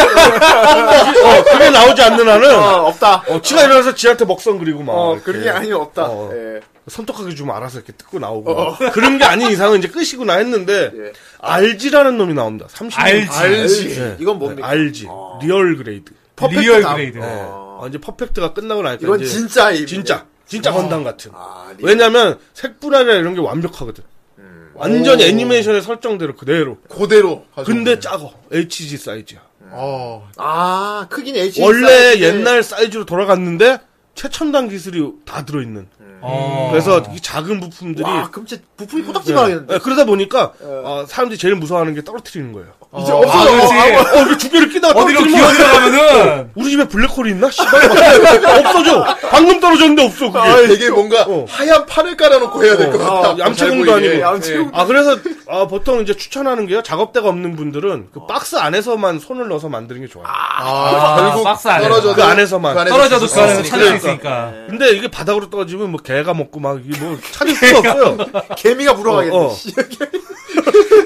H: 어, 그게 나오지 않는 한은,
B: 어, 없다.
H: 어, 지가 일어나서 지한테 먹성 그리고 막,
B: 어,
H: 이렇게
B: 그런 게 아니면 없다.
H: 어.
B: 예.
H: 손톱하게 좀 알아서 이렇게 뜯고 나오고. 그런 게 아닌 이상은 이제 끝이구나 했는데,
B: 어. 예.
H: 알지라는 놈이 나옵니다. 30년.
Q: 알지.
B: 알지.
H: 예.
B: 이건 뭡니까? 어.
H: 알지. 리얼 그레이드.
Q: 리얼
B: 다음.
Q: 그레이드.
H: 예. 어, 이제 퍼펙트가 끝나고 나니까.
B: 이건
H: 이제
B: 진짜 이
H: 진짜. 진짜 건담 같은.
B: 아, 리-
H: 왜냐면, 색분할이나 이런 게 완벽하거든.
B: 음.
H: 완전 애니메이션의 설정대로 그대로.
F: 그대로. 가지고.
H: 근데 작어. HG 사이즈야.
F: 어.
B: 아, 크긴 H.
H: 원래 옛날 사이즈로 돌아갔는데 최첨단 기술이 다 들어있는.
Q: 어.
H: 그래서 이 작은 부품들이
B: 와, 아, 그럼 진짜 부품이
H: 예.
B: 포닥지만 하겠는데.
H: 예, 그러다 보니까 어, 사람들이 제일 무서워하는 게 떨어뜨리는 거예요.
B: 이제 없어.
Q: 아, 그렇지.
H: 어, 이거 두 개를 끼다가
Q: 어디로
H: 떨어뜨리면
Q: 기어 들어가면은
H: 우리 집에 블랙홀이 있나? 씨발. 없어져. 방금 떨어졌는데 없어. 그게.
F: 아, 되게 뭔가 하얀 판을 깔아놓고 해야 될 것 같다.
H: 어, 얌체공도 아니고.
B: 양치고.
H: 아 그래서 아, 보통 이제 추천하는 게요. 작업대가 없는 분들은 그 박스 안에서만 손을 넣어서 만드는 게 좋아요.
F: 아, 결국
Q: 박스 안에.
F: 떨어져도
H: 그 안에서만.
Q: 떨어져도
F: 있을 수
Q: 그 안에서
F: 있으니까.
Q: 찾을 수 있으니까.
H: 근데 이게 바닥으로 떨어지면 뭐 개가 먹고 막 이게 뭐 찾을 수가 없어요.
B: 개미가 물어가겠네.
H: 어, 어.
B: 씨.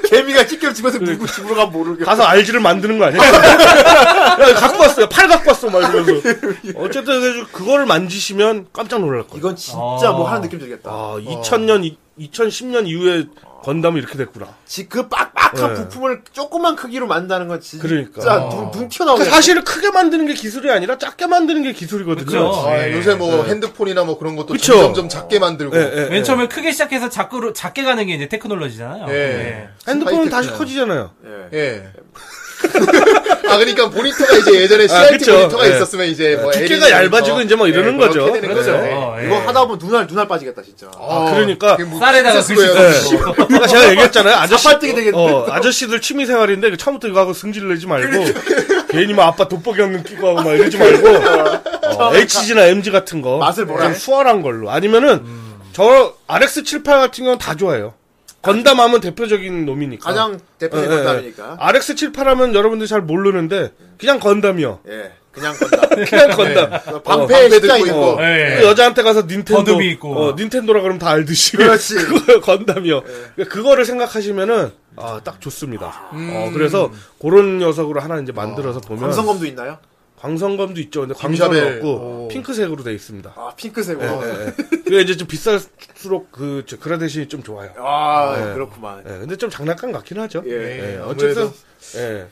B: 개미가 찌개를
H: 아,
B: 집어서 물고 집으로 가면 모르겠
H: 가서 알지를 만드는 거 아니야? 야, 갖고 왔어요. 팔 갖고 왔어. 막 이러면서. 어쨌든 그래서 그거를 만지시면 깜짝 놀랄 거예요.
B: 이건 진짜 뭐 하는 느낌 들겠다.
H: 아, 2000년, 2010년 이후에 건담이 이렇게 됐구나.
B: 지- 그 빡빡한
H: 예.
B: 부품을 조그만 크기로 만든다는 건 진짜
H: 그러니까.
B: 눈, 눈
H: 그
B: 튀어나오겠다. 네.
H: 사실은 크게 만드는 게 기술이 아니라 작게 만드는 게 기술이거든요.
Q: 그렇죠.
F: 아, 요새 뭐 핸드폰이나 뭐 그런 것도
H: 네. 그쵸.
F: 점점점 작게 만들고.
H: 예, 예, 예.
Q: 맨 처음에 크게 시작해서 작고로 작게 가는 게 이제 테크놀로지잖아요.
F: 예.
H: 네. 핸드폰은
F: 하이테크죠.
H: 다시 커지잖아요.
F: 예. 아, 그러니까 모니터가 이제 예전에 CRT
H: 그쵸.
F: 모니터가
H: 예.
F: 있었으면 이제 뭐
H: 두께가
F: LED 모니터.
H: 얇아지고 이제 뭐 이러는
F: 예,
H: 거죠. 네.
F: 그렇게 되는 거죠.
Q: 그렇죠.
H: 어,
Q: 예.
B: 이거 하다 보면 눈알, 눈알 빠지겠다, 진짜.
H: 아, 그러니까.
F: 그게 뭐
Q: 쌀에다가
F: 스트레스
Q: 글씨
F: 거예요.
Q: 쓰고.
H: 아까 그러니까 제가 얘기했잖아요. 아저씨,
B: 네. 자빨 뜨게 되겠네.
H: 어, 아저씨들 취미 생활인데 그 처음부터 이거 하고 승질 내지 말고
B: 그러니까.
H: 괜히 막 아빠 돋보기 없는 끼고 하고 막 이러지 말고 어, HG나 MG 같은 거
B: 맛을 보라. 음.
H: 좀 수월한 걸로 아니면은 저 RX78 같은 경우는 다 좋아해요. 건담 하면 대표적인 놈이니까. 예,
B: 가장
H: 네,
B: 대표적인 건담이니까.
H: RX78 하면 여러분들 잘 모르는데 그냥 건담이요.
B: 예, 그냥 건담.
H: 그냥 건담.
B: 방패
F: 방패
B: 십자
F: 들고
B: 있고.
F: 있고.
Q: 예.
H: 그 여자한테 가서 닌텐도
Q: 더듬이 있고.
H: 어, 닌텐도라 그러면 다 알듯이
B: 그렇지. 네.
H: 그거 건담이요. 그거를 생각하시면은 아, 딱 좋습니다.
Q: 음.
H: 어, 그래서 그런 녀석으로 하나 이제 만들어서
B: 아,
H: 보면
B: 감성검도 있나요?
H: 광선검도 있죠. 근데 광선은
F: 김샤벨.
H: 없고 핑크색으로 돼 있습니다.
B: 아, 핑크색으로.
H: 그게 이제 좀 비쌀수록 그 저, 그라데이션이 좀 좋아요.
B: 아,
H: 예.
F: 네.
B: 그렇구만.
H: 예, 근데 좀 장난감 같긴 하죠.
B: 예.
H: 예, 어쨌든 예.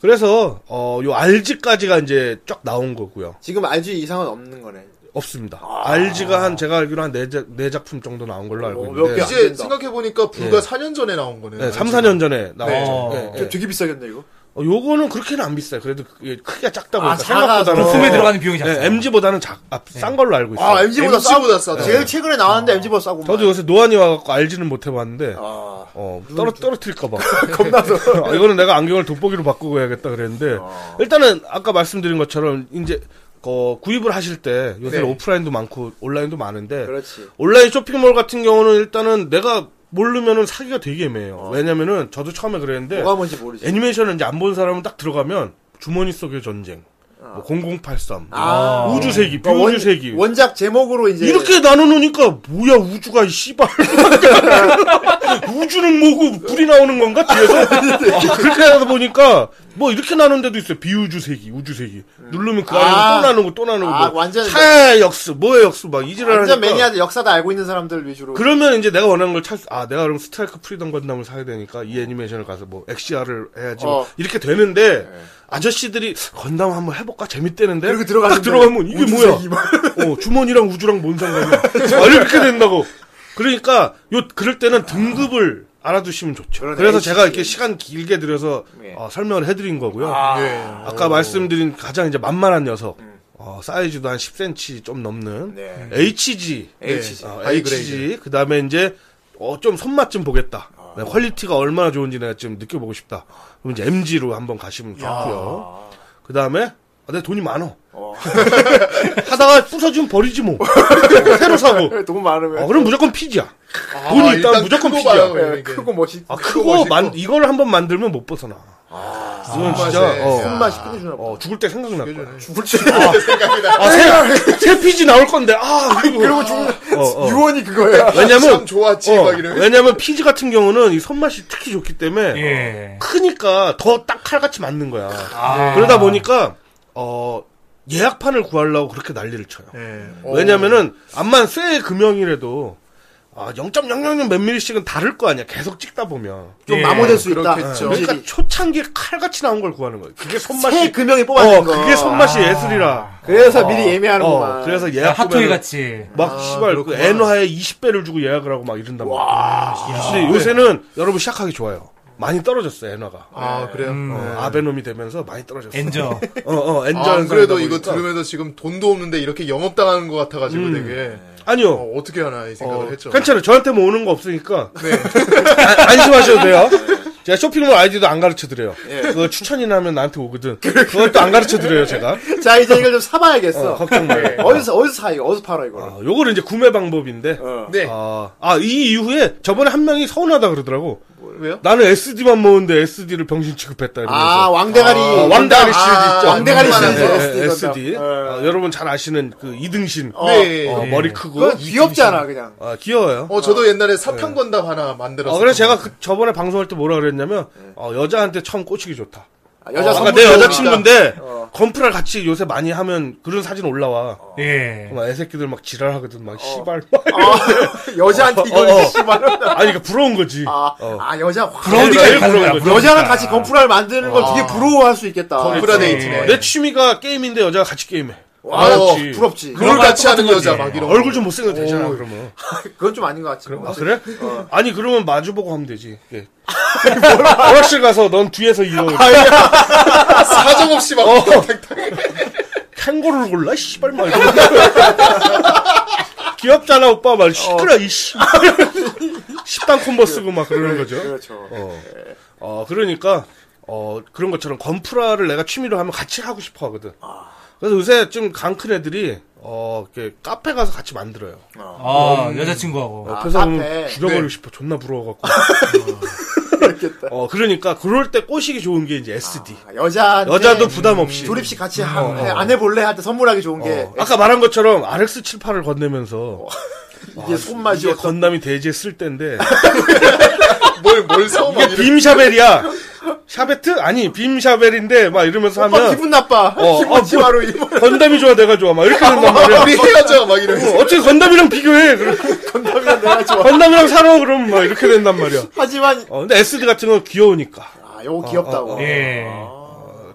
H: 그래서 어, 요 RG까지가 이제 쫙 나온 거고요.
B: 지금 RG 이상은 없는 거네.
H: 없습니다.
B: 아.
H: RG가 한 제가 알기로 한네 작품 정도 나온 걸로 알고
B: 어,
H: 있는데
B: 몇 개? 안
F: 이제
B: 된다.
F: 생각해보니까 불과 4년 전에 나온 거네.
H: 네, 3, 4년 전에 나왔죠.
Q: 어.
H: 네.
B: 좀 되게 비싸겠네, 이거.
H: 어, 요거는 그렇게는 안 비싸요. 그래도 그게 크기가 작다 보니까
B: 아, 작아서.
H: 생각보다는
Q: 그 부품에 들어가는 비용이 작아요.
H: 네, MG보다는 작, 아, 싼 걸로 알고 있어요.
F: 아, MG보다 싸보다 싸다.
B: 제일 최근에 나왔는데 MG보다 싸고.
H: 저도 요새 노안이 와갖고 RG는 못 해봤는데
B: 아,
H: 어, 떨어, 떨어뜨릴까봐.
B: 겁나서.
H: 아, 이거는 내가 안경을 돋보기로 바꾸고 해야겠다 그랬는데 일단은 아까 말씀드린 것처럼 이제 어, 구입을 하실 때 요새 는 오프라인도 많고 온라인도 많은데
B: 네. 그렇지.
H: 온라인 쇼핑몰 같은 경우는 일단은 내가 모르면은 사기가 되게 애매해요. 왜냐면은 저도 처음에 그랬는데
B: 뭐가 어. 뭔지 모르지.
H: 애니메이션을 이제 안 본 사람은 딱 들어가면 주머니 속의 전쟁. 뭐 008삼,
B: 아.
H: 우주세기,
B: 그러니까 원-
H: 비우주세기.
B: 원작 제목으로 이제
H: 이렇게 나눠놓으니까 뭐야 우주가 이 씨발 우주는 뭐고 불이 나오는 건가 뒤에서 아, 그렇게 하다 보니까 뭐 이렇게 나눈 데도 있어요 비우주세기 우주세기 누르면 그 안에서
B: 아.
H: 또 나누고 또 나누고
B: 아,
H: 뭐
B: 완전-
H: 타의 역수 뭐의 역수 막 이지랄
B: 완전
H: 하니까
B: 매니아들 역사 다 알고 있는 사람들 위주로
H: 그러면 이제 내가 원하는 걸 찾, 아, 내가 그럼 스트라이크 프리덤 건담을 사야 되니까 이 애니메이션을 가서 뭐 XR을 해야지 뭐
B: 어.
H: 이렇게 되는데 아저씨들이 건담 한번 해볼까? 재밌대는데?
B: 이렇게 들어가는데
H: 딱 들어가면 이게 뭐야? 어, 주머니랑 우주랑 뭔 상관이야? 아, 이렇게 된다고. 그러니까 요, 그럴 때는 등급을 알아두시면 좋죠.
B: 그러네.
H: 그래서 제가
B: HG.
H: 이렇게 시간 길게 들여서
B: 예.
H: 어, 설명을 해드린 거고요.
Q: 아.
H: 아까 말씀드린 가장 이제 만만한 녀석. 어, 사이즈도 한 10cm 좀 넘는
B: 네.
H: HG.
B: HG.
H: 어,
B: 하이그레이드.
H: HG. 그 다음에 이제 어, 좀 손맛 좀 보겠다. 네, 퀄리티가 얼마나 좋은지 내가 지금 느껴보고 싶다. 그럼 이제 MG로 한번 가시면 좋고요. 그 다음에 아, 내 돈이 많어. 하다가 부서지면 버리지 뭐. 새로 사고.
B: 돈 많으면
H: 어, 그럼 무조건 피지야. 돈이 있다면 무조건
F: 크고
H: 피지야.
F: 봐요,
B: 예,
F: 이게.
B: 크고 멋있
H: 아, 크고 만, 이걸 한번 만들면 못 벗어나. 이건 진짜, 어,
B: 손맛이 끊어주나 봐.
H: 어, 죽을 때 생각날 거야.
F: 죽을 줄 생각이다.
H: 아, 새, 새 피지 나올 건데, 아, 그리고. 죽는,
F: 유언이 그거야.
H: 왜냐면-
F: 참 좋았지
H: 어,
F: 막 이러면.
H: 왜냐면 피지 같은 경우는 이 손맛이 특히 좋기 때문에
Q: 예.
H: 크니까 더 딱 칼같이 맞는 거야.
Q: 아.
H: 그러다 보니까 어 예약판을 구하려고 그렇게 난리를 쳐요.
Q: 예.
F: 어.
H: 왜냐면은 암만 쇠 금형이라도 아, 0.006 몇 밀리씩은 다를 거 아니야. 계속 찍다 보면.
B: 좀
Q: 예,
B: 마모될 수 있다
F: 그렇겠죠.
B: 음질이.
H: 그러니까 초창기에 칼같이 나온 걸 구하는 거예요. 그게
B: 새
H: 손맛이
B: 금형이 뽑아낸
H: 어,
B: 거
H: 그게 손맛이 예술이라.
B: 그래서 미리
H: 어,
B: 예매하는구만
H: 그래서
Q: 야,
H: 예약
Q: 핫토이
H: 구매를-
Q: 같이.
H: 막 씨발 그 엔화에 20배를 주고 예약을 하고 막 이런단 말이야. 근데 요새는 여러분 시작하기 좋아요. 많이 떨어졌어 엔화가.
F: 아 그래요.
Q: 음.
H: 어, 아베놈이 되면서 많이 떨어졌어.
Q: 엔저.
H: 어어 엔저.
F: 아,
H: 현상이다
F: 그래도 이거
H: 보니까.
F: 들으면서 지금 돈도 없는데 이렇게 영업당하는 것 같아가지고 되게
H: 아니요.
F: 어, 어떻게 하나 이 생각을
H: 어,
F: 했죠.
H: 괜찮아요. 저한테 뭐 오는 거 없으니까 아, 안심하셔도 돼요. 제가 쇼핑몰 아이디도 안 가르쳐 드려요. 그거 추천이나 하면 나한테 오거든. 그것도 안 가르쳐 드려요 제가.
B: 자 이제 이걸 좀 사봐야겠어 네.
H: 어, 걱정 마. 요
B: 어디서 어디서 사 이거 어디서 팔아 이거를
H: 아, 요거는 이제 구매 방법인데.
F: 네.
H: 아, 아, 이 이후에 저번에 한 명이 서운하다 그러더라고.
F: 왜요?
H: 나는 SD만 모으는데 SD를 병신 취급했다
B: 아
H: 이러면서.
B: 왕대가리
H: 왕대가리 시리즈
B: 아,
H: 있죠.
B: 왕대가리 시리즈
H: 네,
B: SD
H: 네,
B: 건담.
H: SD.
B: 예.
H: 아, 여러분 잘 아시는 그 이등신.
F: 네.
H: 어,
F: 어,
H: 머리 크고.
B: 그건 귀엽잖아 그냥
H: 아, 귀여워요.
F: 저도 옛날에 사탕 건담 하나 만들었어.
H: 어, 그래서 제가 그 저번에 방송할 때 뭐라 그랬냐면, 어, 여자한테 처음 꽂히기 좋다.
B: 네. 아, 여자
H: 어,
B: 선물
H: 아까 내
B: 좋으니까. 어.
H: 여자친구인데, 건프랑 같이 요새 많이 하면 그런 사진 올라와.
Q: 예.
H: 막 애새끼들 막 지랄하거든, 막, 씨발. 막.
B: 어. 아, 여자한테 이거
H: 어, 어.
B: 씨발
H: 아니, 그러니까 부러운 거지.
B: 아,
H: 어.
B: 아 여자 확
Q: 그러니까 가는 거야.
H: 그러니까.
B: 여자랑 같이 건프라를 만드는 걸 되게 부러워할 수 있겠다.
F: 건프라
Q: 그렇지.
F: 데이트네.
H: 내 취미가 게임인데 여자가 같이 게임해.
B: 와,
H: 부럽지.
B: 부럽지.
F: 롤 같이 하는
Q: 똑같은
F: 여자
Q: 거지.
F: 막 이런.
H: 얼굴 좀 못생겨도 되잖아, 그러면.
B: 그건 좀 아닌 것 같지.
H: 아, 그래? 아니, 그러면 마주보고 하면 되지. 예. 오락실 가서 넌 뒤에서 이거.
F: 사정 없이 막.
H: 어. 캥거루를 골라? 이 씨발 말. 귀엽잖아, 오빠 말. 시끄러, 이 씨. 식당 콤보 쓰고 막 그러는 거죠.
B: 그렇죠.
H: 어. 어, 그러니까, 어, 그런 것처럼 건프라를 내가 취미로 하면 같이 하고 싶어 하거든. 그래서 요새 좀 강 큰 애들이, 어, 이렇게 카페 가서 같이 만들어요.
Q: 아,
H: 음.
Q: 여자친구하고.
H: 옆에서
B: 아,
H: 보면
B: 카페.
H: 죽여버리고
F: 네.
H: 싶어. 존나 부러워갖고. 어, 그러니까, 그럴 때 꼬시기 좋은 게 이제 SD.
B: 아, 여자
H: 여자도 부담 없이.
B: 조립식 같이 하- 해- 안 해볼래 할 때 선물하기 좋은 게
H: 어, 아까 말한 것처럼 RX78을 건네면서
B: 이게 손맛이
H: 이게
B: 어, 어떤
H: 건담이 대지에 쓸 때인데
F: 뭘뭘 사오 막
H: 이게
F: 이런.
H: 빔샤벨이야 샤베트 아니 빔샤벨인데 막 이러면서
B: 오빠
H: 하면
B: 기분 나빠.
H: 어,
B: 기분
H: 아,
B: 지마로 이
H: 뭐, 건담이 좋아 내가 좋아 막 이렇게 된단 말이야
F: 우리 헤어져 막 이러면서.
H: 어, 어떻게 건담이랑 비교해 그럼
B: 건담이랑 내가 좋아.
H: 건담이랑 사러 그럼 막 이렇게 된단 말이야
B: 하지만
H: 어, 근데 SD 같은 건 귀여우니까
B: 아 요거 귀엽다고.
E: 어,
Q: 예.
H: 어,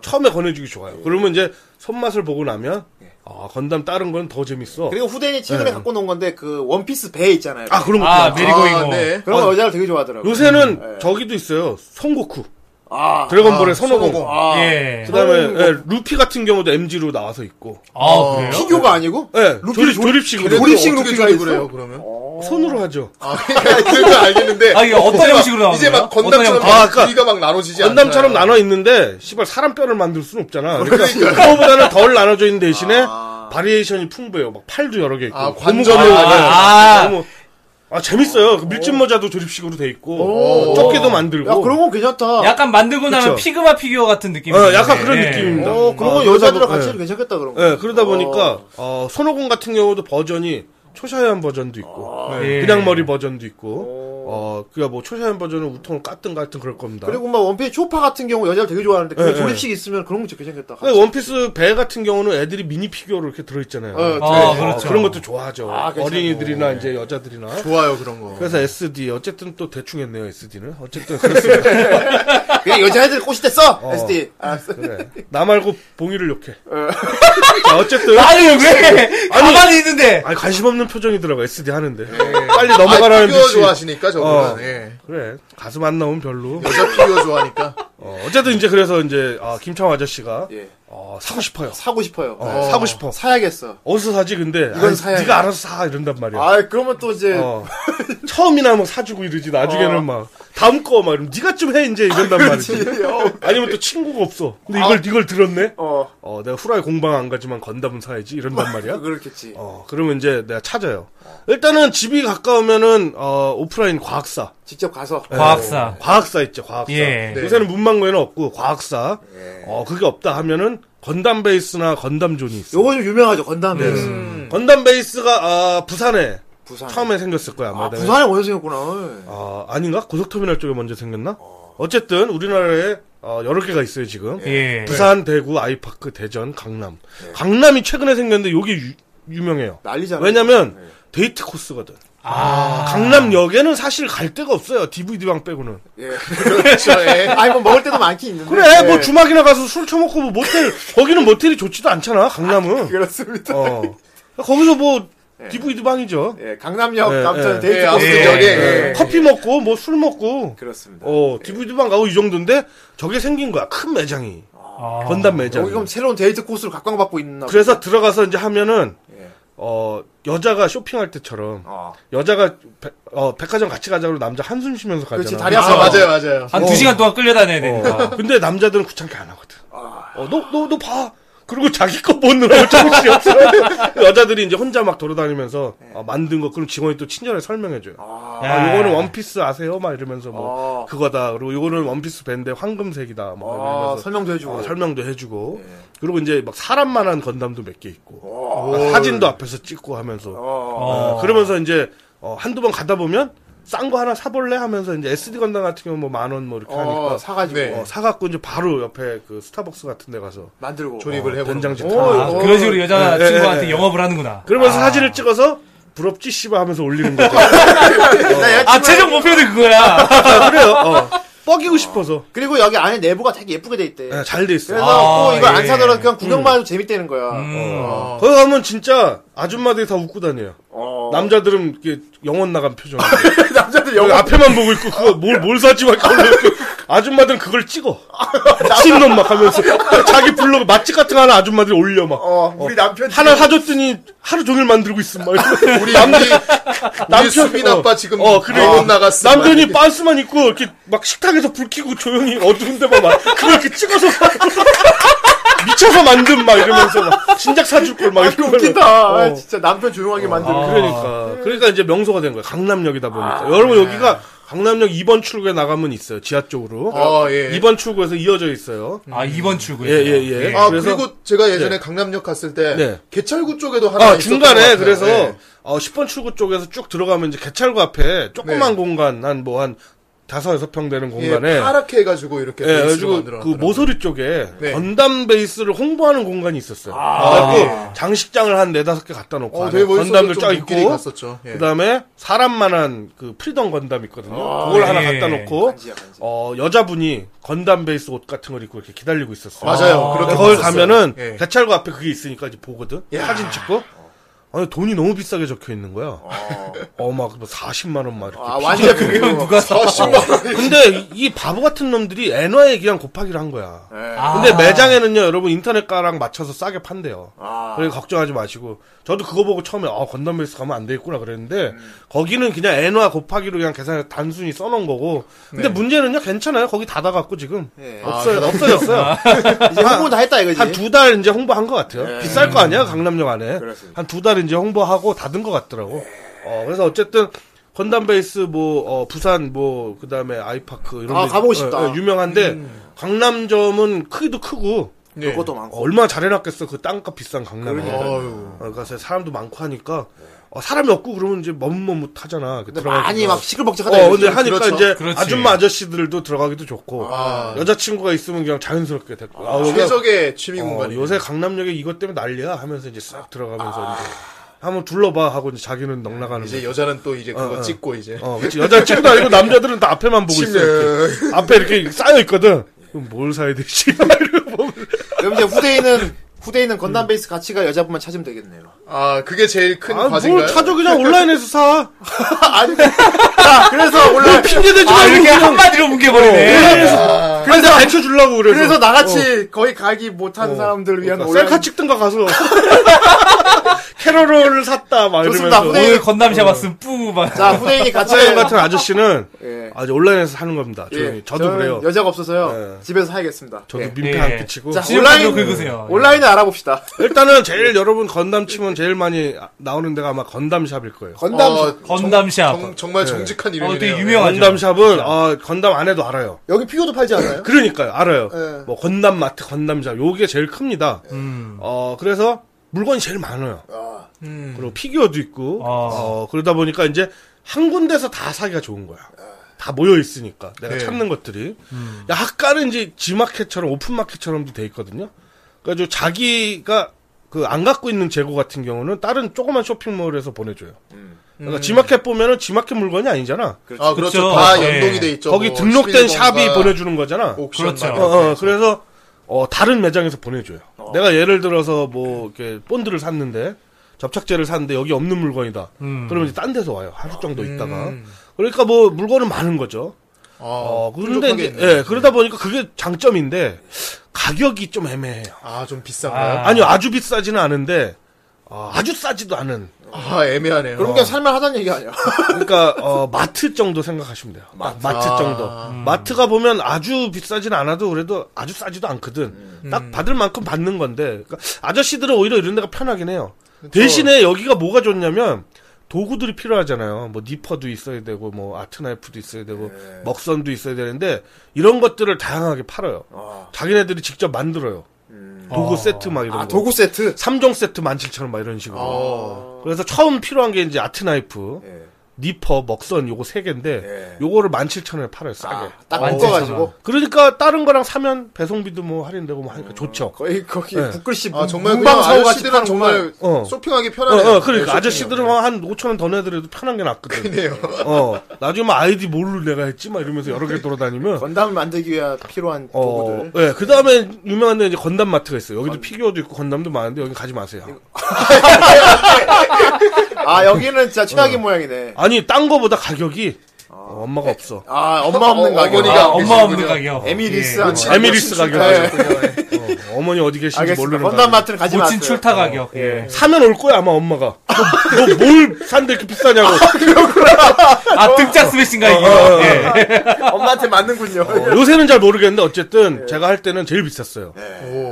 H: 처음에 건네주기 좋아요
B: 예.
H: 그러면 이제 손맛을 보고 나면 아 건담 다른 건 더 재밌어
B: 그리고 후대인이 최근에 갖고 놓은 건데 그 원피스 배 있잖아요.
H: 아 그런 거
Q: 아,
H: 아,
Q: 메리고잉어.
F: 네.
B: 그런 거 여자를 되게 좋아하더라고. 요
H: 요새는
B: 네.
H: 저기도 있어요 손고쿠
B: 아
H: 드래곤볼의
F: 아,
H: 손오공
F: 손오공.
B: 아,
Q: 예.
H: 그다음에 예, 루피 같은 경우도 MG로 나와서 있고.
Q: 아, 그래요?
B: 피규어가 아니고
H: 예.
B: 루피를
H: 조립, 조립식으로
F: 그래도
B: 조립식
F: 어떻게
B: 루피가 있어?
F: 조립을 해요 그러면.
H: 손으로 하죠.
F: 아 그러니까 그건 알겠는데.
Q: 아, 이게 어떤
F: 이제 막-
Q: 형식으로 나오는
F: 이제 막
Q: 거예요?
F: 건담처럼
Q: 어떤
H: 형태?
F: 막
H: 아, 그러니까
F: 부위가 막 나눠지지 않아.
H: 건담처럼 나눠 있는데 씨발 사람 뼈를 만들 수는 없잖아. 그러니까 그거보다는 덜 나눠져 있는 대신에 바리에이션이 풍부해요. 막 팔도 여러 개 있고.
F: 아, 관절이
H: 고무가-
F: 많아요.
H: 아,
Q: 아.
H: 너무- 아 재밌어요. 그 밀짚 모자도 조립식으로 돼 있고
Q: 오.
H: 조끼도 만들고.
Q: 야, 그런
B: 건 괜찮다.
Q: 약간 만들고 나면
H: 그쵸.
Q: 피그마 피규어 같은 느낌.
H: 어, 약간 그런
E: 네.
H: 느낌입니다.
B: 어, 그런 거 여자들이랑 같이 해도 괜찮겠다 그런 거.
H: 아, 예, 그러다 보니까 어, 손오공 같은 경우도 버전이 초샤얀 버전도 있고 예.
B: 예.
H: 그냥 머리 버전도 있고 어, 그야 뭐 초샤얀 버전은 우통을 깠든 같은 그럴 겁니다.
B: 그리고 막 원피스 쇼파 같은 경우 여자를 되게 좋아하는데
H: 예,
B: 그게
H: 예.
B: 조립식 있으면 그런 거 진짜 괜찮겠다.
H: 근데 원피스 배 같은 경우는 애들이 미니 피규어로 이렇게 들어있잖아요.
B: 어,
H: 어,
B: 아,
H: 그렇죠.
B: 그렇죠.
H: 그런 것도 좋아하죠.
B: 아, 괜찮아요.
H: 어린이들이나 이제 여자들이나
B: 좋아요, 그런 거.
H: 그래서 SD 어쨌든 또 대충 했네요 SD는 어쨌든 그렇습니다.
B: 그냥 여자애들 꼬실 때 써! SD. 알았어.
H: 그래. 네. 나 말고 봉이를 욕해. 자, 어쨌든
Q: 나는 예. 왜?
H: 어.
Q: 가만히
H: 있는데. 아니 관심 없는 표정이더라고 SD 하는데. 빨리 넘어가라는
F: 아, 피규어
H: 듯이.
F: 좋아하시니까 저분은,
H: 어.
F: 예.
H: 그래 가슴 안 나오면 별로.
F: 여자 피규어 좋아하니까.
H: 어, 어쨌든 이제 그래서 이제 아, 김창호 아저씨가 어, 사고 싶어요.
B: 사고 싶어요.
H: 어,
B: 네.
H: 사고 싶어. 예.
B: 사야겠어.
H: 어디서 사지 근데?
B: 이건
H: 아이,
B: 사야
H: 네가 알아서 사 이런단 말이야.
B: 아, 그러면 또 이제
H: 어. 처음이나 뭐 사주고 이러지 나중에는
B: 어. 아,
H: 막 다음 거 막 이러면 네가 좀 해 이제 이런단 말이지. 아니면 또 친구가 없어. 근데 이걸 이걸 들었네.
B: 어. 아,
H: 내가 후라이 공방 안 가지만 건담은 사야지 이런단 말이야.
B: 그렇겠지.
H: 어, 그러면 이제 내가 찾아요. 일단은 집이 가까우면은 어, 오프라인 과학사.
B: 직접 가서.
E: 예.
H: 네.
B: 예.
H: 과학사. 과학사 있죠, 과학사.
Q: 예. 네.
H: 요새는 문방구에는 없고 과학사.
B: 예.
H: 어, 그게 없다 하면은 건담 베이스나 건담 존이 있어. 요거
B: 좀 유명하죠, 건담 베이스. 음.
H: 건담 베이스가 아, 부산에
B: 부산.
H: 처음에 생겼을 거야, 아마.
B: 아, 부산에 먼저 생겼구나.
H: 아, 아닌가? 고속터미널 쪽에 먼저 생겼나? 어쨌든 우리나라에 어, 여러 개가 있어요 지금.
Q: 예.
H: 부산, 대구, 아이파크, 대전, 강남. 강남이 최근에 생겼는데 요게 유, 명해요
B: 예. 난리잖아요. 예.
H: 왜냐면 데이트 코스거든. 강남역에는 사실 갈 데가 없어요. DVD방 빼고는.
B: 예. 그렇죠, 예. 아니, 뭐 먹을 때도 많긴 있는데.
H: 그래, 뭐 주막이나 가서 술 처먹고 뭐 모텔 거기는 모텔이 좋지도 않잖아. 강남은.
B: 그렇습니다.
H: 어. 거기서 뭐 DVD 방이죠.
B: 예, 강남역
H: 예,
B: 남자
H: 예.
B: 데이트
H: 예,
B: 코스
H: 아무튼
B: 저기,
H: 예,
B: 예.
H: 예. 커피 먹고 뭐 술 먹고
B: 그렇습니다. 예.
H: 어 DVD 방 가고 이 정도인데 저게 생긴 거야 큰 매장이 건담 매장.
B: 아. 여기 그럼 새로운 데이트 코스로 각광받고 있나?
H: 그래서 들어가서 이제 하면은
B: 예.
H: 어 여자가 쇼핑할 때처럼
B: 아.
H: 여자가 백- 어, 백화점 같이 가자고 남자 한숨 쉬면서 가잖아.
B: 그렇지, 다리 아파. 맞아요, 맞아요. 한두
H: 어.
B: 시간
H: 동안 끌려다녀야
B: 되니까.
H: 근데 남자들은 귀찮게 안 하거든.
B: 아.
H: 어너 너 너 봐. 그리고 자기 거 못 넣어 정신이 없어. 여자들이 이제 혼자 막 돌아다니면서
B: 예.
H: 어, 만든 거 그럼 직원이 또 친절하게 설명해줘요. 아, 요거는 원피스 아세요? 막 이러면서
B: 아.
H: 뭐 그거다. 그리고 요거는 원피스 밴드 황금색이다. 막 이러면서
B: 설명도 해주고. 예.
H: 어, 설명도 해주고. 그리고 이제 막 사람만한 건담도 몇 개 있고
B: 오.
H: 막 사진도 앞에서 찍고
B: 아.
H: 하면서 어, 그러면서 이제 어, 한두 번 가다 보면 싼 거 하나 사볼래 하면서 이제 SD 건담 같은 경우 뭐 만 원 뭐 이렇게
B: 어,
H: 하니까
B: 사가지고.
H: 어, 사갖고 이제 바로 옆에 그 스타벅스 같은 데 가서 어,
B: 만들고
H: 조립을 해보는
Q: 된장찌개.
H: 거지.
Q: 아,
H: 오,
Q: 그런
H: 오.
Q: 식으로 여자
H: 예,
Q: 친구한테
H: 어. 예, 예.
Q: 영업을 하는구나.
H: 그러면서 사진을 찍어서 부럽지 씨바 하면서 올리는 거죠.
Q: 아, 최종
E: 뭐-
Q: 목표는 그거야.
H: 아, 그래요. 어. 뻐기고 싶어서.
B: 그리고 여기 안에 내부가 되게 예쁘게 돼 있대.
H: 네, 잘돼 있어요.
B: 그래서
H: 아,
B: 꼭 이거 안
H: 예.
B: 사더라도 그냥
H: 음.
B: 구경만 해도 재밌다는 거야.
E: 음.
Q: 음.
H: 어. 거기 가면 진짜 아줌마들이 다 웃고 다녀요.
F: 어.
H: 남자들은 이렇게 영혼 나간 표정. 남자들 영혼 앞에만 보고 있고 그거 뭘, 뭘 사지 막 그걸 있고 아줌마들은 그걸 찍어. 미친놈 막 하면서 자기 블로그 맛집 같은 거 하나 아줌마들이 올려 막.
B: 어, 우리 남편
H: 하나 사줬더니 하루 종일 만들고 있음 막. 이러면서.
F: 우리
H: 남편- 어.
F: 우리- 우리 수빈 아빠 지금 영혼 어, 나갔음.
H: 남편이 빤스만 입고 이렇게 막 식탁에서 불 켜고 조용히 어두운 데만 막 그걸 이렇게 찍어서 막 미쳐서 만든 막 이러면서 막 신작 사줄 걸
F: 아,
H: 막 이러면서
B: 웃긴다.
H: 어.
B: 아, 진짜 남편 조용하게 만들고.
H: 그러니까. 그러니까 이제 명소가 된 거예요. 강남역이다
F: 아,
H: 보니까. 여러분
F: 네.
H: 여기가 강남역 2번 출구에 나가면 있어요. 지하 쪽으로.
F: 아, 예.
H: 2번 출구에서 이어져 있어요.
Q: 아, 2번 출구에.
H: 예, 예, 예.
F: 아,
H: 그래서-
F: 그리고 제가 예전에
H: 네.
F: 강남역 갔을 때
H: 네.
F: 개찰구 쪽에도 하나
H: 아,
F: 있었던 것
H: 중간에
F: 같아요.
H: 그래서
F: 예.
H: 어, 10번 출구 쪽에서 쭉 들어가면 이제 개찰구 앞에 조그만 공간 한 뭐 한 다섯 여섯 평 되는
F: 네. 예,
H: 공간에
F: 파랗게 해가지고 이렇게
H: 예,
F: 베이스로
H: 그래가지고
F: 만들어
H: 그 모서리 쪽에
F: 네.
H: 건담 베이스를 홍보하는 공간이 있었어요.
F: 아.
H: 그래갖고 장식장을 한 네다섯 개 갖다 놓고
F: 어,
H: 안에
F: 되게 멋있어서
H: 건담들
F: 좀
H: 쫙
F: 눈길이
H: 있고
F: 갔었죠. 예.
H: 그다음에 사람만한 그 프리덤 건담 있거든요.
F: 아,
H: 그걸
F: 예.
H: 하나 갖다 놓고
F: 간지야,
H: 어, 여자분이 건담 베이스 옷 같은 걸 입고 이렇게 기다리고 있었어요.
F: 맞아요. 그렇게
H: 거기
F: 봤었어요.
H: 가면은
F: 예.
H: 개찰구 앞에 그게 있으니까 이제 보거든.
F: 야.
H: 사진 찍고. 아니 돈이 너무 비싸게 적혀 있는 거야. 어막 40만 원막 이렇게.
B: 아, 완전
H: 비싸게.
B: 그게 누가 사? 40만 원이.
H: 근데 이 바보 같은 놈들이 엔화에 그냥 곱하기를 한 거야.
B: 예.
H: 근데
B: 아.
H: 매장에는요 여러분 인터넷가랑 맞춰서 싸게 판대요.
B: 아.
H: 그러니까 걱정하지 마시고 저도 그거 보고 처음에 아 건담 베이스 가면 안 되겠구나 그랬는데 거기는 그냥 엔화 곱하기로 그냥 계산해서 단순히 써놓은 거고. 근데
B: 네.
H: 문제는요 괜찮아요 거기 닫아갖고 지금
B: 예.
H: 없어요
B: 아,
H: 없어졌어요. 아,
B: 이제 홍보는 다 했다 이거지.
H: 한 두 달 이제 홍보한 것 같아요.
B: 예.
H: 비쌀 거 아니야 강남역 안에.
B: 그렇습니다. 네.
H: 한 두 달 이제 홍보하고 닫은 것 같더라고. 어, 그래서 어쨌든 건담 베이스 뭐 어, 부산 뭐 그다음에 아이파크 이런
B: 아,
H: 데
B: 가보고 싶다.
H: 예, 예, 유명한데 강남점은 크기도 크고
B: 볼 것도 네. 많고.
H: 얼마 나 잘해놨겠어 그 땅값 비싼 강남에
B: 그러니까.
H: 어, 그러니까 사람도 많고 하니까 어, 사람이 없고 그러면 이제 머뭇머뭇하잖아 그 들어가기가.
B: 많이 막 시끌벅적하다
H: 어 근데
B: 요즘.
H: 하니까
B: 그렇죠. 아.
H: 이제
Q: 그렇지.
H: 아줌마 아저씨들도 들어가기도 좋고 여자친구가 있으면 그냥 자연스럽게 됐고 아, 여기가-
F: 최적의 취미
H: 어,
F: 공간이
H: 요새 강남역에 이것 때문에 난리야 하면서 이제 싹 들어가면서 이제 한번 둘러봐 하고 이제 자기는 넉나가는
F: 이제
H: 거지.
F: 여자는 또 이제 그거
H: 어, 어.
F: 찍고 이제
H: 어, 그렇지. 여자 친구도 아니고 남자들은 다 앞에만 보고 있어. 이렇게. 앞에 이렇게 쌓여 있거든. 그럼 뭘 사야 되지? 이러고 보면.
B: 그럼 이제 후대인은 후대인은 건담 베이스 가치가 여자분만 찾으면 되겠네요.
F: 아 그게 제일 큰
B: 뭐
H: 아, 뭘
F: 과제인가요?
H: 찾아 그냥 온라인에서 사.
B: 아니, 자, 그래서 원래
H: 핑계 대지 말고
Q: 이렇게
H: 그냥
Q: 한마디로
H: 어.
Q: 뭉개버리네.
H: 온라인에서 그래서 가르쳐 주려고 그래.
B: 그래서 나같이 거의 가기 못한 사람들 위한
H: 어, 셀카 찍든가 가서 캐롤을 샀다 막
B: 좋습니다.
H: 이러면서.
B: 후대인-
Q: 오늘 건담
H: 어.
Q: 샤봤음 뿌 막.
B: 자 후대인이
H: 사연
B: 가치를
H: 같은 아저씨는
B: 예.
H: 아주 온라인에서 사는 겁니다. 조용히.
B: 예,
H: 음, 저도
B: 저는
H: 그래요.
B: 여자가 없어서요.
H: 예.
B: 집에서 사야겠습니다.
H: 저도
B: 예.
H: 민폐 안 끼치고.
B: 자,
Q: 온라인
B: 온라인- 음,
Q: 긁으세요.
B: 온라인을 알아봅시다.
H: 일단은 제일 여러분 건담 치면 제일 많이 나오는 데가 아마 건담샵일 거예요.
B: 건담
F: 어,
Q: 건담 샵.
F: 정, 정말 정직한
Q: 어, 되게
F: 이름이네요.
Q: 유명하죠.
H: 건담샵은 아, 건담 안 해도 알아요.
B: 여기 피규어도 팔지 않아요?
H: 그러니까요, 알아요.
B: 예.
H: 뭐 건담 마트, 건담샵 요게 제일 큽니다.
Q: 음.
H: 어 그래서 물건이 제일 많아요.
F: 음.
H: 그리고 피규어도 있고
Q: 아.
H: 어, 그러다 보니까 이제 한 군데서 다 사기가 좋은 거야. 다 모여 있으니까 내가
F: 네.
H: 찾는 것들이 약간은 이제 지마켓처럼 오픈마켓처럼도 돼 있거든요. 그래가지고 자기가 그 안 갖고 있는 재고 같은 경우는 다른 조그만 쇼핑몰에서 보내줘요. 그러니까 지마켓 보면은 지마켓 물건이 아니잖아.
F: 아 그렇죠.
Q: 그렇죠.
F: 다
Q: 예.
F: 연동이 돼 있죠.
H: 거기
F: 뭐
H: 등록된
F: 스피드건가,
H: 샵이 보내주는 거잖아.
F: 옥션
Q: 그렇죠.
F: 막
H: 어,
F: 이렇게 어.
H: 어,
F: 해서.
H: 그래서 어, 다른 매장에서 보내줘요. 내가 예를 들어서 뭐 이렇게 본드를 샀는데 접착제를 샀는데 여기 없는 물건이다.
Q: 음.
H: 그러면 이제 딴 데서 와요. 하루 정도 있다가. 그러니까 뭐 물건은 많은 거죠.
F: 음. 아,
H: 어, 그런데
F: 끈적하게
H: 이제
F: 있네.
H: 예, 그러다 보니까 그게 장점인데 가격이 좀 애매해요.
F: 아, 좀 비싼가요?
Q: 아.
H: 아. 니요 아주 비싸지는 않은데 아, 아주 싸지도 않은.
F: 아, 애매하네요.
B: 그럼 그냥 살만하다는 얘기 아니야?
H: 그러니까 어, 마트 정도 생각하시면 돼요. 마트, 정도. 마트가 보면 아주 비싸진 않아도 그래도 아주 싸지도 않거든. 딱 받을 만큼 받는 건데 그러니까 아저씨들은 오히려 이런 데가 편하긴 해요. 대신에 여기가 뭐가 좋냐면 도구들이 필요하잖아요. 뭐 니퍼도 있어야 되고 뭐 아트나이프도 있어야 되고 먹선도 있어야 되는데 이런 것들을 다양하게 팔아요. 자기네들이 직접 만들어요. 도구 세트 막 이런
B: 아
H: 거.
B: 도구 세트.
H: 3종 세트 17,000원 막 이런 식으로. 그래서 처음 필요한 게 이제 아트 나이프,
B: 예.
H: 니퍼, 먹선 요거 세 개인데 요거를 17,000원에 팔아요, 싸게.
B: 딱
Q: 완전
B: 묶어가지고
H: 그러니까 다른 거랑 사면 배송비도 뭐 할인되고 뭐 하니까 좋죠.
B: 음, 거의 거기
H: 네.
B: 북글씨
F: 아, 정말
B: 문방
F: 그냥
B: 사고 같이
F: 아저씨들은 정말
H: 어.
F: 쇼핑하기
H: 어,
F: 편하네요.
H: 어, 그러니까
F: 네,
H: 아저씨들은 한 5천원 더 내더라도 편한 게 낫거든.
F: 쇼핑이요.
H: 어, 나중에 막 아이디 모를 내가 했지 막 이러면서 여러 개 돌아다니면.
B: 건담을 만들기 위해 필요한
H: 어,
B: 도구들.
H: 예, 그 다음에 유명한 데 이제 건담 마트가 있어요. 여기도 피규어도 있고 건담도 많은데 여기 가지 마세요.
B: 아 여기는 진짜 최악의 모양이네.
H: 아니, 딴 거보다 가격이 어, 엄마가 없어.
B: 아 엄마 없는
F: 어,
B: 가격.
F: 어머니가
Q: 아,
B: 아,
Q: 엄마 없는 가격.
B: 에미리스
Q: 예.
E: 뭐
B: 하고.
H: 에미리스 가격.
F: 네.
H: 어, 어머니 어디 계신지
B: 알겠습니다.
H: 모르는
B: 건담
H: 가격.
B: 마트는 가지 마세요.
Q: 모친 출타
H: 어.
Q: 가격. 예.
H: 사면 올 거야 아마 엄마가. 너 뭘 산데 이렇게 비싸냐고. 어.
Q: 아 등짝 스매싱가 이거. 예.
B: 엄마한테 맞는군요.
H: 어, 요새는 잘 모르겠는데 어쨌든 제가 할 때는 제일 비쌌어요.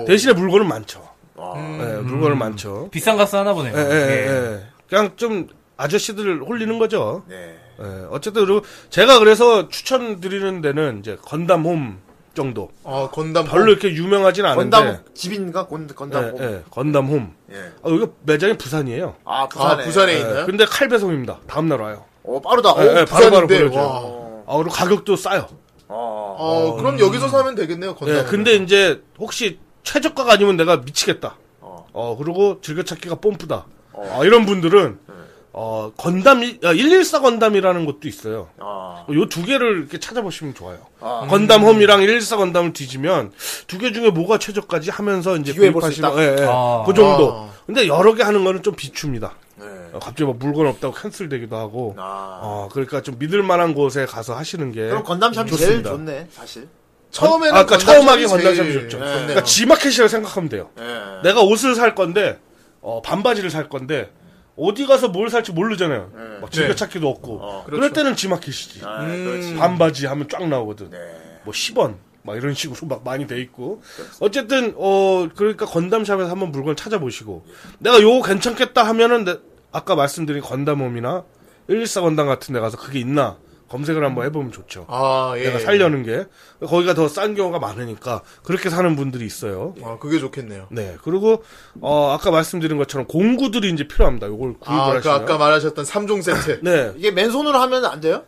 H: 대신에 물건은 많죠. 예, 물건은 많죠.
Q: 비싼 가스 하나 보네요.
H: 예, 예,
Q: 예.
H: 예. 그냥 좀 아저씨들 홀리는 거죠. 예, 어쨌든 그리고 제가 그래서 추천드리는 데는 이제 건담 홈 정도.
F: 아, 건담
H: 별로 이렇게 유명하진 않은데.
B: 어, 건담 집인가 건, 건담. 어,
H: 예, 예, 어. 건담 홈. 아, 여기가 매장이 부산이에요.
B: 아
F: 아,
B: 부산에.
F: 부산에
H: 예,
F: 있나요? 아,
H: 근데 칼 배송입니다. 다음 날 와요.
B: 어 빠르다.
H: 예,
B: 어,
H: 예, 바로바로
F: 부산인데,
H: 보내줘요.
F: 와.
H: 아, 그리고 가격도 싸요.
F: 어, 그럼 여기서 사면 되겠네요, 건담.
H: 예, 근데 이제 혹시 최저가가 아니면 내가 미치겠다. 어, 그리고 즐겨찾기가 뽐뿌다.
B: 어.
H: 아, 이런 분들은
B: 네.
H: 어, 건담 일- 아, 114 건담이라는 것도 있어요.
B: 아.
H: 요 두 개를 이렇게 찾아보시면 좋아요.
B: 음.
H: 건담 홈이랑 114 건담을 뒤지면 두 개 중에 뭐가 최저가지 하면서 이제
B: 비교해볼 수
H: 구입하시면-
B: 있다?
H: 예, 예.
Q: 아.
H: 그 정도. 근데 여러 개 하는 거는 좀 비춥니다.
B: 네.
H: 어, 갑자기 막 물건 없다고 캔슬되기도 하고. 어, 그러니까 좀 믿을 만한 곳에 가서 하시는 게
B: 아. 그럼 건담샵이 제일
H: 좋습니다.
B: 좋네 사실.
F: 처음에는
H: 아까 그러니까
F: 건담
H: 처음 하긴
F: 샵이
H: 건담샵이
F: 제일 예.
H: 좋죠.
F: 좋네요.
H: 그러니까 지마켓이라고 생각하면 돼요.
B: 예.
H: 내가 옷을 살 건데 어, 반바지를 살 건데 어디 가서 뭘 살지 모르잖아요.
F: 예.
H: 막
F: 네.
H: 즐겨찾기도 없고.
F: 어,
H: 그럴
F: 그렇죠.
H: 때는 지마켓이지.
F: 아,
H: 반바지 하면 쫙
F: 네.
H: 나오거든. 뭐 10원 막 이런 식으로 막 많이 돼 있고. 어쨌든 어 그러니까 건담샵에서 한번 물건 찾아보시고 내가 요거 괜찮겠다 하면은 내- 아까 말씀드린 건담홈이나 114 건당 같은 데 가서 그게 있나 검색을 한번 해보면 좋죠.
B: 아, 예.
H: 내가 살려는 게 거기가 더 싼 경우가 많으니까 그렇게 사는 분들이 있어요.
B: 아, 그게 좋겠네요.
H: 네. 그리고 어, 아까 말씀드린 것처럼 공구들이 이제 필요합니다. 요걸 구입을
F: 아, 그
H: 하시면
F: 아까 말하셨던 3종 세트.
H: 네.
B: 이게 맨손으로 하면 안 돼요?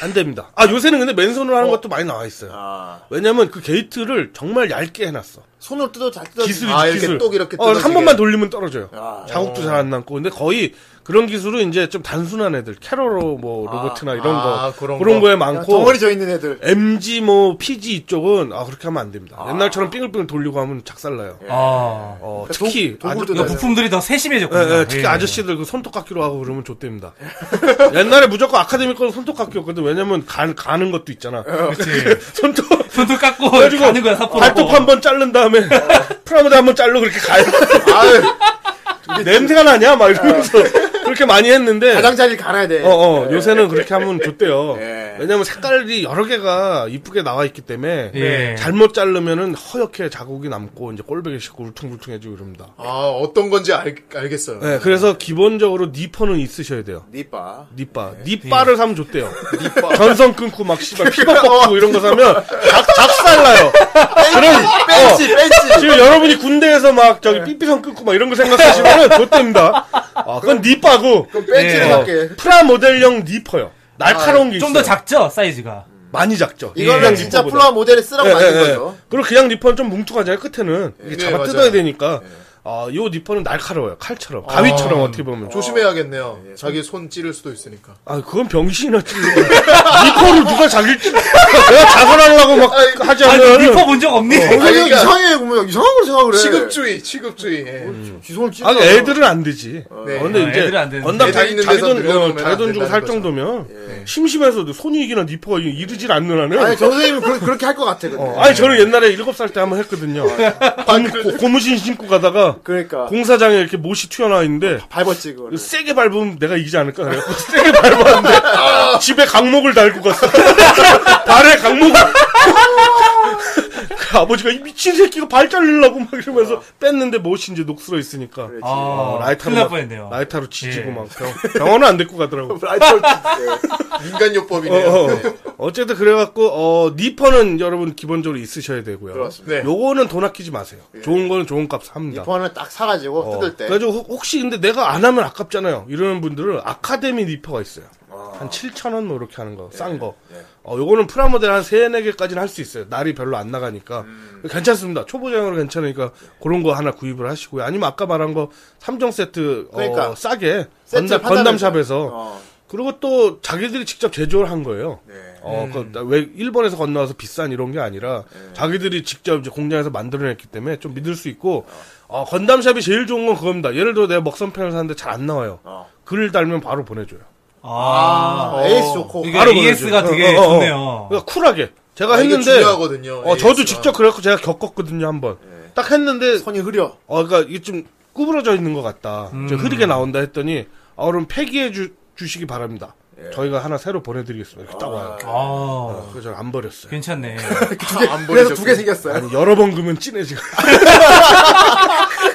H: 안 됩니다. 아, 요새는 근데 맨손으로 하는 것도 많이 나와 있어요.
B: 아.
H: 왜냐면 그 게이트를 정말 얇게 해놨어.
B: 손으로 뜯어 잘 뜯어.
H: 기술이지,
B: 아, 이렇게
H: 기술.
B: 똑 이렇게
H: 어,
B: 뜯어지게.
H: 한 번만 돌리면 떨어져요.
B: 아,
H: 자국도 잘 안 남고. 근데 거의 그런 기술은 이제 좀 단순한 애들. 캐러로 뭐 로봇이나 이런
B: 아,
H: 거.
B: 그런 거.
H: 에
B: 그냥
H: 많고.
B: 덩어리 져 있는 애들.
H: MG 뭐 PG 이쪽은 아 그렇게 하면 안 됩니다. 옛날처럼 빙글빙글 돌리고 하면 작살나요.
E: 예.
Q: 아.
H: 어, 특히
B: 도- 도구를
H: 아주-
B: 뜯어야
Q: 그러니까 부품들이 더 세심해졌구나.
H: 예, 예, 특히 아저씨들 그 손톱 깎기로 하고 그러면 좆됩니다. 옛날에 무조건 아카데미 거는 손톱 깎기였거든. 왜냐면 가, 가는 것도 있잖아. 그 손톱
Q: 손톱
E: 어,
Q: 깎고
H: 그래가지고
Q: 가는 거야, 사포로.
H: 발톱 한 번 자른 다음에 프라모델 한 번 잘로 그렇게 가요. 냄새가 나냐 막 이러면서 그렇게 많이 했는데
B: 가장자리를 갈아야 돼.
H: 어, 어, 요새는 그렇게 하면 좋대요.
B: 예.
H: 왜냐면 색깔이 여러 개가 이쁘게 나와 있기 때문에
Q: 예.
H: 잘못 자르면은 허옇게 자국이 남고 이제 꼴배기 싫고 울퉁불퉁해지고 이럽니다.
F: 아, 어떤 건지 알, 알겠어요.
H: 네, 그래서 기본적으로 니퍼는 있으셔야 돼요.
B: 아. 네, 니빠. 예.
H: 니빠. 니빠를 사면 좋대요. 전선 끊고 막 씨발 피가 뻗고 이런 거 사면 작, 작살나요. 그런
B: 뺀치, 뺀치.
H: 지금 여러분이 군대에서 막 저기 삐삐선 끊고 막 이런 거 생각하시면은 좋답니다. 아, 그건 니빠고.
B: 어. 뺀치를
H: 어,
B: 할게.
H: 프라모델형 니퍼요. 날카로운 게 있어요.
Q: 좀
H: 어,
Q: 더 작죠 사이즈가.
H: 많이 작죠.
B: 이거는
H: 그냥
B: 진짜
H: 리퍼보다.
B: 프로와 모델을 쓰라고
H: 예,
B: 만든
H: 예, 예.
B: 거죠.
H: 그리고 그냥 니퍼는 좀 뭉툭하잖아요. 끝에는 이게
F: 예,
H: 잡아
F: 맞아요.
H: 뜯어야 되니까. 아, 요 니퍼는 날카로워요. 칼처럼, 가위처럼 어떻게 보면.
B: 아. 어,
F: 조심해야겠네요.
B: 예.
F: 자기 손 찌를 수도 있으니까.
H: 아, 그건 병신이나 찔러. 니퍼를 누가 자기 찔러. 내가 자살하려고 막 하지
Q: 아니
H: 않으면.
Q: 리퍼 본 적 없니?
B: 어,
F: 아니, 그러니까-
B: 이상해, 보면 이상한 걸 생각을 해.
F: 취급주의, 취급주의. 예.
B: 지손을 찍어.
H: 아니, 애들은 안 되지.
F: 네.
H: 어, 근데
Q: 아,
H: 이제,
Q: 애들은 안 되는데.
H: 언담
F: 애들
H: 자기,
F: 있는
H: 자기
F: 데서
H: 돈,
F: 밀려놓으면
H: 어, 자기 돈
F: 안
H: 주고
F: 된다는
H: 살
F: 거죠.
H: 정도면, 심심해서도 손이익이나 니퍼가 이- 이르질 않는 한은,
B: 아니, 저 선생님은 그, 렇게 할 것 같아, 근데.
H: 어, 아니, 저는 옛날에 일곱 살 때 한번 했거든요. 고, 무신 신고 가다가,
B: 그러니까.
H: 공사장에 이렇게 못이 튀어나와 있는데,
B: 밟았지, 그거를.
H: 이거 세게 밟으면 내가 이기지 않을까? 그래갖고 세게 밟았는데 집에 강목을 달고 갔어. 발에 강목을. 그 아버지가 이 미친 새끼가 발 잘리려고 막 이러면서 뺐는데 못이 이제 녹슬어 있으니까.
Q: 아, 큰일 날
H: 라이터로
Q: 뻔했네요.
H: 라이터로 지지고
Q: 예.
H: 막 병, 병원은 안 데리고 가더라고.
B: 라이터
H: 어,
F: 인간요법이네요.
H: 어. 쨌든 그래갖고 어 니퍼는 여러분 기본적으로 있으셔야 되고요.
B: 그렇습니다. 예.
F: 네.
H: 요거는 돈 아끼지 마세요. 좋은 거는 좋은 값 삽니다.
B: 번을 딱 사가지고,
H: 어,
B: 뜯을 때.
F: 그러니까
H: 그래가지고 혹- 혹시 근데 내가 안 하면 아깝잖아요. 이러는 분들은 아카데미 니퍼가 있어요. 한 7,000원 뭐 이렇게 하는 거,
B: 예,
H: 싼 거. 어, 요거는 프라모델 한 3, 4개까지는 할 수 있어요. 날이 별로 안 나가니까.
B: 음.
H: 괜찮습니다. 초보자용으로
B: 예.
H: 괜찮으니까 그런 거 하나 구입을 하시고요. 아니면 아까 말한 거 3종 세트, 어,
B: 그러니까.
H: 싸게.
B: 세트를
H: 건담,
B: 판단해서.
H: 건담샵에서.
B: 어.
H: 그리고 또 자기들이 직접 제조를 한 거예요.
F: 네.
H: 어, 그러니까 왜 일본에서 건너와서 비싼 이런 게 아니라
F: 네.
H: 자기들이 직접 이제 공장에서 만들어냈기 때문에 좀 믿을 수 있고 어, 건담샵이 제일 좋은 건 그겁니다. 예를 들어 내가 먹선펜을 사는데 잘 안 나와요.
B: 어.
H: 글을 달면 바로 보내줘요.
Q: 아,
B: 아, 에이스 좋고.
Q: 이게 E AS가
H: 어. 보내줘요.
Q: 아, 되게
H: 어, 어, 어.
Q: 좋네요.
H: 그러니까 쿨하게 제가
F: 아, 이게
H: 했는데
F: 중요하거든요. 예, 아.
H: 어, 저도
F: AS 가.
H: 직접 그래갖고 제가 겪었거든요 한번. 딱 했는데
B: 손이 흐려.
H: 어, 그러니까 이게 좀 구부러져 있는 것 같다. 좀 흐리게 나온다 했더니 아, 그럼 폐기해 주, 주시기 바랍니다. 저희가 하나 새로 보내드리겠습니다. 이렇게 딱 와요.
Q: 아,
H: 그래서 저안 버렸어요.
Q: 괜찮네.
B: 그래서 두 개 생겼어요.
H: 아니, 여러 번 그러면 진해지고.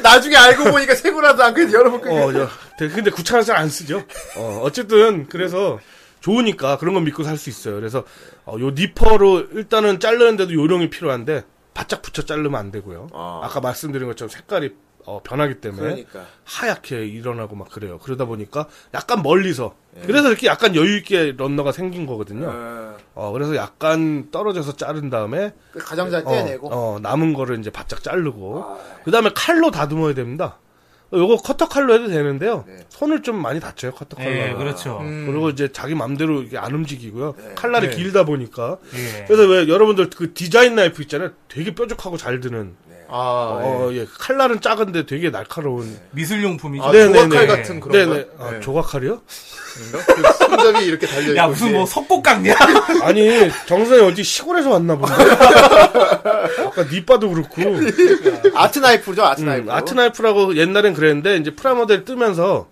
B: 나중에 알고 보니까 세고라도 안 그래도 여러분 그게.
H: 어, 여- 근데 9천원 잘안 쓰죠? 어, 어쨌든, 그래서 좋으니까 그런 건 믿고 살 수 있어요. 그래서, 어, 요 니퍼로 일단은 자르는데도 요령이 필요한데, 바짝 붙여 자르면 안 되고요. 아까 말씀드린 것처럼 색깔이 어, 변하기 때문에
B: 그러니까.
H: 하얗게 일어나고 막 그래요. 그러다 보니까 약간 멀리서
B: 예.
H: 그래서 이렇게 약간 여유 있게 런너가 생긴 거거든요.
B: 어,
H: 어, 그래서 약간 떨어져서 자른 다음에
B: 그 가장자리 떼내고.
H: 어, 어, 남은 거를 이제 바짝 자르고 그 다음에 칼로 다듬어야 됩니다. 어, 요거 커터 칼로 해도 되는데요.
F: 네.
H: 손을 좀 많이 다쳐요 커터 칼로.
Q: 예, 그렇죠.
H: 그리고 이제 자기 맘대로 이게 안 움직이고요. 칼날이
Q: 네.
H: 길다 보니까.
Q: 예.
H: 그래서 왜 여러분들 그 디자인 나이프 있잖아요. 되게 뾰족하고 잘 드는.
F: 네.
B: 아,
H: 어, 예. 칼날은 작은데 되게 날카로운.
Q: 미술용품이죠.
F: 아,
H: 네,
F: 조각칼
H: 네, 네.
F: 같은 그런
H: 네네.
F: 거.
H: 아,
F: 네.
H: 조각칼이요?
F: 그 손잡이 이렇게
H: 네.
F: 달려
Q: 야
F: 있고.
Q: 무슨
H: 예.
Q: 뭐 석곡 깎냐?
H: 아니 정선이 어디 시골에서 왔나 보네. 아까 니빠도 그렇고.
B: 아트 나이프죠, 아트
H: 음,
B: 나이프.
H: 아트나이프라고 옛날엔 그랬는데 이제 프라모델 뜨면서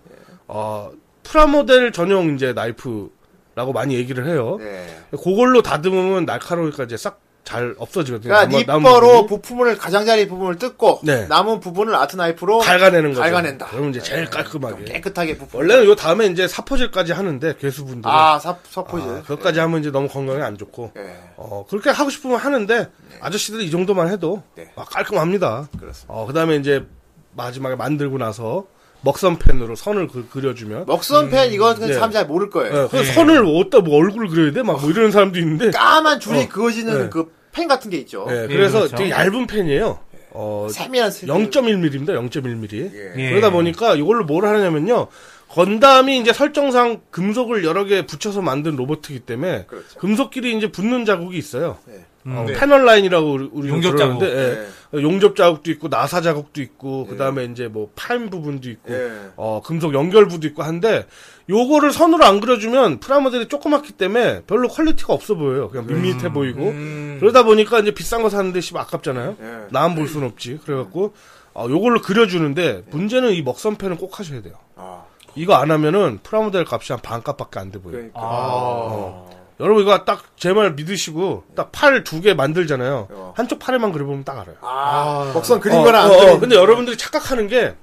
H: 어, 프라모델 전용 이제 나이프라고 많이 얘기를 해요.
B: 네.
H: 그걸로 다듬으면 날카로우니까 이제 싹 잘 없어지거든요.
B: 그러니까
F: 뭐,
H: 남은- 남은
B: 니퍼로
H: 부분이
B: 부품을 가장자리 부분을 뜯고
H: 네.
B: 남은 부분을 아트 나이프로
H: 갉아내는 거죠.
B: 갉아낸다. 네.
H: 그럼 이제 제일 깔끔하게.
B: 깨끗하게 부품.
H: 원래는 요 다음에 이제 사포질까지 하는데 괴수분들.
B: 아, 사, 사포질.
H: 그것까지 하면 이제 너무 건강에 안 좋고.
B: 예.
H: 어, 그렇게 하고 싶으면 하는데 아저씨들이 이 정도만 해도 아, 깔끔합니다.
B: 네. 그렇습니다.
H: 어, 그다음에 이제 마지막에 만들고 나서 먹선펜으로 선을 그, 그려주면
B: 먹선펜
F: 음,
B: 이거 그냥
H: 네.
B: 사람 잘 모를 거예요.
H: 예, 그 선을 어디다 뭐 얼굴 그려야 돼? 막 뭐 이러는 사람도 있는데.
B: 까만 줄이
H: 어.
B: 그어지는
H: 네.
B: 그 펜 같은 게 있죠.
F: 네.
H: 예, 그래서
E: 그렇죠.
H: 되게 얇은 펜이에요. 어,
B: 세밀한 세-
H: 0.1mm입니다. 0.1mm.
B: 예.
H: 그러다 보니까 이걸로 뭘 하냐면요. 건담이 이제 설정상 금속을 여러 개 붙여서 만든 로봇이기 때문에
B: 그렇죠.
H: 금속끼리 이제 붙는 자국이 있어요.
B: 네.
H: 어,
Q: 네.
H: 패널 라인이라고 우리- 우리
Q: 용접
H: 그러는데,
Q: 자국.
H: 예. 용접 자국도 있고 나사 자국도 있고 그다음에 이제 뭐 팔 부분도 있고
B: 예.
H: 어, 금속 연결부도 있고 한데 요거를 선으로 안 그려주면 프라모델이 조그맣기 때문에 별로 퀄리티가 없어 보여요. 그냥
B: 음.
H: 밋밋해 보이고 그러다 보니까 이제 비싼 거 사는데 씨 아깝잖아요.
B: 예.
H: 나만 볼 순 없지. 그래갖고 어, 요걸로 그려주는데 문제는 이 먹선펜은 꼭 하셔야 돼요.
B: 예. 아,
H: 이거 안 하면은 프라모델 값이 한 반값밖에 안 돼 보여요. 어.
B: 그러니까.
H: 여러분 이거 딱 제 말 믿으시고 딱 팔 두 개 만들잖아요.
B: 어.
H: 한쪽 팔에만 그려보면 딱 알아요.
B: 아, 먹선 그린
H: 어,
B: 거랑 안
H: 어, 어,
B: 그린
H: 근데 여러분들이 착각하는 게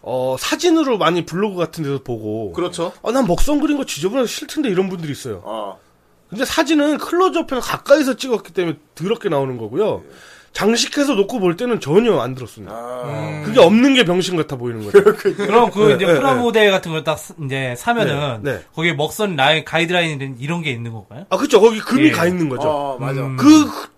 H: 어, 사진으로 많이 블로그 같은 데서 보고
B: 그렇죠.
H: 어, 난 먹선 그린 거 지저분해서 싫던데 이런 분들이 있어요.
B: 어.
H: 근데 사진은 클로즈업해서 가까이서 찍었기 때문에 더럽게 나오는
B: 예.
H: 거고요. 장식해서 놓고 볼 때는 전혀 안 들었습니다.
B: 아.
H: 그게 없는 게 병신 같아 보이는 거죠.
Q: 그럼 그 이제
H: 네,
Q: 프라모델 같은 걸 딱 이제 사면은
H: 네, 네.
Q: 거기에 먹선 라인 가이드라인 이런 게 있는 건가요?
H: 아, 그쵸. 거기 금이
Q: 예.
H: 가 있는 거죠.
B: 어, 맞아.
H: 그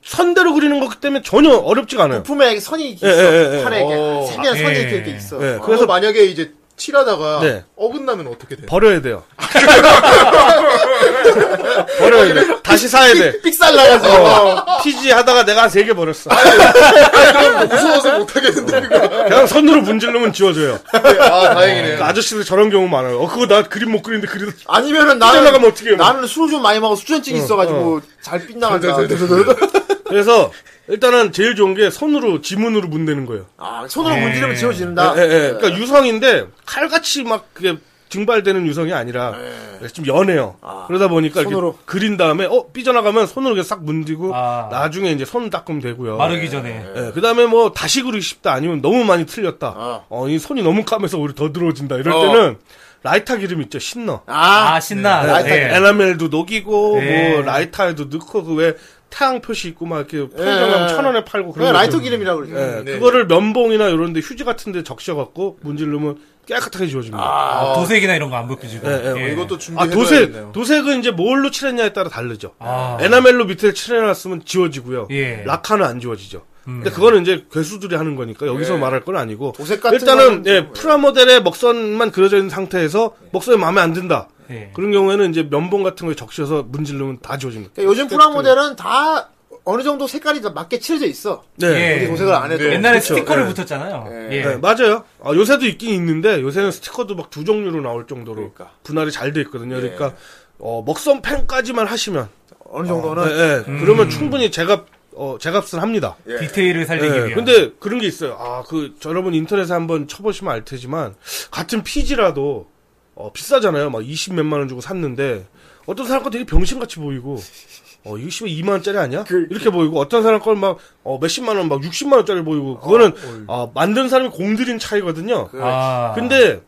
H: 선대로 그리는 거기 때문에 전혀 어렵지가 않아요.
B: 부품에 선이 있어.
H: 예, 예, 예.
B: 팔에
F: 어.
B: 이렇게 세밀한 선이
Q: 예.
B: 이렇게 이렇게 있어.
H: 예.
B: 어.
H: 그래서
F: 그래서 만약에 이제 칠하다가
H: 네.
F: 어긋나면 어떻게 돼요?
H: 버려야 돼요. 버려야 돼. 다시 사야 돼.
B: 삑살 나가지고.
H: 피지 하다가 내가 세 개 버렸어.
F: 무서워서 못 하겠는데 이거.
H: 그냥 선으로 문질르면 지워져요.
F: 아 다행이네.
H: 그러니까 아저씨들 저런 경우 많아요. 어, 그거 나 그림 못 그리는데 그리다
B: 아니면은
H: 삐져나가면
B: 나는
H: 어떻게 해요?
B: 나는 술을 좀뭐 많이 먹어 수전증 있어가지고 잘 삐나간다.
H: 그래서 일단은 제일 좋은 게 손으로 지문으로 문대는 거예요.
B: 아 손으로 문지르면 지워지는다.
H: 예, 예, 예. 그러니까 유성인데 칼같이 막 그게 증발되는 유성이 아니라 좀 연해요. 그러다 보니까
B: 손으로.
H: 이렇게 그린 다음에 어 삐져나가면 손으로 이렇게 싹 문지고
Q: 아.
H: 나중에 이제 손 닦으면 되고요.
Q: 마르기 전에.
H: 예, 그다음에 뭐 다시 그리기 싶다 아니면 너무 많이 틀렸다.
B: 어.
H: 어, 이 손이 너무 까매서 오히려 더 들어진다. 이럴
B: 어.
H: 때는 라이터 기름 있죠. 신너.
B: 아,
Q: 아, 신나.
H: 네,
Q: 라이터
H: 네. 에나멜도 녹이고
Q: 네.
H: 뭐 라이터에도 넣고 그 왜 태양 표시 있고 막 이렇게 편의점에 뭐 천 원에 팔고
B: 그래
H: 그런
B: 예. 라이터
H: 거죠.
B: 기름이라고 그러죠.
H: 예, 그거를 면봉이나 이런 데 휴지 같은 데 적셔갖고 문질르면 깨끗하게 지워집니다. 아,
Q: 아, 도색이나 이런 거 안 벗겨지고.
H: 예, 예.
Q: 예.
F: 이것도
B: 음. 네,
F: 준비해야
H: 도색, 도색은 이제 뭘로 칠했냐에 따라 다르죠.
Q: 아.
H: 에나멜로 밑에 칠해놨으면 지워지고요.
Q: 예. 음.
H: 라카는 안 지워지죠. 근데 그거는 이제 괴수들이 하는 거니까 여기서 말할 건 아니고
B: 예. 도색 같은
H: 일단은
B: 거는
H: 예,
B: 좀- 뭐
H: 프라모델의 먹선만 그려져 있는 상태에서 먹선이 마음에 안 든다.
Q: 예.
H: 그런 경우에는 이제 면봉 같은 거에 적셔서 문질르면 다 지워집니다.
B: 그러니까 요즘 프라모델은 다 어느 정도 색깔이 다 맞게 칠해져 있어.
H: 네.
Q: 예.
B: 도색을 안 해도.
Q: 옛날에
H: 그쵸,
Q: 스티커를
H: 예.
Q: 붙었잖아요.
B: 예.
Q: 예.
H: 네, 맞아요. 아, 요새도 있긴 있는데 요새는 스티커도 막 두 종류로 나올 정도로
B: 그러니까.
H: 분할이 잘 돼 있거든요. 그러니까 어, 먹선 펜까지만 하시면
B: 어느
H: 예,
B: 정도는 음.
H: 예. 그러면 충분히 제값 어, 제값은 합니다.
Q: 디테일을 살리기
H: 예,
Q: 위한.
H: 근데 그런 게 있어요. 아, 그 여러분 인터넷에 한번 쳐보시면 알 테지만 같은 피지라도 어, 비싸잖아요. 막 20 몇만 원 주고 샀는데 어떤 사람 거 되게 병신같이 보이고 어, 이거 씨발 2만 원짜리 아니야?
B: 그,
H: 이렇게 보이고 어떤 사람 걸막 어, 몇십만 원 막 60만 원짜리 보이고
B: 어,
H: 그거는 아, 만든 사람이 공들인 차이거든요.
B: 그,
Q: 아.
H: 근데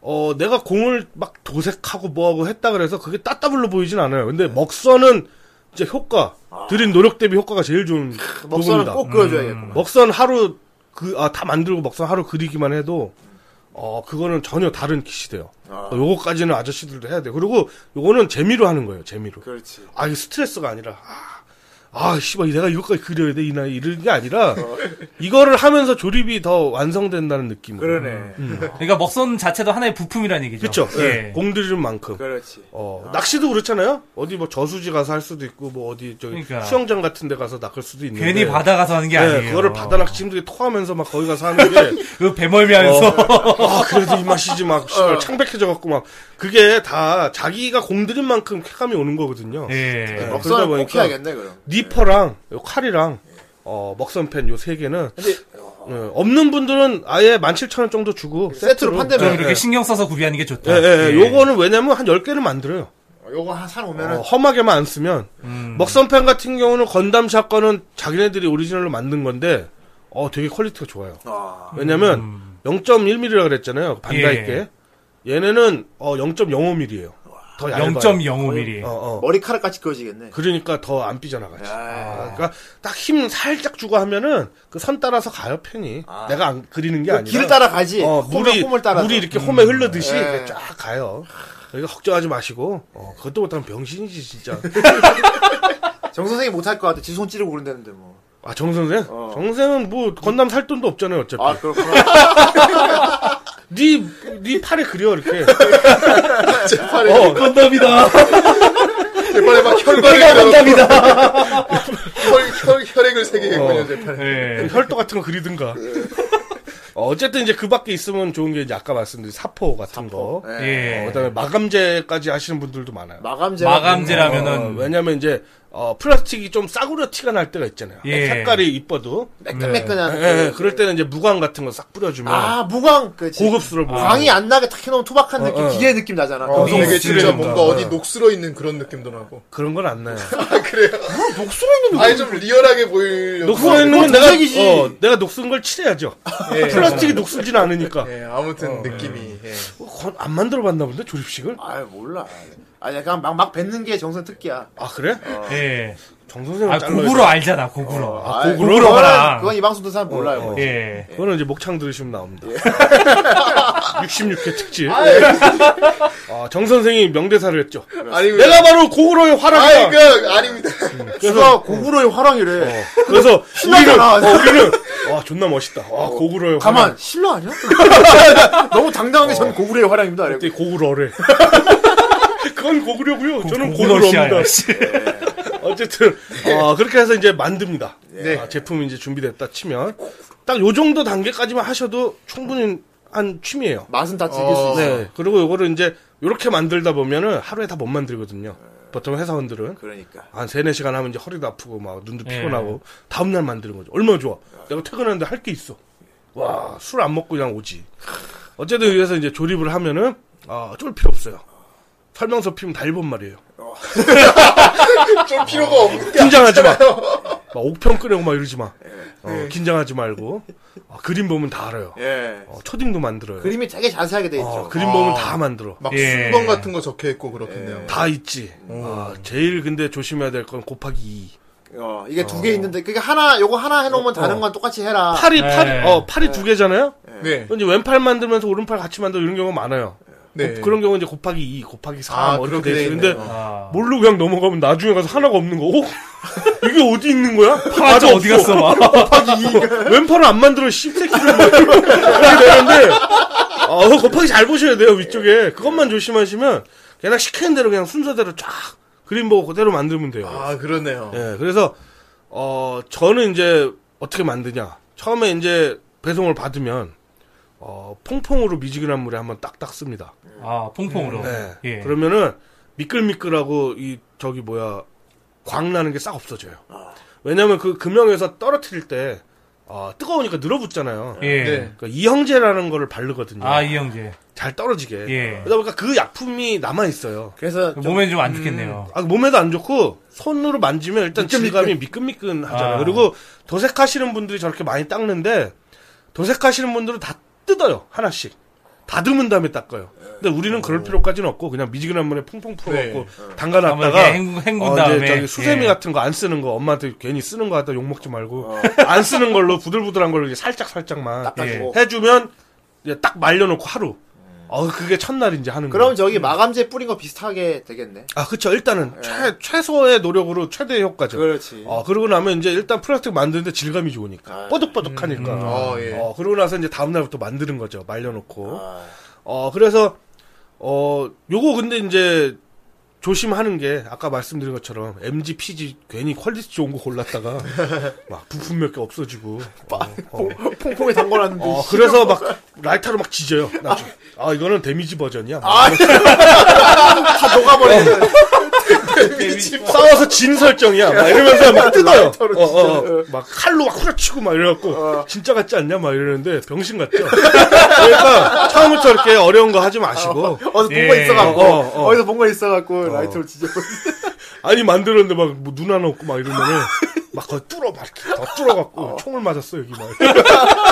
H: 어 내가 공을 막 도색하고 뭐하고 했다 그래서 그게 따따블로 보이진 않아요. 근데
B: 네.
H: 먹선은 이제 효과 들인 노력 대비 효과가 제일 좋은
B: 아. 먹선은
H: 부분이다.
B: 꼭 그려줘야겠구만.
H: 먹선 하루 그 아 다 만들고 먹선 하루 그리기만 해도 어 그거는 전혀 다른 kit이 돼요.
B: 아.
H: 어, 요거까지는 아저씨들도 해야 돼. 요 그리고 요거는 재미로 하는 거예요. 재미로.
B: 그렇지.
H: 아, 이게 스트레스가 아니라, 아, 아, 씨발, 내가 이것까지 그려야 돼, 이 나이, 이런 게 아니라,
B: 어.
H: 이거를 하면서 조립이 더 완성된다는 느낌으로.
B: 그러네.
Q: 그러니까 먹선 자체도 하나의 부품이라는 얘기죠.
H: 그쵸?
Q: 예.
H: 예. 공들인 만큼.
B: 그렇지. 아.
H: 어, 낚시도 그렇잖아요? 어디 뭐 저수지 가서 할 수도 있고, 뭐 어디 저기
Q: 그러니까.
H: 수영장 같은 데 가서 낚을 수도 있는데.
Q: 괜히 바다 가서 하는 게 아니에요.
H: 네. 예, 그거를 바다 낚시 힘들게 토하면서 막 거기 가서 하는 게.
Q: 그 배멀미하면서
H: 아, 그래도 이 맛이지, 막,
B: 어.
H: 씨발, 창백해져갖고 막. 그게 다 자기가 공들인 만큼 쾌감이 오는 거거든요. 네.
Q: 예.
B: 먹선을
H: 그러다
B: 꼭
H: 보니까
B: 해야겠네 그럼.
H: 니퍼랑 요 칼이랑 어, 먹선펜 요 세 개는 예, 없는 분들은 아예 17,000원 정도 주고 음.
B: 세트로 판대면
H: 네,
Q: 좀 이렇게 신경 써서 구비하는 게 좋다. 예.
H: 예, 예, 예. 요거는 왜냐면 한 10개를 만들어요.
B: 요거 한 산 오면은
H: 어, 험하게만 안 쓰면
E: 음.
Q: 음.
H: 먹선팬 같은 경우는 건담 샷건은 자기네들이 오리지널로 만든 건데 어 되게 퀄리티가 좋아요. 왜냐면 0.1mm라 그랬잖아요. 반다이께 얘네는 어 0.05mm예요. 더 얇아요.
Q: 0.05mm.
H: 어, 어.
B: 머리카락 같이 그어지겠네.
H: 그러니까 더 안 삐져나가지. 그러니까 딱 힘 살짝 주고 하면은 그 선 따라서 가요 편이. 내가 안 그리는 게
B: 그
H: 아니라
B: 길을 따라가지.
H: 어,
B: 홈을,
H: 물이
B: 홈을 따라서.
H: 물이 이렇게 홈에 흐르듯이
B: 예.
H: 이렇게 쫙 가요. 그러니까 걱정하지 마시고 어, 그것도 못하면 병신이지 진짜.
B: 정 선생이 못할 것 같아. 지 손 찌르고 그런다는데 뭐. 어.
H: 아 정선생? 정선생은 뭐 건담 살 돈도 없잖아요 어차피.
B: 아 그렇구나.
H: 네, 네 팔에 그려 이렇게.
Q: 어, 건담이다.
F: 제발에 막 혈관을 건담이다. 혈, 혈, 혈액을
H: 어.
F: 새기겠군요, 제발.
Q: 예.
H: 혈도 같은 거 그리든가.
B: 예.
H: 어, 어쨌든 이제 그 밖에 있으면 좋은 게 이제 아까 말씀드린 사포 같은 거.
B: 예.
Q: 예.
H: 어, 그다음에 마감재까지 하시는 분들도 많아요.
B: 마감제.
H: 어,
Q: 마감제라면은
H: 왜냐면 이제 어, 플라스틱이 좀 싸구려 티가 날 때가 있잖아요.
Q: 예.
H: 색깔이 이뻐도.
F: 네.
B: 매끈매끈한.
H: 예,
B: 그-
H: 그럴 때는 이제 무광 같은 거 싹 뿌려주면
B: 아 무광 그 지-
H: 고급스러워 어, 보여.
F: 아.
B: 광이 안 나게 탁 해놓으면 투박한 느낌, 기계 느낌 나잖아.
F: 어, 되게 진짜
Q: 녹슬어있는
F: 뭔가 어디 녹슬어 있는 그런 느낌도 나고.
H: 그런 건 안 나요.
F: 아니, 좀 리얼하게 보이려고.
H: 녹슬어 있는 건
B: 그건
H: 내가
B: 녹색이지.
H: 어, 내가 녹슨 걸 칠해야죠. 플라스틱이 녹슬진 않으니까.
F: 예, 아무튼
H: 네.
F: 느낌이. 예.
H: 어, 그건 안 만들어 봤나 본데 조립식을?
B: 아유 몰라. 아 약간 막 막 뱉는 게 정선 특기야.
H: 아 그래?
Q: 예.
H: 정 선생은
Q: 아,
H: 잘라야
Q: 고구로 알잖아, 고구로.
H: 어,
B: 아이,
Q: 고구로
B: 그거는-
Q: 봐라.
B: 그건 이 방송 듣는 사람 몰라요. 뭐.
Q: 예.
H: 돼. 그거는 이제 목창 들으시면 나옵니다. 66회 특집. 아, 정 선생이 명대사를 했죠.
F: 아니,
H: 내가 바로 고구려의
F: 아니,
H: 화랑이다.
F: 그, 아닙니다.
B: 그래서 고구려의 화랑이래.
H: 그래서 우리는
B: 신나잖아.
H: 어, 우리는 와 존나 멋있다. 와 고구려의
B: 가만 실로 아니야? 너무 당당하게 저는 고구려의 화랑입니다.
H: 그때
B: 이러고.
H: 고구려래. 그건 고구려고요. 저는
Q: 고구러시아야,
H: 고구려입니다.
Q: 씨.
H: 어쨌든 어, 그렇게 해서 이제 만듭니다.
B: 네.
H: 아, 제품이 이제 준비됐다 치면 딱 요 정도 단계까지만 하셔도 충분히 한 취미예요.
B: 맛은 다 즐길 수 있어.
H: 네. 그리고 요거를 이제 요렇게 만들다 보면은 하루에 다 못 만들거든요. 보통 회사원들은
B: 그러니까.
H: 한 세네 시간 하면 이제 허리도 아프고 막 눈도 피곤하고 다음 날 만드는 거죠. 얼마나 좋아. 내가 퇴근하는데 할 게 있어. 와, 술 안 먹고 그냥 오지. 어쨌든 그래서 이제 조립을 하면은 아, 쫄 필요 없어요. 설명서 피면 다 일본 말이에요. 어,
F: 좀 필요가 없는 게.
H: 긴장하지 마. 막 옥평 끄려고 막 이러지 마. 어, 긴장하지 말고 어, 그림 보면 다 알아요.
B: 예.
H: 어, 초딩도 만들어요.
B: 그림이 되게 자세하게 돼 있죠.
H: 어, 그림 보면 다 만들어.
F: 막
Q: 예.
F: 순번 같은 거 적혀 있고 그렇겠네요.
H: 다 있지. 아, 제일 근데 조심해야 될 건 곱하기 2.
B: 어, 이게 두 개 있는데 그게 하나 요거 하나 해놓으면
H: 어.
B: 다른 건 똑같이 해라. 예.
H: 팔이
Q: 네.
H: 팔이 어 팔이 두 개잖아요.
F: 네.
H: 그럼 이제 왼팔 만들면서 오른팔 같이 만들고 이런 경우가 많아요.
F: 네.
H: 그런 경우 이제 곱하기 2, 곱하기 4,
F: 아,
H: 뭐 이렇게
F: 그렇게
H: 돼
F: 돼
H: 있는데
Q: 아.
H: 모르고 그냥 넘어가면 나중에 가서 하나가 없는 거. 어? 이게 어디 있는 거야?
Q: 파자 어디 갔어, 막.
H: 곱하기 2. 왼팔을 안 만들어 씹새끼를 막 이렇게 되는데 어, 곱하기 잘 보셔야 돼요 위쪽에. 그것만 조심하시면 그냥 시키는 대로 그냥 순서대로 쫙 그림 보고 그대로 만들면 돼요.
F: 아, 그러네요.
H: 예, 그래서 어 저는 이제 어떻게 만드냐. 처음에 이제 배송을 받으면 어 퐁퐁으로 미지근한 물에 한번 딱딱 씁니다.
Q: 아, 퐁퐁으로.
H: 네.
Q: 예.
H: 그러면은 미끌미끌하고 이 저기 뭐야 광 나는 게 싹 없어져요.
Q: 아.
H: 왜냐면 그 금형에서 떨어뜨릴 때 어, 뜨거우니까 늘어붙잖아요.
Q: 예.
F: 네.
H: 그 이형제라는 거를 바르거든요.
Q: 아, 이 형제.
H: 잘 떨어지게.
Q: 예.
H: 그러다 보니까 그 약품이 남아 있어요.
B: 그래서 좀
Q: 몸에 좀 안 좋겠네요.
H: 아, 몸에도 안 좋고 손으로 만지면 일단 질감이 미끈미끈하잖아요.
Q: 아.
H: 그리고 도색하시는 분들이 저렇게 많이 닦는데 도색하시는 분들은 다 뜯어요 하나씩 다듬은 다음에 닦아요. 근데 우리는 그럴 필요까지는 없고 그냥 미지근한 물에 퐁퐁 풀어갖고 담가놨다가
Q: 한번 이렇게 네. 헹군- 헹군
H: 어,
Q: 다음에.
H: 이제 저기 수세미
Q: 예. 어.
H: 같은 거 안 쓰는 거 엄마한테 괜히 쓰는 거 하다 욕 먹지 말고 안 쓰는 걸로 부들부들한 걸로 이제 살짝 살짝만
B: 닦아주고.
H: 해주면 이제 딱 말려놓고 하루.
Q: 음.
H: 어 그게 첫날 이제 하는 거예요.
B: 그럼 저기 마감제 뿌린 거 비슷하게 되겠네.
H: 아, 그쵸. 일단은 최, 최소의 노력으로 최대의 효과죠.
B: 예. 그렇지.
H: 어, 그러고 나면 이제 일단 플라스틱 만드는데 질감이
B: 아,
H: 좋으니까.
B: 음,
H: 뻐득뻐득하니까.
F: 아, 예.
H: 어, 그러고 나서 이제 다음날부터 만드는 거죠. 말려놓고.
B: 아.
H: 어, 그래서, 어, 요거 근데 이제 조심하는 게 아까 말씀드린 것처럼 MG, PG 괜히 퀄리티 좋은 거 골랐다가 막 부품 몇 개 없어지고. 어, 어.
B: 퐁퐁에 담궈놨는데.
H: 어, 그래서 막 라이터로 막 지져요. 나중에. 아, 이거는 뭐. 아, 데미지 버전이야. 막
B: 다 녹아버리는.
H: 어. 싸워 싸워서 진 설정이야. 막 이러면서 막 뜯어요. 어, 어, 어. 막 칼로 막 후려치고 막 이래갖고 진짜 같지 않냐 막 이러는데 병신 같죠. 그러니까 처음부터 이렇게 어려운 거 하지 마시고
B: 어디서 본 거
H: 예.
B: 있어갖고
H: 어, 어.
B: 어디서 본 거 있어갖고 라이트로 지져
H: 아니 만들었는데 막 눈 하나 없고 막 이러면은 막 거의 뚫어 막 이렇게 더 뚫어갖고 총을 맞았어 여기 막.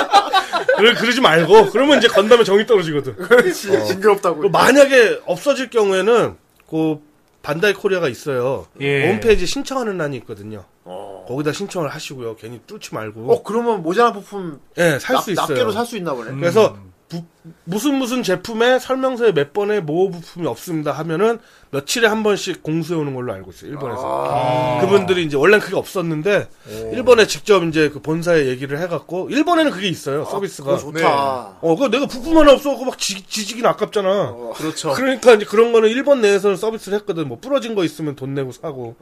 H: 그러, 그러지 말고 그러면 이제 건담에 정이 떨어지거든.
B: 그렇지 징그럽다고
H: 그 만약에 없어질 경우에는 그 반다이 코리아가 있어요.
Q: 예.
H: 홈페이지 신청하는 란이 있거든요. 거기다 신청을 하시고요. 괜히 뚫지 말고.
B: 어 그러면 모자란 부품
H: 예, 살
B: 납-
H: 수 있어요. 음.
B: 납개로 살 수 있나 보네
H: 그래서 부- 무슨 무슨 제품에 설명서에 몇 번의 모호 부품이 없습니다 하면은 며칠에 한 번씩 공수해 오는 걸로 알고 있어요. 일본에서.
B: 아.
H: 그분들이 이제 원래는 그게 없었는데 일본에 직접 이제 그 본사에 얘기를 해 갖고 일본에는 그게 있어요. 서비스가.
B: 좋다
H: 어, 그 내가 부품 하나 없어갖고 막 지, 지지긴 아깝잖아.
B: 그렇죠
H: 그러니까 이제 그런 거는 일본 내에서는 서비스를 했거든. 뭐 부러진 거 있으면 돈 내고 사고.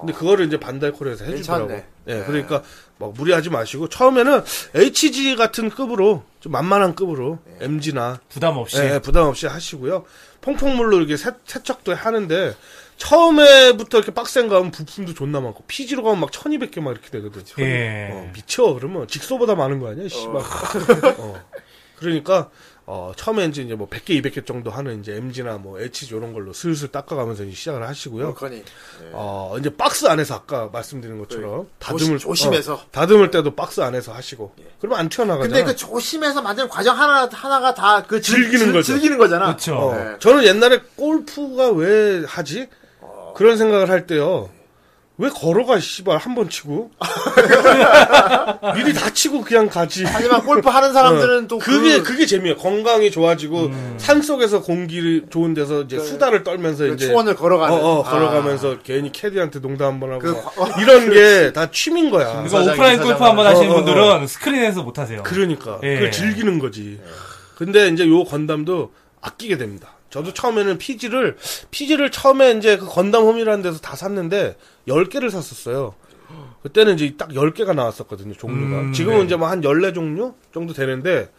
H: 근데 그거를 이제 반달 코리아에서 해주더라고.
B: 어. 괜찮네.
H: 예, 그러니까 막 무리하지 마시고 처음에는 HG 같은 급으로 좀 만만한 급으로
B: 네.
H: MG나
Q: 부담 없이.
H: 예, 부담 없이 하시고요. 퐁퐁물로 이렇게 세, 세척도 하는데 처음에부터 이렇게 빡센 거 하면 부품도 존나 많고 피지로 가면 막 1200개 막 이렇게 되거든.
Q: 예.
B: 네.
H: 어, 미쳐 그러면 직소보다 많은 거 아니야? 씨발. 어. 그러니까 어, 처음에 이제 이제 뭐 100개, 200개 정도 하는 이제 MG나 뭐 H 이런 걸로 슬슬 닦아가면서 이제 시작을 하시고요.
B: 그러니
H: 어, 이제 박스 안에서 아까 말씀드린 것처럼 다듬을
B: 네. 조심해서. 예.
H: 어, 다듬을 때도 박스 안에서 하시고. 그러면 안 튀어나가잖아.
B: 근데 그 조심해서 만드는 과정 하나 하나가 다 그
H: 즐기는 거죠.
B: 즐기는 거잖아
Q: 그렇죠.
H: 어,
B: 네.
H: 저는 옛날에 골프가 왜 하지?
B: 어.
H: 그런 생각을 할 때요. 왜 걸어가 씨발 한 번 치고 미리 다치고 그냥 가지.
B: 하지만 골프 하는 사람들은
H: 어,
B: 또
H: 그게 그... 게 재미야. 건강이 좋아지고 산 속에서 공기를 좋은 데서 이제 수다를 떨면서
B: 그
H: 이제
B: 초원을 걸어가는
H: 어, 어,
B: 아.
H: 걸어가면서 괜히 캐디한테 농담 한 번 하고
B: 그
H: 막
B: 과- 어,
H: 이런 게 다 취미인 거야.
Q: 그래서 오프라인 골프 한 번 하시는
H: 어, 어, 어.
Q: 분들은 스크린에서 못 하세요.
H: 그러니까
Q: 예.
H: 그걸 즐기는 거지. 근데 이제 요 건담도 아끼게 됩니다. 저도 처음에는 피지를 피지를 처음에 이제 그 건담 홈이라는 데서 다 샀는데 10개를 샀었어요. 그때는 이제 딱 10개가 나왔었거든요, 종류가.
Q: 음,
H: 지금은
Q: 네.
H: 이제 뭐 한 14종류 정도 되는데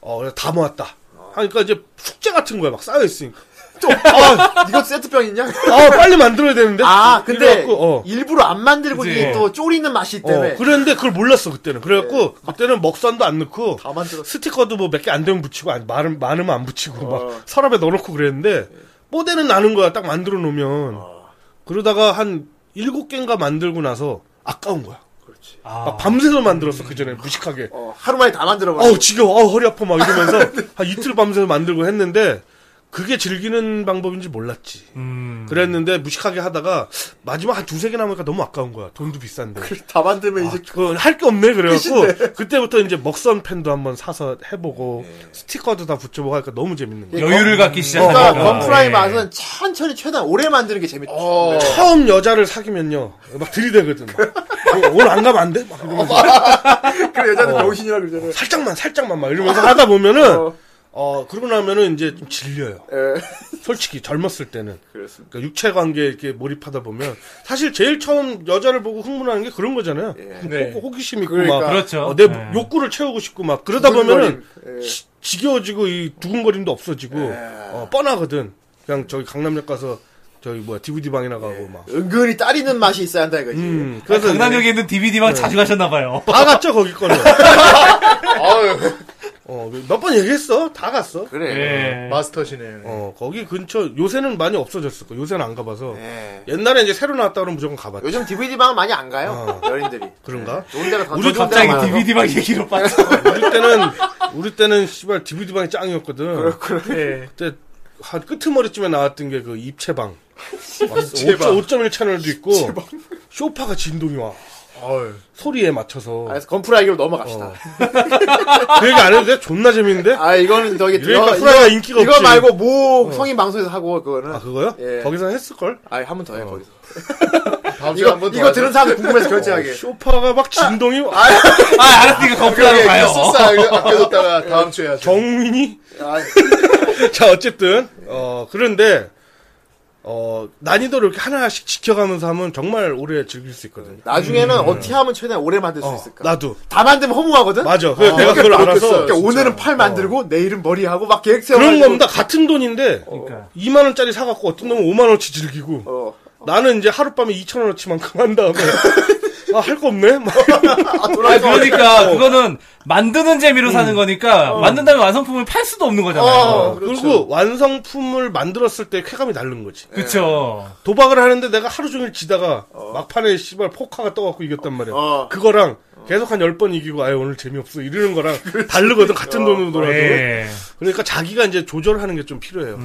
H: 어, 그래서 다 모았다. 하니까 이제 숙제 같은 거야, 막 쌓여 있으니까.
B: 아, 이거 세트병 있냐?
H: 아, 빨리 만들어야 되는데.
B: 아, 근데
H: 이래갖고, 어.
B: 일부러 안 만들고
Q: 그치.
B: 이게 또 졸이는 맛이 있기 때문에 네.
H: 어, 그랬는데 그걸 몰랐어 그때는. 그래갖고 그때는 먹선도 안 넣고
B: 다 만들었어. 어.
H: 스티커도 뭐 몇 개 안 되면 붙이고 아니, 많음- 많으면 안 붙이고 막 서랍에 넣어놓고 그랬는데 뽀대는 나는 거야 딱 만들어 놓으면
B: 아.
H: 그러다가 한 일곱 개인가 만들고 나서 아까운 거야.
Q: 아,
H: 막 밤새서 만들었어 그 전에 무식하게.
B: 어, 네. 하루 만에 다 만들어버려.
H: 어우 지겨워 어우 허리 아파 막 이러면서 한 이틀 밤새서 만들고 했는데 그게 즐기는 방법인지 몰랐지.
Q: 음.
H: 그랬는데 무식하게 하다가 마지막 한 두세 개 남으니까 너무 아까운 거야. 돈도 비싼데.
B: 다 만들면 이제
H: 할 게 없네 그래갖고 그때부터 이제 먹선 펜도 한번 사서 해보고
B: 예.
H: 스티커도 다 붙여보고 하니까 너무 재밌는 거예요.
Q: 여유를 갖기
H: 어.
Q: 시작하니까.
B: 그러니까 건프라이
Q: 예.
B: 맛은 천천히 최대한 오래 만드는 게 재밌다. 어.
H: 처음 여자를 사귀면요 막 들이대거든. 막. 어, 오늘 안 가면 안 돼? 막 이러면서
B: 어,
H: 어.
B: 그래 여자는 병신이라 그러잖아요.
H: 살짝만 살짝만 막 이러면서 하다 보면은 어 그러고 나면은 이제 좀 질려요.
B: 예.
H: 솔직히 젊었을 때는
B: 그렇습니다.
H: 그러니까 육체 관계 이렇게 몰입하다 보면 사실 제일 처음 여자를 보고 흥분하는 게 그런 거잖아요.
Q: 네.
H: 호, 기심 있고
B: 예. 그러니까.
H: 막
Q: 그렇죠.
H: 어, 내
Q: 네.
H: 욕구를 채우고 싶고 막 그러다 보면은
B: 예.
H: 지- 지겨워지고 이 두근거림도 없어지고 어, 뻔하거든. 그냥 저기 강남역 가서 저기 뭐야 DVD 방이나 가고
B: 예.
H: 막.
B: 은근히 따리는 맛이 있어야 한다 이거지.
H: 음,
Q: 그래서
H: 그래서 네.
Q: 강남역에 있는 DVD만 자주 가셨나봐요.
H: 다 갔죠 거기 거는. 어, 몇 번 얘기했어? 다 갔어.
E: 네.
Q: 예.
F: 마스터시네.
H: 어, 거기 근처 요새는 많이 없어졌을 거. 요새는 안 가봐서.
B: 예.
H: 옛날에 이제 새로 나왔다 그러면 무조건 가봤지.
B: 요즘 DVD 방은 많이 안 가요. 연인들이. 네.
H: 그런가?
B: 좋은 데가 더
Q: 우리
B: 좋은 데가
Q: 갑자기
B: 많아서.
Q: DVD만
H: 네.
Q: 얘기로 빠져.
H: 우리 때는 우리 때는 씨발 DVD 방이 짱이었거든. 그렇구나. 그때 한 끄트머리쯤에 나왔던 게 그 입체방. 5.1 채널도 있고 쇼파가 진동이 와. 소리에 맞춰서.
B: 아, 그래서 건프라 얘기로 넘어갑시다.
H: 그 얘기 안 해도 돼? 존나 재밌는데?
B: 아 이거는 저기
H: 그러니까
B: 이거-
H: 후라이가 인기가
B: 이거
H: 없지.
B: 말고 모 성인 방송에서 하고 그거는
H: 아 그거요?
B: 예.
H: 거기서 했을 걸?
B: 아니 한 번 더 해 거기서.
F: 다음 주에
B: 이거
F: 한번
B: 이거 들은 사람들 궁금해서
H: 어,
B: 결제하게.
H: 쇼파가 막 진동이 와.
Q: 아, 알았으니까 건프라로 가요.
F: 소싸 아껴뒀다가 다음 주에 하죠.
H: 정민이? 자, 어쨌든, 어, 그런데, 어, 난이도를 이렇게 하나씩 지켜가면서 하면 정말 오래 즐길 수 있거든요.
B: 나중에는 어떻게 하면 최대한 오래 만들 수
H: 어,
B: 있을까?
H: 나도.
B: 다 만들면 허무하거든.
H: 맞아. 그래서 내가
B: 그러니까.
H: 그걸
B: 그렇게
H: 알아서.
B: 그러니까
H: 진짜.
B: 오늘은 팔 만들고 내일은 머리 하고 막 계획 세워.
H: 그런 겁니다. 같은 돈인데,
Q: 그러니까.
H: 2만원짜리 사갖고 어떤 놈은 5만원치 즐기고,
B: 어.
H: 나는 이제 하룻밤에 2,000원어치만큼 한 다음에, 아, 할 거 없네? 막.
B: 어,
Q: 아, 그러니까
H: 어.
Q: 그거는 만드는 재미로 사는 거니까 만든 다음에 완성품을 팔 수도 없는 거잖아요.
H: 음.
B: 그렇죠.
H: 어, 그리고 완성품을 만들었을 때 쾌감이 다른 거지.
Q: 그쵸.
H: 도박을 하는데 내가 하루 종일 지다가 막판에 씨발 포카가 떠갖고 이겼단 말이야.
B: 어.
H: 그거랑 계속 한 10번 이기고 아유 오늘 재미없어 이러는 거랑
B: 어.
H: 다르거든 같은 돈으로 돌아도.
E: 네.
Q: 예.
H: 그러니까 자기가 이제 조절하는 게 좀 필요해요.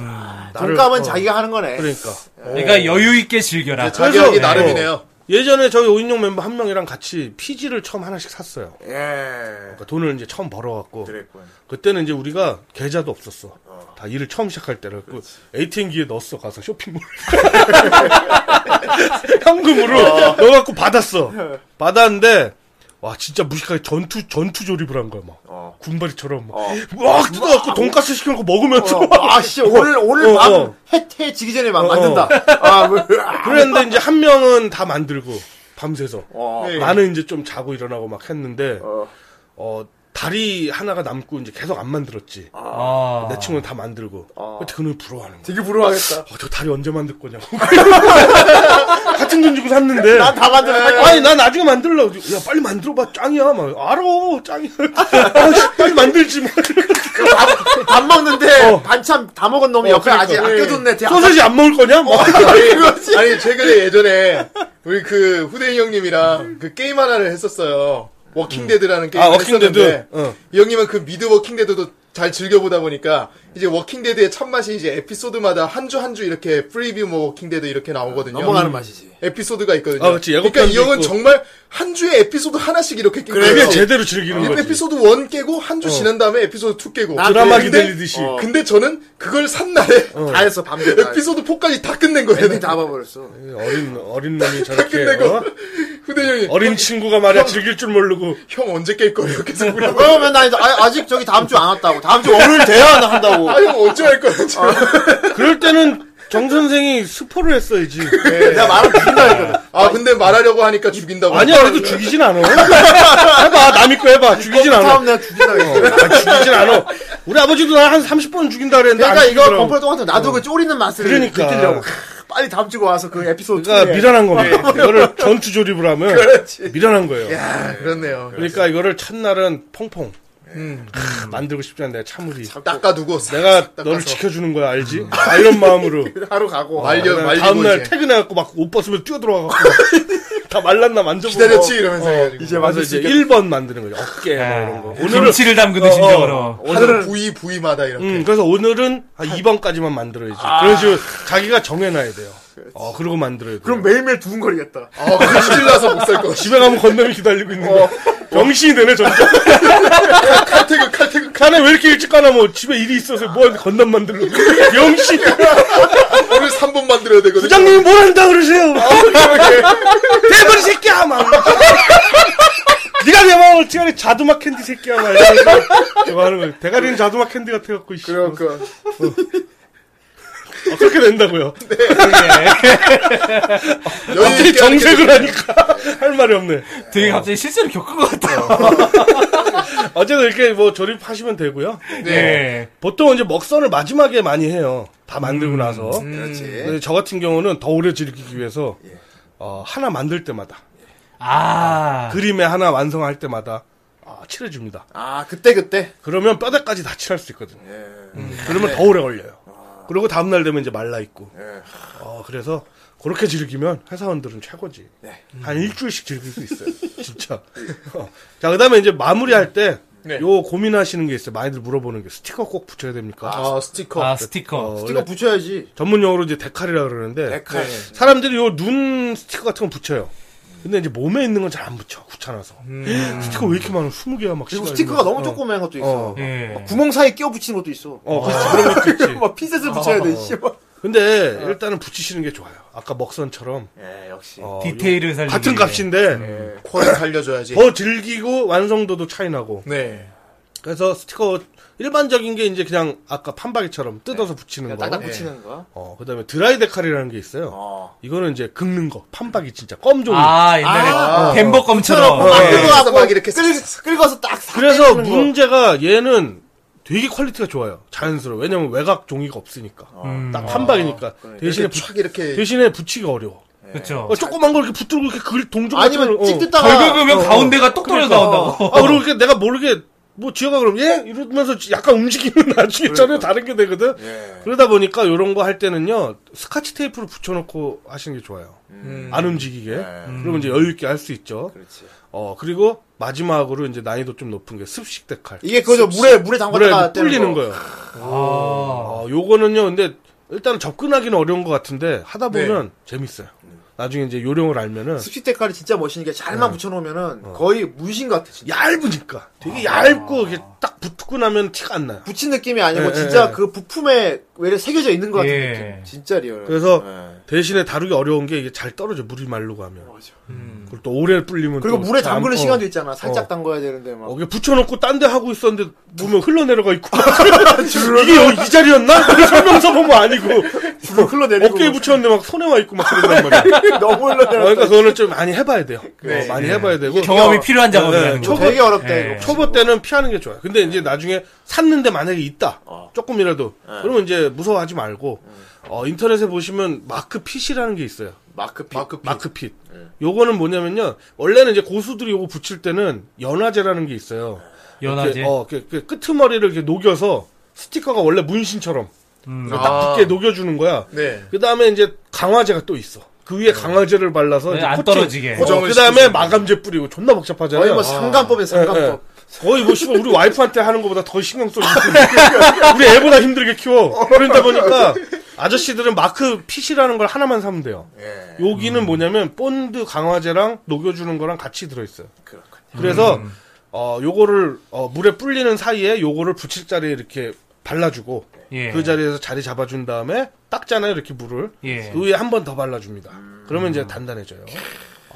H: 나를-
B: 돈값은
H: 어,
B: 자기가 하는 거네.
H: 그러니까.
Q: 그러니까 여유 있게 즐겨라.
F: 자격이
H: 그래서- 뭐,
F: 나름이네요.
H: 예전에 저희 오인용 멤버 한 명이랑 같이 피지를 처음 하나씩 샀어요.
B: 예.
H: 그러니까 돈을 이제 처음 벌어갖고
B: 그랬군.
H: 그때는 이제 우리가 계좌도 없었어. 다 일을 처음 시작할 때라. 그 ATM기에 넣었어. 가서 쇼핑몰. 현금으로 넣어갖고 받았어. 받았는데, 와, 진짜 무식하게 전투, 전투 조립을 한 거야, 막.
B: 어.
H: 군바리처럼 막. 막 뜯어갖고 돈가스 시켜놓고 먹으면서.
B: 아, 씨, 오늘, 오늘
H: 어,
B: 밤,
H: 어.
B: 해, 해 지기 전에 막
H: 어,
B: 만든다. 아, 뭐, 으아.
H: 그랬는데 이제 한 명은 다 만들고, 밤새서.
B: 어.
H: 나는 이제 좀 자고 일어나고 막 했는데,
B: 어.
H: 어, 다리 하나가 남고 이제 계속 안 만들었지.
Q: 아.
H: 내 친구는 다 만들고.
B: 아.
H: 그때 그놈이 부러워하는 거야.
B: 되게 부러워하겠다.
H: 어, 저 다리 언제 만들 거냐고. 같은 돈 주고 샀는데.
B: 난 다 만들어.
H: 아니, 나 나중에 만들려고. 야, 빨리 만들어봐. 짱이야. 막, 알아. 짱이야. 아, 씨, 빨리 만들지. 뭐.
B: 밥, 밥 먹는데 반찬 다 먹은 놈이 옆에 아직
H: 그러니까.
B: 아껴뒀네. 어, 되게
H: 소세지 안 먹을 거냐? 뭐.
F: 아니, 아니, 최근에 예전에 우리 그 후대인 형님이랑 그 게임 하나를 했었어요. 워킹데드라는 게임.
H: 아, 워킹데드. 어.
F: 이 형님은 그 미드 워킹데드도 잘 즐겨보다 보니까 이제 워킹데드의 참맛이 이제 에피소드마다 한 주 한 주 이렇게 프리뷰 뭐 워킹데드 이렇게 나오거든요. 음.
B: 넘어가는 맛이지.
F: 에피소드가 있거든요.
H: 아, 그치. 예고편도
F: 그러니까 이 형은
H: 있고.
F: 정말 한 주에 에피소드 하나씩 이렇게 낀 거예요.
H: 그게 제대로 즐기는 거지. 어.
F: 에피소드 1 깨고 한 주 지난 다음에 에피소드 2 깨고
H: 드라마
F: 근데-
H: 기다리듯이.
F: 어. 근데 저는 그걸 산 날에
B: 다 했어, 밤새. 다 했어.
F: 에피소드 4까지 다 끝낸 거예요.
B: 애들이 다 봐버렸어.
H: 어린, 어린 놈이 저렇게.
F: 끝내고.
H: 어?
F: 후대 형이
H: 어린 친구가 말이야. 즐길 줄 모르고.
F: 형 언제 깰 거예요? 계속 물어.
B: 그러면 나 이제 아, 아직 저기 다음 주 안 왔다고. 다음 주 오늘 돼야 나 한다고. 어,
F: 아, 형 언제 할 거예요? 지금?
H: 그럴 때는 정선생이 스포를 했어야지.
B: 내가 말을 듣는다 했거든.
F: 아, 근데 말하려고 하니까 죽인다고.
H: 아니야, 그래도 죽이진 않아. 해봐, 남의 거 해봐. 죽이진 않아.
B: 다음 내가 죽인다
H: 어,
B: 했어.
H: 아, 죽이진 않아. 우리 아버지도 나 한 30번 죽인다 그랬는데.
B: 내가
H: 안
B: 이거
H: 죽이더라고.
B: 공포를 똑같은 나도 그 쪼리는 맛을
H: 어. 그러니까.
B: 느끼려고. 크, 빨리 다음 주가 와서 그 에피소드
F: 네.
H: 그러니까
B: 투에.
H: 미련한 겁니다. 이거를 전투 조립을 하면 미련한 거예요.
F: 아, 그렇네요.
H: 그러니까 이거를 첫날은 펑펑 크, 만들고 싶지 않은데 참으리.
F: 닦아두고. 싹
H: 내가
F: 닦아서.
H: 너를 지켜주는 거야 알지? 아, 이런 마음으로.
B: 하루 가고.
F: 말려, 말리고.
H: 아, 다음날
F: 이제.
H: 퇴근해갖고 막 옷 벗으면 뛰어들어가갖고 다 말랐나 만져보고.
F: 기다렸지? 이러면서 해가지고.
B: 어, 이제
H: 그래서
B: 맞아,
H: 이제
B: 이제.
H: 1번 만드는 거죠. 어깨 막뭐 이런 거. 오늘은 어,
Q: 김치를 아, 담그는 심정으로.
F: 하늘 부위, 부위마다 이렇게. 아.
H: 음, 그래서 오늘은 한 2번까지만 만들어야지. 그런 식으로 자기가 정해놔야 돼요. 어, 그러고 만들어야 돼요.
B: 그럼 매일매일 두근거리겠다.
F: 아, 그 찔러서 못 살 거.
H: 집에 가면 건담이 기다리고 있는
F: 어.
H: 거. 병신이 되네, 점점.
F: 칼퇴근, 칼퇴근.
H: 자네 왜 이렇게 일찍 가나, 뭐, 집에 일이 있어서 뭐, 건담 만들려고. 병신!
F: 오늘 3번 만들어야 되거든.
H: 부장님이 뭘 한다
B: 어,
H: 그러세요! 대머리 새끼야! 막. 니가 내 마음을 어떻게 하니, 자두막 캔디 새끼야, 막. 이러면서 저거 하는 거예요. 대가리는 자두막 캔디 같아갖고, 이씨.
B: 그럼 그,
H: 어, 그렇게 된다고요.
B: 네,
F: 여유
H: 갑자기
F: 있게 하는 게
H: 정색을 하니까 할 말이 없네.
Q: 되게 갑자기 실제로 겪은 것
H: 어.
Q: 같아요.
H: 어쨌든 이렇게 뭐 조립하시면 되고요.
Q: 네.
H: 보통 이제 먹선을 마지막에 많이 해요. 다 만들고 나서.
B: 음, 그렇지. 예.
H: 근데 저 같은 경우는 더 오래 즐기기 위해서 어, 하나 만들 때마다
Q: 아.
H: 그림에 하나 완성할 때마다 아, 칠해줍니다.
B: 아, 그때그때.
H: 그러면 뼈대까지 다 칠할 수 있거든요. 음, 그러면 더 오래 걸려요. 그리고 다음 날 되면 이제 말라 있고. 어, 그래서 그렇게 즐기면 회사원들은 최고지. 한 일주일씩 즐길 수 있어요. 진짜. 어. 자, 그다음에 이제 마무리할 때 요 고민하시는 게 있어요. 많이들 물어보는 게 스티커 꼭 붙여야 됩니까?
F: 아, 스티커.
Q: 아, 스티커.
H: 어,
B: 이거 붙여야지.
H: 전문 용어로 이제 데칼이라 그러는데
B: 데칼.
H: 네. 사람들이 요 눈 스티커 같은 거 붙여요. 근데 이제 몸에 있는 건 잘 안 붙여. 귀찮아서.
B: 음.
H: 스티커 왜 이렇게 많아? 20개야 막.
B: 그리고
H: 씨발,
B: 스티커가
H: 이거.
B: 너무 조그만 것도 있어.
H: 어.
Q: 예.
B: 막 구멍 사이에 끼워 붙이는 것도 있어.
H: 어, 그렇지. 그런 것도 있지.
B: 막 핀셋을 붙여야 돼, 씨발.
H: 근데 일단은 붙이시는 게 좋아요. 아까 먹선처럼
B: 예, 역시.
H: 어,
Q: 디테일을
H: 요-
Q: 살리기
H: 같은
Q: 위해.
H: 값인데
F: 퀄을 살려줘야지.
H: 더 즐기고 완성도도 차이 나고.
F: 네.
H: 그래서 스티커 일반적인 게 이제 그냥 아까 판박이처럼 뜯어서 붙이는
B: 예. 그냥
H: 거.
B: 딱딱
H: 네.
B: 붙이는 거야.
H: 어, 그다음에 드라이 데칼이라는 게 있어요.
B: 어.
H: 이거는 이제 긁는 거. 판박이 진짜 껌 종이.
Q: 아, 어, 옛날에 덴버 껌처럼.
B: 막
F: 네.
B: 끌고 가고
F: 막 이렇게
B: 끌, 끌고서 딱 싹.
H: 그래서
B: 떼주는 거.
H: 문제가 얘는 되게 퀄리티가 좋아요. 자연스러워.
B: 아,
H: 왜냐면 외곽 종이가 없으니까. 딱 판박이니까. 대신에
F: 이렇게
H: 붙
F: 촥 이렇게
H: 대신에 붙이기 어려워.
Q: 그렇죠.
H: 어, 조그만 걸 이렇게 붙들고 이렇게 글 동전
B: 아, 아니면
H: 같은 걸,
B: 그
F: 어,
B: 찍듯다가
Q: 긁으면 가운데가 똑 그러니까. 떨어져 나온다고.
H: 아, 그리고 이렇게 내가 모르게, 뭐, 지어가 그럼, 예? 이러면서 약간 움직이면
B: 그러니까.
H: 나중에 전혀 다른 게 되거든?
B: 예.
H: 그러다 보니까, 이런 거 할 때는요, 스카치 테이프를 붙여놓고 하시는 게 좋아요.
Q: 음.
H: 안 움직이게. 그러면 이제 여유있게 할 수 있죠.
B: 음. 예. 그렇지.
H: 어, 그리고, 마지막으로 이제 난이도 좀 높은 게 습식 데칼.
B: 이게 그거죠. 물에 물에
H: 물에
B: 담갔다가
H: 뚫리는 거예요. 어, 요거는요, 근데, 일단은 접근하기는 어려운 것 같은데, 하다
B: 네.
H: 보면 재밌어요. 나중에 이제 요령을 알면은,
B: 습식 때깔이 진짜 멋있는 게 잘만
H: 네.
B: 붙여놓으면은 거의 문신 같아. 진짜.
H: 얇으니까. 되게
B: 아.
H: 얇고, 이게 딱 붙고 나면 티가 안 나요.
B: 붙인 느낌이 아니고
H: 예,
B: 진짜
H: 예.
B: 그 부품에 외래 새겨져 있는 것 같은
Q: 예.
B: 느낌. 진짜 리얼.
H: 그래서
B: 예.
H: 대신에 다루기 어려운 게 이게 잘 떨어져 물이 말르고 하면. 그리고 또 오래 불리면
B: 그리고
H: 또
B: 물에
H: 잘 안-
B: 담그는
H: 어.
B: 시간도 있잖아. 살짝
H: 어.
B: 담궈야 되는데 막.
H: 어, 이게 붙여놓고 딴 데 하고 있었는데 보면 흘러내려가 있고 이게 여기 이 자리였나? 설명서 보면 아니고
B: 줄로 흘러내리고.
H: 어깨에 붙였는데 막 손에 와 있고 막 그런단 말이야.
B: 너무
H: 어,
B: 흘러내려.
H: 그러니까 그거는 좀 많이 해봐야 돼요. 어, 많이 해봐야 되고
Q: 경험이 필요한 작업이라는
H: 네,
Q: 거.
B: 되게 어렵다 이거.
H: 초보 때는 피하는 게 좋아요. 근데 이제 나중에 샀는데 만약에 있다. 조금이라도. 그러면 이제 무서워하지 말고, 어, 인터넷에 보시면 마크 핏이라는 게 있어요.
B: 마크핏.
H: 마크 핏. 요거는 뭐냐면요. 원래는 이제 고수들이 요거 붙일 때는 연화제라는 게 있어요.
Q: 연화제.
H: 이렇게, 어, 이렇게, 이렇게 끄트머리를 이렇게 녹여서 스티커가 원래 문신처럼
Q: 음.
H: 딱 붙게 녹여주는 거야.
F: 아. 네.
H: 그 다음에 이제 강화제가 또 있어. 그 위에 강화제를 발라서
Q: 음. 네,
H: 이제
Q: 안
H: 코팅,
Q: 떨어지게.
H: 어,
F: 고정을
H: 그 다음에
F: 시키죠.
H: 마감제 뿌리고 존나 복잡하잖아요.
B: 거의 뭐
H: 아.
B: 상관법에
H: 예, 예.
B: 상관법.
H: 거의 뭐 씨발 우리 와이프한테 하는 것보다 더 신경 쓰고 우리 애보다 힘들게 키워 그러다 보니까 아저씨들은 마크 핏이라는 걸 하나만 사면 돼요. 여기는 뭐냐면 본드 강화제랑 녹여주는 거랑 같이 들어있어요. 그래서 어, 요거를 어, 물에 불리는 사이에 요거를 붙일 자리에 이렇게 발라주고
Q: 예.
H: 그 자리에서 자리 잡아준 다음에 닦잖아요 이렇게 물을
Q: 예.
H: 그 위에 한 번 더 발라줍니다. 그러면 이제 단단해져요.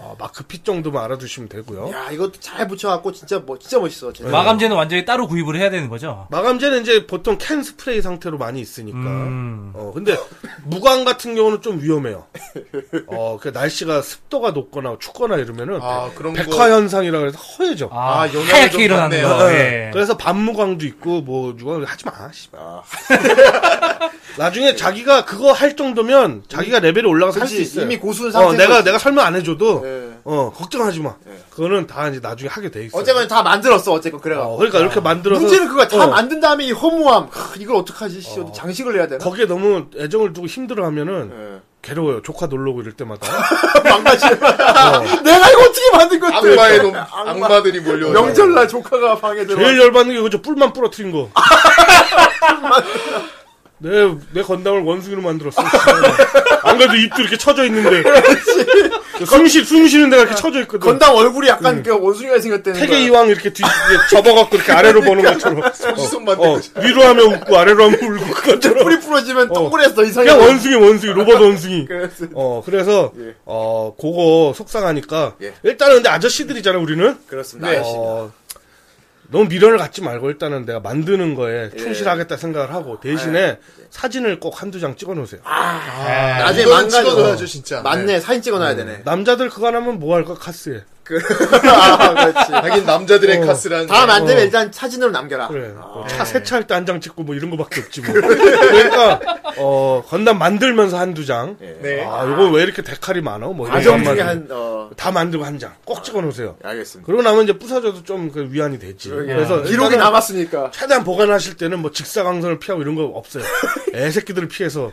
H: 어, 마크 핏 정도만 알아두시면 되고요.
B: 야 이것도 잘 붙여갖고 진짜 멋 진짜 멋있어. 진짜.
Q: 네. 마감제는 완전히 따로 구입을 해야 되는 거죠.
H: 마감제는 이제 보통 캔 스프레이 상태로 많이 있으니까.
Q: 음.
H: 어, 근데 무광 같은 경우는 좀 위험해요. 어, 그 날씨가 습도가 높거나 춥거나 이러면은
F: 아, 그런 거.
H: 백화 현상이라 그래서 허해져.
Q: 아,
F: 아, 영향이 좀
Q: 하얗게 일어나는
F: 많네요.
Q: 거. 예.
H: 그래서 반무광도 있고 뭐 누가 하지 마. 씨발.
B: 아.
H: 나중에 자기가 그거 할 정도면 자기가 레벨이 올라가서 할 수
B: 그치,
H: 있어요.
B: 이미 고수는
H: 어,
B: 상태.
H: 내가 내가 설명 안 해줘도
B: 예.
H: 어 걱정하지 마. 그거는 다 이제 나중에 하게 돼 있어.
B: 어쨌건 다 만들었어. 어쨌건 그래가.
H: 어, 그러니까 이렇게 만들어서
B: 문제는 그거 다
H: 어.
B: 만든 다음에 이 허무함. 하, 이걸 어떡하지? 씨, 어디 장식을 해야 되나?
H: 거기에 너무 애정을 두고 힘들어하면은
B: 예.
H: 괴로워요. 조카 놀러 오고 이럴 때마다. 어.
B: 내가 이거 어떻게 만든 건데?
F: 악마의 놈, 악마들이 몰려오요
B: 명절날 조카가 방에 들어.
H: 제일 열받는 게 그저 뿔만 부러뜨린 거. 내, 내 건담을 원숭이로 만들었어. 안 그래도 입도 이렇게 처져 있는데. 숨, 쉬, 숨 쉬는 데가 이렇게 처져 있거든.
B: 건담 얼굴이 약간
F: 음.
B: 그 원숭이가 생겼다는
H: 태계
B: 거야.
H: 이왕 이렇게 뒤, 이렇게 접어갖고 이렇게 아래로 보는
B: 그러니까
H: 것처럼.
F: 손 만든
H: 어, 위로 하면 웃고 아래로 하면 울고 그것처럼.
B: 뿌리 부러지면 동그랬어 이상해.
H: 그냥 원숭이, 원숭이, 로봇 원숭이.
B: 그래서
H: 어, 그래서,
B: 예.
H: 어, 그거 속상하니까. 일단은 근데 아저씨들이잖아, 우리는.
B: 그렇습니다.
H: 어, 너무 미련을 갖지 말고 일단은 내가 만드는
B: 예.
H: 거에 충실하겠다 생각을 하고
B: 아,
H: 대신에
B: 네.
H: 사진을 꼭 한두 장 찍어 놓으세요.
B: 나중에
F: 네, 이거는
B: 망가져.
F: 찍어놔야죠, 음. 진짜.
B: 맞네. 사진 찍어놔야 되네.
H: 남자들 그거 하면 뭐 할까 카스에.
B: 아, 그렇지.
F: 하긴 남자들의 카스란. 네.
B: 다음 안 되면 일단 사진으로 남겨라.
H: 어. 그래.
B: 아,
H: 어, 차
B: 네.
H: 세차할 때 한 장 찍고 뭐 이런 거밖에 없지 뭐. 그러니까 어, 건담 만들면서 한두 장.
F: 네.
H: 아, 요거 왜 이렇게 데칼이 많아? 뭐 이런
B: 과정
H: 것만.
B: 중에 한 아. 어.
H: 다 만들고 한 장. 꼭 찍어 놓으세요.
B: 알겠습니다.
H: 그러고 나면 이제 부서져도 좀그 위안이 되지. 그래서
B: 아, 기록이
H: 일단은
B: 남았으니까.
H: 최대한 보관하실 때는 뭐 직사광선을 피하고 이런 거 없어요. 애새끼들을 피해서.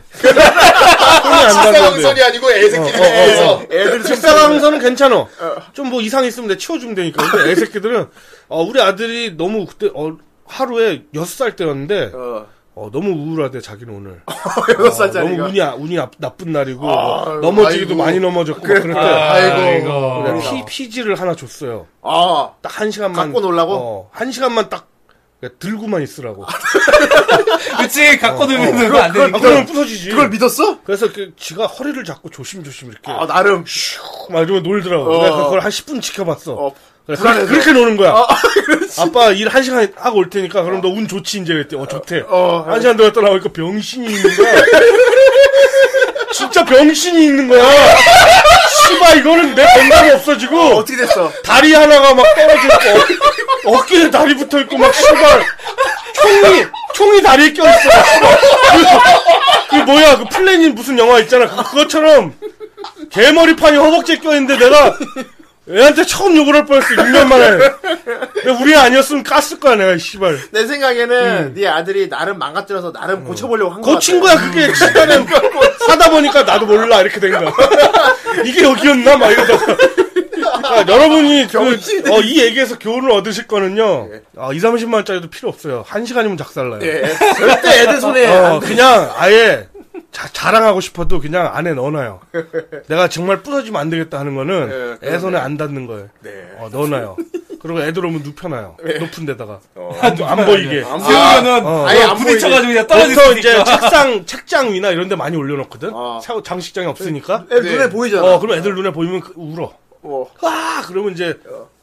F: 식사광선이 아니고 애새끼를 해서.
H: 어, 애들 직사광선은 괜찮아. 좀 뭐 이상 있으면 내가 치워주면 되니까. 근데 애새끼들은, 어, 우리 아들이 너무 그때, 어, 하루에 여섯 살 때였는데,
B: 어.
H: 어, 너무 우울하대, 자기는 오늘.
B: 여섯
H: 어, 너무
B: 살짜리가.
H: 운이, 아- 운이 아- 나쁜 날이고, 뭐 넘어지기도
F: 아이고.
H: 많이 넘어졌고, 그랬대
F: 아이고.
H: 피, 피지를 하나 줬어요.
B: 아.
H: 딱 한 시간만.
B: 갖고 놀라고?
H: 어, 한 시간만 딱, 그러니까 들고만 있으라고.
Q: 그치, 갖고 놀면 안 되니까.
H: 아, 그러면 부서지지.
B: 그걸 믿었어?
H: 그래서 그 지가 허리를 잡고 조심조심 이렇게
B: 아, 나름.
H: 막 이러면 놀더라고.
B: 어.
H: 내가 그걸 한 10분 지켜봤어.
B: 어. 아,
H: 그래, 그렇게, 그렇게 노는 거야. 아빠 일 한 시간 하고 올 테니까 그럼 너 운 좋지 이제 그랬대. 어 좋대.
B: 어,
H: 한 시간 들어갔다 나오니까 병신이 있는 거야. 진짜 병신이 있는 거야. 씨바 이거는 내 건강이 없어지고
B: 어떻게 됐어?
H: 다리 하나가 막 떨어지고 어, 어깨에 다리 붙어 있고 막 씨발 총이 총이 다리에 껴있어. 그, 그 뭐야 그 플래닛 무슨 영화 있잖아. 그것처럼 그, 개머리판이 허벅지에 껴있는데 내가 애한테 처음 욕을 할 뻔했어, 6년 만에. 야, 우리 애 아니었으면 깠을 거야, 내가, 이 씨발.
B: 내 생각에는 네 아들이 나름 망가뜨려서 나름 고쳐보려고 한 음. 거.
H: 음. 고친 거야, 그게. 시간에 하다 보니까 나도 몰라, 이렇게 된 거야. 이게 여기였나? 막 이러다가. 아, 여러분이 그, 어, 이 얘기에서 교훈을 얻으실 거는요. 아, 2, 30만원짜리도 필요 없어요. 한 시간이면 작살나요.
B: 예. 절대 애들 손에
H: 어, 그냥 아예 자, 자랑하고 싶어도 그냥 안에 넣어놔요. 내가 정말 부서지면 안 되겠다 하는
B: 예,
H: 거는 애 손에 안 닿는 거예요.
B: 네.
H: 어, 넣어놔요. 그리고 애들 오면 눕혀놔요.
B: 예.
H: 높은 데다가.
B: 어.
H: 안, 안 보이게. 아,
Q: 세우면은
H: 어.
B: 아예 안 보이게.
Q: 부딪혀가지고 그냥
H: 보통
Q: 떨어지니까.
H: 이제 책상, 책장 위나 이런 데 많이 올려놓거든? 사- 장식장이 없으니까.
B: 아. 애들
Q: 네.
B: 눈에 보이잖아.
H: 어, 그럼 애들 눈에 보이면 그- 울어.
B: 어.
H: 아, 그러면 이제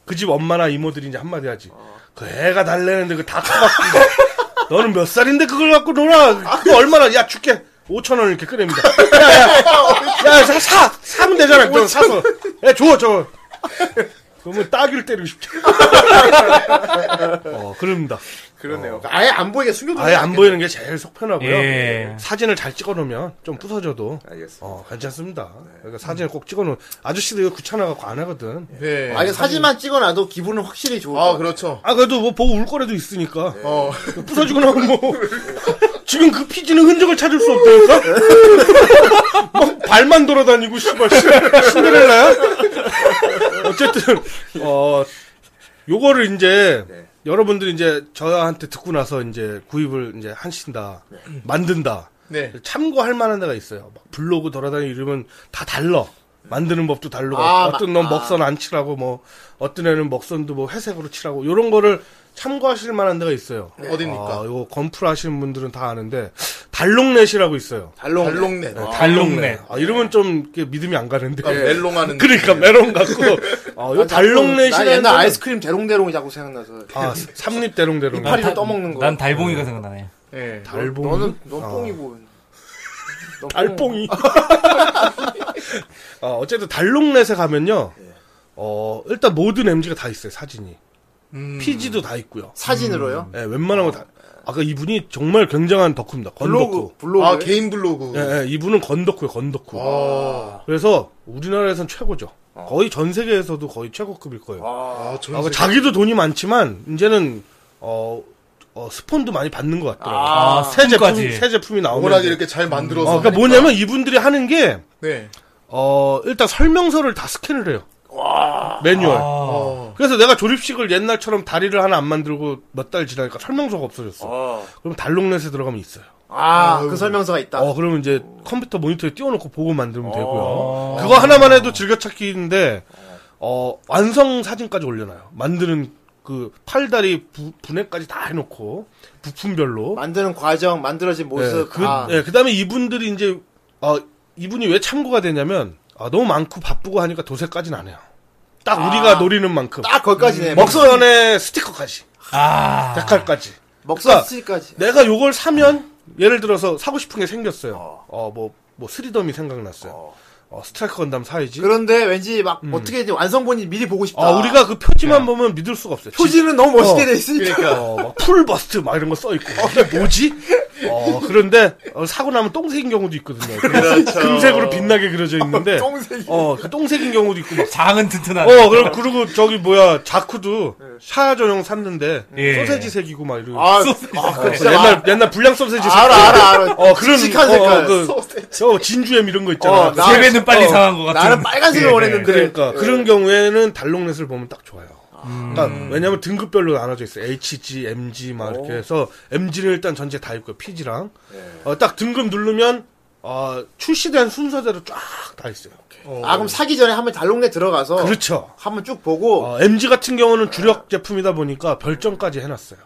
H: 그 집 엄마나 이모들이 이제 한마디 하지.
B: 어.
H: 그 애가 달래는데 그다 커갖고. 너는 몇 살인데 그걸 갖고 놀아? 그거 얼마나, 야, 줄게. 5천원 이렇게 끄냅니다. 야, 야, 야, 사, 사! 사면 되잖아. 너 사서. 야, 줘, 줘. 그러면 따귀를 때리고 싶지. 어, 그럽니다.
B: 그러네요. 그러니까 아예 안 보이게 숨겨두는
H: 아예 안 보이는 게 제일 속편하고요.
Q: 예.
H: 사진을 잘 찍어놓으면 좀 부서져도
B: 알겠습니다. 네.
H: 어, 괜찮습니다. 그러니까 사진을 꼭 찍어놓은 아저씨도 이거 귀찮아갖고 안 하거든.
F: 네.
B: 아예 사진만 찍어놔도 기분은 확실히 좋을 것
F: 아,
B: 같아요.
F: 그렇죠.
H: 아 그래도 뭐 보고 울 거라도 있으니까
B: 네.
H: 어. 부서지고 나면 뭐 지금 그 피지는 흔적을 찾을 수
B: 네.
H: 없다니까. 막 발만 돌아다니고 씨발 신- 신데렐라야. 어쨌든 어 요거를 이제
B: 네.
H: 여러분들이 이제 저한테 듣고 나서 이제 구입을 이제 하신다 만든다.
F: 네.
H: 참고할 만한 데가 있어요. 막 블로그 돌아다니고 이러면 다 달러. 만드는 법도 달르고
B: 아,
H: 어떤
B: 마-
H: 놈 먹선 안 칠하고 뭐 어떤 애는 먹선도 뭐 회색으로 칠하고 요런 거를 참고하실 만한 데가 있어요.
B: 네.
F: 어딥니까?
H: 아, 요거 건프라 하시는 분들은 다 아는데 달롱넷이라고 있어요.
B: 달롱.
F: 달롱네.
Q: 달롱넷.
H: 아,
B: 네.
H: 이러면 좀 이렇게 믿음이 안 가는데.
B: 예.
F: 그러니까 멜롱하는.
H: 그러니까 메론 같고. 아, 요
B: 나
H: 달롱넷이라는
B: 옛날
H: 데는-
B: 아이스크림 대롱대롱이 자꾸 생각나서.
H: 아, 삼립대롱대롱.
B: 이파리- 파리를 떠먹는 거.
Q: 난 달봉이가 생각나네.
F: 예.
H: 달봉.
B: 너는 넌
H: 아.
B: 뽕이고. 넌
H: 달뽕이. 아, 어쨌든 달롱넷에 가면요. 어, 일단 모든 MG가 다 있어요, 사진이. 피지도 다 있고요.
B: 사진으로요?
H: 예, 웬만한 거 다. 아까 그 이분이 정말 굉장한 덕후입니다. 건덕후.
B: 블로그. 블로그.
F: 아, 개인 블로그.
H: 예, 예, 이분은 건덕후예요, 건덕후. 그래서 우리나라에선 최고죠. 거의 전 세계에서도 거의 최고급일 거예요.
F: 아, 전
H: 아, 그
F: 세계-
H: 자기도 돈이 많지만 이제는 어, 어, 스폰도 많이 받는 것 같더라고요.
Q: 아,
H: 새 제품,
Q: 스폰까지.
H: 새 제품이 나오면
F: 워낙
H: 이제-
F: 이렇게
B: 음.
F: 잘 만들어서.
H: 어, 그러니까
F: 하니까.
H: 뭐냐면 이분들이 하는 게
F: 네.
H: 어, 일단 설명서를 다 스캔을 해요. 매뉴얼. 어. 그래서 내가 조립식을 옛날처럼 다리를 하나 안 만들고 몇 달 지나니까 설명서가 없어졌어. 그럼 달롱넷에 들어가면 있어요.
B: 아, 그 설명서가 있다.
H: 어, 그러면 이제 컴퓨터 모니터에 띄워놓고 보고 만들면 되고요. 그거 하나만 해도 즐겨찾기인데, 어, 완성 사진까지 올려놔요. 만드는 그 팔다리 부, 분해까지 다 해놓고, 부품별로.
B: 만드는 과정, 만들어진 모습.
H: 그,
B: 아,
H: 다음에 이분들이 이제, 어, 이분이 왜 참고가 되냐면, 아, 너무 많고 바쁘고 하니까 도색까지는 안 해요. 딱 우리가 노리는 만큼.
B: 아. 딱 거기까지네.
H: 음,
B: 뭐
H: 먹선에 스티커까지.
Q: 아,
H: 데칼까지. 그러니까
B: 먹서 스까지.
H: 내가 요걸 사면 예를 들어서 사고 싶은 게 생겼어요. 어 뭐 뭐 스리덤이 생각났어요. 어, 스트라이크 건담 사이지.
B: 그런데 왠지 막 어떻게든 완성본이 미리 보고 싶다.
H: 음. 아 우리가 그 표지만 보면 믿을 수가 없어요.
B: 표지는 너무 멋있게
H: 어,
B: 돼 있으니까.
H: 풀버스트 막 이런 거 써 있고 이게 뭐지? 어 그런데 어, 사고 나면 똥색인 경우도 있거든요. 그 금색으로 빛나게 그려져 있는데
B: 그렇죠. 아, 똥색이.
H: 어그 똥색인 경우도 있고 막
Q: 장은 튼튼하네.
H: 어, 그럼 그리고 저기 뭐야 자쿠도 샤 전용 샀는데
Q: 예.
H: 소세지 색이고 막 이러고
B: 네. 아,
H: 어, 옛날 옛날 불량 소세지 색.
B: 알아, 알아, 알아.
H: 어 그런
B: 칙칙한
H: 어,
B: 색깔.
H: 어, 그, 어, 진주엠 이런 거 있잖아.
B: 어,
H: 그
B: 나-
Q: 세배는 빨리
H: 어,
Q: 상한 것 예, 같은.
B: 나는 빨간색을 원했는데.
H: 그러니까 그런 경우에는 달롱넷을 보면 딱 좋아요. 그러니까 왜냐면 등급별로 나눠져 있어요. HG, MG 막 이렇게 해서 MG는 일단 전체 다 있고요. PG랑 어, 딱 등급 누르면 어, 출시된 순서대로 쫙 다 있어요.
B: 아, 그럼 사기 전에 한번 달롱네 들어가서.
H: 그렇죠.
B: 한번 쭉 보고.
H: 어, MG 같은 경우는 주력 제품이다 보니까 별점까지 해놨어요.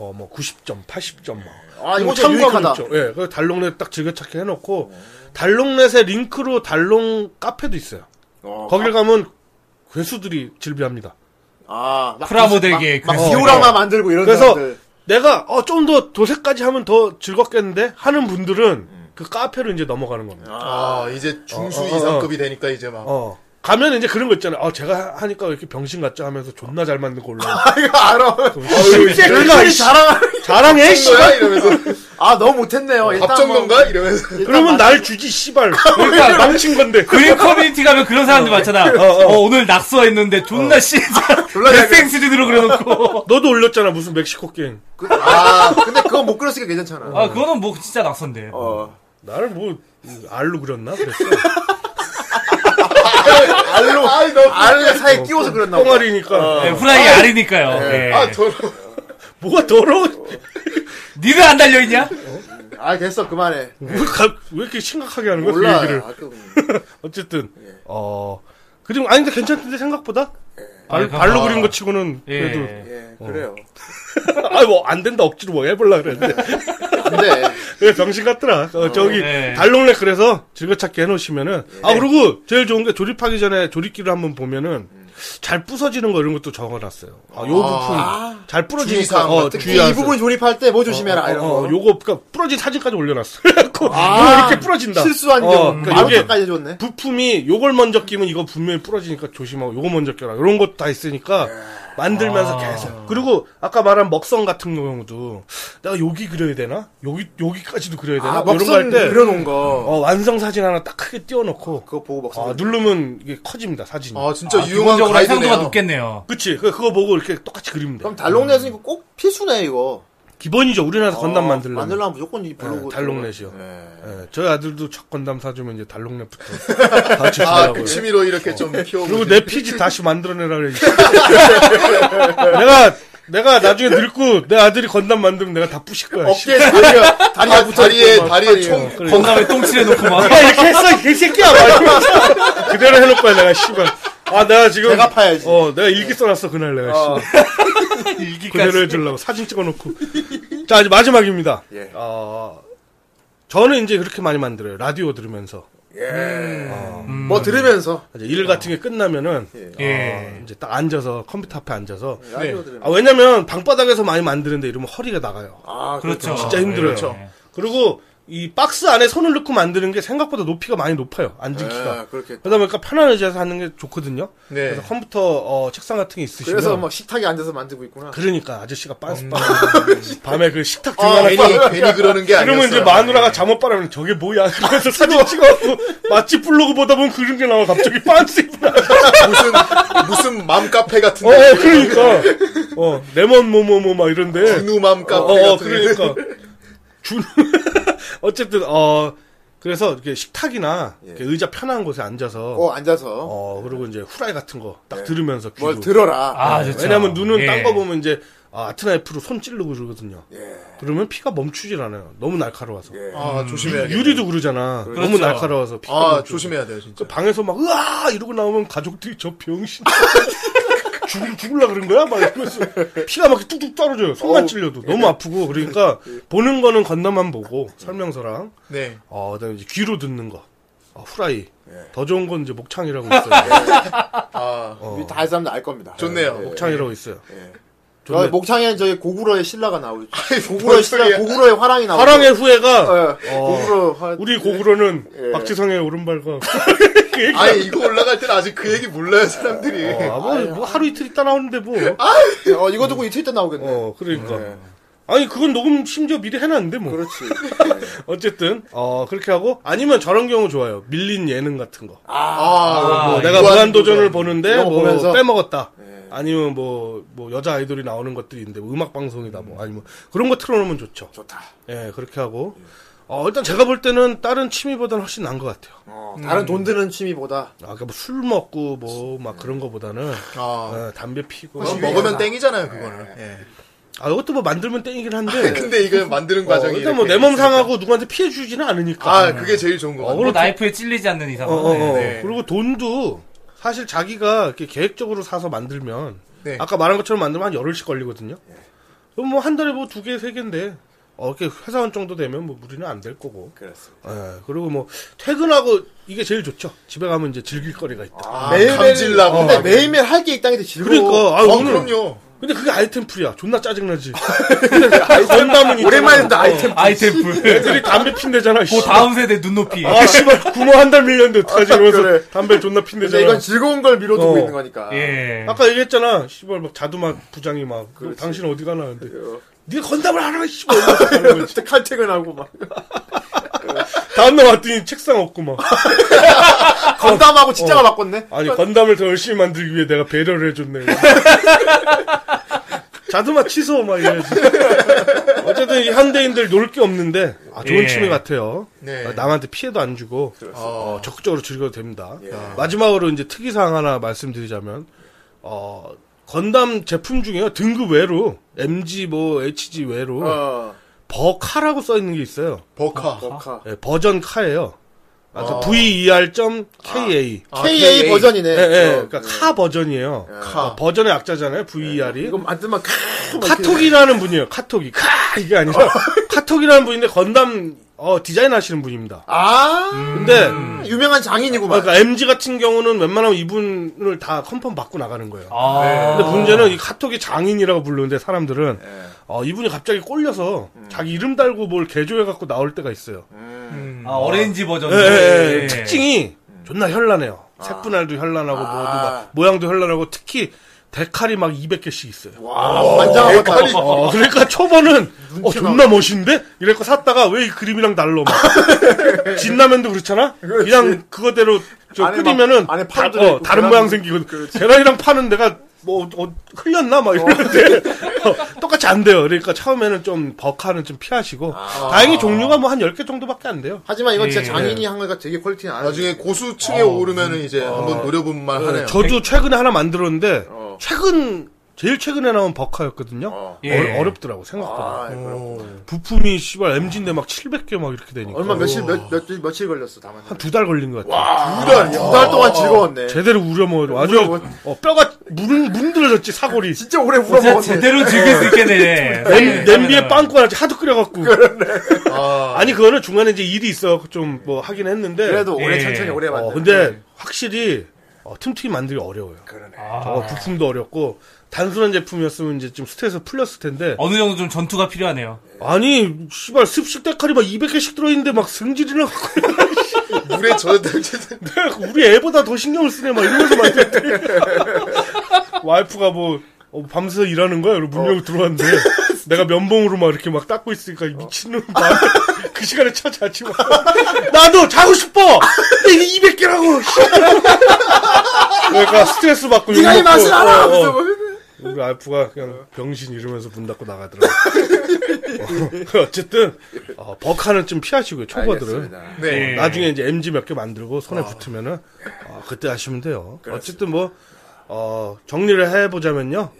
H: 어, 뭐 90점, 80점 뭐.
B: 예. 아, 이거 진짜 유익하다.
H: 있죠. 예, 그 달롱넷 딱 즐겨찾기 해놓고 달롱넷에 링크로 달롱 카페도 있어요. 거길 가면 괴수들이 질비합니다.
B: 아, 막
Q: 프라모델계
B: 막, 막
Q: 괴수.
B: 디오라마 만들고 이런
H: 그래서
B: 사람들.
H: 내가 어, 좀 더 도색까지 하면 더 즐겁겠는데 하는 분들은
B: 음.
H: 그 카페로 이제 넘어가는 겁니다.
F: 아, 이제 중수
B: 그
H: 어, 어, 어.
F: 이상급이 되니까 이제 막.
H: 어. 가면 이제 그런 거 있잖아요. 어, 제가 하니까 왜 이렇게 병신 같죠 하면서 존나 잘 어, 만든 거 올라.
B: 어, 이거 알아.
H: 자랑해,
B: 어,
F: 이러면서.
B: 아 너무 못했네요. 일단
F: 합정건가
B: 한번-
F: 이러면서
B: 일단
H: 그러면
B: 맞-
H: 날 주지 씨발. 그러니까 망친 건데.
Q: 그린 커뮤니티 가면 그런 사람들 많잖아. 어, 오늘 낙서했는데 존나
H: 어. 아,
Q: 씨, 백생 수준으로 그려놓고.
H: 너도 올렸잖아 무슨 멕시코 게임.
B: 그- 아 근데 그거 못 그렸으니까 괜찮잖아.
Q: 아, 그거는 뭐 진짜 낙서인데.
B: 어.
H: 나를 뭐 알로 그렸나 그랬어.
B: 알로 알로 사이 끼워서 그랬나 예. 보다. 어.
H: 똥알이니까.
Q: 네, 후라이 알이니까요. 네.
F: 아, 저
H: 뭐가 더러워.
Q: 니는 안 달려있냐?
B: 아 됐어 그만해.
H: 뭘 가- 왜 이렇게 심각하게 하는 거야 그
B: 몰라.
H: 얘기를.
B: 아, 예. 그-
H: 어쨌든 어 그림 아니 근데 괜찮던데 생각보다 발,
Q: 아,
H: 발로
Q: 아.
H: 그린 거 치고는
Q: 예.
H: 그래도
B: 예 그래요.
H: 아뭐 안 된다 억지로 뭐 해볼라 그랬는데
B: 근데
H: 예, 병신 같더라 어, 저기
B: 네.
Q: 예.
H: 달롱래 그래서 즐겨찾기 해놓으시면은 아 그리고 제일 좋은 게 조립하기 전에 조립기를 한번 보면은 잘 부서지는 거 이런 것도 적어놨어요 아, 요 부품 잘 부러지니까
B: 주의사항
H: 어,
B: 같은 게, 이
H: 주의하세요
B: 부분 조립할 때 뭐 조심해라 이런
H: 어,
B: 거. 아.
H: 어, 요거 그러니까 부러진 사진까지 올려놨어 그래갖고 요 이렇게 부러진다
B: 실수한
H: 어,
B: 경우
H: 그러니까
B: 바로
H: 이게
B: 까지 해줬네.
H: 부품이 요걸 먼저 끼면 이거 분명히 부러지니까 조심하고 요거 먼저 껴라 이런 것도 다
B: 네.
H: 있으니까 만들면서
B: 아.
H: 계속 그리고 아까 말한 먹성 같은 경우도 내가 여기 그려야 되나 여기 여기까지도 그려야 되나
B: 아
H: 뭐 이런 거
B: 먹선
H: 할 때 어,
B: 그려놓은 거.
H: 완성 사진 하나 딱 크게 띄워놓고
B: 그거 보고 먹선.
H: 아, 누르면 이게 커집니다 사진 이
F: 아, 진짜 유용한
Q: 기본적으로 상도가
F: 가이드네요.
Q: 높겠네요.
H: 그치 그- 그거 보고 이렇게 똑같이 그리면 돼
B: 그럼 달롱넷은 이거 꼭 필수네 이거.
H: 기본이죠 우리나라에서 건담
B: 어,
H: 만들려면
B: 만들려면 무조건 이 블로그.
H: 예, 달롱넷이요.
B: 예.
H: 예, 저희 아들도 첫 건담 사주면 이제 달롱넷부터
F: 아, 그
H: 요
F: 취미로 이렇게 좀
B: 어.
F: 키워보고.
H: 그리고 내 피지 다시 만들어내라 그래. 내가 내가 나중에 늙고 내 아들이 건담 만들면 내가 다 부실 거야. 씨.
B: 어깨에 예, 다리가 다리가
F: 아, 다리가
B: 붙어
F: 다리에, 다리에 총.
H: 네.
Q: 건담에 그 똥칠해놓고 막.
H: 야, 이렇게 했어 개새끼야. 막 이러면서 그대로 해놓을 거야 내가 씨발. 아 내가 지금
B: 배가 파야지.
H: 어 내가 일기 써놨어 그날 내가 씨. 그대로 해주려고 사진 찍어놓고. 자 이제 마지막입니다.
B: 예.
H: 어, 저는 이제 그렇게 많이 만들어요. 라디오 들으면서
B: 뭐 들으면서
H: 이제 일 같은 게 끝나면은
Q: 예.
H: 이제 딱 앉아서 컴퓨터 앞에 앉아서
B: 라디오 들으면.
H: 아, 왜냐면 방바닥에서 많이 만드는데 이러면 허리가 나가요.
B: 아
Q: 그렇죠.
H: 진짜 힘들어요.
Q: 예.
H: 그리고 이 박스 안에 손을 넣고 만드는 게 생각보다 높이가 많이 높아요. 앉은 키가.
B: 네, 그렇게.
H: 그러다 보니까 편안한 의자에서 하는 게 좋거든요.
F: 네.
H: 그래서 컴퓨터 어, 책상 같은 게 있으시면
B: 그래서 뭐- 막 식탁에 앉아서 만들고 있구나.
H: 그러니까 아저씨가
Q: 음.
H: 빤스빤 밤에 그 식탁
F: 아,
H: 들어가는
F: 괜히,
B: 뭐,
F: 괜히 그러는 게 아니었어요.
H: 이러면 이제 마누라가 잠옷 바라면 저게 뭐야 그래서 사진 찍어갖고 맛집 블로그 보다 보면 그런 게 나와 갑자기 빤스 입고 나와.
F: 무슨, 무슨 맘카페
H: 어,
F: 같은데.
H: 어 그러니까 어 레몬 뭐뭐뭐 막 이런데
F: 누 맘카페
H: 어, 어,
F: 같은 데.
H: 그러니까. 준. 어쨌든, 어, 그래서 이렇게 식탁이나
F: 예.
H: 이렇게 의자 편한 곳에 앉아서,
B: 어
H: 어,
B: 앉아서
H: 그리고 이제 후라이 같은 거
F: 예.
H: 딱 들으면서 귀로.
B: 뭘 들어라.
Q: 아, 좋죠.
H: 왜냐면 눈은
Q: 예.
H: 딴 거 보면 이제 아, 트나이프로손 찌르고 그러거든요.
F: 예.
H: 그러면 피가 멈추질 않아요. 너무 날카로워서.
F: 아,
B: 음.
F: 조심해야 돼.
H: 유리도 그러잖아. 너무
Q: 그렇죠.
H: 날카로워서 피가
F: 아,
H: 멈추.
F: 조심해야 돼요, 진짜.
H: 그 방에서 막 으아 이러고 나오면 가족들이 저 병신 죽을 죽을라 그런 거야 막 이러면서 피가 막 뚝뚝 떨어져요 손만 찔려도 너무 아프고 그러니까 보는 거는 건너만 보고 설명서랑
F: 네.
H: 어 그다음에 이제 귀로 듣는 거 어, 후라이
B: 예.
H: 더 좋은 건 이제 목창이라고 있어요 어.
B: 우리 어. 다할 사람들 알 겁니다.
F: 좋네요.
B: 예.
H: 목창이라고 있어요
B: 저 목창에는 저기 고구려의 신라가 나오죠. 고구려의 신라,
F: 소리야.
B: 고구려의 화랑이 나오죠.
H: 화랑의 후예가 어,
B: 예. 고구려 예. 화.
H: 우리 고구려는 박지성의 오른발과 그 얘기
F: 아니, 이거 올라갈 때는 아직 그 얘기 몰라요, 사람들이.
H: 아, 뭐, 뭐 하루 이틀 있다 나오는데 뭐
B: 어 이거 듣고 이틀 있다 나오겠네.
H: 어, 그러니까. 아니, 그건 녹음 심지어 미리 해놨는데, 뭐.
B: 그렇지.
H: 어쨌든, 어, 그렇게 하고, 아니면 저런 경우 좋아요. 밀린 예능 같은 거.
F: 아,
H: 뭐 내가 무한도전을 보는데,
B: 이런 거
H: 뭐,
B: 보면서?
H: 빼먹었다. 아니면 뭐, 뭐, 여자 아이돌이 나오는 것들이 있는데, 뭐 음악방송이다, 뭐, 아니면, 그런 거 틀어놓으면 좋죠.
B: 좋다.
H: 예, 그렇게 하고. 어, 일단 제가 볼 때는 다른 취미보다는 훨씬 나은 것 같아요.
B: 어, 다른 돈 드는 취미보다
H: 아, 그러니까 뭐 술 먹고, 뭐, 막 그런 거보다는,
F: 아.
H: 예, 담배 피고.
F: 그거 먹으면 땡이잖아요, 그거는.
B: 네.
F: 예.
H: 아, 이것도 뭐 만들면 땡이긴 한데.
F: 아, 근데 이거 만드는
H: 어,
F: 과정이.
H: 일단 뭐 내 몸 상하고 누구한테 피해 주지는 않으니까.
F: 아, 그게 제일 좋은 거 같아요.
Q: 뭐 나이프에 찔리지 않는 이상.
H: 어, 어, 어.
Q: 네.
H: 그리고 돈도 사실 자기가 이렇게 계획적으로 사서 만들면
F: 네.
H: 아까 말한 것처럼 만들면 한 열흘씩 걸리거든요.
B: 네.
H: 그럼 뭐 한 달에 뭐 두 개, 세 개인데 어, 이렇게 회사원 정도 되면 뭐 무리는 안 될 거고. 그렇습니다. 그리고 뭐 퇴근하고 이게 제일 좋죠. 집에 가면 이제 즐길 거리가 있다.
B: 매일매일
F: 아, 감질나고
B: 근데
F: 막.
B: 매일매일 할 게 있다는 게 즐거워.
H: 그러니까 아,
F: 어,
H: 오늘
F: 그럼요.
H: 근데 그게 아이템풀이야. 존나 짜증나지. 건담은
B: 오랜만에
H: 있잖아. 어.
B: 듣는 아이템. 뭐
Q: 아이템플.
H: 애들이 담배 핀대잖아.
Q: 고 다음 세대 눈높이.
H: 네. 아, 씨발, 구멍 한 달 밀렸는데 어떡하지? 이러면서
B: 아, 그래.
H: 담배 존나 핀대잖아.
B: 근데 이건 즐거운 걸 밀어두고
H: 어.
B: 있는 거니까.
Q: 예.
H: 아까 얘기했잖아. 씨발, 막 자두막 부장이 막, 당신 어디 그 가나 하는데. 네가 건담을 하라 씨발.
B: 칼퇴근하고 막
H: 다음날 왔더니 책상 없고 막.
B: 아, 건담하고 진짜가 바꿨네.
H: 아니 건담을 더 열심히 만들기 위해 내가 배려를 해줬네. 자두마 취소 막 이래야지. 어쨌든 이 현대인들 놀 게 없는데 아, 좋은
Q: 예.
H: 취미 같아요.
F: 네.
H: 아, 남한테 피해도 안 주고 어, 적극적으로 즐겨도 됩니다. 아, 마지막으로 이제 특이 사항 하나 말씀드리자면 어, 건담 제품 중에 등급 외로 MG 뭐 HG 외로
B: 어,
H: 버카라고 써 있는 게 있어요.
F: 버카.
B: 버카.
H: 예, 버전 카예요. 아, 그 VER.KA.
B: 아, KA,
F: KA.
B: 버전이네.
H: 예, 예.
B: 어,
H: 그러니까 카 버전이에요.
B: 카. 예,
H: 어, 버전의 약자잖아요. VER이.
B: 이거 만들면 캬. 막 이렇게 어.
H: 카톡이라는 분이에요. 카톡이. 카! 이게 아니라 카톡이라는 분인데 건담 어, 디자인 하시는 분입니다.
B: 아
H: 근데
B: 유명한 장인이구만.
H: 그러니까 MG 같은 경우는 웬만하면 이분을 다 컨펌 받고 나가는 거예요.
Q: 아,
H: 근데 문제는 이 카톡이 장인이라고 부르는데 사람들은
B: 예.
H: 어, 이분이 갑자기 꼴려서
B: 음.
H: 자기 이름 달고 뭘 개조해 갖고 나올 때가 있어요.
Q: 아, 오렌지 버전.
H: 예, 예, 예.
Q: 예.
H: 특징이 존나 현란해요. 색분할도 현란하고
B: 아.
H: 뭐도 막 모양도 현란하고 특히 데칼이 막 200개씩 있어요.
B: 와 완장하고 아, 다.
H: 어, 그러니까 초반은 어 존나 멋있는데 이래거 샀다가 왜 이 그림이랑 달러 막 진라면도 그렇잖아 그냥 그거대로 저
B: 안에 막-
H: 끓이면은
B: 안에
H: 다,
B: 파도 들어있고
H: 어, 다른
B: 계란-
H: 모양 생기거든 계란이랑 파는 내가 뭐 어, 흘렸나 막 이러는데 어, 똑같이 안 돼요 그러니까 처음에는 좀 버카는 좀 피하시고
B: 아.
H: 다행히 종류가 뭐 한 10개 정도밖에 안 돼요
B: 하지만 이건 진짜
Q: 예.
B: 장인이 한 거니까 되게 퀄리티는 어. 안.
F: 나중에 고수층에 오르면은 이제 한번 노려본 만 하네요.
H: 저도 최근에 하나 만들었는데
B: 어.
H: 최근 제일 최근에 나온 버카였거든요
B: 어.
Q: 예.
H: 어, 렵더라고 생각보다
B: 아, 그럼.
H: 부품이 씨발 MG인데 막 700개 막 이렇게 되니까
B: 얼마 며칠 몇몇 며칠 걸렸어 다만.
H: 한 두 달 걸린 것 같아요.
B: 어. 두달 동안 즐거웠네.
H: 제대로 우려먹어. 아주
B: 우려먹었- 뭐.
H: 어, 뼈가 문, 문드러졌지 사골이.
B: 진짜 오래
Q: 진짜
B: 울어먹었네.
Q: 제대로 즐길 수 있겠네.
H: 냄, 냄비에 빵꾸 하나 하도 끓여갖고. 아. 니 그거는 중간에 이제 일이 있어 좀 뭐 하긴 했는데.
B: 그래도 오래
Q: 예.
B: 천천히 오래
H: 어,
B: 만든.
H: 근데 확실히 어, 틈틈이 만들기 어려워요. 저거 부품도 어렵고 단순한 제품이었으면 이제 좀 스트레스 풀렸을 텐데.
Q: 어느 정도 좀 전투가 필요하네요.
H: 아니 씨발 습식 데칼이 막 200개씩 들어있는데 막 승질이나 갖고
F: 물에 젖은
H: 내가 우리 애보다 더 신경을 쓰네 막 이러면서 만들었대 와이프가 뭐 어, 밤새 일하는 거야? 이러고 문 열고 들어왔는데 내가 면봉으로 막 이렇게 막 닦고 있으니까 이 미친놈 그 시간에 쳐 자지 마 나도 자고 싶어 근데 이게 200개라고 그러니까 스트레스 받고
B: 네가 이 맛을 알아.
H: 어,
B: 하면서
H: 어.
B: 뭐-
H: 우리 와이프가 그냥 병신 이러면서 문 닫고 나가더라고 어, 어쨌든 어, 버카는 좀 피하시고요 초보들은 어,
B: 알겠습니다. 아.
Q: 네.
H: 나중에 이제 MG 몇 개 만들고 손에 붙으면은 어, 그때 하시면 돼요. 어쨌든 뭐 어, 정리를 해보자면요.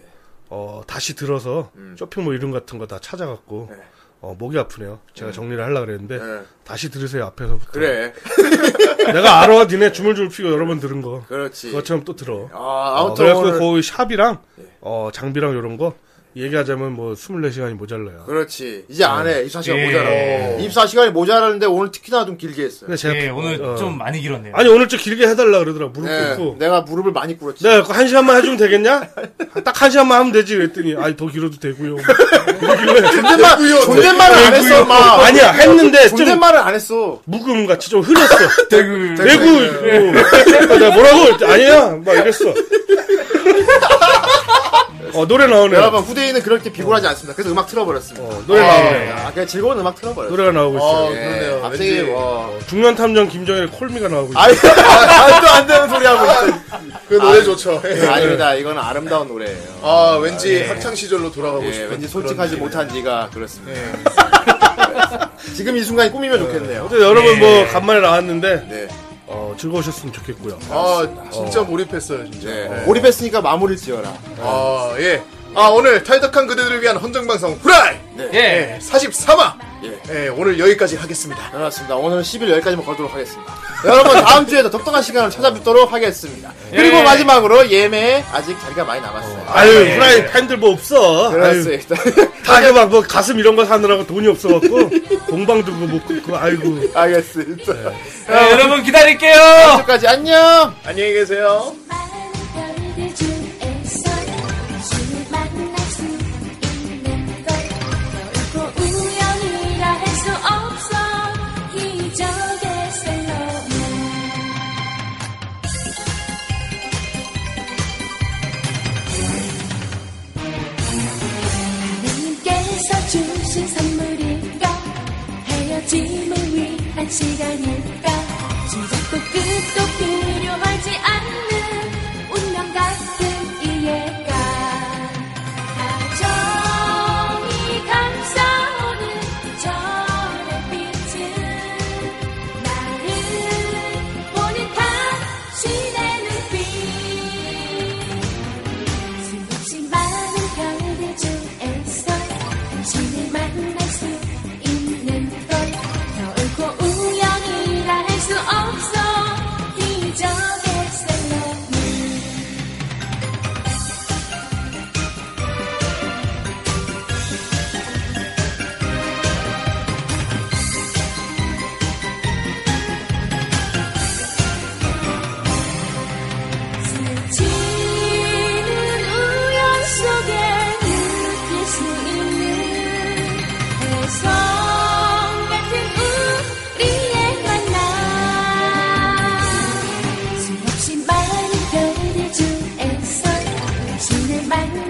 H: 어, 다시 들어서
B: 음.
H: 쇼핑몰 이름 같은 거 다 찾아갖고 어, 목이 아프네요. 제가 정리를 하려 그랬는데
B: 음. 네.
H: 다시 들으세요 앞에서부터.
B: 그래.
H: 내가 알아, 니네 주물주물 피고 여러 번 들은 거.
B: 그렇지.
H: 그것처럼 또 들어.
B: 아,
H: 어,
B: 아무튼
H: 그래갖고
B: 오늘 네.
H: 거기 샵이랑 어, 장비랑 이런 거 얘기하자면 뭐 24시간이 모자라요.
B: 그렇지. 이제 안 해. 24시간
Q: 예.
B: 모자라. 24시간이 모자라는데 오늘 특히나 좀 길게 했어.
H: 근데 제가
Q: 예, 오늘
H: 어,
Q: 좀 많이 길었네요.
H: 아니 오늘 좀 길게 해달라 그러더라 무릎
B: 네.
H: 꿇고.
B: 내가 무릎을 많이 꿇었지.
H: 네, 그한 시간만 해주면 되겠냐? 딱 한 시간만 하면 되지 그랬더니 아니 더 길어도 되고요.
B: 존댓말, 존댓말을 안 했어, 막.
H: 아니야 했는데 좀
B: 존댓말을 안 했어.
H: 묵음 같이 좀 흐렸어.
Q: 대구.
H: 대구 어, 내가 뭐라고 아니야 막 이랬어. 어 노래 나오네.
B: 여러분, 후대인은 그렇게 비굴하지 않습니다. 그래서 음악 틀어버렸습니다.
H: 어, 노래 나오네.
B: 아, 그냥 즐거운 음악 틀어버렸어.
H: 노래가 나오고 있어요.
B: 예, 갑자기, 와.
H: 중년 탐정 김정일의 콜미가 나오고 있어.
B: 아이, 말도 안 되는 소리 하고 있어.
F: 그 노래 좋죠. 예.
B: 아닙니다. 이건 아름다운 노래예요.
F: 아 왠지 학창 시절로 돌아가고
B: 예,
F: 싶은
B: 왠지 솔직하지 못한 네가 그렇습니다.
F: 네.
B: 지금 이 순간이 꾸미면 좋겠네요.
H: 근데 여러분 뭐 간만에 나왔는데
B: 아, 예. 네.
H: 어, 즐거우셨으면 좋겠고요.
F: 아 진짜 몰입했어요 진짜.
B: 네.
F: 어.
B: 몰입했으니까 마무리를 지어라.
F: 아 예. 아 오늘 탈덕한 그대들을 위한 헌정 방송 후라이
Q: 예.
F: 네. 43화.
B: 예.
F: 예 오늘 여기까지 하겠습니다.
B: 그렇습니다. 오늘은 10일 여기까지만 걸도록 하겠습니다. 여러분 다음 주에도 독특한 시간을 찾아뵙도록 하겠습니다. 그리고 마지막으로 예매에 아직 자리가 많이 예. 남았어요.
H: 아유 후라이 팬들 뭐 없어. 아유.
B: 예. 그렇습니다.
H: 다들 막뭐 가슴 이런 거 사느라고 돈이 없어갖고 공방 두고 못 끊고 아이고
B: 알겠습니다.
Q: 예, 여러분 기다릴게요.
F: 아,
B: 여기까지 네. 안녕.
F: 안녕히 계세요.
P: 많은 별들 중에서 주를 만날 수 있는 걸 결코 우연이라 할 수 없어 기적의 셀러문 하느님께서 필요한 시간일까 시작도 끝도 필요하지 않는 운명 같은 이해가 정이 감싸오는 저의 빛은 나를 보는 당신의 눈빛 수없이 많은 별들 중에서 당신을 만날 수 있는 것 결코 우연이라 할 수 없어 기적의 셀러니 스치는 우연 속에 느낄 수 있는 해성 같은 우리의 만남 수없이 많은 별들 중에서 당신을 만날